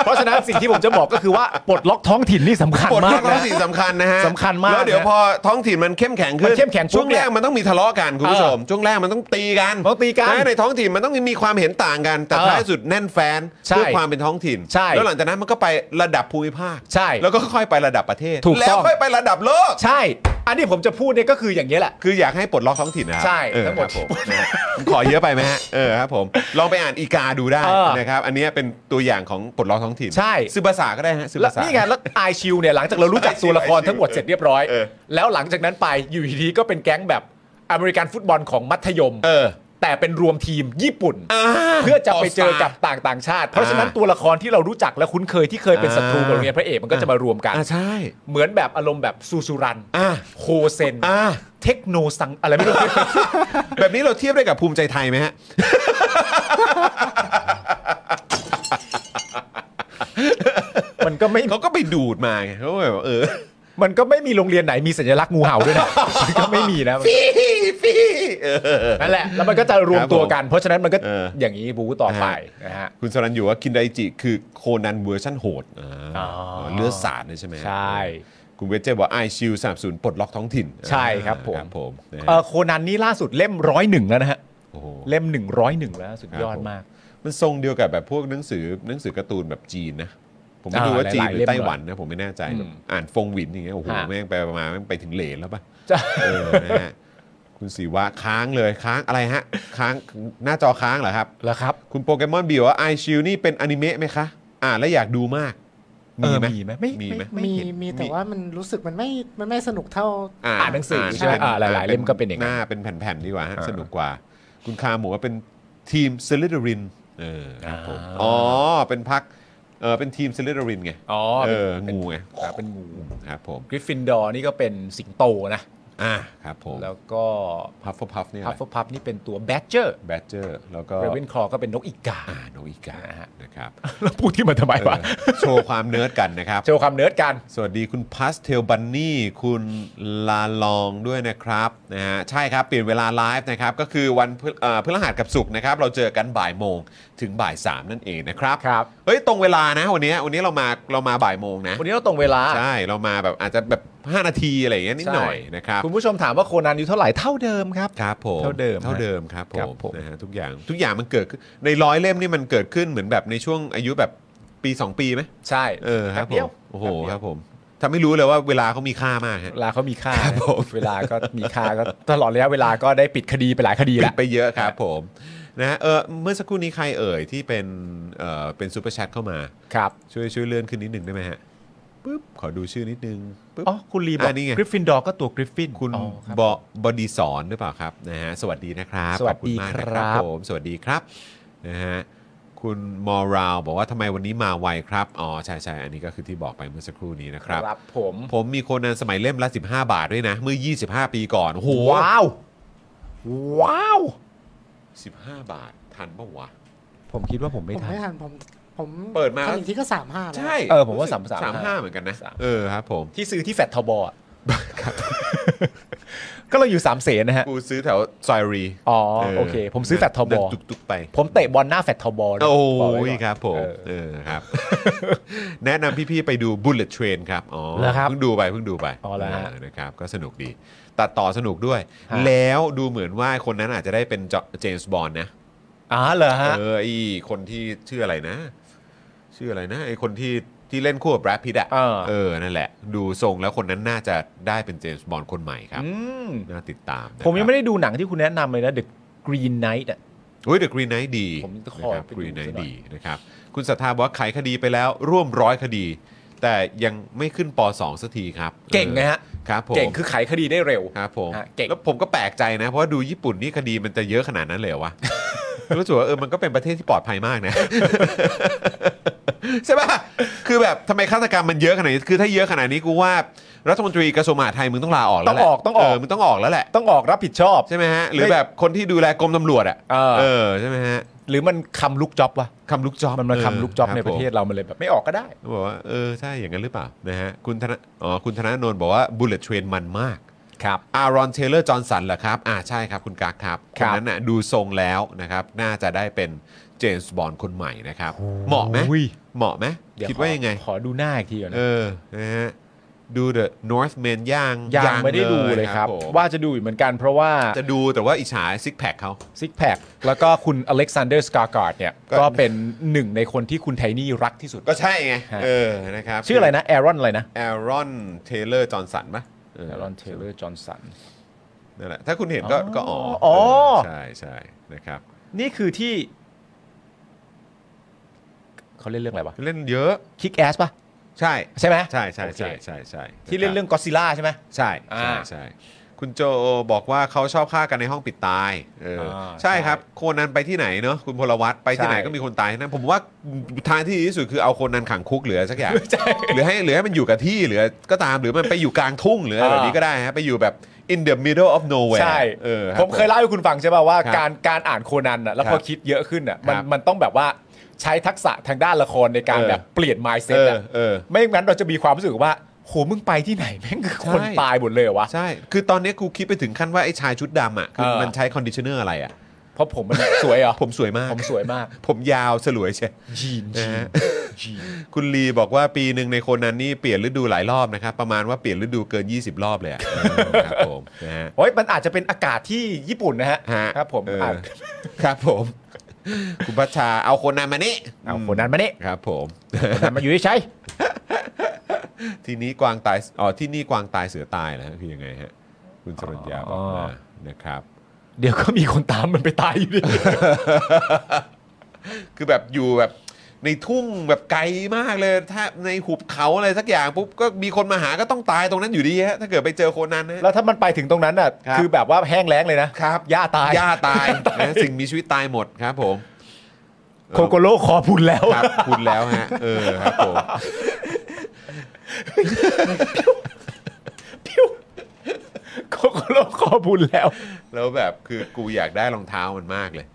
[SPEAKER 2] เพราะฉะนั้นสิ่งที่ผมจะบอกก็คือว่าปลดล็อกท้องถิ่นนี่สำคัญ
[SPEAKER 1] กฎ
[SPEAKER 2] มา
[SPEAKER 1] ข้อก ท้อ
[SPEAKER 2] นะ
[SPEAKER 1] งถิ่นสำคัญนะฮะ
[SPEAKER 2] สำคัญมาก
[SPEAKER 1] แล้วเดี๋ยว
[SPEAKER 2] นะ
[SPEAKER 1] พอท้องถิ่นมันเข้มแข็งขึ้
[SPEAKER 2] มัน นเข้มแข็งปุ๊บ
[SPEAKER 1] ช่วงแรก
[SPEAKER 2] เนี่ย
[SPEAKER 1] มันต้องมีทะเลาะกันคุณผู้ชมช่วงแรกมันต้องตีกัน
[SPEAKER 2] ต้องตีกันะ
[SPEAKER 1] ในท้องถิ่นมันต้องมีความเห็นต่างกัน แต่
[SPEAKER 2] เออ
[SPEAKER 1] ท้ายสุดแน่นแฟน
[SPEAKER 2] ใช่
[SPEAKER 1] เพื่อความเป็นท้องถิ่น
[SPEAKER 2] ใช่
[SPEAKER 1] แล้วหลังจากนั้นมันก็ไประดับภูมิภาค
[SPEAKER 2] ใช่
[SPEAKER 1] แล้วก็ค่อยไประดับประเทศ
[SPEAKER 2] ถูกต้อง
[SPEAKER 1] แล้วค่อยไประดับโลก
[SPEAKER 2] ใช่ อันนี้ผมจะพูดเนี่ยก็คืออย่างนี้ยแหละ
[SPEAKER 1] คืออยากให้ปลดล็อกท้องถิ่นนะครับ
[SPEAKER 2] ใช่
[SPEAKER 1] เออ
[SPEAKER 2] ทั้งหมด
[SPEAKER 1] ครับผมนะฮะผมขอเยอะไปไหมฮะเออครับผมลองไปอ่านอีกาดูได้
[SPEAKER 2] เออ
[SPEAKER 1] นะครับ อันเนี้ยเป็นตัวอย่างของปลดล็อกท้องถิ่น
[SPEAKER 2] ใช่
[SPEAKER 1] ซื้อภาษาก็ได้ฮะซื้อ
[SPEAKER 2] แล้ว
[SPEAKER 1] ภาษา
[SPEAKER 2] นี่ไงแล้วไอชิวเนี่ยหลังจากเรารู้จัก
[SPEAKER 1] I Shield
[SPEAKER 2] ตัวละครทั้งหมดเสร็จเรียบร้อย
[SPEAKER 1] เออ
[SPEAKER 2] แล้วหลังจากนั้นไปอยู่ดีๆก็เป็นแก๊งแบบอเมริกันฟุตบอลของมัธยม
[SPEAKER 1] เออ
[SPEAKER 2] แต่เป็นรวมทีมญี่ปุ่น
[SPEAKER 1] อ่า
[SPEAKER 2] เพื่อจะไปเจอกับ
[SPEAKER 1] All
[SPEAKER 2] ต่างต่างชาติ เพราะฉะนั้น
[SPEAKER 1] อ่า
[SPEAKER 2] ตัวละครที่เรารู้จักและคุ้นเคยที่เคยเป็นศัตรูกับโรงเรียนพระเอกมันก็จะมารวมกัน
[SPEAKER 1] Star อ่าใช่
[SPEAKER 2] เหมือนแบบอารมณ์แบบซูซูรัน
[SPEAKER 1] อ่า
[SPEAKER 2] โฮเซน
[SPEAKER 1] อ่า
[SPEAKER 2] เทคโนซังอะไรไม่ รู้
[SPEAKER 1] แบบนี้เราเทียบได้กับภูมิใจไทยไหมฮะ
[SPEAKER 2] มันก็ไม่
[SPEAKER 1] เขาก็ไปดูดมาไงเขาก็แบบว่าเออ
[SPEAKER 2] มันก็ไม่มีโรงเรียนไหนมีสัญลักษณ์งูเห่าด้วย นะ มันก็ไม่มีนะมัน
[SPEAKER 1] ฟี่ฟี่เออ
[SPEAKER 2] นั่นแหละ แล้วมันก็จะรวมตัวกัน เพราะฉะนั้นมันก็
[SPEAKER 1] เอออ
[SPEAKER 2] อย่างนี้บูต่อไปนะฮะ
[SPEAKER 1] คุณสรันอยู่ว่าคินไดจิคือโคนันเวอร์ชั่นโหดอ่า
[SPEAKER 2] อ๋อ
[SPEAKER 1] เลือดสาดเลยใช่ไหม
[SPEAKER 2] ใช่
[SPEAKER 1] คุณเวจเจบอกว่าไอชิวสามศูนย์ปลดล็อกท้องถิ่น
[SPEAKER 2] ใช่ครับผม
[SPEAKER 1] ครับผมนะฮะ
[SPEAKER 2] เออโคนันนี่ล่าสุดเล่มร้อยหนึ่งแล้วนะฮะ
[SPEAKER 1] โอ้โห
[SPEAKER 2] เล่มหนึ่งร้อยหนึ่งแล้วสุดยอดมาก
[SPEAKER 1] มันทรงเดียวกับแบบพวกหนังสือหนังสือการ์ตูนแบบจีนนะ ผมไม่
[SPEAKER 2] อ่า
[SPEAKER 1] รู้ว่าจีนหรือ
[SPEAKER 2] หลายๆเล่ม
[SPEAKER 1] ไต้หวันนะ ผมไม่แน่ใจแบบ
[SPEAKER 2] อืม
[SPEAKER 1] อ่านฟงหวินอย่างเงี้ยโอ้โห
[SPEAKER 2] ฮะ
[SPEAKER 1] แม่งไปประมาณแม่งไปถึงเหลนแล้วป่ะ
[SPEAKER 2] จะ
[SPEAKER 1] เออนะฮะคุณสีวะค้างเลยค้างอะไรฮะ ค้างหน้าจอค้างเหรอครับ
[SPEAKER 2] แล้วครับ
[SPEAKER 1] คุณโปเกมอนบีบอกว่าไอชิลนี่เป็นอนิเมะไหมคะ อ่านแล้วอยากดูมาก
[SPEAKER 7] เอ
[SPEAKER 1] มี
[SPEAKER 7] อ
[SPEAKER 1] ไหม
[SPEAKER 7] มีไหมไม่
[SPEAKER 1] มี
[SPEAKER 4] มี
[SPEAKER 1] ไหมเห็น
[SPEAKER 4] มีแต่
[SPEAKER 1] มี
[SPEAKER 4] ว่ามันรู้สึกมันไม่มันไม่สนุกเท่า
[SPEAKER 2] อ่านหนังสือใช่ไหม
[SPEAKER 1] าน
[SPEAKER 2] อ่าหลายๆเล่มก็เป็นอย่างนั้
[SPEAKER 1] ห
[SPEAKER 2] น
[SPEAKER 1] น้าเป็นแผ่นๆดีกว่าฮะสนุกกว่า คุณคาหมูว่าเป็นทีมซิลิเดรินเออครับผมอ๋อ เป็นพักเออเป็นทีมซิลิเดรินไง
[SPEAKER 2] อ๋อ
[SPEAKER 1] เอ
[SPEAKER 2] เป็น
[SPEAKER 1] องูไง
[SPEAKER 2] อ่าเป็นงู
[SPEAKER 1] ครับผม
[SPEAKER 2] กริฟฟินดอร์นี่ก็เป็นสิงโตนะ
[SPEAKER 1] อ่าครับผม
[SPEAKER 2] แล้วก็
[SPEAKER 1] พัฟฟ์พัฟเนี่ย
[SPEAKER 2] พัฟฟ์พัฟนี่เป็นตัวแบดเจอร์
[SPEAKER 1] แบดเจอร์แล้วก็
[SPEAKER 2] เรเวนคลอก็เป็นนกอีกา
[SPEAKER 1] อ่านกอีกา
[SPEAKER 2] อ่าฮะ
[SPEAKER 1] นะครับ
[SPEAKER 2] แล้วพูดที่มันทำไมวะ
[SPEAKER 1] เออโชว์ความเนิร์ดกันนะครับ
[SPEAKER 2] โชว์ความเนิร์ดกัน
[SPEAKER 1] สวัสดีคุณพ a สเทลบันนี่คุณลาลองด้วยนะครับนะฮะใช่ครับ เปลี่ยนเวลาไลฟ์นะครับ ก็คือวันพฤเอ่อพฤหัสกับศุกร์นะครับ เราเจอกันบ่ายโมงถึงบ่ายสามนั่นเองนะครับ
[SPEAKER 2] ครับ
[SPEAKER 1] เฮ้ย ตรงเวลานะวันนี้วันนี้เรามาเรามาบ่ายโมงนะ
[SPEAKER 2] วันนี้เราตรงเวลา
[SPEAKER 1] ใช่ เรามาแบบอาจจะแบบ 5 นาทีอะไรอย่างเงี้ยนิดหน่อย
[SPEAKER 2] ใช่
[SPEAKER 1] นะครับ
[SPEAKER 2] คุณผู้ชมถามว่าโคนันอายู่เท่าไหร่เท่าเดิมครับ
[SPEAKER 1] ครับผม
[SPEAKER 2] เท่าเดิม
[SPEAKER 1] เท่าเดิมครับผ
[SPEAKER 2] ครั
[SPEAKER 1] ม
[SPEAKER 2] บผม
[SPEAKER 1] นะฮะทุกอย่างทุกอย่างมันเกิดขึ้นในร้อยเล่มนี่มันเกิดขึ้นเหมือนแบบในช่วงอายุแบบปีสองปีไหม
[SPEAKER 2] ใช่
[SPEAKER 1] เออครั
[SPEAKER 2] แป๊
[SPEAKER 1] บผ
[SPEAKER 2] เดียว
[SPEAKER 1] มโอ้โหครับผมทำให้รู้เลยว่าเวลาเขามีค่ามากฮะ
[SPEAKER 2] เวลาเขามีค่า
[SPEAKER 1] ครับผม
[SPEAKER 2] เวลาก็มีค่าก็ตลอดระยะเวลาก็ได้ปิดคดีไปหลายคดี
[SPEAKER 1] ปิ
[SPEAKER 2] แล้
[SPEAKER 1] ด
[SPEAKER 2] ว
[SPEAKER 1] ไปเยอะครับผมนะฮะเออเมื่อสักครู่นี้ใครเอ่ยที่เป็นเออเป็นซูเปอร์แชทเข้ามา
[SPEAKER 2] ครับ
[SPEAKER 1] ช่วยช่วยเลื่อนขึ้นนิดหนึ่งได้ไหมฮะปึ๊บขอดูชื่อนิดนึงปึ๊บ
[SPEAKER 2] อ๋อ คุณลีบอ
[SPEAKER 1] อ่ะ
[SPEAKER 2] ก
[SPEAKER 1] นี่ไง
[SPEAKER 2] กริฟฟินดอร์ก็ตัวกริฟฟิน
[SPEAKER 1] คุณ
[SPEAKER 2] อ๋อครับ
[SPEAKER 1] บบอดีสอนหรือเปล่าครับนะฮะสวัสดีนะครับ
[SPEAKER 2] สวัสดี
[SPEAKER 1] ขอบคุณมากนะ
[SPEAKER 2] ครั
[SPEAKER 1] ผ
[SPEAKER 2] บ
[SPEAKER 1] ม สวัสดีครับนะฮะคุณมอราวบอกว่าทำไมวันนี้มาไวครับอ๋อใช่ใช่อันนี้ก็คือที่บอกไปเมื่อสักครู่นี้นะครับ
[SPEAKER 2] ครับผม
[SPEAKER 1] ผมมีโคนันสมัยเล่มละ 15 บาทด้วยนะ เมื่อ 25 ปีก่อนโอ้โห
[SPEAKER 2] ว้าว ว้าว
[SPEAKER 1] 15 บาททันปะวะ
[SPEAKER 2] ผมคิดว่าผมไม่
[SPEAKER 4] ผม
[SPEAKER 2] ทัน
[SPEAKER 4] ไม่ทันผมผม
[SPEAKER 1] เปิดมา
[SPEAKER 4] ทันอีกทีก็สามห้าแล้ว
[SPEAKER 1] ใช่
[SPEAKER 2] เออผมว่าสาม
[SPEAKER 1] สามห้า
[SPEAKER 2] 35
[SPEAKER 1] เหมือนกันนะ
[SPEAKER 2] สาม
[SPEAKER 1] เออครับผม
[SPEAKER 2] ที่ซื้อที่แฟตทอบอะ ก็เราอยู่สามเสนนะฮะ
[SPEAKER 1] กูซื้อแถวซอยรี
[SPEAKER 2] อ๋อโอเคผมซื้อแฟลตทอบอ
[SPEAKER 1] นั่งตุกๆไป
[SPEAKER 2] ผมเตะบอลหน้าแฟตทอบอล
[SPEAKER 1] โอ้
[SPEAKER 2] บอกไว้
[SPEAKER 1] ย
[SPEAKER 2] ก่อน
[SPEAKER 1] ครับผม
[SPEAKER 2] เออ
[SPEAKER 1] เออครับ แนะนำพี่ ๆ ไปดู Bullet Train ครับ อ๋อ
[SPEAKER 2] เหรอครับ
[SPEAKER 1] เพิ่งดูไปเพิ่งดูไป
[SPEAKER 2] อ๋อเหรอฮะ
[SPEAKER 1] เนะครับ ก็สนุกดี ตัดต่อสนุกด้วย
[SPEAKER 2] ฮะ
[SPEAKER 1] แล้วดูเหมือนว่าคนนั้นอาจจะได้เป็นเจมส์บอลนะ
[SPEAKER 2] อ๋อเหรอฮะ
[SPEAKER 1] เออไอคนที่ชื่ออะไรนะ ชื่ออะไรนะไอคนที่ที่เล่นคู่กับแบรดพิตต์อะ
[SPEAKER 2] เออ
[SPEAKER 1] เออนั่นแหละ ดูทรงแล้วคนนั้นน่าจะได้เป็นเจมส์บอลคนใหม่ครับ
[SPEAKER 2] อืม
[SPEAKER 1] น่าติดตามนะครับ
[SPEAKER 2] ผมยังไม่ได้ดูหนังที่คุณแนะนำเลยนะ The Green Knight อะ
[SPEAKER 1] เฮ้ยเดอะกรีนไนท์ดี
[SPEAKER 2] ผมจะข
[SPEAKER 1] นะ
[SPEAKER 2] อ
[SPEAKER 1] ครับ
[SPEAKER 2] ไปดู
[SPEAKER 1] กรีนไน
[SPEAKER 2] ซะ
[SPEAKER 1] ท์
[SPEAKER 2] หน่อย
[SPEAKER 1] ดีนะครับ คุณศรัทธาบอกว่าไขคดีไปแล้วร่วมร้อยคดี แต่ยังไม่ขึ้นป .2 สักทีครับ
[SPEAKER 2] เก่งนะ
[SPEAKER 1] ออ
[SPEAKER 2] ฮะ
[SPEAKER 1] ครับผม
[SPEAKER 2] เก่งคือไขคดีได้เร็ว
[SPEAKER 1] ครับผม
[SPEAKER 2] ฮะเก่ง
[SPEAKER 1] แล้วผมก็แปลกใจนะ เพราะว่าดูญี่ปุ่นนี่คดีมันจะเยอะขนาดนั้นเลยเหรอ วะ รู้สึกว่าเออมันก็เป็นประเทศที่ปลอดภัยมากนะ ใช่ป่ะคือแบบทำไมฆาตกรรมมันเยอะขนาดนี้คือถ้าเยอะขนาดนี้กูว่ารัฐมนตรีกระทรวงมหาดไทยมึงต้องลาออกแล้วแหละ
[SPEAKER 2] ต้องออกต้องออก
[SPEAKER 1] เมึงต้องออกแล้วแหละ
[SPEAKER 2] ต้องออกรับผิดชอบ
[SPEAKER 1] ใช่ไหมฮะหรือแบบคนที่ดูแลกรมตำรวจอ่ะ
[SPEAKER 2] เออ
[SPEAKER 1] เออใช่ไหมฮะ
[SPEAKER 2] หรือมันคำลุกจ็อบวะ
[SPEAKER 1] คำลุกจ็อบ
[SPEAKER 2] มันมาคำลุกจ็อบ
[SPEAKER 1] ค
[SPEAKER 2] ใน
[SPEAKER 1] ผม
[SPEAKER 2] ประเทศเรามันเลยแบบไม่ออกก็ได้
[SPEAKER 1] เขาบอกว่าเออใช่อย่างนั้นหรือเปล่านะฮะคุณธนาอ๋อคุณธนาโนนบอกว่า Bullet Train มันมาก
[SPEAKER 2] ครับ
[SPEAKER 1] อารอนเทเลอร์จอห์นสันเหรอครับ อ่าใช่ครับคุณกากครับ
[SPEAKER 2] ครับ
[SPEAKER 1] นนั้นน่ะดูทรงแล้วนะครับ น่าจะได้เป็นเจมส์บอลคนใหม่นะครับ เหมาะไหมเหมาะไหม
[SPEAKER 2] เดี๋ยว
[SPEAKER 1] คิดว่ายังไง
[SPEAKER 2] ขอขอดูหน้าอีกทีก่อน
[SPEAKER 1] เอ
[SPEAKER 2] นะ
[SPEAKER 1] อนะฮะดู The Northman ย่าง
[SPEAKER 2] ยังไม่ได้ดูเลยครับ
[SPEAKER 1] ผม
[SPEAKER 2] ว่าจะดูอยู่เหมือนกันเพราะว่า
[SPEAKER 1] จะดูแต่ว่าอิจฉาซิกแพคเขา
[SPEAKER 2] ซิกแพคแล้วก็คุณอเล็กซานเดอร์สกาการ์ดเนี่ย
[SPEAKER 1] ก็
[SPEAKER 2] ก็เป็นหนึ่งในคนที่คุณไทนี่รักที่สุด
[SPEAKER 1] ก็ใช่ไง
[SPEAKER 2] ฮะ
[SPEAKER 1] เออนะครับ
[SPEAKER 2] ชื่ออะไรนะแอรอนอะไรนะ
[SPEAKER 1] แอรอนเทเลอร์จอห์นสันปะเ
[SPEAKER 2] แอรอนเทเลอร์จอห์นสัน
[SPEAKER 1] นั่นแหละถ้าคุณเห็นก็
[SPEAKER 2] อ๋อ
[SPEAKER 1] ก็อ๋อ
[SPEAKER 2] อ๋อ
[SPEAKER 1] เออใช่ใช่นะครับ
[SPEAKER 2] นี่คือที่ เขาเล่นเรื่องอะไรวะ
[SPEAKER 1] เล่นเยอะ
[SPEAKER 2] คิกแอสป่ะ
[SPEAKER 1] ใช่
[SPEAKER 2] ใช่ไหม
[SPEAKER 1] ใช่ใช่ใช่
[SPEAKER 2] โอเค
[SPEAKER 1] ใช่ใช่
[SPEAKER 2] ที่เล่นเรื่องก็ซิล่าใช่ไหม
[SPEAKER 1] ใช่
[SPEAKER 2] อ่า
[SPEAKER 1] ใช่ใช่คุณโจบอกว่าเขาชอบฆ่ากันในห้องปิดตายเอออา ใช่
[SPEAKER 2] ใช่
[SPEAKER 1] ครับโคนันไปที่ไหนเนาะคุณพลวัตไปที่ไหน
[SPEAKER 2] ใช่
[SPEAKER 1] ก็มีคนตายทั้งนั้นผมว่าทางที่ดีที่สุดคือเอาโคนันขังคุกเหลือสักอย่างหรือให้หรือให้มันอยู่กับที่เหลือก็ตามหรือมันไปอยู่กลางทุ่งหรืออะไรแบบนี้ก็ได้ฮะไปอยู่แบบ in the middle of nowhere
[SPEAKER 2] ใช่
[SPEAKER 1] เออรับ
[SPEAKER 2] ผมเคยเล่าให้คุณฟังใช่ป่ะว่า
[SPEAKER 1] ครับ
[SPEAKER 2] การการอ่านโคนันอ่ะแล้วพ
[SPEAKER 1] ครั
[SPEAKER 2] อบ คิดเยอะขึ้นอ่ะมัน
[SPEAKER 1] ครับ
[SPEAKER 2] มันต้องแบบว่าใช้ทักษะทางด้านละครในการ
[SPEAKER 1] เออ
[SPEAKER 2] แบบเปลี่ยน
[SPEAKER 1] เอ
[SPEAKER 2] mindset
[SPEAKER 1] อ
[SPEAKER 2] อ่ะ
[SPEAKER 1] เออ
[SPEAKER 2] ไม่งั้นเราจะมีความรู้สึกว่าโหมึงไปที่ไหนแม่งคือคน
[SPEAKER 1] ใช่
[SPEAKER 2] ตายหมดเลยเหรอวะ
[SPEAKER 1] ใช่ คือตอนนี้กูคิดไปถึงขั้นว่า ไอ้ชายชุดดำอ่ะ คือ
[SPEAKER 2] เออ
[SPEAKER 1] มันใช้คอนดิชเนอร์อะไรอ่ะ
[SPEAKER 2] เพราะผมมันสวยเหรอ
[SPEAKER 1] ผมสวยมาก
[SPEAKER 2] ผมสวยมาก
[SPEAKER 1] ผมยาวสลวยใช่
[SPEAKER 2] ยีน
[SPEAKER 1] นะ
[SPEAKER 2] ยีน
[SPEAKER 1] ฮะ
[SPEAKER 2] ยีน
[SPEAKER 1] คุณลีบอกว่าปีหนึ่งในโคนนั้นนี่เปลี่ยนฤดูหลายรอบนะครับ ประมาณว่าเปลี่ยนฤดูเกิน 20 รอบเลยอะเออครับผมนะฮะ
[SPEAKER 2] โอ้ยมันอาจจะเป็นอากาศที่ญี่ปุ่นนะฮะ
[SPEAKER 1] ฮะ
[SPEAKER 2] ครับผม
[SPEAKER 1] เอออ
[SPEAKER 2] อ่ะ
[SPEAKER 1] ครับผม คุณพัชชาเอาโคนนั้นมานี่
[SPEAKER 2] เอาโคนันมาเนี่ย
[SPEAKER 1] ครับผม
[SPEAKER 2] โคนันมาอยู่ที่ใช้
[SPEAKER 1] ทีนี้กวางตาย อ๋อ ที่นี่กวางตายเสือตายนะฮะคือยังไงฮะ คุณสรัญญาบอก
[SPEAKER 2] อ๋
[SPEAKER 1] มา
[SPEAKER 2] อ
[SPEAKER 1] นะครับ
[SPEAKER 2] เดี๋ยวก็มีคนตามมันไปตายอยู่ดิ
[SPEAKER 1] คือแบบอยู่แบบ ในทุ่งแบบไกลมากเลยถ้าในหุบเขาอะไรสักอย่างปุ๊บก็มีคนมาหาก็ต้องตายตรงนั้นอยู่ดีฮะถ้าเกิดไปเจอโคนันนะฮะ
[SPEAKER 2] แล้วถ้ามันไปถึงตรงนั้นอ่ะ
[SPEAKER 1] ครับ
[SPEAKER 2] คือแบบว่าแห้งแล้งเลยนะครับหญ้าตาย
[SPEAKER 1] หญ้าตายนะสิ่งมีชีวิตตายหมดครับผม
[SPEAKER 2] โคโกโร่คอพุนแล้ว
[SPEAKER 1] ครับคุณแล้วฮะเออครับผม
[SPEAKER 2] โคโกโร่คอพุนแล้ว
[SPEAKER 1] แล้วแบบคือกูอยากได้รองเท้ามันมากเลย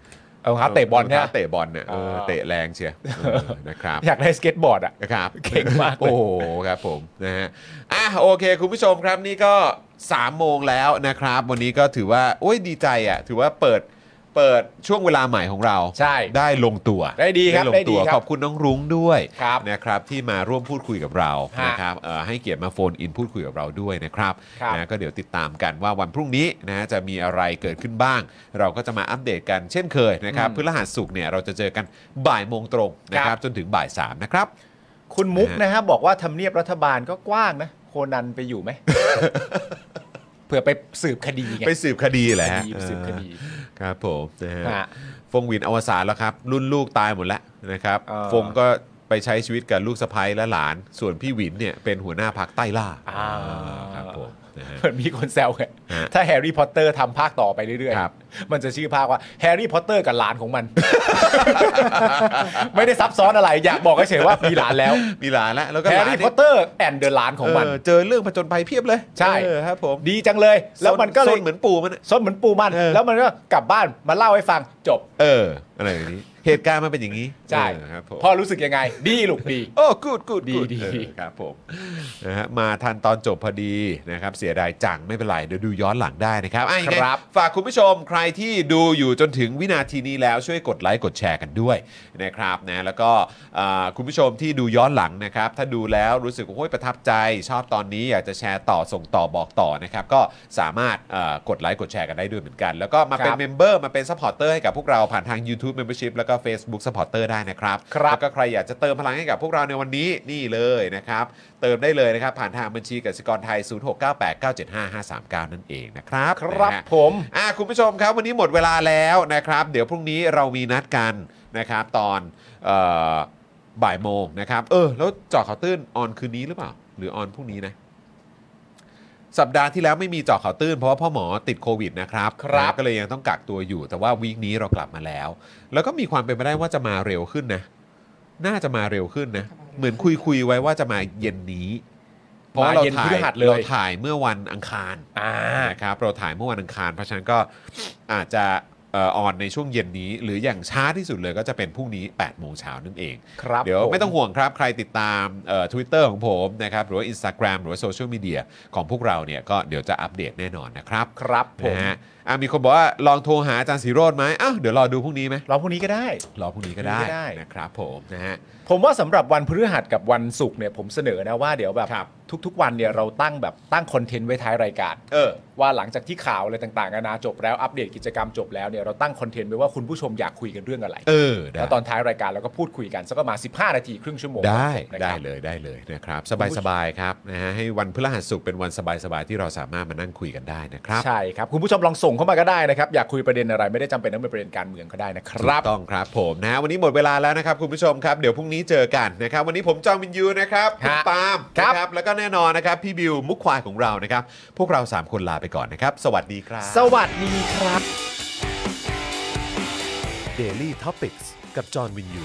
[SPEAKER 2] เอาครับเตะบอลเนี่ย
[SPEAKER 1] รองท้าเตะบอลเนี่ยเออ
[SPEAKER 2] อ่า
[SPEAKER 1] เตะแรงเชียวเออนะครับ
[SPEAKER 2] อยากได้สเก็ตบอร์ดอ่ะ
[SPEAKER 1] นะครับ
[SPEAKER 2] เก่งมากเลย
[SPEAKER 1] โอ้โหครับผมนะฮะอ่ะโอเค คุณผู้ชมครับนี่ก็3โมงแล้วนะครับ วันนี้ก็ถือว่าโอ้ยดีใจอ่ะถือว่าเปิดเปิดช่วงเวลาใหม่ของเรา
[SPEAKER 2] ใช่
[SPEAKER 1] ได้ลงตัว
[SPEAKER 2] ได้ดีครับ
[SPEAKER 1] ลง
[SPEAKER 2] ได้ดี
[SPEAKER 1] ตัว
[SPEAKER 2] ครับ
[SPEAKER 1] ขอบคุณน้องรุ้งด้วย
[SPEAKER 2] ครับ
[SPEAKER 1] นะครับที่มาร่วมพูดคุยกับเรา
[SPEAKER 2] ฮะ
[SPEAKER 1] นะครับเอ่อให้เกียรติมาโฟนอินพูดคุยกับเราด้วยนะครับ
[SPEAKER 2] ครับ
[SPEAKER 1] นะก็เดี๋ยวติดตามกันว่าวันพรุ่งนี้นะจะมีอะไรเกิดขึ้นบ้าง เราก็จะมาอัปเดตกันเช่นเคยนะครับ
[SPEAKER 2] อืม
[SPEAKER 1] พฤหัสสุกร์เนี่ยเราจะเจอกันบ่ายโมงตรงนะค
[SPEAKER 2] ค
[SPEAKER 1] รั
[SPEAKER 2] รั
[SPEAKER 1] บบ จนถึงบ่ายสามนะครับ
[SPEAKER 2] คุณมุกนะฮะบอกว่าทำเนียบรัฐบาลก็กว้างนะ โคนันไปอยู่ไหม เผื่อไปสืบคดีไง
[SPEAKER 1] ไปสืบคดีแหละ
[SPEAKER 2] คดีไปสืบคดี
[SPEAKER 1] ครับผมนะฮะ
[SPEAKER 2] ฮะ
[SPEAKER 1] ฟงหวินอวสานแล้วครับ รุ่นลูกตายหมดแล้วนะครับ
[SPEAKER 2] เออ
[SPEAKER 1] ฟงก็ไปใช้ชีวิตกับลูกสะใภ้และหลาน ส่วนพี่หวินเนี่ยเป็นหัวหน้าพักใต้ล่า
[SPEAKER 2] อ่า
[SPEAKER 1] ครับผมนะฮะ
[SPEAKER 2] เหมือนมีคนแซวไง
[SPEAKER 1] ฮะ
[SPEAKER 2] ถ้าแฮร์รี่พอตเตอร์ทำภาคต่อไปเรื่อย
[SPEAKER 1] ครับ
[SPEAKER 2] ๆ มันจะชื่อภาคว่าแฮร์รี่พอตเตอร์กับหลานของมัน ไม่ได้ซับซ้อนอะไร อยากบอกเฉยๆว่ามีหลานแล้ว
[SPEAKER 1] มีหลานแล้วแล้วก็
[SPEAKER 2] แฮ
[SPEAKER 1] หลา
[SPEAKER 2] ร์
[SPEAKER 1] น
[SPEAKER 2] รี่
[SPEAKER 1] นี่
[SPEAKER 2] พอตเตอร์แอนเดอะหลานของมัน
[SPEAKER 1] เเจอเรื่องผจญภัยเพียบเลย
[SPEAKER 2] ใช่
[SPEAKER 1] เออครับผม
[SPEAKER 2] ดีจังเลย แล้วมันก็เล
[SPEAKER 1] ซ
[SPEAKER 2] ย
[SPEAKER 1] เหมือนปู่มันอะ
[SPEAKER 2] ซนเหมือนปูมัน
[SPEAKER 1] เออ
[SPEAKER 2] แล้วมันก็กลับบ้านมาเล่าให้ฟังจบ
[SPEAKER 1] เอออะไรอย่างนี้ เหตุการณ์มันเป็นอย่างนี้
[SPEAKER 2] ใช่
[SPEAKER 1] เออครับผม
[SPEAKER 2] พ่อรู้สึกยังไง ดีลูกดี
[SPEAKER 1] โอ้กูดกูด
[SPEAKER 2] ดีดี
[SPEAKER 1] ครับผมนะฮะมาทันตอนจบพอดีนะครับ เสียดายจังไม่เป็นไร เดี๋ยวดูย้อนหลังได้นะครับอ่ะยังไง
[SPEAKER 2] ครับ
[SPEAKER 1] ฝากคุณผู้ชมใครที่ดูอยู่จนถึงวินาทีนี้แล้วช่วยกดไลค์กดแชร์กันด้วยนะครับนะแล้วก็อ่าคุณผู้ชมที่ดูย้อนหลังนะครับ ถ้าดูแล้วรู้สึกว่าโอ้ยประทับใจ ชอบตอนนี้อยากจะแชร์ต่อส่งต่อบอกต่อนะครับ ก็สามารถเอ่อกดไลค์กดแชร์กันได้ด้วยเหมือนกัน แล้วก็มาเป็
[SPEAKER 2] ค
[SPEAKER 1] น
[SPEAKER 2] รับ
[SPEAKER 1] เมมเบอร์มาเป็นซัพพอร์เตอร์ให้กับพวกเราผ่านทาง YouTube Membership แล้วก็ Facebook Supporter ได้นะครับ
[SPEAKER 2] ครับ
[SPEAKER 1] แล้วก็ใครอยากจะเติมพลังให้กับพวกเราในวันนี้นี่เลยนะครับ เติมได้เลยนะครับ ผ่านทางบัญชีกสิกรไทย 0698975539 นั่นเองนะครับ
[SPEAKER 2] ครับ
[SPEAKER 1] นะฮะ
[SPEAKER 2] ผม
[SPEAKER 1] อ่ะคุณผู้ชมครับ วันนี้หมดเวลาแล้วนะครับ เดี๋ยวพรุ่งนี้เรามีนัดกันนะครับ ตอนเอ่อบ่ายโมงนะครับ เออ แล้วเจอข่าวตื้นออนคืนนี้หรือเปล่า หรือออนพรุ่งนี้นะ สัปดาห์ที่แล้วไม่มีเจาะข่าวตื้นเพราะว่าพ่อหมอติดโควิดนะครับ
[SPEAKER 2] ครับ
[SPEAKER 1] นะก็เลยยังต้องกักตัวอยู่ แต่ว่าวีคนี้เรากลับมาแล้ว แล้วก็มีความเป็นไปได้ว่าจะมาเร็วขึ้นนะ น่าจะมาเร็วขึ้นนะ เหมือนคุยคุยๆไว้ว่าจะมาเย็นนี้ เพราะว่าเรา
[SPEAKER 2] มาเย็น
[SPEAKER 1] ถ่า
[SPEAKER 2] พ
[SPEAKER 1] ย
[SPEAKER 2] ฤหัสเลย
[SPEAKER 1] เราถ่ายเมื่อวันอังคาร
[SPEAKER 2] อ่า
[SPEAKER 1] นะครับเราถ่ายเมื่อวันอังคาร เพราะฉะนั้นก็อาจจะเอ่อออนในช่วงเย็นนี้ หรืออย่างช้าที่สุดเลยก็จะเป็นพรุ่งนี้8โมงเช้านั่นเอง
[SPEAKER 2] ครับ
[SPEAKER 1] เดี๋ยว
[SPEAKER 2] ผ
[SPEAKER 1] ไม่ต้องห่วงครับ ใครติดตามเอ่อ Twitter ของผมนะครับ หรือว่า Instagram หรือว่าโซเชียลมีเดียของพวกเราเนี่ยก็เดี๋ยวจะอัปเดตแน่นอนนะครับ
[SPEAKER 2] ครับผม
[SPEAKER 1] นะฮะอ่ะมีคนบอกว่าลองโทรหาอาจารย์สีโรดไหมอ้าวเดี๋ยวรอดูพรุ่งนี้ไหม
[SPEAKER 2] รอพรุ่งนี้ก็ได้
[SPEAKER 1] รอพรุ่งนี้ก็ได้
[SPEAKER 2] พรุ่งนี้ก็ได้
[SPEAKER 1] นะครับผมนะฮะ
[SPEAKER 2] ผมว่าสำหรับวันพฤหัสกับวันศุกร์เนี่ยผมเสนอนะว่าเดี๋ยวแบบ
[SPEAKER 1] ครับ
[SPEAKER 2] ทุกๆวันเนี่ยเราตั้งแบบตั้งคอนเทนต์ไว้ท้ายรายการ
[SPEAKER 1] เออ
[SPEAKER 2] ว่าหลังจากที่ข่าวอะไรต่างๆนานาจบแล้วอัปเดตกิจกรรมจบแล้วเนี่ยเราตั้งคอนเทนต์ไว้ว่าคุณผู้ชมอยากคุยกันเรื่องอะไร
[SPEAKER 1] เออ ได้
[SPEAKER 2] แล้วตอนท้ายรายการเราก็พูดคุยกันสักประมาณ15 นาทีครึ่งชั่วโมง
[SPEAKER 1] ได้
[SPEAKER 2] นะค
[SPEAKER 1] ได้
[SPEAKER 2] รับ
[SPEAKER 1] เลยได้เลยนะครับ สบายๆครับนะฮะให้วันพฤหัสสุขเป็นวันสบายๆที่เราสามารถมานั่งคุยกันได้นะครับ
[SPEAKER 2] ใช่ครับ คุณผู้ชมลองส่งเข้ามาก็ได้นะครับ อยากคุยประเด็นอะไรไม่ได้จำเป็นต้องเป็นประเด็นการเมืองก็ได้นะค
[SPEAKER 1] ถู
[SPEAKER 2] รับ
[SPEAKER 1] กต้องครับผมนะฮะวันนี้หมดเวลาแล้วนะครับคุณผู้ชมครับ เดี๋ยวพรุ่งนี้เจอกันนะครับ วันนี้ผมจอมวินยูนะครับ
[SPEAKER 2] ฮะ
[SPEAKER 1] ณปาล์ม
[SPEAKER 2] ครับ
[SPEAKER 1] นะแล้วก็แน่นอนนะครับ พี่บิวมุกควายของเรานะครับ พวกเรา 3 คนลาไปก่อนนะครับ สวัสดีครับ
[SPEAKER 2] สวัสดีครับ
[SPEAKER 1] Daily Topics กับจอห์นวินยู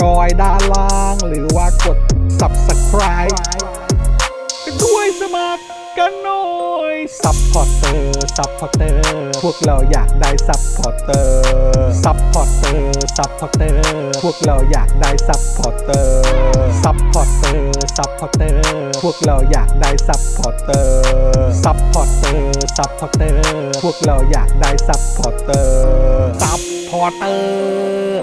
[SPEAKER 4] จอยด้านล่าง หรือว่ากด subscribe กันด้วยสมัครกันหน่อย ซัพพอร์เตอร์ ซัพพอร์เตอร์ พวกเราอยากได้ซัพพอร์เตอร์ ซัพพอร์เตอร์ ซัพพอร์เตอร์ พวกเราอยากได้ซัพพอร์เตอร์ ซัพพอร์เตอร์ ซัพพอร์เตอร์ พวกเราอยากได้ซัพพอร์เตอร์ ซัพพอร์เตอร์ ซั ซัพพอร์เตอร์ พวกเราอยากได้ซัพพอร์เตอร์ ซัพพอร์เตอร์